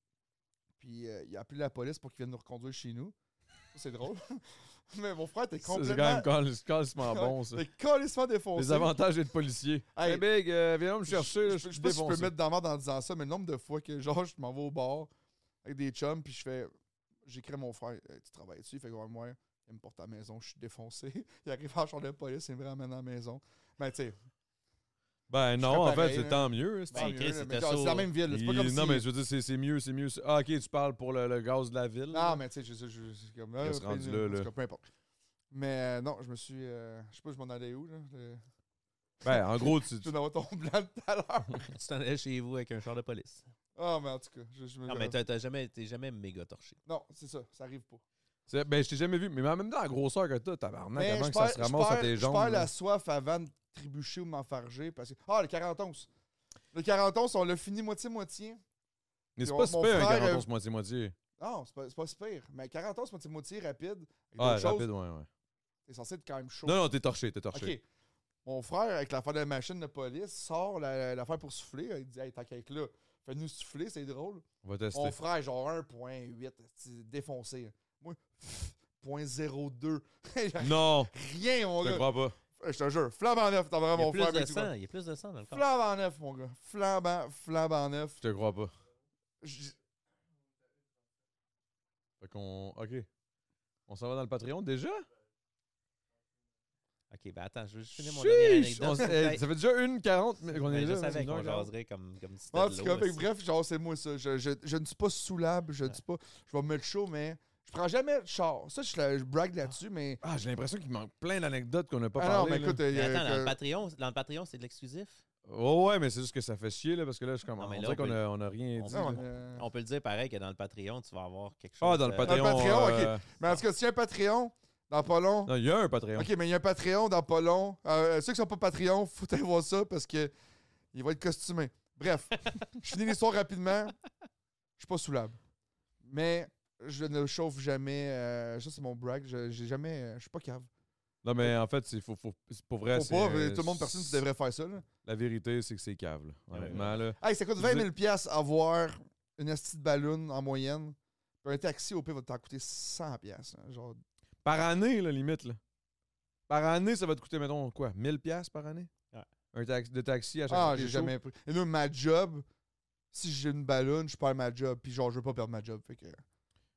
[SPEAKER 2] Puis euh, il a appelé la police pour qu'il vienne nous reconduire chez nous. C'est drôle. mais mon frère était
[SPEAKER 1] Ça, C'est
[SPEAKER 2] complètement.
[SPEAKER 1] quand même cal- calissement bon, ça.
[SPEAKER 2] T'es calissement défoncé.
[SPEAKER 1] Les avantages d'être policier.
[SPEAKER 2] Hey,
[SPEAKER 1] Hey, Big, euh, viens me chercher, là, je
[SPEAKER 2] Je, je
[SPEAKER 1] suis
[SPEAKER 2] sais pas si je peux
[SPEAKER 1] défoncé.
[SPEAKER 2] mettre dans la merde en disant ça, mais le nombre de fois que genre je m'en vais au bar avec des chums puis je fais j'écris à mon frère Hey, tu travailles dessus, il fait comme moi, il me porte à la maison, je suis défoncé. il arrive en genre de police, il me ramène à la maison. Mais tu sais,
[SPEAKER 1] Ben
[SPEAKER 2] je
[SPEAKER 1] non,
[SPEAKER 2] serais
[SPEAKER 1] en fait,
[SPEAKER 2] pareil,
[SPEAKER 1] c'est
[SPEAKER 2] là.
[SPEAKER 1] tant mieux. c'est-
[SPEAKER 2] tant
[SPEAKER 3] Chris,
[SPEAKER 2] mieux, là,
[SPEAKER 3] c'était
[SPEAKER 2] mais genre, c'est la
[SPEAKER 3] sourd.
[SPEAKER 2] même ville, hein. Ben, c'est pas
[SPEAKER 1] Il-
[SPEAKER 2] comme
[SPEAKER 1] non,
[SPEAKER 2] si-
[SPEAKER 1] mais je veux dire, c'est- c'est mieux, c'est mieux. c'est- Ah, ok, tu parles pour le, le gaz de la ville. là.
[SPEAKER 2] Non, mais tu sais, je, je, je, c'est comme ah, là,
[SPEAKER 1] Qu'est-ce
[SPEAKER 2] c'est
[SPEAKER 1] rendu
[SPEAKER 2] une-
[SPEAKER 1] là,
[SPEAKER 2] en tout
[SPEAKER 1] là?
[SPEAKER 2] cas, peu importe. Mais euh, non, je me suis euh, je sais pas je m'en allais où là, le-
[SPEAKER 1] Ben, en gros, tu,
[SPEAKER 2] tu dois avoir ton blanc de tout à l'heure.
[SPEAKER 3] tu t'en allais chez vous avec un char de police.
[SPEAKER 2] Ah mais en tout cas, je, je me
[SPEAKER 3] Non, mais t'as t'as jamais, t'es jamais méga torché.
[SPEAKER 2] Non, c'est ça, ça arrive pas.
[SPEAKER 1] C'est- Ben, je t'ai jamais vu, mais en même temps, la grosseur que t'as, tabarnak,
[SPEAKER 2] Mais
[SPEAKER 1] avant
[SPEAKER 2] Ben, je
[SPEAKER 1] que ça
[SPEAKER 2] perds-
[SPEAKER 1] se
[SPEAKER 2] je
[SPEAKER 1] ramasse à
[SPEAKER 2] perds-
[SPEAKER 1] tes jambes.
[SPEAKER 2] Je perds
[SPEAKER 1] là.
[SPEAKER 2] la soif avant de trébucher ou de m'enfarger parce que. Ah, le 40 onces. Le 40 onces, on l'a fini moitié-moitié.
[SPEAKER 1] Mais c'est
[SPEAKER 2] Mon-
[SPEAKER 1] pas si
[SPEAKER 2] mon
[SPEAKER 1] pire, un
[SPEAKER 2] frère,
[SPEAKER 1] 41
[SPEAKER 2] euh,
[SPEAKER 1] moitié-moitié.
[SPEAKER 2] Non, Ah, c'est pas, c'est pas si pire. Mais 40 onces, moitié-moitié, rapide. Avec
[SPEAKER 1] Ah,
[SPEAKER 2] d'autres choses,
[SPEAKER 1] rapide, ouais, ouais.
[SPEAKER 2] T'es censé être quand même chaud.
[SPEAKER 1] Non, non, t'es torché, t'es torché.
[SPEAKER 2] ok. Mon frère, avec l'affaire de la machine de police, sort la- l'affaire pour souffler. Il dit Hey, t'as qu'à être là. Fais-nous souffler, c'est drôle.
[SPEAKER 1] On va tester.
[SPEAKER 2] Mon frère, genre 1,8, c'est défoncé. Moi, 0,02.
[SPEAKER 1] Non,
[SPEAKER 2] Rien, mon
[SPEAKER 1] je te
[SPEAKER 2] gars.
[SPEAKER 1] crois pas.
[SPEAKER 2] Je te jure, flamme en neuf, t'as vraiment
[SPEAKER 3] Il y a
[SPEAKER 2] mon frère.
[SPEAKER 3] plus de
[SPEAKER 2] mais tu vois.
[SPEAKER 3] sang, il y a plus de sang dans le corps.
[SPEAKER 2] Flambant neuf, mon gars. Flambant, flambant neuf.
[SPEAKER 1] Je te crois pas.
[SPEAKER 2] J-
[SPEAKER 1] Fait qu'on. Ok. On s'en va dans le Patreon déjà?
[SPEAKER 3] Ok, ben attends, je veux juste finir mon dernier
[SPEAKER 1] Chiche! On
[SPEAKER 3] anecdote.
[SPEAKER 1] s- eh, Ça fait déjà une quarante mais qu'on est
[SPEAKER 3] Mais
[SPEAKER 1] là.
[SPEAKER 3] Ben, je savais
[SPEAKER 1] c'est
[SPEAKER 3] qu'on
[SPEAKER 1] une heure
[SPEAKER 3] jaserait comme, comme si c'était
[SPEAKER 2] En
[SPEAKER 3] de
[SPEAKER 2] tout
[SPEAKER 3] l'eau,
[SPEAKER 2] cas, fait que
[SPEAKER 3] aussi.
[SPEAKER 2] bref, genre, c'est moi ça. Je, je- je ne suis pas soulable, je ne suis pas. Je vais me mettre chaud, mais je prends jamais de char. Ça, je, la- je brague là-dessus, mais.
[SPEAKER 1] Ah, j'ai l'impression qu'il manque plein d'anecdotes qu'on n'a pas
[SPEAKER 2] ah non,
[SPEAKER 1] parlé.
[SPEAKER 2] mais
[SPEAKER 1] là.
[SPEAKER 2] écoute, euh,
[SPEAKER 3] Mais attends,
[SPEAKER 2] euh,
[SPEAKER 3] dans le
[SPEAKER 2] que-
[SPEAKER 3] Patreon, dans le Patreon, c'est de l'exclusif.
[SPEAKER 1] Oh, ouais, mais c'est juste que ça fait chier, là, parce que là, je commence.
[SPEAKER 3] Non,
[SPEAKER 1] On
[SPEAKER 3] mais là,
[SPEAKER 1] dirait
[SPEAKER 3] on
[SPEAKER 1] qu'on
[SPEAKER 3] peut-
[SPEAKER 1] a, on a rien
[SPEAKER 3] on
[SPEAKER 1] dit.
[SPEAKER 3] peut-
[SPEAKER 2] non,
[SPEAKER 1] là.
[SPEAKER 2] mais, euh,
[SPEAKER 3] On peut le dire pareil que dans le Patreon, tu vas avoir quelque chose.
[SPEAKER 1] Ah, dans le
[SPEAKER 3] euh,
[SPEAKER 1] Patreon.
[SPEAKER 2] Dans le Patreon, ok.
[SPEAKER 1] euh,
[SPEAKER 2] mais en tout cas, s'il y a un Patreon, dans pas long.
[SPEAKER 1] Non, il y a un Patreon.
[SPEAKER 2] Ok, mais il y a un Patreon dans pas long. Euh, ceux qui sont pas Patreon, faut aller voir ça parce que il va être costumé. Bref, je finis l'histoire rapidement. Je suis pas soulable. Mais je ne chauffe jamais. euh, ça, c'est mon brag. Je j'ai jamais. euh, je suis pas cave.
[SPEAKER 1] Non, mais en fait, c'est faut, faut, c'est pour vrai.
[SPEAKER 2] Faut
[SPEAKER 1] c'est,
[SPEAKER 2] pas.
[SPEAKER 1] euh,
[SPEAKER 2] Tout le monde, personne ne devrait faire ça. Là.
[SPEAKER 1] La vérité, c'est que c'est cave, là.
[SPEAKER 3] Ah
[SPEAKER 1] Honnêtement, là.
[SPEAKER 2] Hey, ça coûte
[SPEAKER 1] Je
[SPEAKER 2] 20
[SPEAKER 1] veux
[SPEAKER 2] 000 piastres avoir une esti de ballon en moyenne. Puis un taxi, au pire, va t'en coûter 100 piastres. hein, genre,
[SPEAKER 1] Par année, là, limite, là. Par année, ça va te coûter, mettons, quoi, 1000 pièces par année?
[SPEAKER 3] Ouais.
[SPEAKER 1] Un taxi, de taxi à chaque fois
[SPEAKER 2] ah,
[SPEAKER 1] que
[SPEAKER 2] j'ai
[SPEAKER 1] t'es chaud.
[SPEAKER 2] jamais pris. Et là, ma job, si j'ai une ballon, je perds ma job. Puis genre, je veux pas perdre ma job. Fait que.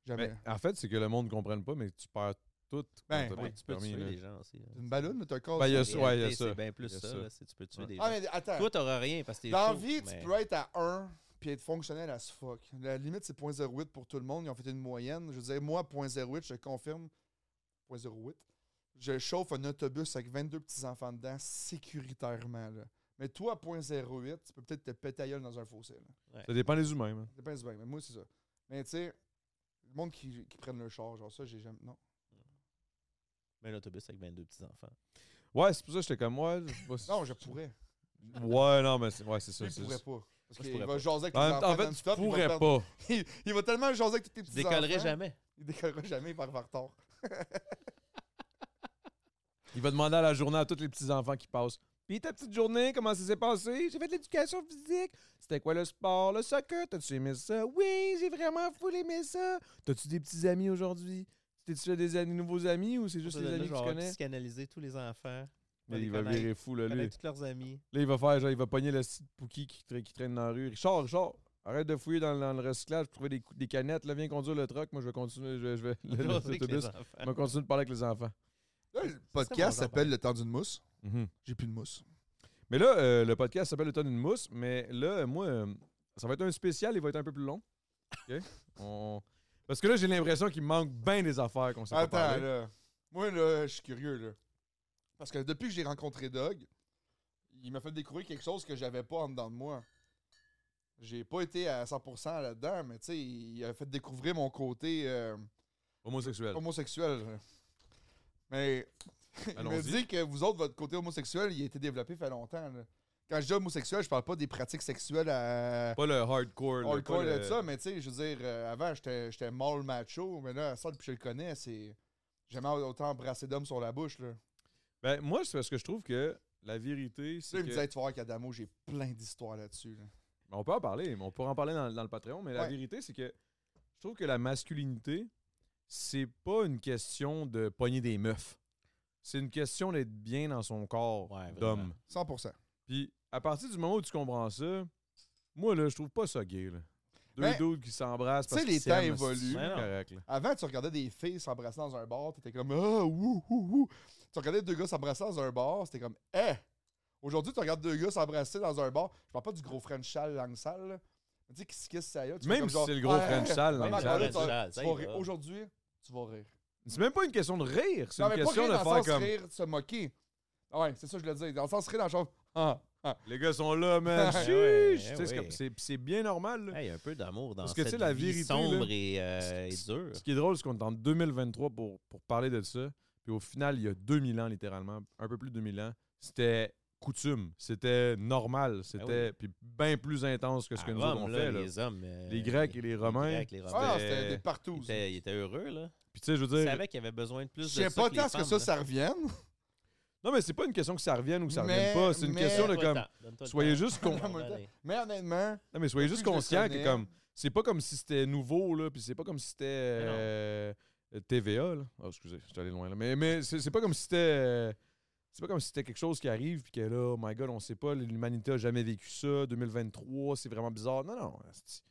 [SPEAKER 2] Jamais.
[SPEAKER 1] Mais en fait, c'est que le monde ne comprenne pas, mais tu perds tout.
[SPEAKER 2] Ben,
[SPEAKER 1] quand t'as
[SPEAKER 3] ouais,
[SPEAKER 1] pas de
[SPEAKER 3] tu peux
[SPEAKER 1] permis,
[SPEAKER 3] tuer
[SPEAKER 1] là.
[SPEAKER 3] les gens aussi. là.
[SPEAKER 2] Une ballonne ou t'as corps?
[SPEAKER 1] Ben, il y a
[SPEAKER 3] La
[SPEAKER 1] ça, ouais, il y a
[SPEAKER 3] réalité,
[SPEAKER 1] ça.
[SPEAKER 3] C'est bien plus
[SPEAKER 1] Il y a
[SPEAKER 3] ça,
[SPEAKER 1] ça.
[SPEAKER 3] là, c'est- tu peux tuer
[SPEAKER 1] Ouais.
[SPEAKER 3] des
[SPEAKER 2] Ah,
[SPEAKER 3] gens.
[SPEAKER 2] mais attends.
[SPEAKER 3] Toi, t'auras rien parce que t'es
[SPEAKER 2] Dans la
[SPEAKER 3] chaud,
[SPEAKER 2] vie,
[SPEAKER 3] mais-
[SPEAKER 2] tu peux être à 1 puis être fonctionnel à ce fuck. La limite, c'est 0.08 pour tout le monde. Ils ont fait une moyenne. Je disais, moi, 0.08, je confirme. 0.08. Je chauffe un autobus avec 22 petits-enfants dedans sécuritairement. Là. Mais toi, 0.08, tu peux peut-être te péter la gueule dans un fossé. Là.
[SPEAKER 1] Ça dépend des humains, man.
[SPEAKER 2] Ça dépend du bain, mais moi, c'est ça. Mais tu sais, le monde qui, qui prennent le char, genre ça, j'ai jamais. Non.
[SPEAKER 3] Mais l'autobus avec 22 petits-enfants.
[SPEAKER 1] Ouais, c'est pour ça que j'étais comme, ouais. je sais pas si-
[SPEAKER 2] Non, je pourrais.
[SPEAKER 1] Ouais, non, mais c'est ouais, c'est ça.
[SPEAKER 2] Je
[SPEAKER 1] c'est-
[SPEAKER 2] pourrais pas. Parce
[SPEAKER 3] Moi, je
[SPEAKER 2] qu'il
[SPEAKER 3] pourrais
[SPEAKER 2] va
[SPEAKER 3] pas.
[SPEAKER 2] jaser avec les
[SPEAKER 1] En,
[SPEAKER 2] enfants
[SPEAKER 1] en fait, tu
[SPEAKER 2] non-stop, il va
[SPEAKER 1] pourrais
[SPEAKER 2] perdre-
[SPEAKER 1] pas.
[SPEAKER 2] Il, il va tellement jaser avec tous tes
[SPEAKER 3] Je
[SPEAKER 2] petits
[SPEAKER 3] décollerai
[SPEAKER 2] enfants,
[SPEAKER 3] jamais.
[SPEAKER 2] Il décollera jamais, il va arriver en retard.
[SPEAKER 1] Il va demander à la journée à tous les petits-enfants qui passent. Puis ta petite journée, comment ça s'est passé? J'ai fait de l'éducation physique. C'était quoi le sport? Le soccer? T'as-tu aimé ça? Oui, j'ai vraiment full aimé ça. T'as-tu des petits amis aujourd'hui? T'es-tu fait des amis- nouveaux amis ou c'est juste les
[SPEAKER 3] Là,
[SPEAKER 1] amis que
[SPEAKER 3] je vais
[SPEAKER 1] tu
[SPEAKER 3] avoir
[SPEAKER 1] connais?
[SPEAKER 3] psychanalyser tous les enfants.
[SPEAKER 1] Mais
[SPEAKER 3] les
[SPEAKER 1] il va
[SPEAKER 3] connaître,
[SPEAKER 1] virer fou, là, lui.
[SPEAKER 3] connaître tous leurs amis.
[SPEAKER 1] Là, il va faire, genre, il va pogner le petit Pookie qui, tra- qui traîne dans la rue. Richard, Richard, arrête de fouiller dans, le- dans le recyclage pour trouver des, cou- des canettes. Là, viens conduire le truck. Moi, je vais continuer. Je, je vais. le- le-
[SPEAKER 3] Jaser avec les
[SPEAKER 1] L'autobus.
[SPEAKER 3] enfants.
[SPEAKER 1] Je vais continuer de parler avec les enfants.
[SPEAKER 2] Là, le
[SPEAKER 3] mon
[SPEAKER 2] podcast
[SPEAKER 3] genre,
[SPEAKER 2] s'appelle Le temps d'une mousse.
[SPEAKER 1] Mhm.
[SPEAKER 2] J'ai plus de mousse.
[SPEAKER 1] Mais là, euh, le podcast s'appelle Le temps d'une mousse, mais là, euh, moi, euh, ça va être un spécial, il va être un peu plus long. OK? On- Parce que là, j'ai l'impression qu'il me manque bien des affaires qu'on s'est pas
[SPEAKER 2] Attends,
[SPEAKER 1] parlé.
[SPEAKER 2] là. Moi, là, je suis curieux, là. Parce que depuis que j'ai rencontré Doug, il m'a fait découvrir quelque chose que j'avais pas en dedans de moi. J'ai pas été à 100% là-dedans, mais tu sais, il a fait découvrir mon côté euh,
[SPEAKER 1] Homosexuel.
[SPEAKER 2] homosexuel. là. Mais il me
[SPEAKER 1] Allons-y.
[SPEAKER 2] dit que vous autres, votre côté homosexuel, il a été développé fait longtemps. là. Quand je dis homosexuel, je parle pas des pratiques sexuelles à,
[SPEAKER 1] Pas le hardcore. là,
[SPEAKER 2] hardcore
[SPEAKER 1] pas
[SPEAKER 2] de
[SPEAKER 1] le-
[SPEAKER 2] ça, mais tu sais, je veux dire, euh, avant, j'étais j'étais mâle macho, mais là, ça, depuis que je le connais, c'est. Jamais autant embrasser d'hommes sur la bouche, là.
[SPEAKER 1] Ben, moi, c'est parce que je trouve que la vérité,
[SPEAKER 2] Tu sais,
[SPEAKER 1] c'est
[SPEAKER 2] il me
[SPEAKER 1] que... Ben,
[SPEAKER 2] disait, tu vas voir qu'Adamo, j'ai plein d'histoires là-dessus, là.
[SPEAKER 1] On peut en parler, mais on pourra en parler dans, dans le Patreon, mais la
[SPEAKER 2] Ouais.
[SPEAKER 1] vérité, c'est que je trouve que la masculinité, c'est pas une question de pogner des meufs. C'est une question d'être bien dans son corps
[SPEAKER 3] Ouais, vraiment.
[SPEAKER 1] d'homme.
[SPEAKER 2] 100%.
[SPEAKER 1] Puis à partir du moment où tu comprends ça, moi là, je trouve pas ça gay là. Deux
[SPEAKER 2] Ben,
[SPEAKER 1] dudes qui s'embrassent
[SPEAKER 2] tu
[SPEAKER 1] parce
[SPEAKER 2] sais,
[SPEAKER 1] qu'ils
[SPEAKER 2] les temps
[SPEAKER 1] s'aiment,
[SPEAKER 2] évoluent.
[SPEAKER 1] c'est
[SPEAKER 3] Ouais, Ben non.
[SPEAKER 1] correct là.
[SPEAKER 2] Avant, tu regardais des filles s'embrasser dans un bar, t'étais comme, ah, ouh, ouh, ouh. Tu regardais deux gars s'embrasser dans un bar, c'était comme, eh. Aujourd'hui, tu regardes deux gars s'embrasser dans un bar. Je parle pas du gros French Chal langue sale, là. Tu sais, qui se kiss ça y est, tu fais
[SPEAKER 1] Même
[SPEAKER 2] comme
[SPEAKER 1] si
[SPEAKER 2] genre,
[SPEAKER 1] c'est le gros
[SPEAKER 2] Ah,
[SPEAKER 1] French sale,
[SPEAKER 2] vraiment,
[SPEAKER 1] langue
[SPEAKER 2] encore là,
[SPEAKER 3] sale.
[SPEAKER 2] tu-
[SPEAKER 3] Sale,
[SPEAKER 2] tu
[SPEAKER 3] ça y
[SPEAKER 2] vas
[SPEAKER 3] va.
[SPEAKER 2] rire. Aujourd'hui, tu vas rire.
[SPEAKER 1] C'est même pas une question de rire, c'est
[SPEAKER 2] Non,
[SPEAKER 1] une
[SPEAKER 2] mais pas
[SPEAKER 1] question
[SPEAKER 2] rire
[SPEAKER 1] de
[SPEAKER 2] dans le
[SPEAKER 1] faire
[SPEAKER 2] sens
[SPEAKER 1] comme
[SPEAKER 2] rire, se moquer. Ah Ouais, c'est ça que je le dis. Dans le sens rire dans le genre, ah, ah.
[SPEAKER 1] les gars sont là man.
[SPEAKER 3] Ouais,
[SPEAKER 1] Chiche!
[SPEAKER 3] ouais,
[SPEAKER 1] Tu sais, c'est
[SPEAKER 3] ouais.
[SPEAKER 1] comme- c'est c'est bien normal. là.
[SPEAKER 3] Hey, un peu d'amour dans
[SPEAKER 1] Parce que, tu
[SPEAKER 3] cette
[SPEAKER 1] sais, la
[SPEAKER 3] vie
[SPEAKER 1] vérité,
[SPEAKER 3] sombre
[SPEAKER 1] là,
[SPEAKER 3] et, euh, et
[SPEAKER 1] c'est-
[SPEAKER 3] dure.
[SPEAKER 1] Ce qui est drôle, c'est qu'on est en 2023 pour, pour parler de ça. Puis au final, il y a 2000 ans, littéralement, un peu plus de 2000 ans, c'était coutume, c'était normal, c'était puis bien plus intense que ce que nous
[SPEAKER 3] Ah Avant,
[SPEAKER 1] autres on
[SPEAKER 3] là,
[SPEAKER 1] fait. là.
[SPEAKER 3] Les hommes. euh,
[SPEAKER 1] Les Grecs et les Romains,
[SPEAKER 3] Grecs, les Romains.
[SPEAKER 2] Ah,
[SPEAKER 1] C'était-
[SPEAKER 2] c'était des partout.
[SPEAKER 3] Ils étaient- ils étaient heureux, là.
[SPEAKER 1] Puis tu sais, je veux
[SPEAKER 3] Ils
[SPEAKER 1] dire,
[SPEAKER 3] savaient qu'il y avait besoin de plus
[SPEAKER 2] Je
[SPEAKER 3] de
[SPEAKER 2] sais pas
[SPEAKER 3] que les
[SPEAKER 2] tant ce que
[SPEAKER 3] femmes,
[SPEAKER 2] ça,
[SPEAKER 3] là.
[SPEAKER 2] ça revienne.
[SPEAKER 1] non mais c'est pas une question que ça revienne ou que ça
[SPEAKER 2] Mais-
[SPEAKER 1] revienne pas, c'est une
[SPEAKER 2] mais-
[SPEAKER 1] question de
[SPEAKER 3] Donne-toi le
[SPEAKER 1] comme
[SPEAKER 3] temps, donne-toi le
[SPEAKER 1] soyez
[SPEAKER 3] temps.
[SPEAKER 1] juste con-
[SPEAKER 3] Donne-toi le
[SPEAKER 2] Non,
[SPEAKER 3] temps.
[SPEAKER 2] Mais honnêtement,
[SPEAKER 1] Non, mais soyez
[SPEAKER 2] Depuis
[SPEAKER 1] juste
[SPEAKER 2] que je le
[SPEAKER 1] conscient que
[SPEAKER 2] connais-
[SPEAKER 1] comme c'est pas comme si c'était nouveau là, puis c'est pas comme si c'était euh, TVA là. Oh, excusez, j'étais allé loin là. Mais mais c'est c'est pas comme si c'était euh, c'est pas comme si c'était quelque chose qui arrive puis que là, oh my god, on sait pas, l'humanité a jamais vécu ça, 2023, c'est vraiment bizarre. Non non, asti.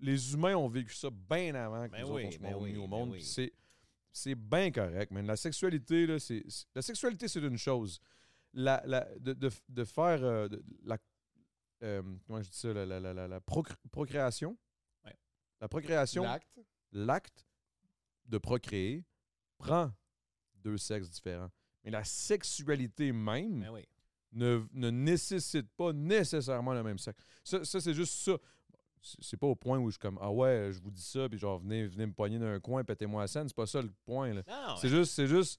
[SPEAKER 1] les humains ont vécu ça bien avant que
[SPEAKER 3] Ben
[SPEAKER 1] nous autres,
[SPEAKER 3] oui,
[SPEAKER 1] on soit
[SPEAKER 3] ben
[SPEAKER 1] mis
[SPEAKER 3] oui,
[SPEAKER 1] au
[SPEAKER 3] ben
[SPEAKER 1] monde.
[SPEAKER 3] oui.
[SPEAKER 1] puis C'est c'est bien correct, mais la sexualité là, c'est c'est- la sexualité c'est une chose. La, la- de, de- de faire euh, de- la euh, comment je dis ça, la, la- la- la- la procr- procréation.
[SPEAKER 3] Ouais.
[SPEAKER 1] La procréation,
[SPEAKER 2] l'acte.
[SPEAKER 1] l'acte de procréer prend deux sexes différents. Mais la sexualité même
[SPEAKER 3] Ben oui.
[SPEAKER 1] ne, ne nécessite pas nécessairement le même sexe. Ça, ça, c'est juste ça. C'est c'est pas au point où je suis comme Ah ouais, je vous dis ça, puis genre venez, venez me poigner d'un coin, pétez-moi la scène. C'est pas ça le point. là.
[SPEAKER 3] Non,
[SPEAKER 1] C'est juste, c'est juste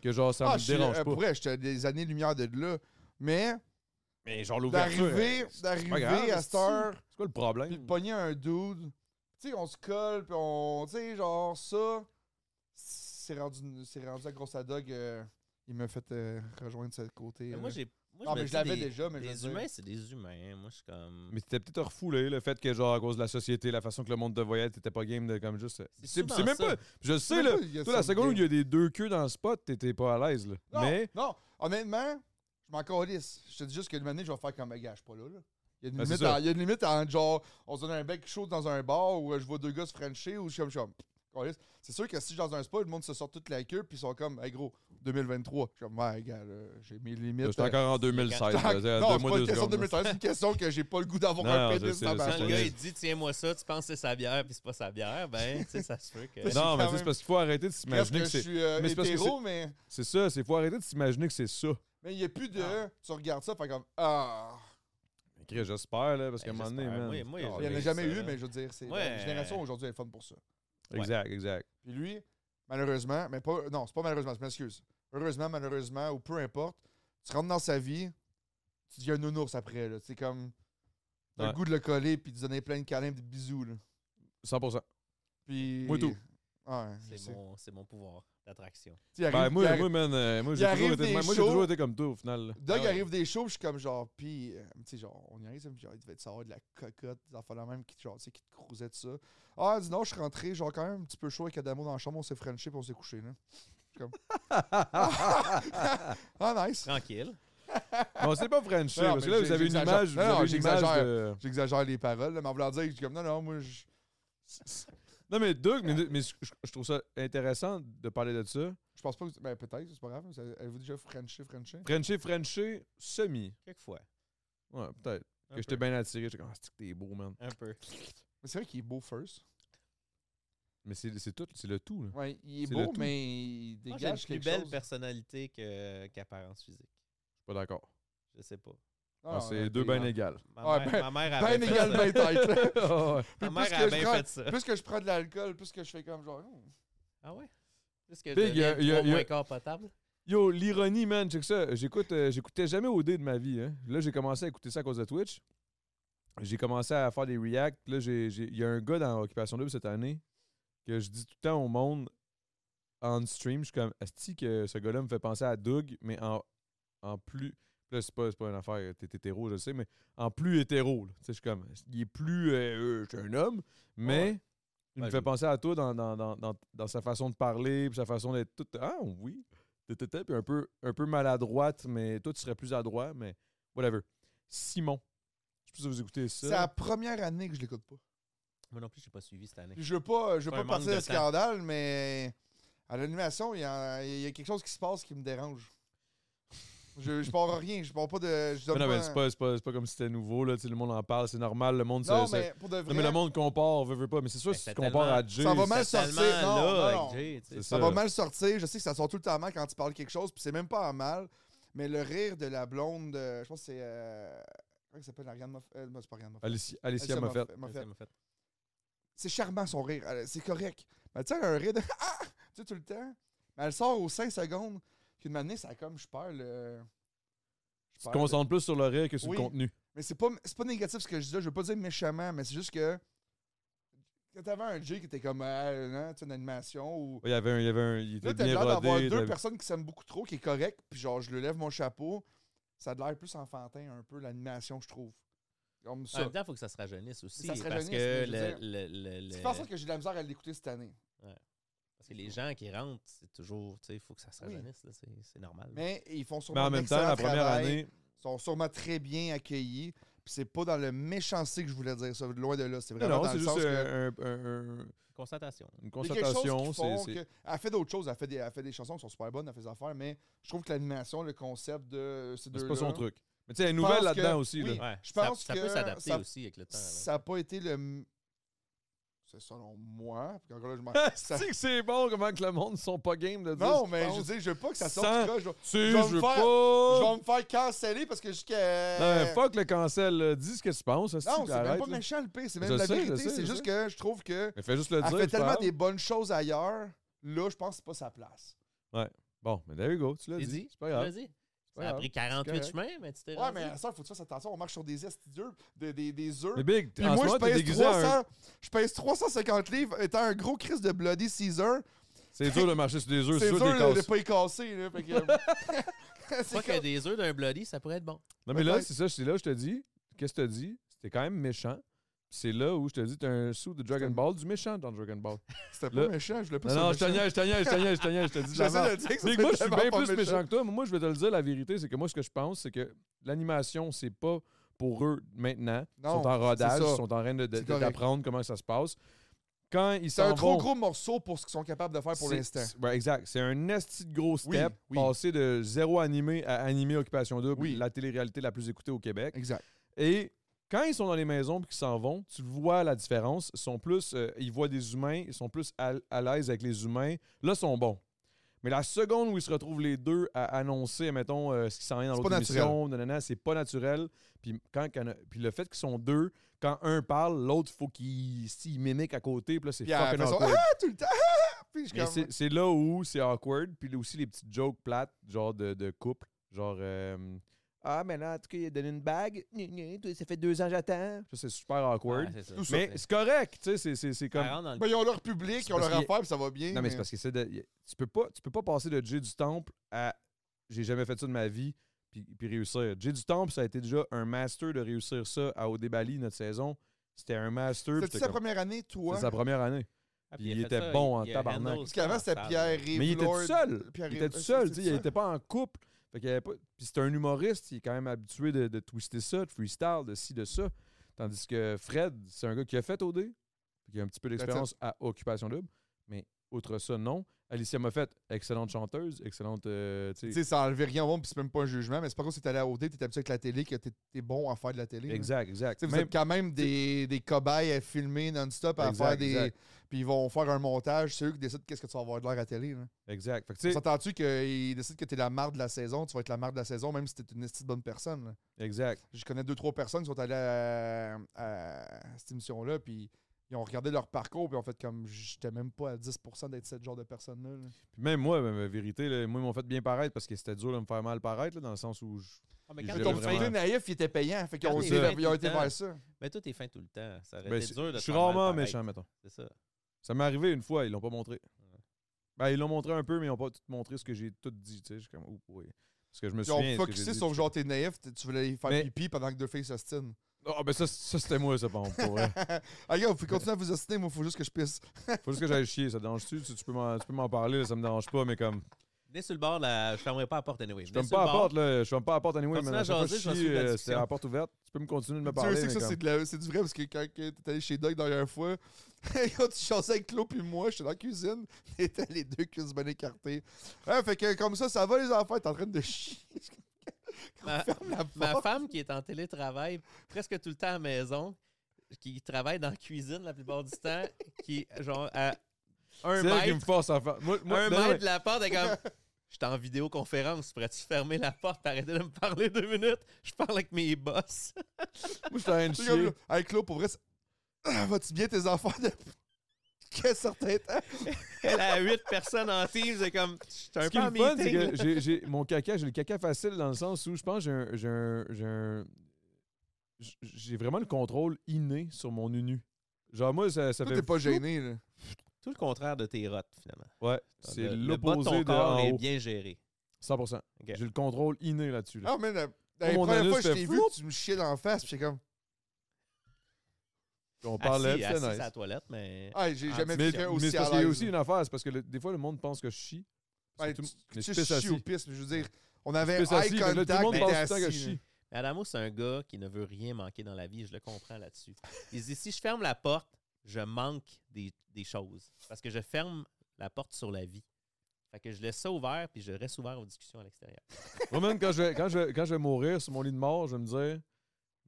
[SPEAKER 1] que genre ça
[SPEAKER 2] Ah,
[SPEAKER 1] me
[SPEAKER 2] je suis-
[SPEAKER 1] dérange
[SPEAKER 2] euh,
[SPEAKER 1] pas.
[SPEAKER 2] pour vrai, j'étais des années-lumière de là. Mais
[SPEAKER 1] Mais genre l'ouverture.
[SPEAKER 2] d'arriver
[SPEAKER 1] euh, c'est pas grave,
[SPEAKER 2] d'arriver à cette
[SPEAKER 1] c'est-
[SPEAKER 2] heure,
[SPEAKER 1] C'est quoi le
[SPEAKER 2] puis de
[SPEAKER 1] problème?
[SPEAKER 2] pogner un dude, tu sais, on se colle, puis on. Tu sais, genre ça, c'est rendu, c'est rendu à grosse à Doug. euh, il m'a fait euh, rejoindre ce côté.
[SPEAKER 3] Mais
[SPEAKER 2] là.
[SPEAKER 3] Moi, j'ai. moi,
[SPEAKER 2] Ah,
[SPEAKER 3] me
[SPEAKER 2] mais je
[SPEAKER 3] dis
[SPEAKER 2] l'avais
[SPEAKER 3] des-
[SPEAKER 2] déjà, mais je
[SPEAKER 3] Les
[SPEAKER 2] veux dire-
[SPEAKER 3] humains, c'est des humains. Moi, je suis comme.
[SPEAKER 1] Mais t'étais peut-être refoulé, le fait que, genre, à cause de la société, la façon que le monde te voyait, t'étais pas game de comme juste.
[SPEAKER 3] C'est
[SPEAKER 1] C'est
[SPEAKER 3] souvent
[SPEAKER 1] c'est même
[SPEAKER 3] ça.
[SPEAKER 1] pas. Je sais,
[SPEAKER 2] même
[SPEAKER 1] là.
[SPEAKER 2] pas, il y a
[SPEAKER 1] Toi, la
[SPEAKER 2] ça de
[SPEAKER 1] seconde où
[SPEAKER 2] gay.
[SPEAKER 1] il y a des deux queues dans le spot, t'étais pas à l'aise, là.
[SPEAKER 2] Non,
[SPEAKER 1] Mais.
[SPEAKER 2] non, honnêtement, je m'en calisse. Je te dis juste que le matin, je vais faire comme, gars, je suis pas là. là. Il y a une
[SPEAKER 1] Ah, c'est
[SPEAKER 2] limite,
[SPEAKER 1] ça.
[SPEAKER 2] en- il y a une limite en genre, on se donne un bec chaud dans un bar où euh, je vois deux gars se frencher ou je suis comme, je suis comme, calisse. C'est sûr que si je suis dans un spa, le monde se sort toute la queue puis ils sont comme, hey gros, 2023. Je suis comme, ouais, gars, là, j'ai mes
[SPEAKER 1] Là,
[SPEAKER 2] limites.
[SPEAKER 1] J'étais
[SPEAKER 2] euh,
[SPEAKER 1] encore en 2016. là,
[SPEAKER 2] tac.
[SPEAKER 1] t'sais, à deux
[SPEAKER 2] non, c'est
[SPEAKER 1] mois,
[SPEAKER 2] pas
[SPEAKER 1] deux
[SPEAKER 2] une question de
[SPEAKER 1] secondes, là.
[SPEAKER 2] 2016, c'est une question que j'ai pas le goût d'avoir
[SPEAKER 1] Non, non,
[SPEAKER 2] un
[SPEAKER 1] je
[SPEAKER 2] pénis
[SPEAKER 1] sais,
[SPEAKER 2] dans
[SPEAKER 1] je
[SPEAKER 2] ma
[SPEAKER 1] sais,
[SPEAKER 3] Quand
[SPEAKER 1] je
[SPEAKER 3] le
[SPEAKER 1] sais.
[SPEAKER 3] gars,
[SPEAKER 2] chaise.
[SPEAKER 3] il dit tiens-moi ça, tu penses que c'est sa bière, puis c'est pas sa bière, ben, tu sais, ça se peut que.
[SPEAKER 2] C'est
[SPEAKER 1] Non, mais
[SPEAKER 2] quand
[SPEAKER 1] c'est
[SPEAKER 2] même-
[SPEAKER 1] parce qu'il faut arrêter de
[SPEAKER 2] Parce
[SPEAKER 1] s'imaginer
[SPEAKER 2] que
[SPEAKER 1] que
[SPEAKER 2] je
[SPEAKER 1] c'est.
[SPEAKER 2] suis euh,
[SPEAKER 1] mais c'est parce que
[SPEAKER 2] hétéro, mais
[SPEAKER 1] C'est ça, c'est faut arrêter de s'imaginer que c'est ça.
[SPEAKER 2] mais il n'y a plus de.
[SPEAKER 3] Ah.
[SPEAKER 2] Tu regardes ça, fait comme, ah.
[SPEAKER 1] Écrit, J'espère, là, parce qu'à
[SPEAKER 3] Ben,
[SPEAKER 1] un moment donné,
[SPEAKER 3] j'espère.
[SPEAKER 1] man. Ah,
[SPEAKER 3] Moi- moi,
[SPEAKER 2] Il n'y en a
[SPEAKER 3] j'aurais
[SPEAKER 2] jamais
[SPEAKER 3] ça,
[SPEAKER 1] euh,
[SPEAKER 2] eu,
[SPEAKER 3] là.
[SPEAKER 2] mais je veux dire, c'est la
[SPEAKER 3] Ouais.
[SPEAKER 2] génération aujourd'hui elle est fun pour ça.
[SPEAKER 1] Exact, exact.
[SPEAKER 2] Puis lui, malheureusement, mais pas. Non, c'est pas malheureusement, je m'excuse. Heureusement, malheureusement, ou peu importe, tu rentres dans sa vie, tu deviens un nounours après. là. C'est comme. T'as
[SPEAKER 1] Ouais.
[SPEAKER 2] le goût de le coller puis de lui donner plein de câlins, des bisous. Là.
[SPEAKER 1] 100%.
[SPEAKER 2] Puis.
[SPEAKER 1] Moi, tout.
[SPEAKER 2] Ouais, je
[SPEAKER 3] C'est
[SPEAKER 2] sais.
[SPEAKER 3] mon, c'est mon pouvoir d'attraction.
[SPEAKER 2] Tu sais, il arrive-
[SPEAKER 1] Ben,
[SPEAKER 2] il
[SPEAKER 1] moi,
[SPEAKER 2] arrive-
[SPEAKER 1] moi, ben man, euh, moi, j'ai
[SPEAKER 2] il
[SPEAKER 1] toujours,
[SPEAKER 2] arrive
[SPEAKER 1] été de
[SPEAKER 2] des
[SPEAKER 1] même. Moi, j'ai toujours
[SPEAKER 2] shows.
[SPEAKER 1] été comme toi, au final. là.
[SPEAKER 2] Doug
[SPEAKER 3] Ah ouais.
[SPEAKER 2] arrive des shows, puis je suis comme genre, pis, euh, tu sais, genre, on y arrive, ça, puis genre, il devait te sortir de la cocotte, des enfants là même qui, te- genre, tu sais, qui te cruisaient de ça. Ah, dis non, je suis rentré, genre, quand même un petit peu chaud avec Adamo dans la chambre, on s'est friendship, on s'est couché, là. Je suis Comme...
[SPEAKER 1] ah,
[SPEAKER 2] ah, nice.
[SPEAKER 3] Tranquille.
[SPEAKER 1] On s'est pas Frenché,
[SPEAKER 2] Non, non,
[SPEAKER 1] parce que
[SPEAKER 2] mais
[SPEAKER 1] là, vous
[SPEAKER 2] j'ai-
[SPEAKER 1] avez une
[SPEAKER 2] j'exagère.
[SPEAKER 1] image, vous
[SPEAKER 2] Non, non,
[SPEAKER 1] avez une image
[SPEAKER 2] j'exagère.
[SPEAKER 1] de...
[SPEAKER 2] J'exagère les paroles, là, mais en voulant dire, je suis comme, non, non, moi, je.
[SPEAKER 1] Non, mais Doug, mais, mais je, je- je trouve ça intéressant de parler de ça.
[SPEAKER 2] Je pense pas que. Ben, peut-être, c'est pas grave. mais ça- Avez-vous déjà Frenché, Frenché?
[SPEAKER 1] Frenché, Frenché, semi.
[SPEAKER 3] Quelquefois.
[SPEAKER 1] Ouais, peut-être.
[SPEAKER 3] Un
[SPEAKER 1] Que j'étais
[SPEAKER 3] peu.
[SPEAKER 1] bien attiré. J'étais comme, ah, c'est que t'es beau, man.
[SPEAKER 3] Un peu.
[SPEAKER 2] Mais c'est vrai qu'il est beau, first.
[SPEAKER 1] Mais c'est c'est tout, c'est le tout, là.
[SPEAKER 2] Ouais, il est,
[SPEAKER 1] C'est le
[SPEAKER 2] beau,
[SPEAKER 1] tout.
[SPEAKER 2] mais il
[SPEAKER 3] Moi, j'ai une
[SPEAKER 2] dégage
[SPEAKER 3] plus
[SPEAKER 2] quelque
[SPEAKER 3] belle
[SPEAKER 2] chose.
[SPEAKER 3] personnalité que- qu'apparence physique.
[SPEAKER 1] Pas d'accord.
[SPEAKER 3] Je sais pas.
[SPEAKER 2] Non,
[SPEAKER 1] Ah,
[SPEAKER 2] non,
[SPEAKER 1] c'est
[SPEAKER 2] non,
[SPEAKER 1] deux
[SPEAKER 2] t'es-
[SPEAKER 1] bains égales.
[SPEAKER 3] Ma,
[SPEAKER 2] Ouais,
[SPEAKER 3] mère,
[SPEAKER 2] ben-
[SPEAKER 3] ma mère avait
[SPEAKER 2] Ben
[SPEAKER 3] fait
[SPEAKER 2] égal,
[SPEAKER 3] ça.
[SPEAKER 2] ben tête, là.
[SPEAKER 1] Ah, ouais.
[SPEAKER 3] Ma
[SPEAKER 2] Puis
[SPEAKER 3] mère
[SPEAKER 2] plus
[SPEAKER 3] a
[SPEAKER 2] que je
[SPEAKER 3] bien
[SPEAKER 2] rentre-
[SPEAKER 3] fait ça.
[SPEAKER 2] Plus que je prends de l'alcool, plus que je fais comme genre. Hmm.
[SPEAKER 3] Ah ouais? Plus que je
[SPEAKER 1] Big,
[SPEAKER 3] deviens
[SPEAKER 2] euh,
[SPEAKER 1] y a- y a-
[SPEAKER 3] trois
[SPEAKER 1] y a-
[SPEAKER 3] moins corps potable.
[SPEAKER 1] Yo, l'ironie, man, check ça. J'écoute, euh, j'écoutais jamais au dé de ma vie. hein. Là, j'ai commencé à écouter ça à cause de Twitch. J'ai commencé à faire des reacts. Là, j'ai- j'ai- il y a un gars dans Occupation Double cette année que je dis tout le temps au monde en stream. Je suis comme, asti que ce gars-là me fait penser à Doug, mais en, en plus. Là, c'est pas, c'est pas une affaire, t'es hétéro, je le sais, mais en plus hétéro. là. Tu sais, je suis comme, il est plus. euh, euh, je suis un homme, mais. Il me
[SPEAKER 3] Ben,
[SPEAKER 1] fait
[SPEAKER 3] je-
[SPEAKER 1] penser à toi dans, dans, dans, dans, dans sa façon de parler, puis sa façon d'être toute. Ah oui, t'étais puis un peu, un peu maladroite, mais toi tu serais plus adroit, mais whatever. Simon. Je sais pas si vous écoutez ça.
[SPEAKER 2] C'est la première année que je l'écoute pas.
[SPEAKER 3] Moi non plus, j'ai pas suivi cette année.
[SPEAKER 2] Puis Je veux pas, je veux pas
[SPEAKER 3] C'est un
[SPEAKER 2] partir
[SPEAKER 3] manque
[SPEAKER 2] de
[SPEAKER 3] de temps.
[SPEAKER 2] scandale, mais à l'animation, il y, a- il y a quelque chose qui se passe qui me dérange. Je, je pars à rien, je pars pas de. Je
[SPEAKER 1] Mais
[SPEAKER 2] donne
[SPEAKER 1] non,
[SPEAKER 2] pas
[SPEAKER 1] mais c'est
[SPEAKER 2] un-
[SPEAKER 1] pas, c'est pas, c'est pas comme si c'était nouveau, là, tu sais, le monde en parle, c'est normal, le monde se-
[SPEAKER 2] non,
[SPEAKER 1] se-
[SPEAKER 2] mais pour de vrai,
[SPEAKER 1] Non, mais le monde compare, veut, veut pas, mais c'est sûr,
[SPEAKER 3] Ben,
[SPEAKER 1] si tu
[SPEAKER 3] c'est
[SPEAKER 1] compares à
[SPEAKER 3] tellement-
[SPEAKER 1] Jay.
[SPEAKER 2] Ça va mal
[SPEAKER 3] C'est tellement
[SPEAKER 2] sortir. Non,
[SPEAKER 3] là
[SPEAKER 2] non,
[SPEAKER 3] avec Jay, tu sais.
[SPEAKER 1] c'est
[SPEAKER 2] ça va mal sortir. Je sais que ça sort tout le temps mal quand tu parles quelque chose, puis c'est même pas en mal. Mais le rire de la blonde, euh, je pense que c'est. Euh, comment elle s'appelle Ariane Moff- euh, non, c'est pas Ariane Moffett.
[SPEAKER 1] Alicia, Alicia
[SPEAKER 2] Alicia
[SPEAKER 1] Moffett.
[SPEAKER 2] Moff-
[SPEAKER 3] Ça m'a fait-
[SPEAKER 2] c'est charmant son rire. Elle- C'est correct. Mais tu sais, elle a un rire de Ah! Tu sais, tout le temps. Mais elle sort aux 5 secondes. Puis une manière, ça a comme je perds le. Je
[SPEAKER 1] Tu te
[SPEAKER 2] perds le-
[SPEAKER 1] concentres plus sur le rire que sur
[SPEAKER 2] Oui.
[SPEAKER 1] le contenu.
[SPEAKER 2] Mais c'est pas, c'est pas négatif ce que je dis là. Je veux pas dire méchamment, mais c'est juste que. Quand t'avais un Jay qui était comme. Ah, non, tu sais, une animation ou.
[SPEAKER 1] Ouais, Il y avait un. Il, y avait un, il
[SPEAKER 2] Là,
[SPEAKER 1] était
[SPEAKER 2] t'as
[SPEAKER 1] bien
[SPEAKER 2] l'air d'avoir
[SPEAKER 1] rodé.
[SPEAKER 2] deux
[SPEAKER 1] t'avais-
[SPEAKER 2] personnes qui s'aiment beaucoup trop, qui est correct. Puis genre, je lui lève mon chapeau. Ça a l'air plus enfantin un peu, l'animation, je trouve. Comme
[SPEAKER 3] En
[SPEAKER 2] ça.
[SPEAKER 3] même temps, il faut que ça se rajeunisse aussi.
[SPEAKER 2] Ça se
[SPEAKER 3] parce
[SPEAKER 2] rajeunisse,
[SPEAKER 3] que,
[SPEAKER 2] mais je veux
[SPEAKER 3] le- le- le-
[SPEAKER 2] C'est
[SPEAKER 3] le-
[SPEAKER 2] pour ça que j'ai de la misère à l'écouter cette année.
[SPEAKER 3] parce que les gens qui rentrent, c'est toujours, tu sais, il faut que ça se
[SPEAKER 2] Oui.
[SPEAKER 3] rajeunisse. là, c'est- C'est normal.
[SPEAKER 2] Mais ils font
[SPEAKER 1] Mais
[SPEAKER 2] sûrement.
[SPEAKER 1] en même temps, la première
[SPEAKER 2] année.
[SPEAKER 1] année.
[SPEAKER 2] sont sûrement très bien accueillis. Puis c'est pas dans le méchanceté que je voulais dire ça, loin de là. C'est
[SPEAKER 1] Non,
[SPEAKER 2] vraiment
[SPEAKER 1] non,
[SPEAKER 2] dans
[SPEAKER 1] c'est
[SPEAKER 2] le
[SPEAKER 1] juste
[SPEAKER 2] sens que.
[SPEAKER 1] un- un- un,
[SPEAKER 3] Constatation.
[SPEAKER 1] Une
[SPEAKER 2] il y a quelque chose
[SPEAKER 1] constatation,
[SPEAKER 2] qu'ils
[SPEAKER 1] c'est.
[SPEAKER 2] font
[SPEAKER 1] c'est-
[SPEAKER 2] que- Elle fait d'autres choses, elle fait, des, elle fait des chansons qui sont super bonnes, elle fait des affaires, mais je trouve que l'animation, le concept de ces deux
[SPEAKER 1] C'est pas son truc. Mais tu sais, elle est nouvelle
[SPEAKER 2] pense
[SPEAKER 1] là-dedans
[SPEAKER 2] que-
[SPEAKER 1] aussi.
[SPEAKER 2] oui.
[SPEAKER 1] Là.
[SPEAKER 3] Ouais,
[SPEAKER 2] Je
[SPEAKER 3] ça-
[SPEAKER 2] pense
[SPEAKER 3] ça,
[SPEAKER 2] que
[SPEAKER 3] peut s'adapter
[SPEAKER 2] ça-
[SPEAKER 3] aussi avec le temps. là.
[SPEAKER 2] Ça n'a pas été le. m- C'est selon moi. Puis encore là, je m'en- ça-
[SPEAKER 1] C'est que c'est bon comment que le monde sont pas game de dire
[SPEAKER 2] Ah, Non,
[SPEAKER 1] ce qu'ils
[SPEAKER 2] mais je
[SPEAKER 1] pensent.
[SPEAKER 2] veux dire, je veux pas que ça sorte
[SPEAKER 1] Sans-
[SPEAKER 2] du cas. Je, vais-
[SPEAKER 1] Tu sais,
[SPEAKER 2] je vais
[SPEAKER 1] je
[SPEAKER 2] me
[SPEAKER 1] veux
[SPEAKER 2] faire- je vais
[SPEAKER 1] pas.
[SPEAKER 2] me faire canceller parce que jusqu'à.
[SPEAKER 1] Non, mais fuck le cancel. là. Dis ce que tu penses. hostie,
[SPEAKER 2] Non,
[SPEAKER 1] puis
[SPEAKER 2] c'est même
[SPEAKER 1] arrête,
[SPEAKER 2] pas
[SPEAKER 1] là.
[SPEAKER 2] méchant le pire, c'est
[SPEAKER 1] Je
[SPEAKER 2] même la
[SPEAKER 1] sais, je
[SPEAKER 2] vérité.
[SPEAKER 1] sais,
[SPEAKER 2] C'est
[SPEAKER 1] je
[SPEAKER 2] juste
[SPEAKER 1] sais.
[SPEAKER 2] que je trouve que.
[SPEAKER 1] Mais fais juste le
[SPEAKER 2] Elle
[SPEAKER 1] dire.
[SPEAKER 2] fait
[SPEAKER 1] c'est pas
[SPEAKER 2] tellement
[SPEAKER 1] grave.
[SPEAKER 2] des bonnes choses ailleurs. Là, je pense que c'est pas sa place.
[SPEAKER 1] Bon, mais there you go. Tu l'as
[SPEAKER 3] Vas-y,
[SPEAKER 1] dit. C'est pas grave.
[SPEAKER 3] vas-y.
[SPEAKER 1] pas
[SPEAKER 3] Ça a
[SPEAKER 1] grave,
[SPEAKER 3] pris 48
[SPEAKER 1] correct.
[SPEAKER 3] chemins, mais tu t'es
[SPEAKER 2] Ouais,
[SPEAKER 3] rendu.
[SPEAKER 2] mais à ça, faut que tu fasses attention. On marche sur des estis d'œufs, des, des, des œufs.
[SPEAKER 1] Mais Big,
[SPEAKER 2] Puis
[SPEAKER 1] en
[SPEAKER 2] moi,
[SPEAKER 1] ce
[SPEAKER 2] je
[SPEAKER 1] moment, t'es
[SPEAKER 2] pèse,
[SPEAKER 1] déguisé
[SPEAKER 2] 300,
[SPEAKER 1] à un.
[SPEAKER 2] je pèse 350 livres étant un gros Chris de Bloody Caesar.
[SPEAKER 1] C'est dur de marcher sur des œufs,
[SPEAKER 2] C'est
[SPEAKER 1] c'est
[SPEAKER 2] dur
[SPEAKER 1] sûr, des
[SPEAKER 2] de, de
[SPEAKER 1] casses.
[SPEAKER 2] pas y casser. Là, fait que-
[SPEAKER 3] Pas
[SPEAKER 2] c'est
[SPEAKER 3] que
[SPEAKER 2] comme-
[SPEAKER 3] des œufs d'un bloody, ça pourrait être bon.
[SPEAKER 1] Non, mais là,
[SPEAKER 2] Peut-être.
[SPEAKER 1] c'est ça. C'est là, je te dis. Qu'est-ce que t'as dit? C'était quand même méchant. Puis C'est là où je te dis, t'es un sou de Dragon Ball, du méchant dans Dragon Ball.
[SPEAKER 2] C'était
[SPEAKER 1] Là-
[SPEAKER 2] pas méchant, je voulais pas
[SPEAKER 1] Non,
[SPEAKER 2] ça
[SPEAKER 1] non, je te
[SPEAKER 2] méchant.
[SPEAKER 1] niaise, je te niaise, je te niaise, je te niaise, je te dis de la
[SPEAKER 2] J'essaie
[SPEAKER 1] merde.
[SPEAKER 2] de dire que ça
[SPEAKER 1] Mais
[SPEAKER 2] fait
[SPEAKER 1] moi, je suis
[SPEAKER 2] tellement
[SPEAKER 1] bien
[SPEAKER 2] pas
[SPEAKER 1] plus méchant que toi. mais Moi, je vais te le dire, la vérité, c'est que moi, ce que je pense, c'est que l'animation, c'est pas pour eux maintenant.
[SPEAKER 2] Non,
[SPEAKER 1] ils sont en rodage,
[SPEAKER 2] c'est ça.
[SPEAKER 1] ils sont en train de- de-
[SPEAKER 2] C'est correct.
[SPEAKER 1] d'apprendre comment ça se passe. Quand ils
[SPEAKER 2] C'est
[SPEAKER 1] s'en
[SPEAKER 2] un
[SPEAKER 1] vont...
[SPEAKER 2] trop gros morceau pour ce qu'ils sont capables de faire pour
[SPEAKER 1] c'est-
[SPEAKER 2] l'instant.
[SPEAKER 1] c'est- ouais, exact. C'est un esti de gros step,
[SPEAKER 2] oui.
[SPEAKER 1] passer de zéro animé à animé Occupation Double,
[SPEAKER 2] Oui.
[SPEAKER 1] la télé-réalité la plus écoutée au Québec.
[SPEAKER 2] Exact.
[SPEAKER 1] Et quand ils sont dans les maisons et qu'ils s'en vont, tu vois la différence. Ils sont plus, euh, ils voient des humains, ils sont plus à, à l'aise avec les humains. Là, ils sont bons. Mais la seconde où ils se retrouvent les deux à annoncer, mettons, euh, ce qui s'en vient dans
[SPEAKER 2] C'est
[SPEAKER 1] l'autre
[SPEAKER 2] pas
[SPEAKER 1] émission, nanana, c'est pas naturel. Puis, quand, qu'il y en a- puis le fait qu'ils sont deux, quand un parle, l'autre, faut qu'il s'il mimique à côté. Puis là, c'est
[SPEAKER 2] Puis elle
[SPEAKER 1] fucking
[SPEAKER 2] fait son
[SPEAKER 1] awkward.
[SPEAKER 2] Ah tout le temps. Ah! Puis je
[SPEAKER 1] Mais
[SPEAKER 2] comme.
[SPEAKER 1] c'est- c'est là où c'est awkward. Puis là aussi les petites jokes plates, genre de, de couple. Genre, euh, Ah, mais là, en tout cas, il a donné une bague. Gna, gna, toi, Ça fait deux ans que j'attends. Ça, c'est super awkward.
[SPEAKER 3] Ouais, c'est ça.
[SPEAKER 2] Tout ça.
[SPEAKER 1] mais c'est correct, tu sais, c'est- c'est- c'est comme.
[SPEAKER 3] Ça rentre dans le-
[SPEAKER 2] Ben, ils ont leur public, ils ont
[SPEAKER 1] parce
[SPEAKER 2] leur
[SPEAKER 1] qu'il-
[SPEAKER 2] affaire, puis ça va bien.
[SPEAKER 1] Non, mais c'est parce que c'est de- y- tu peux pas tu peux pas passer de Jay du Temple à j'ai jamais fait ça de ma vie puis, puis réussir. Jay du Temple, ça a été déjà un master de réussir ça à Odebali notre saison. C'était un master. puis
[SPEAKER 2] C'était-tu
[SPEAKER 1] c'était
[SPEAKER 2] sa
[SPEAKER 1] comme-
[SPEAKER 2] première année, toi?
[SPEAKER 1] C'était sa première année.
[SPEAKER 3] Ah,
[SPEAKER 1] il
[SPEAKER 3] a fait
[SPEAKER 1] était bon en
[SPEAKER 3] il a
[SPEAKER 1] tabarnak.
[SPEAKER 3] handle
[SPEAKER 2] Parce qu'avant, c'était
[SPEAKER 3] ça,
[SPEAKER 2] Pierre-Yves
[SPEAKER 1] Mais il était
[SPEAKER 2] Lord,
[SPEAKER 1] tout seul.
[SPEAKER 2] Pierre-Yves-
[SPEAKER 1] Il était tout
[SPEAKER 2] Euh,
[SPEAKER 1] seul.
[SPEAKER 2] c'était
[SPEAKER 1] tu sais,
[SPEAKER 2] tout
[SPEAKER 1] Il
[SPEAKER 2] seul.
[SPEAKER 1] était pas en couple. Fait qu'il y avait pas- Puis c'était un humoriste, il est quand même habitué de, de twister ça, de freestyle, de ci, de ça. Tandis que Fred, c'est un gars qui a fait OD, puis qui a un petit peu d'expérience à Occupation Double. Mais outre ça, non. Alicia Moffett, excellente chanteuse, excellente. euh, tu
[SPEAKER 2] Tu
[SPEAKER 1] sais,
[SPEAKER 2] sais, ça enlevait rien au monde, puis c'est même pas un jugement, mais c'est pas parce que t'es allé à OD, t'es habitué avec la télé, que t'es t'es bon à faire de la télé. là.
[SPEAKER 1] exact, exact.
[SPEAKER 2] Tu sais, hein. vous
[SPEAKER 1] Même-
[SPEAKER 2] êtes quand même des, des cobayes à filmer non-stop, à
[SPEAKER 1] Exact,
[SPEAKER 2] faire des.
[SPEAKER 1] exact.
[SPEAKER 2] Puis ils vont faire un montage, c'est eux qui décident qu'est-ce que tu vas avoir de l'air à télé. Là.
[SPEAKER 1] Exact. Fait que, tu sais,
[SPEAKER 2] S'entends-tu qu'ils décident que t'es la marde de la saison, tu vas être la marde de la saison, même si t'es une esti de bonne personne. là.
[SPEAKER 1] exact.
[SPEAKER 2] Je connais deux, trois personnes qui sont allées à, à cette émission-là, puis ils ont regardé leur parcours, puis en fait, comme j'étais même pas à 10% d'être ce genre de personne-là. là.
[SPEAKER 1] Puis même moi, ben, la vérité, là, moi, ils m'ont fait bien paraître parce que c'était dur de me faire mal paraître, là, dans le sens où je-
[SPEAKER 3] Ah, mais
[SPEAKER 1] Et
[SPEAKER 3] quand
[SPEAKER 1] je
[SPEAKER 3] t'es
[SPEAKER 2] Ton
[SPEAKER 1] l'ai
[SPEAKER 3] fin-
[SPEAKER 2] petit côté naïf, il était payant. Fait qu'ils
[SPEAKER 3] Quand
[SPEAKER 2] ont,
[SPEAKER 1] t'es
[SPEAKER 2] été-
[SPEAKER 3] vingt
[SPEAKER 2] ils ont
[SPEAKER 3] tout
[SPEAKER 2] été
[SPEAKER 3] le temps.
[SPEAKER 2] vers ça.
[SPEAKER 3] Mais toi, t'es fin tout le temps. Ça aurait
[SPEAKER 1] ben,
[SPEAKER 3] été
[SPEAKER 1] c'est-
[SPEAKER 3] dur de
[SPEAKER 1] je
[SPEAKER 3] te
[SPEAKER 1] suis
[SPEAKER 3] faire mal
[SPEAKER 1] rarement
[SPEAKER 3] paraître.
[SPEAKER 1] méchant, mettons.
[SPEAKER 3] C'est ça.
[SPEAKER 1] Ça m'est arrivé une fois, ils l'ont pas montré. Ben, ils l'ont montré un peu, mais ils n'ont pas tout montré ce que j'ai tout dit. Tu sais, je suis comme, oups, oui. Parce que je me
[SPEAKER 2] Ils
[SPEAKER 1] souviens.
[SPEAKER 2] ont
[SPEAKER 1] ce que j'ai
[SPEAKER 2] focusé
[SPEAKER 1] dit.
[SPEAKER 2] sur genre t'es naïf, t- tu voulais faire
[SPEAKER 1] Mais-
[SPEAKER 2] pipi pendant que deux filles s'ostinent.
[SPEAKER 1] Ah, ben ça, ça c'était moi, ça, par exemple, pour vrai.
[SPEAKER 2] Ah, gars, vous pouvez continuer à vous ostiner, moi, faut juste que je pisse.
[SPEAKER 1] Faut juste que j'aille chier, ça te dérange-tu? Tu, tu peux m'en- tu peux m'en parler, là, ça me dérange pas, mais comme.
[SPEAKER 3] Venez sur le bord, là, je fermerai pas la porte, anyway.
[SPEAKER 1] Je
[SPEAKER 3] Venez
[SPEAKER 1] ferme
[SPEAKER 3] sur
[SPEAKER 1] pas
[SPEAKER 3] le
[SPEAKER 1] la
[SPEAKER 3] bord.
[SPEAKER 1] porte, là. Je ferme pas la porte, anyway,
[SPEAKER 3] Continue
[SPEAKER 1] mais
[SPEAKER 3] à
[SPEAKER 1] la prochaine
[SPEAKER 3] jaser, je
[SPEAKER 1] fois
[SPEAKER 3] vais
[SPEAKER 1] que je
[SPEAKER 3] suivre la
[SPEAKER 1] chie, euh, c'était
[SPEAKER 3] discussion.
[SPEAKER 1] à la porte ouverte. Tu peux me continuer de me
[SPEAKER 2] Dieu
[SPEAKER 1] parler.
[SPEAKER 2] sait que
[SPEAKER 1] mais
[SPEAKER 2] ça,
[SPEAKER 1] comme-
[SPEAKER 2] c'est de la- c'est du vrai, parce que quand que t'es allé chez Doug la dernière fois, quand tu chassais avec Claude puis moi, j'étais dans la cuisine, t'étais les deux cuisses bien écartées. Ouais, fait que comme ça, ça va, les enfants, t'es en train de chier.
[SPEAKER 3] Ma,
[SPEAKER 2] Ferme la
[SPEAKER 3] ma
[SPEAKER 2] porte.
[SPEAKER 3] femme qui est en télétravail presque tout le temps à la maison, qui travaille dans la cuisine la plupart du temps, qui est genre à un
[SPEAKER 1] C'est elle qui me
[SPEAKER 3] mètre,
[SPEAKER 1] force à faire. Moi, moi, ben,
[SPEAKER 3] un
[SPEAKER 1] non, non,
[SPEAKER 3] mètre de la porte, elle est comme. J'étais en vidéoconférence, pourrais-tu fermer la porte et arrêter de me parler deux minutes? Je parle avec mes boss.
[SPEAKER 1] Moi, j'étais en train de
[SPEAKER 2] C'est comme
[SPEAKER 1] chier.
[SPEAKER 2] là, Hey, Claude, pour vrai, c'est- Ah, vas-tu bien tes enfants depuis qu'un certain temps?
[SPEAKER 3] Elle a huit personnes en team, c'est comme. J'étais un
[SPEAKER 1] Ce qui
[SPEAKER 3] peu
[SPEAKER 1] est
[SPEAKER 3] en
[SPEAKER 1] le fun, c'est
[SPEAKER 3] meeting.
[SPEAKER 1] que j'ai- j'ai- mon caca, j'ai le caca facile dans le sens où je pense que j'ai un- j'ai un- j'ai un- j'- j'ai vraiment le contrôle inné sur mon unu. Genre moi, ça, ça
[SPEAKER 2] Toi,
[SPEAKER 1] fait...
[SPEAKER 2] t'es pas gêné, là.
[SPEAKER 3] Tout le contraire de tes rottes, finalement.
[SPEAKER 1] Ouais,
[SPEAKER 3] Ah, Le-
[SPEAKER 1] c'est
[SPEAKER 3] le bas de
[SPEAKER 1] l'opposé
[SPEAKER 3] ton
[SPEAKER 1] de
[SPEAKER 3] corps
[SPEAKER 1] en
[SPEAKER 3] est
[SPEAKER 1] haut.
[SPEAKER 3] bien géré.
[SPEAKER 1] 100%.
[SPEAKER 3] Ok.
[SPEAKER 1] J'ai le contrôle inné là-dessus. là.
[SPEAKER 2] Ah, mais la, la
[SPEAKER 1] mon
[SPEAKER 2] première
[SPEAKER 1] anus
[SPEAKER 2] fois que je
[SPEAKER 1] fait
[SPEAKER 2] t'ai vu,
[SPEAKER 1] floup.
[SPEAKER 2] tu me chiais dans la face, puis j'étais comme,
[SPEAKER 1] On parlait,
[SPEAKER 3] assis,
[SPEAKER 1] puis
[SPEAKER 3] assis
[SPEAKER 1] c'était
[SPEAKER 3] à
[SPEAKER 1] nice.
[SPEAKER 3] la toilette, mais.
[SPEAKER 2] ah, j'ai
[SPEAKER 3] Ah,
[SPEAKER 2] jamais
[SPEAKER 1] Mais,
[SPEAKER 2] vu quelqu'un
[SPEAKER 1] mais c'est
[SPEAKER 2] aussi
[SPEAKER 1] parce
[SPEAKER 2] à
[SPEAKER 1] qu'il y a
[SPEAKER 2] l'aise.
[SPEAKER 1] aussi une affaire, c'est parce que le- des fois, le monde pense que je chie. Parce
[SPEAKER 2] Ouais,
[SPEAKER 1] que tout-
[SPEAKER 2] tu-
[SPEAKER 1] mais
[SPEAKER 2] tu
[SPEAKER 1] je pisse
[SPEAKER 2] chies
[SPEAKER 1] assis.
[SPEAKER 2] ou pisse, mais je veux dire, on avait
[SPEAKER 1] Je
[SPEAKER 2] un
[SPEAKER 1] pisse assis,
[SPEAKER 2] eye
[SPEAKER 1] mais là,
[SPEAKER 2] contact,
[SPEAKER 1] tout le monde
[SPEAKER 2] mais
[SPEAKER 1] pense tout
[SPEAKER 2] t'es
[SPEAKER 1] le temps que je
[SPEAKER 2] assis, là.
[SPEAKER 1] chie.
[SPEAKER 3] Mais Adamo, c'est un gars qui ne veut rien manquer dans la vie. Je le comprends là-dessus. Il dit si je ferme la porte, je manque des, des choses. Parce que je ferme la porte sur la vie. Fait que je laisse ça ouvert, puis je reste ouvert aux discussions à l'extérieur.
[SPEAKER 1] Moi, même, quand je, vais, quand, je vais, quand je vais mourir sur mon lit de mort, je vais me dire,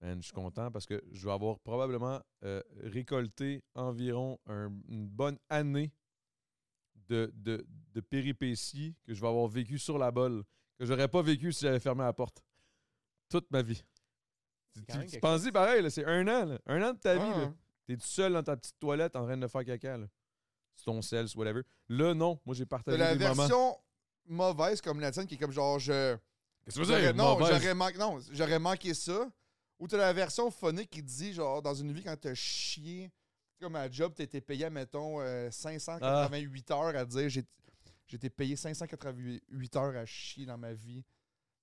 [SPEAKER 1] man, je suis content parce que je vais avoir probablement euh, récolté environ un- une bonne année de, de, de péripéties que je vais avoir vécu sur la bolle, que j'aurais pas vécu si j'avais fermé la porte. Toute ma vie. Tu,
[SPEAKER 3] quand
[SPEAKER 1] tu-
[SPEAKER 3] même
[SPEAKER 1] tu
[SPEAKER 3] quelque
[SPEAKER 1] penses-y pareil, là, c'est un an, là, un an de ta vie.
[SPEAKER 2] Ah,
[SPEAKER 1] là. T'es tout seul dans ta petite toilette en train de faire caca. Là. C'est ton sel, c'est whatever. Là, non, moi j'ai
[SPEAKER 2] De
[SPEAKER 1] partagé
[SPEAKER 2] la
[SPEAKER 1] des moments.
[SPEAKER 2] version mauvaise comme la tienne, qui est comme genre, je...
[SPEAKER 1] Qu'est-ce que tu veux
[SPEAKER 2] j'aurais-
[SPEAKER 1] dire?
[SPEAKER 2] Non,
[SPEAKER 1] mauvaise?
[SPEAKER 2] j'aurais manqué, non, j'aurais manqué ça. Ou t'as la version phonique qui dit, genre, dans une vie, quand t'as chié, comme à job, t'étais payé, mettons, euh, 588 heures à dire, j'ai j'ai été payé 588 heures à chier dans ma vie.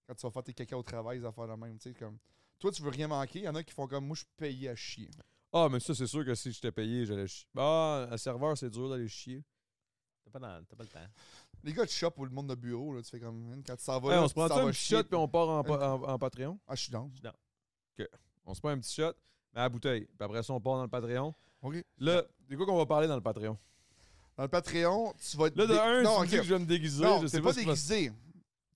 [SPEAKER 2] Quand tu vas faire tes caca au travail, les affaires de même, tu sais, comme... Toi, tu veux rien manquer. Il y en a qui font comme moi, je suis payé à chier.
[SPEAKER 1] Ah, mais ça, c'est sûr que si j'étais payé, j'allais chier. Ah, à serveur, c'est dur d'aller chier.
[SPEAKER 3] T'as pas, dans- t'as pas le temps.
[SPEAKER 2] Les gars de shop ou le monde de bureau, là, tu fais comme man, quand tu s'en vas,
[SPEAKER 1] Hey,
[SPEAKER 2] Bah, là,
[SPEAKER 1] on
[SPEAKER 2] tu
[SPEAKER 1] se prend ça
[SPEAKER 2] t'en vas hein.
[SPEAKER 1] un petit shot, puis on part en, pa- en- en Patreon.
[SPEAKER 2] Ah, je suis down.
[SPEAKER 1] On se prend un petit shot, mais à la bouteille. Puis après ça, on part dans le Patreon.
[SPEAKER 2] OK.
[SPEAKER 1] Là, c'est quoi qu'on va parler dans le Patreon?
[SPEAKER 2] Dans le Patreon, tu
[SPEAKER 1] Là,
[SPEAKER 2] vas.
[SPEAKER 1] de
[SPEAKER 2] dé-
[SPEAKER 1] un,
[SPEAKER 2] non,
[SPEAKER 1] tu me dis
[SPEAKER 2] ok.
[SPEAKER 1] que je vais me déguiser.
[SPEAKER 2] non,
[SPEAKER 1] je
[SPEAKER 2] t'es
[SPEAKER 1] sais
[SPEAKER 2] pas
[SPEAKER 1] si c'est
[SPEAKER 2] déguisé.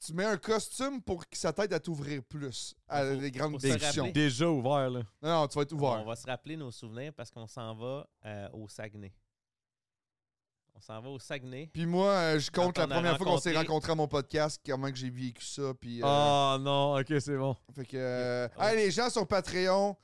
[SPEAKER 2] Tu mets un costume pour que ça t'aide à t'ouvrir plus à
[SPEAKER 3] Faut-
[SPEAKER 2] les grandes
[SPEAKER 3] faut se
[SPEAKER 2] discussions.
[SPEAKER 3] rappeler.
[SPEAKER 1] Déjà ouvert, là.
[SPEAKER 2] Non, non, tu vas être
[SPEAKER 3] On
[SPEAKER 2] ouvert.
[SPEAKER 3] va se rappeler nos souvenirs parce qu'on s'en va euh, au Saguenay. On s'en va au Saguenay.
[SPEAKER 2] Puis moi, euh, je compte
[SPEAKER 3] Quand
[SPEAKER 2] la
[SPEAKER 3] on a
[SPEAKER 2] première fois qu'on s'est
[SPEAKER 3] rencontré-
[SPEAKER 2] rencontrés à mon podcast, comment que j'ai vécu ça. Puis, euh,
[SPEAKER 1] Ah non, ok, c'est bon.
[SPEAKER 2] fait que, euh,
[SPEAKER 3] Ah ouais.
[SPEAKER 2] hey, les gens sur Patreon,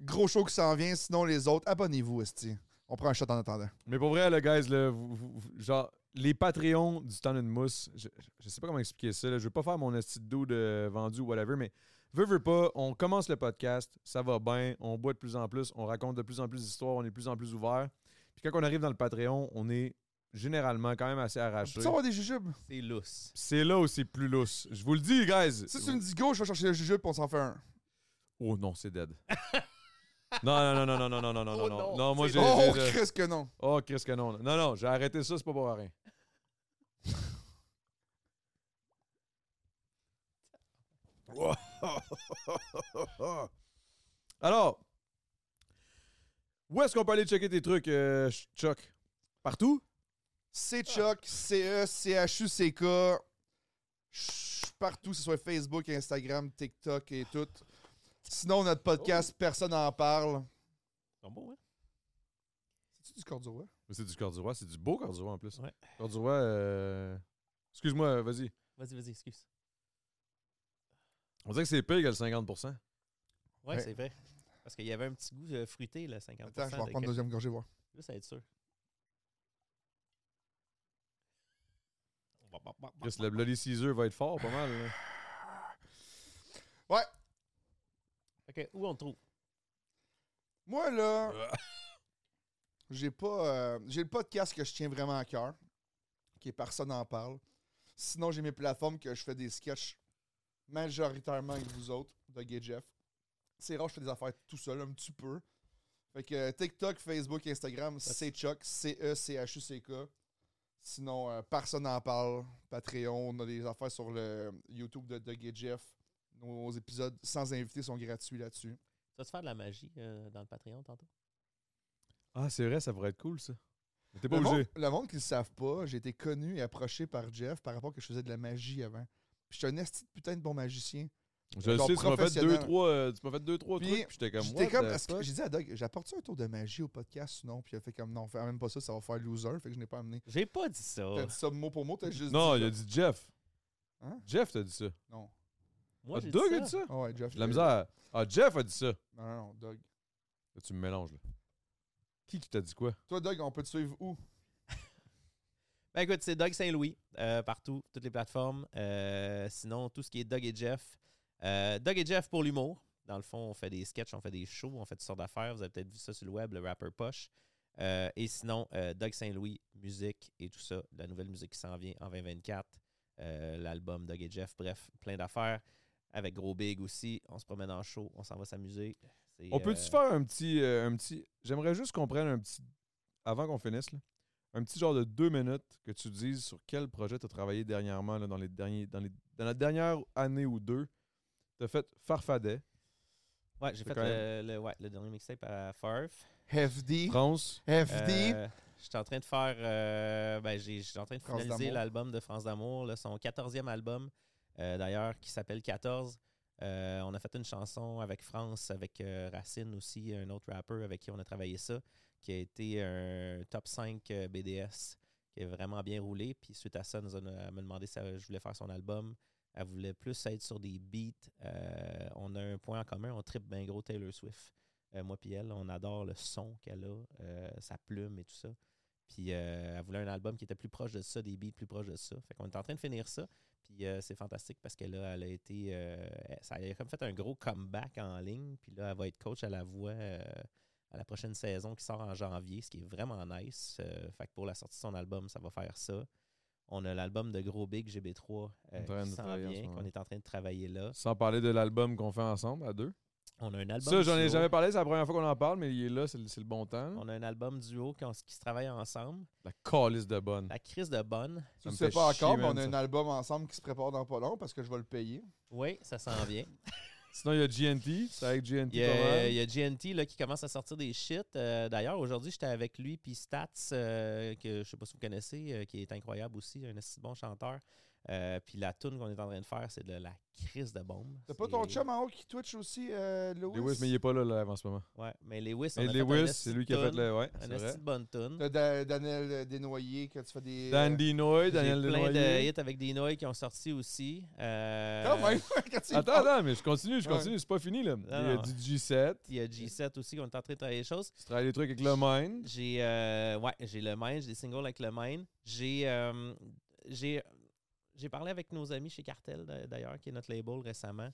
[SPEAKER 2] gros show qui s'en vient. Sinon, les autres, abonnez-vous, Esti. On prend un shot en attendant.
[SPEAKER 1] Mais pour vrai, le guys, là, vous- vous- vous- genre, les Patreons du temps d'une mousse, je, je sais pas comment expliquer ça. là. Je veux pas faire mon esti de dos de vendu ou whatever, mais Veux, veux pas, on commence le podcast, ça va bien, on boit de plus en plus, on raconte de plus en plus d'histoires, on est de plus en plus ouvert. Puis quand on arrive dans le Patreon, on est généralement quand même assez arraché.
[SPEAKER 2] Tu vas avoir des jujubes.
[SPEAKER 3] C'est lousse.
[SPEAKER 1] C'est là où c'est plus lousse. Je vous le dis, guys.
[SPEAKER 2] Si tu me dis go, je vais chercher le jujube puis on s'en fait un.
[SPEAKER 1] Oh non, c'est dead. non, non, non, non, non, non, non, non, non,
[SPEAKER 3] Oh
[SPEAKER 1] non.
[SPEAKER 3] non,
[SPEAKER 1] Non, moi, j'ai.
[SPEAKER 3] c'est
[SPEAKER 2] Oh,
[SPEAKER 1] j'ai-
[SPEAKER 2] Chris, que non.
[SPEAKER 1] Oh, Chris, que non. Non, non, j'ai arrêté ça, c'est pas pour rien. Alors, où est-ce qu'on peut aller checker tes trucs, euh, Ch- Chuck? Partout?
[SPEAKER 2] C'est Chuck, E CE, CHU, CK. Je suis partout, que ce soit Facebook, Instagram, TikTok et tout. Sinon, notre podcast, personne n'en parle.
[SPEAKER 3] Ils sont beaux, hein?
[SPEAKER 2] C'est-tu du Corduroy?
[SPEAKER 1] C'est du corduroy, c'est du beau corduroy en plus.
[SPEAKER 3] Ouais.
[SPEAKER 1] Corduroy, euh, excuse-moi, vas-y.
[SPEAKER 3] Vas-y, vas-y, excuse.
[SPEAKER 1] On dirait que c'est pire que le 50%.
[SPEAKER 3] Ouais,
[SPEAKER 2] Ouais.
[SPEAKER 3] c'est vrai. Parce qu'il y avait un petit goût euh, fruité, là, 50%.
[SPEAKER 2] Attends, je vais en
[SPEAKER 3] de
[SPEAKER 2] prendre
[SPEAKER 3] quelque-
[SPEAKER 2] une deuxième gorgée, voir.
[SPEAKER 3] Juste à être sûr.
[SPEAKER 1] Chris, le Bloody Caesar va être fort, pas mal. là.
[SPEAKER 2] Ouais,
[SPEAKER 3] OK, où on te trouve?
[SPEAKER 2] moi là, j'ai pas. euh, j'ai le podcast que je tiens vraiment à cœur, qui est personne n'en parle. Sinon, j'ai mes plateformes que je fais des sketchs majoritairement avec vous autres, de Gay Jeff. C'est rare, je fais des affaires tout seul, un petit peu. Fait que euh, TikTok, Facebook, Instagram, c'est Chuck, E C-E-C-H-U-C-K. Sinon, euh, personne n'en parle. Patreon, on a des affaires sur le YouTube de Doug et Jeff. Nos épisodes sans invités sont gratuits là-dessus.
[SPEAKER 3] Tu vas-tu faire de la magie euh, dans le Patreon tantôt?
[SPEAKER 1] Ah, c'est vrai, ça pourrait être cool, ça. Mais T'es pas
[SPEAKER 2] le,
[SPEAKER 1] obligé.
[SPEAKER 2] monde, le monde qui ne le savent pas, j'ai été connu et approché par Jeff par rapport à que je faisais de la magie avant. Puis j'étais un esti de putain de bon magicien.
[SPEAKER 1] Je le
[SPEAKER 2] Genre
[SPEAKER 1] sais, tu m'as fait deux,
[SPEAKER 2] professionnel.
[SPEAKER 1] trois, euh, tu m'as fait deux, trois
[SPEAKER 2] Puis,
[SPEAKER 1] trucs, puis j'étais comme,
[SPEAKER 2] J'étais
[SPEAKER 1] what
[SPEAKER 2] comme,
[SPEAKER 1] the
[SPEAKER 2] est-ce que-
[SPEAKER 1] fuck?
[SPEAKER 2] j'ai dit à Doug, j'apporte un tour de magie au podcast ou non? Puis il a fait comme, non, fais même pas ça, ça va faire loser. Fait que je n'ai pas amené.
[SPEAKER 3] J'ai pas dit ça.
[SPEAKER 2] T'as dit ça mot pour mot, t'as juste
[SPEAKER 1] Oh. Non,
[SPEAKER 2] dit.
[SPEAKER 1] il a dit Jeff.
[SPEAKER 2] Hein?
[SPEAKER 1] Jeff t'a dit ça.
[SPEAKER 2] Non.
[SPEAKER 3] Moi,
[SPEAKER 1] ah,
[SPEAKER 3] j'ai
[SPEAKER 1] Doug a
[SPEAKER 3] dit
[SPEAKER 1] dit
[SPEAKER 3] ça.
[SPEAKER 1] ça?
[SPEAKER 2] Ah ouais, Jeff.
[SPEAKER 1] J'ai de la
[SPEAKER 2] il-
[SPEAKER 1] misère. Ah, Jeff a dit ça. Là,
[SPEAKER 2] Non, non, non, Doug.
[SPEAKER 1] tu me mélanges, là. Qui qui t'a dit quoi?
[SPEAKER 2] Toi, Doug, on peut te suivre où?
[SPEAKER 3] Ben écoute, c'est Doug Saint-Louis, euh, partout, toutes les plateformes. Euh, sinon, tout ce qui est Doug et Jeff. Euh, Doug et Jeff pour l'humour. Dans le fond, on fait des sketchs, on fait des shows, on fait toutes sortes d'affaires. Vous avez peut-être vu ça sur le web, le rapper Poche. Euh, et sinon, euh, Doug Saint-Louis, musique et tout ça. La nouvelle musique qui s'en vient en 2024. euh, L'album Doug et Jeff, bref, plein d'affaires. Avec Gros Big aussi. On se promène en show, on s'en va s'amuser. C'est,
[SPEAKER 1] On peut-tu
[SPEAKER 3] euh,
[SPEAKER 1] faire un petit, euh, un petit... J'aimerais juste qu'on prenne un petit... Avant qu'on finisse, là, un petit genre de deux minutes que tu dises sur quel projet tu as travaillé dernièrement, là, dans, les derniers, dans, les, dans la dernière année ou deux. T'as fait Farfadet,
[SPEAKER 3] Ouais, j'ai
[SPEAKER 1] C'est
[SPEAKER 3] fait
[SPEAKER 1] quand
[SPEAKER 3] le, le- ouais, le dernier mixtape à Farf.
[SPEAKER 2] FD.
[SPEAKER 1] France.
[SPEAKER 2] FD.
[SPEAKER 3] Euh, J'étais en train de faire. euh, ben, j'ai- j'étais en train de
[SPEAKER 2] France
[SPEAKER 3] finaliser
[SPEAKER 2] d'amour.
[SPEAKER 3] l'album de France d'amour, là, son 14e album, euh, d'ailleurs, qui s'appelle 14. Euh, on a fait une chanson avec France, avec euh, Racine aussi, un autre rappeur avec qui on a travaillé ça, qui a été un top 5 euh, BDS, qui est vraiment bien roulé. Puis suite à ça, nous on a- elle m'a demandé si elle- je voulais faire son album. Elle voulait plus être sur des beats. Euh, on a un point en commun, on tripe bien gros Taylor Swift. Euh, moi puis elle, on adore le son qu'elle a, euh, sa plume et tout ça. Puis euh, elle voulait un album qui était plus proche de ça, des beats plus proches de ça. Fait qu'on est en train de finir ça. Puis euh, c'est fantastique parce que là, elle a été. euh, elle- ça elle a comme fait un gros comeback en ligne. Puis là, elle va être coach à la voix euh, à la prochaine saison qui sort en janvier, ce qui est vraiment nice. Euh, fait que pour la sortie de son album, ça va faire ça. On a l'album de Gros Big GB3 euh,
[SPEAKER 1] En train
[SPEAKER 3] qui
[SPEAKER 1] de
[SPEAKER 3] s'en
[SPEAKER 1] travailler en ce
[SPEAKER 3] vient, qu'on
[SPEAKER 1] moment.
[SPEAKER 3] est en train de travailler là.
[SPEAKER 1] Sans parler de l'album qu'on fait ensemble, à deux.
[SPEAKER 3] On a un album.
[SPEAKER 1] Ça, j'en ai
[SPEAKER 3] duo.
[SPEAKER 1] jamais parlé, c'est la première fois qu'on en parle, mais il est là, c'est le c'est le bon temps. là.
[SPEAKER 3] On a un album duo qu'on- qui se travaille ensemble.
[SPEAKER 1] La calice de bonne.
[SPEAKER 3] La crise de Bonne.
[SPEAKER 2] Tu
[SPEAKER 1] me
[SPEAKER 2] le
[SPEAKER 1] fait
[SPEAKER 2] sais pas
[SPEAKER 1] chier,
[SPEAKER 2] encore, mais
[SPEAKER 1] man,
[SPEAKER 2] on a
[SPEAKER 1] ça.
[SPEAKER 2] un album ensemble qui se prépare dans pas long parce que je vais le payer.
[SPEAKER 3] Oui, ça s'en vient.
[SPEAKER 1] Sinon, il y a GNT. C'est avec GNT
[SPEAKER 3] Ah. Il y
[SPEAKER 1] pas
[SPEAKER 3] a,
[SPEAKER 1] mal.
[SPEAKER 3] il y a GNT là, qui commence à sortir des shit. Euh, D'ailleurs, aujourd'hui, j'étais avec lui, puis Stats, euh, que je sais pas si vous connaissez, euh, qui est incroyable aussi, un assez bon chanteur. Euh, puis la tune qu'on est en train de faire, c'est de la crise de bombe.
[SPEAKER 2] T'as pas ton
[SPEAKER 3] C'est-
[SPEAKER 2] chum en haut qui twitch aussi, euh, Lewis?
[SPEAKER 1] Lewis, mais il est pas là, là, en ce moment.
[SPEAKER 3] Ouais, mais Lewis, on
[SPEAKER 1] Et
[SPEAKER 3] a fait un
[SPEAKER 1] Lewis,
[SPEAKER 3] esti
[SPEAKER 1] c'est lui
[SPEAKER 3] de
[SPEAKER 1] qui a fait
[SPEAKER 3] tune,
[SPEAKER 1] le. Ouais, c'est
[SPEAKER 3] Un
[SPEAKER 1] vrai.
[SPEAKER 3] esti de bonne tune.
[SPEAKER 2] T'as Euh, Da- Daniel Desnoyers que tu fais des. euh,
[SPEAKER 1] Dandy Noy,
[SPEAKER 3] J'ai
[SPEAKER 1] Daniel
[SPEAKER 3] plein de
[SPEAKER 1] Desnoyers.
[SPEAKER 3] hits avec des noix qui ont sorti aussi. Euh,
[SPEAKER 2] Quand même, quand tu y
[SPEAKER 1] Attends,
[SPEAKER 2] penses.
[SPEAKER 1] attends, mais je continue, je
[SPEAKER 2] Ouais.
[SPEAKER 1] continue, c'est pas fini, là. il y a
[SPEAKER 3] Ah. non.
[SPEAKER 1] du G7.
[SPEAKER 3] Il y a G7 aussi, qu'on est en train de travailler des choses.
[SPEAKER 1] Tu travailles des trucs avec le Mind.
[SPEAKER 3] J'ai euh, ouais, j'ai le Maine, j'ai des singles avec le Maine. J'ai euh, j'ai j'ai parlé avec nos amis chez Cartel d'a- d'ailleurs qui est notre label récemment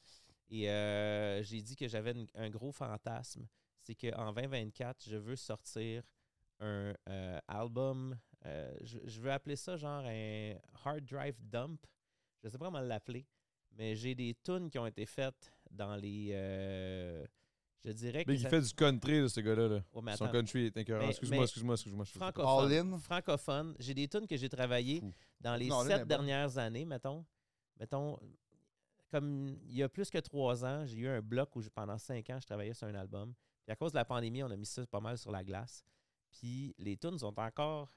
[SPEAKER 3] Et euh, j'ai dit que j'avais une- un gros fantasme. C'est qu'en 2024, je veux sortir un euh, album. euh, je, je veux appeler ça genre un hard drive dump. Je sais pas comment l'appeler. Mais j'ai des tunes qui ont été faites dans les. euh, je dirais que.
[SPEAKER 1] Mais il
[SPEAKER 3] ça-
[SPEAKER 1] fait du country, là, ce gars-là. là.
[SPEAKER 3] Ouais, mais
[SPEAKER 1] Son
[SPEAKER 3] attends.
[SPEAKER 1] country est incroyable.
[SPEAKER 3] Mais-
[SPEAKER 1] Excuse-moi,
[SPEAKER 3] mais-
[SPEAKER 1] excuse-moi, excuse-moi. excuse-moi.
[SPEAKER 3] francophone.
[SPEAKER 2] All in.
[SPEAKER 3] Francophone. J'ai des tunes que j'ai travaillées
[SPEAKER 2] Fou.
[SPEAKER 3] dans les
[SPEAKER 2] Non, là, elle est
[SPEAKER 3] sept
[SPEAKER 2] bonne.
[SPEAKER 3] dernières années, mettons. Mettons, comme il y a plus que trois ans, j'ai eu un bloc où je- pendant cinq ans, je travaillais sur un album. Puis à cause de la pandémie, on a mis ça pas mal sur la glace. Puis les tunes sont encore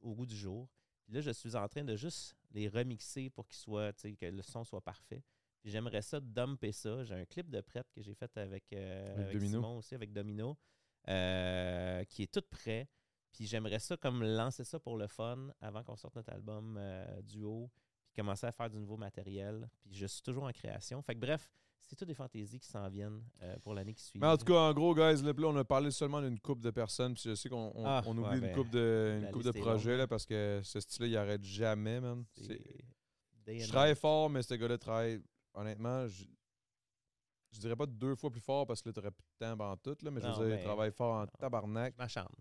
[SPEAKER 3] au goût du jour. Puis là, je suis en train de juste les remixer pour qu'ils soient, tu sais, que le son soit parfait. Puis j'aimerais ça dumper ça. J'ai un clip de prep que j'ai fait avec, euh,
[SPEAKER 1] Avec
[SPEAKER 3] avec
[SPEAKER 1] Domino.
[SPEAKER 3] Simon aussi, avec Domino, euh, qui est tout prêt. Puis j'aimerais ça comme lancer ça pour le fun avant qu'on sorte notre album euh, duo, puis commencer à faire du nouveau matériel. Puis je suis toujours en création. Fait que bref, c'est toutes des fantaisies qui s'en viennent euh, pour l'année qui suit.
[SPEAKER 1] Mais en tout cas, en gros, guys, là, puis là, on a parlé seulement d'une coupe de personnes. Puis je sais qu'on on,
[SPEAKER 3] Ah,
[SPEAKER 1] on oublie
[SPEAKER 3] ouais,
[SPEAKER 1] une
[SPEAKER 3] ben,
[SPEAKER 1] coupe de, une
[SPEAKER 3] la
[SPEAKER 1] couple de
[SPEAKER 3] liste est
[SPEAKER 1] projets
[SPEAKER 3] longue.
[SPEAKER 1] là, parce que ce style-là, il arrête jamais, man. C'est- Je travaille
[SPEAKER 3] rêve
[SPEAKER 1] fort, mais ce gars-là travaille, honnêtement, je, je dirais pas deux fois plus fort parce que là, t'aurais plus de temps avant tout, là, mais je
[SPEAKER 3] Non,
[SPEAKER 1] veux dire, il
[SPEAKER 3] mais-
[SPEAKER 1] travaille fort en tabarnak.
[SPEAKER 3] Ma chambre.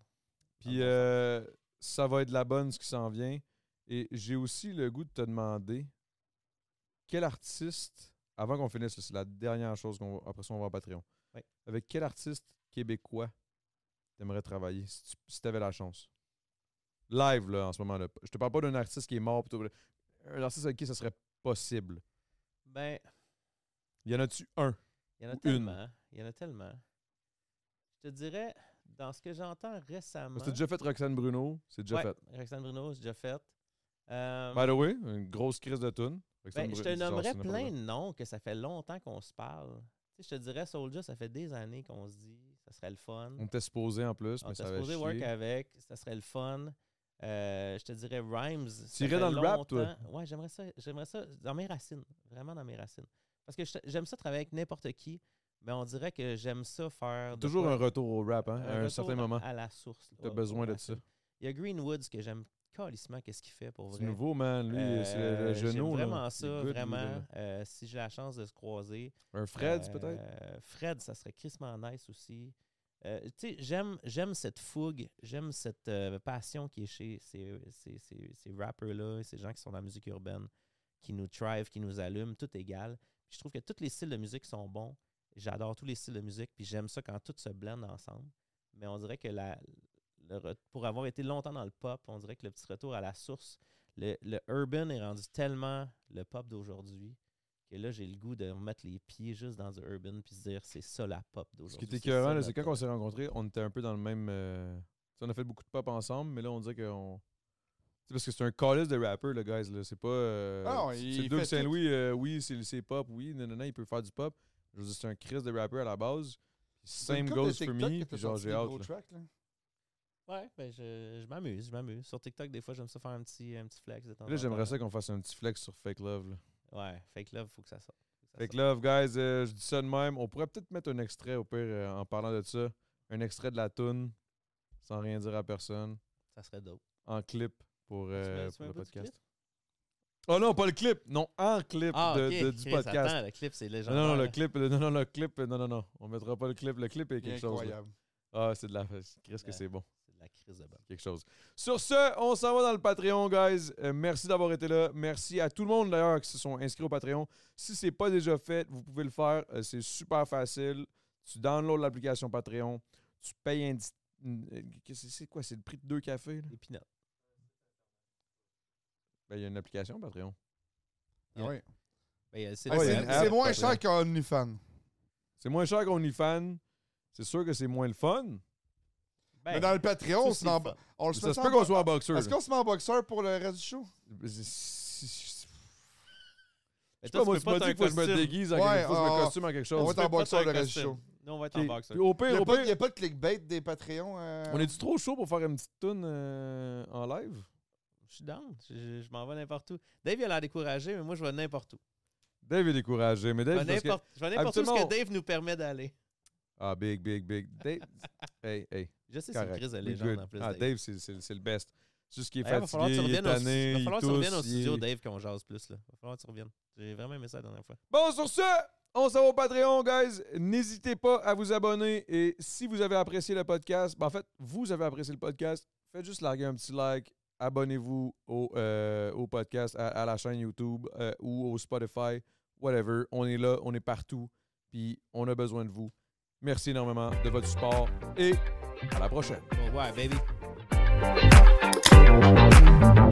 [SPEAKER 1] Puis
[SPEAKER 3] Ah,
[SPEAKER 1] euh, ça va être de la bonne ce qui s'en vient. Et j'ai aussi le goût de te demander quel artiste, avant qu'on finisse, là, c'est la dernière chose qu'on va- après ça on va à Patreon.
[SPEAKER 3] Ouais.
[SPEAKER 1] Avec quel artiste québécois t'aimerais travailler si tu avais la chance? Live là en ce moment là. Je te parle pas d'un artiste qui est mort plutôt. Un artiste avec qui ça serait possible.
[SPEAKER 3] Ben,
[SPEAKER 1] Y en a-tu un?
[SPEAKER 3] Il y
[SPEAKER 1] Ou
[SPEAKER 3] en a
[SPEAKER 1] une.
[SPEAKER 3] tellement. Il y en a tellement. Je te dirais, dans ce que j'entends récemment.
[SPEAKER 1] Parce que t'as déjà fait Roxane Bruno, c'est déjà
[SPEAKER 3] Ouais,
[SPEAKER 1] fait. Ben,
[SPEAKER 3] Roxane Bruno, j'ai déjà fait. Euh,
[SPEAKER 1] By the way, une grosse crise de tune.
[SPEAKER 3] ben, je te nommerais plein de noms que ça fait longtemps qu'on se parle. Tu sais, je te dirais, Soulja, ça fait des années qu'on se dit, ça serait le fun.
[SPEAKER 1] On était supposé en plus,
[SPEAKER 3] Mm-hmm. On
[SPEAKER 1] mais
[SPEAKER 3] était
[SPEAKER 1] ça avait
[SPEAKER 3] supposé work
[SPEAKER 1] chier.
[SPEAKER 3] avec, ça serait le fun. Euh, je te dirais Rhymes. ça
[SPEAKER 1] irais
[SPEAKER 3] fait
[SPEAKER 1] dans le rap, toi?
[SPEAKER 3] longtemps. Ouais, j'aimerais ça, j'aimerais ça dans mes racines, vraiment dans mes racines. Parce que je- j'aime ça travailler avec n'importe qui, mais on dirait que j'aime ça faire. de
[SPEAKER 1] Toujours
[SPEAKER 3] quoi-
[SPEAKER 1] un retour au rap, hein, à un
[SPEAKER 3] retour Ah,
[SPEAKER 1] certain moment.
[SPEAKER 3] À la source. là,
[SPEAKER 1] T'as
[SPEAKER 3] au-
[SPEAKER 1] besoin
[SPEAKER 3] au
[SPEAKER 1] de
[SPEAKER 3] racine.
[SPEAKER 1] ça.
[SPEAKER 3] Il y a Greenwoods que j'aime calissement qu'est-ce qu'il fait pour
[SPEAKER 1] C'est
[SPEAKER 3] vrai.
[SPEAKER 1] nouveau, man. Lui, c'est le- le
[SPEAKER 3] Euh, j'aime
[SPEAKER 1] genou. là.
[SPEAKER 3] vraiment
[SPEAKER 1] Il
[SPEAKER 3] ça,
[SPEAKER 1] goûte, lui, là.
[SPEAKER 3] vraiment. Euh, si j'ai la chance de se croiser.
[SPEAKER 1] Un Fred,
[SPEAKER 3] euh,
[SPEAKER 1] peut-être.
[SPEAKER 3] Fred, ça serait crissement nice aussi. Euh, tu sais, j'aime, j'aime cette fougue, j'aime cette euh, passion qui est chez ces, ces, ces, ces rappers-là, et ces gens qui sont dans la musique urbaine, qui nous drive, qui nous allument, tout égal. Puis je trouve que tous les styles de musique sont bons. J'adore tous les styles de musique, puis j'aime ça quand tout se blende ensemble. Mais on dirait que la, le re- pour avoir été longtemps dans le pop, on dirait que le petit retour à la source, le, le urban est rendu tellement le pop d'aujourd'hui que là, j'ai le goût de remettre les pieds juste dans du urban puis se dire c'est ça la pop
[SPEAKER 1] Ce
[SPEAKER 3] d'aujourd'hui.
[SPEAKER 1] qui était
[SPEAKER 3] c'est ça,
[SPEAKER 1] écœurant, là,
[SPEAKER 3] la
[SPEAKER 1] c'est quand
[SPEAKER 3] pop.
[SPEAKER 1] on s'est rencontrés, on était un peu dans le même. euh, tu sais, On a fait beaucoup de pop ensemble, mais là, on dirait qu'on. C'est parce que c'est un callus de rapper, le guys. Là. C'est pas. euh,
[SPEAKER 2] Ah non,
[SPEAKER 1] c'est
[SPEAKER 2] il
[SPEAKER 1] le Doug
[SPEAKER 2] fait
[SPEAKER 1] Saint-Louis, euh, oui, c'est, c'est pop, oui, nanana, il peut faire du pop. Je veux dire, c'est un Chris de rapper à la base. Same goes for me, puis genre, j'ai hâte. là.
[SPEAKER 3] Ouais, ben je, je m'amuse, je m'amuse. Sur TikTok, des fois, j'aime ça faire un petit, un petit flex. De temps
[SPEAKER 1] Là,
[SPEAKER 3] en
[SPEAKER 1] j'aimerais
[SPEAKER 3] temps.
[SPEAKER 1] ça qu'on fasse un petit flex sur Fake Love. là.
[SPEAKER 3] Ouais, fake love, faut que ça sorte. Faut que ça
[SPEAKER 1] Fake
[SPEAKER 3] sorte.
[SPEAKER 1] Love, guys, euh, je dis ça de même. On pourrait peut-être mettre un extrait, au pire, euh, en parlant de ça. Un extrait de la toune, sans rien dire à personne,
[SPEAKER 3] Ça serait dope.
[SPEAKER 1] en clip pour,
[SPEAKER 3] Tu mets-
[SPEAKER 1] euh,
[SPEAKER 3] tu
[SPEAKER 1] pour
[SPEAKER 3] mets
[SPEAKER 1] le
[SPEAKER 3] un bout du
[SPEAKER 1] podcast.
[SPEAKER 3] clip?
[SPEAKER 1] Oh non, pas le clip! Non, en clip
[SPEAKER 3] Ah,
[SPEAKER 1] de-
[SPEAKER 3] ok,
[SPEAKER 1] de- du
[SPEAKER 3] ok, ça
[SPEAKER 1] podcast.
[SPEAKER 3] attend, le clip, c'est
[SPEAKER 1] Non,
[SPEAKER 3] légendaire.
[SPEAKER 1] non, non, le clip, le- non, non, le clip, non, non, non. On mettra pas le clip. Le clip est quelque chose. là.
[SPEAKER 2] Incroyable.
[SPEAKER 1] Ah, c'est de la. Qu'est-ce que
[SPEAKER 3] Ouais.
[SPEAKER 1] c'est bon?
[SPEAKER 3] C'est de la crise de bonne.
[SPEAKER 1] quelque chose. Sur ce, on s'en va dans le Patreon, guys. Euh, merci d'avoir été là. Merci à tout le monde d'ailleurs qui se sont inscrits au Patreon. Si c'est pas déjà fait, vous pouvez le faire. Euh, c'est super facile. Tu downloads l'application Patreon. Tu payes un. petit- une- euh, qu'est-ce que C'est quoi C'est le prix de deux cafés là?
[SPEAKER 3] Les peanuts.
[SPEAKER 1] Ben, il y a une application Patreon.
[SPEAKER 3] Yeah.
[SPEAKER 2] Ah ouais.
[SPEAKER 3] Ben, euh, c'est
[SPEAKER 2] Ah,
[SPEAKER 1] Ouais,
[SPEAKER 2] c'est-
[SPEAKER 1] il y a une
[SPEAKER 2] c'est
[SPEAKER 1] app, Ben,
[SPEAKER 2] moins
[SPEAKER 1] par
[SPEAKER 2] cher
[SPEAKER 1] exemple.
[SPEAKER 2] qu'OnlyFans.
[SPEAKER 1] C'est moins cher qu'OnlyFans. C'est sûr que c'est moins le fun.
[SPEAKER 3] Ben,
[SPEAKER 2] Mais dans le Patreon, on
[SPEAKER 3] c'est
[SPEAKER 2] se met en-
[SPEAKER 3] le fun.
[SPEAKER 2] on le
[SPEAKER 1] Mais
[SPEAKER 2] se
[SPEAKER 1] ça
[SPEAKER 2] met
[SPEAKER 1] se
[SPEAKER 2] en-
[SPEAKER 1] peut qu'on soit en boxeur.
[SPEAKER 2] Est-ce qu'on se met en boxeur pour le reste du show?
[SPEAKER 3] Mais toi,
[SPEAKER 1] Toi, moi,
[SPEAKER 3] peux
[SPEAKER 1] tu m'as
[SPEAKER 3] t'as
[SPEAKER 1] dit
[SPEAKER 3] un
[SPEAKER 1] qu'il faut que je me
[SPEAKER 3] costume.
[SPEAKER 1] déguise, en
[SPEAKER 2] Ouais,
[SPEAKER 1] quelque- faut que je me
[SPEAKER 2] ah,
[SPEAKER 1] costume en quelque
[SPEAKER 2] on
[SPEAKER 1] chose.
[SPEAKER 2] va
[SPEAKER 3] Tu peux
[SPEAKER 2] en boxeur
[SPEAKER 3] pas
[SPEAKER 2] le
[SPEAKER 3] t'as un
[SPEAKER 2] reste du
[SPEAKER 3] costume. Nous, on va être en
[SPEAKER 1] Ok.
[SPEAKER 3] boxeur.
[SPEAKER 1] Au pire,
[SPEAKER 2] Il n'y
[SPEAKER 1] au
[SPEAKER 2] a, pas-
[SPEAKER 1] pire,
[SPEAKER 2] y a pas de clickbait des Patreons. euh,
[SPEAKER 3] Ah.
[SPEAKER 1] On est-tu trop chaud pour faire une petite toune euh, en live?
[SPEAKER 3] Je suis down. Je, je- je m'en vais n'importe où. Dave, il a l'air découragé, mais moi, je vais n'importe où.
[SPEAKER 1] Dave est découragé, mais
[SPEAKER 3] Je
[SPEAKER 1] Dave...
[SPEAKER 3] vais
[SPEAKER 1] parce que-
[SPEAKER 3] n'importe je vais n'importe où ce
[SPEAKER 1] habituellement,
[SPEAKER 3] que Dave nous permet d'aller.
[SPEAKER 1] Ah, big, big, big. Dave... hey, hey,
[SPEAKER 3] Je sais, c'est une
[SPEAKER 1] correct.
[SPEAKER 3] crise de
[SPEAKER 1] We
[SPEAKER 3] légende
[SPEAKER 1] good.
[SPEAKER 3] en plus.
[SPEAKER 1] ah,
[SPEAKER 3] Dave.
[SPEAKER 1] Dave, c'est- c'est c'est le best. C'est Juste qu'il est
[SPEAKER 3] Ouais, va falloir que
[SPEAKER 1] fatigué,
[SPEAKER 3] tu
[SPEAKER 1] il est
[SPEAKER 3] reviennes au stu-
[SPEAKER 1] tanné,
[SPEAKER 3] va
[SPEAKER 1] il
[SPEAKER 3] falloir que tu
[SPEAKER 1] tousse,
[SPEAKER 3] reviennes au
[SPEAKER 1] il est-
[SPEAKER 3] studio, Dave, qu'on jase plus. Là. Va falloir que tu reviennes. J'ai vraiment aimé ça la dernière fois.
[SPEAKER 1] Bon, sur ce, On se va au Patreon, guys. N'hésitez pas à vous abonner. Et si vous avez apprécié le podcast, ben en fait, vous avez apprécié le podcast, faites juste larguer un petit like. Abonnez-vous au, euh, au podcast, à, à la chaîne YouTube euh, ou au Spotify, whatever. On est là, on est partout. Puis on a besoin de vous. Merci énormément de votre support et à la prochaine.
[SPEAKER 3] Au revoir, baby.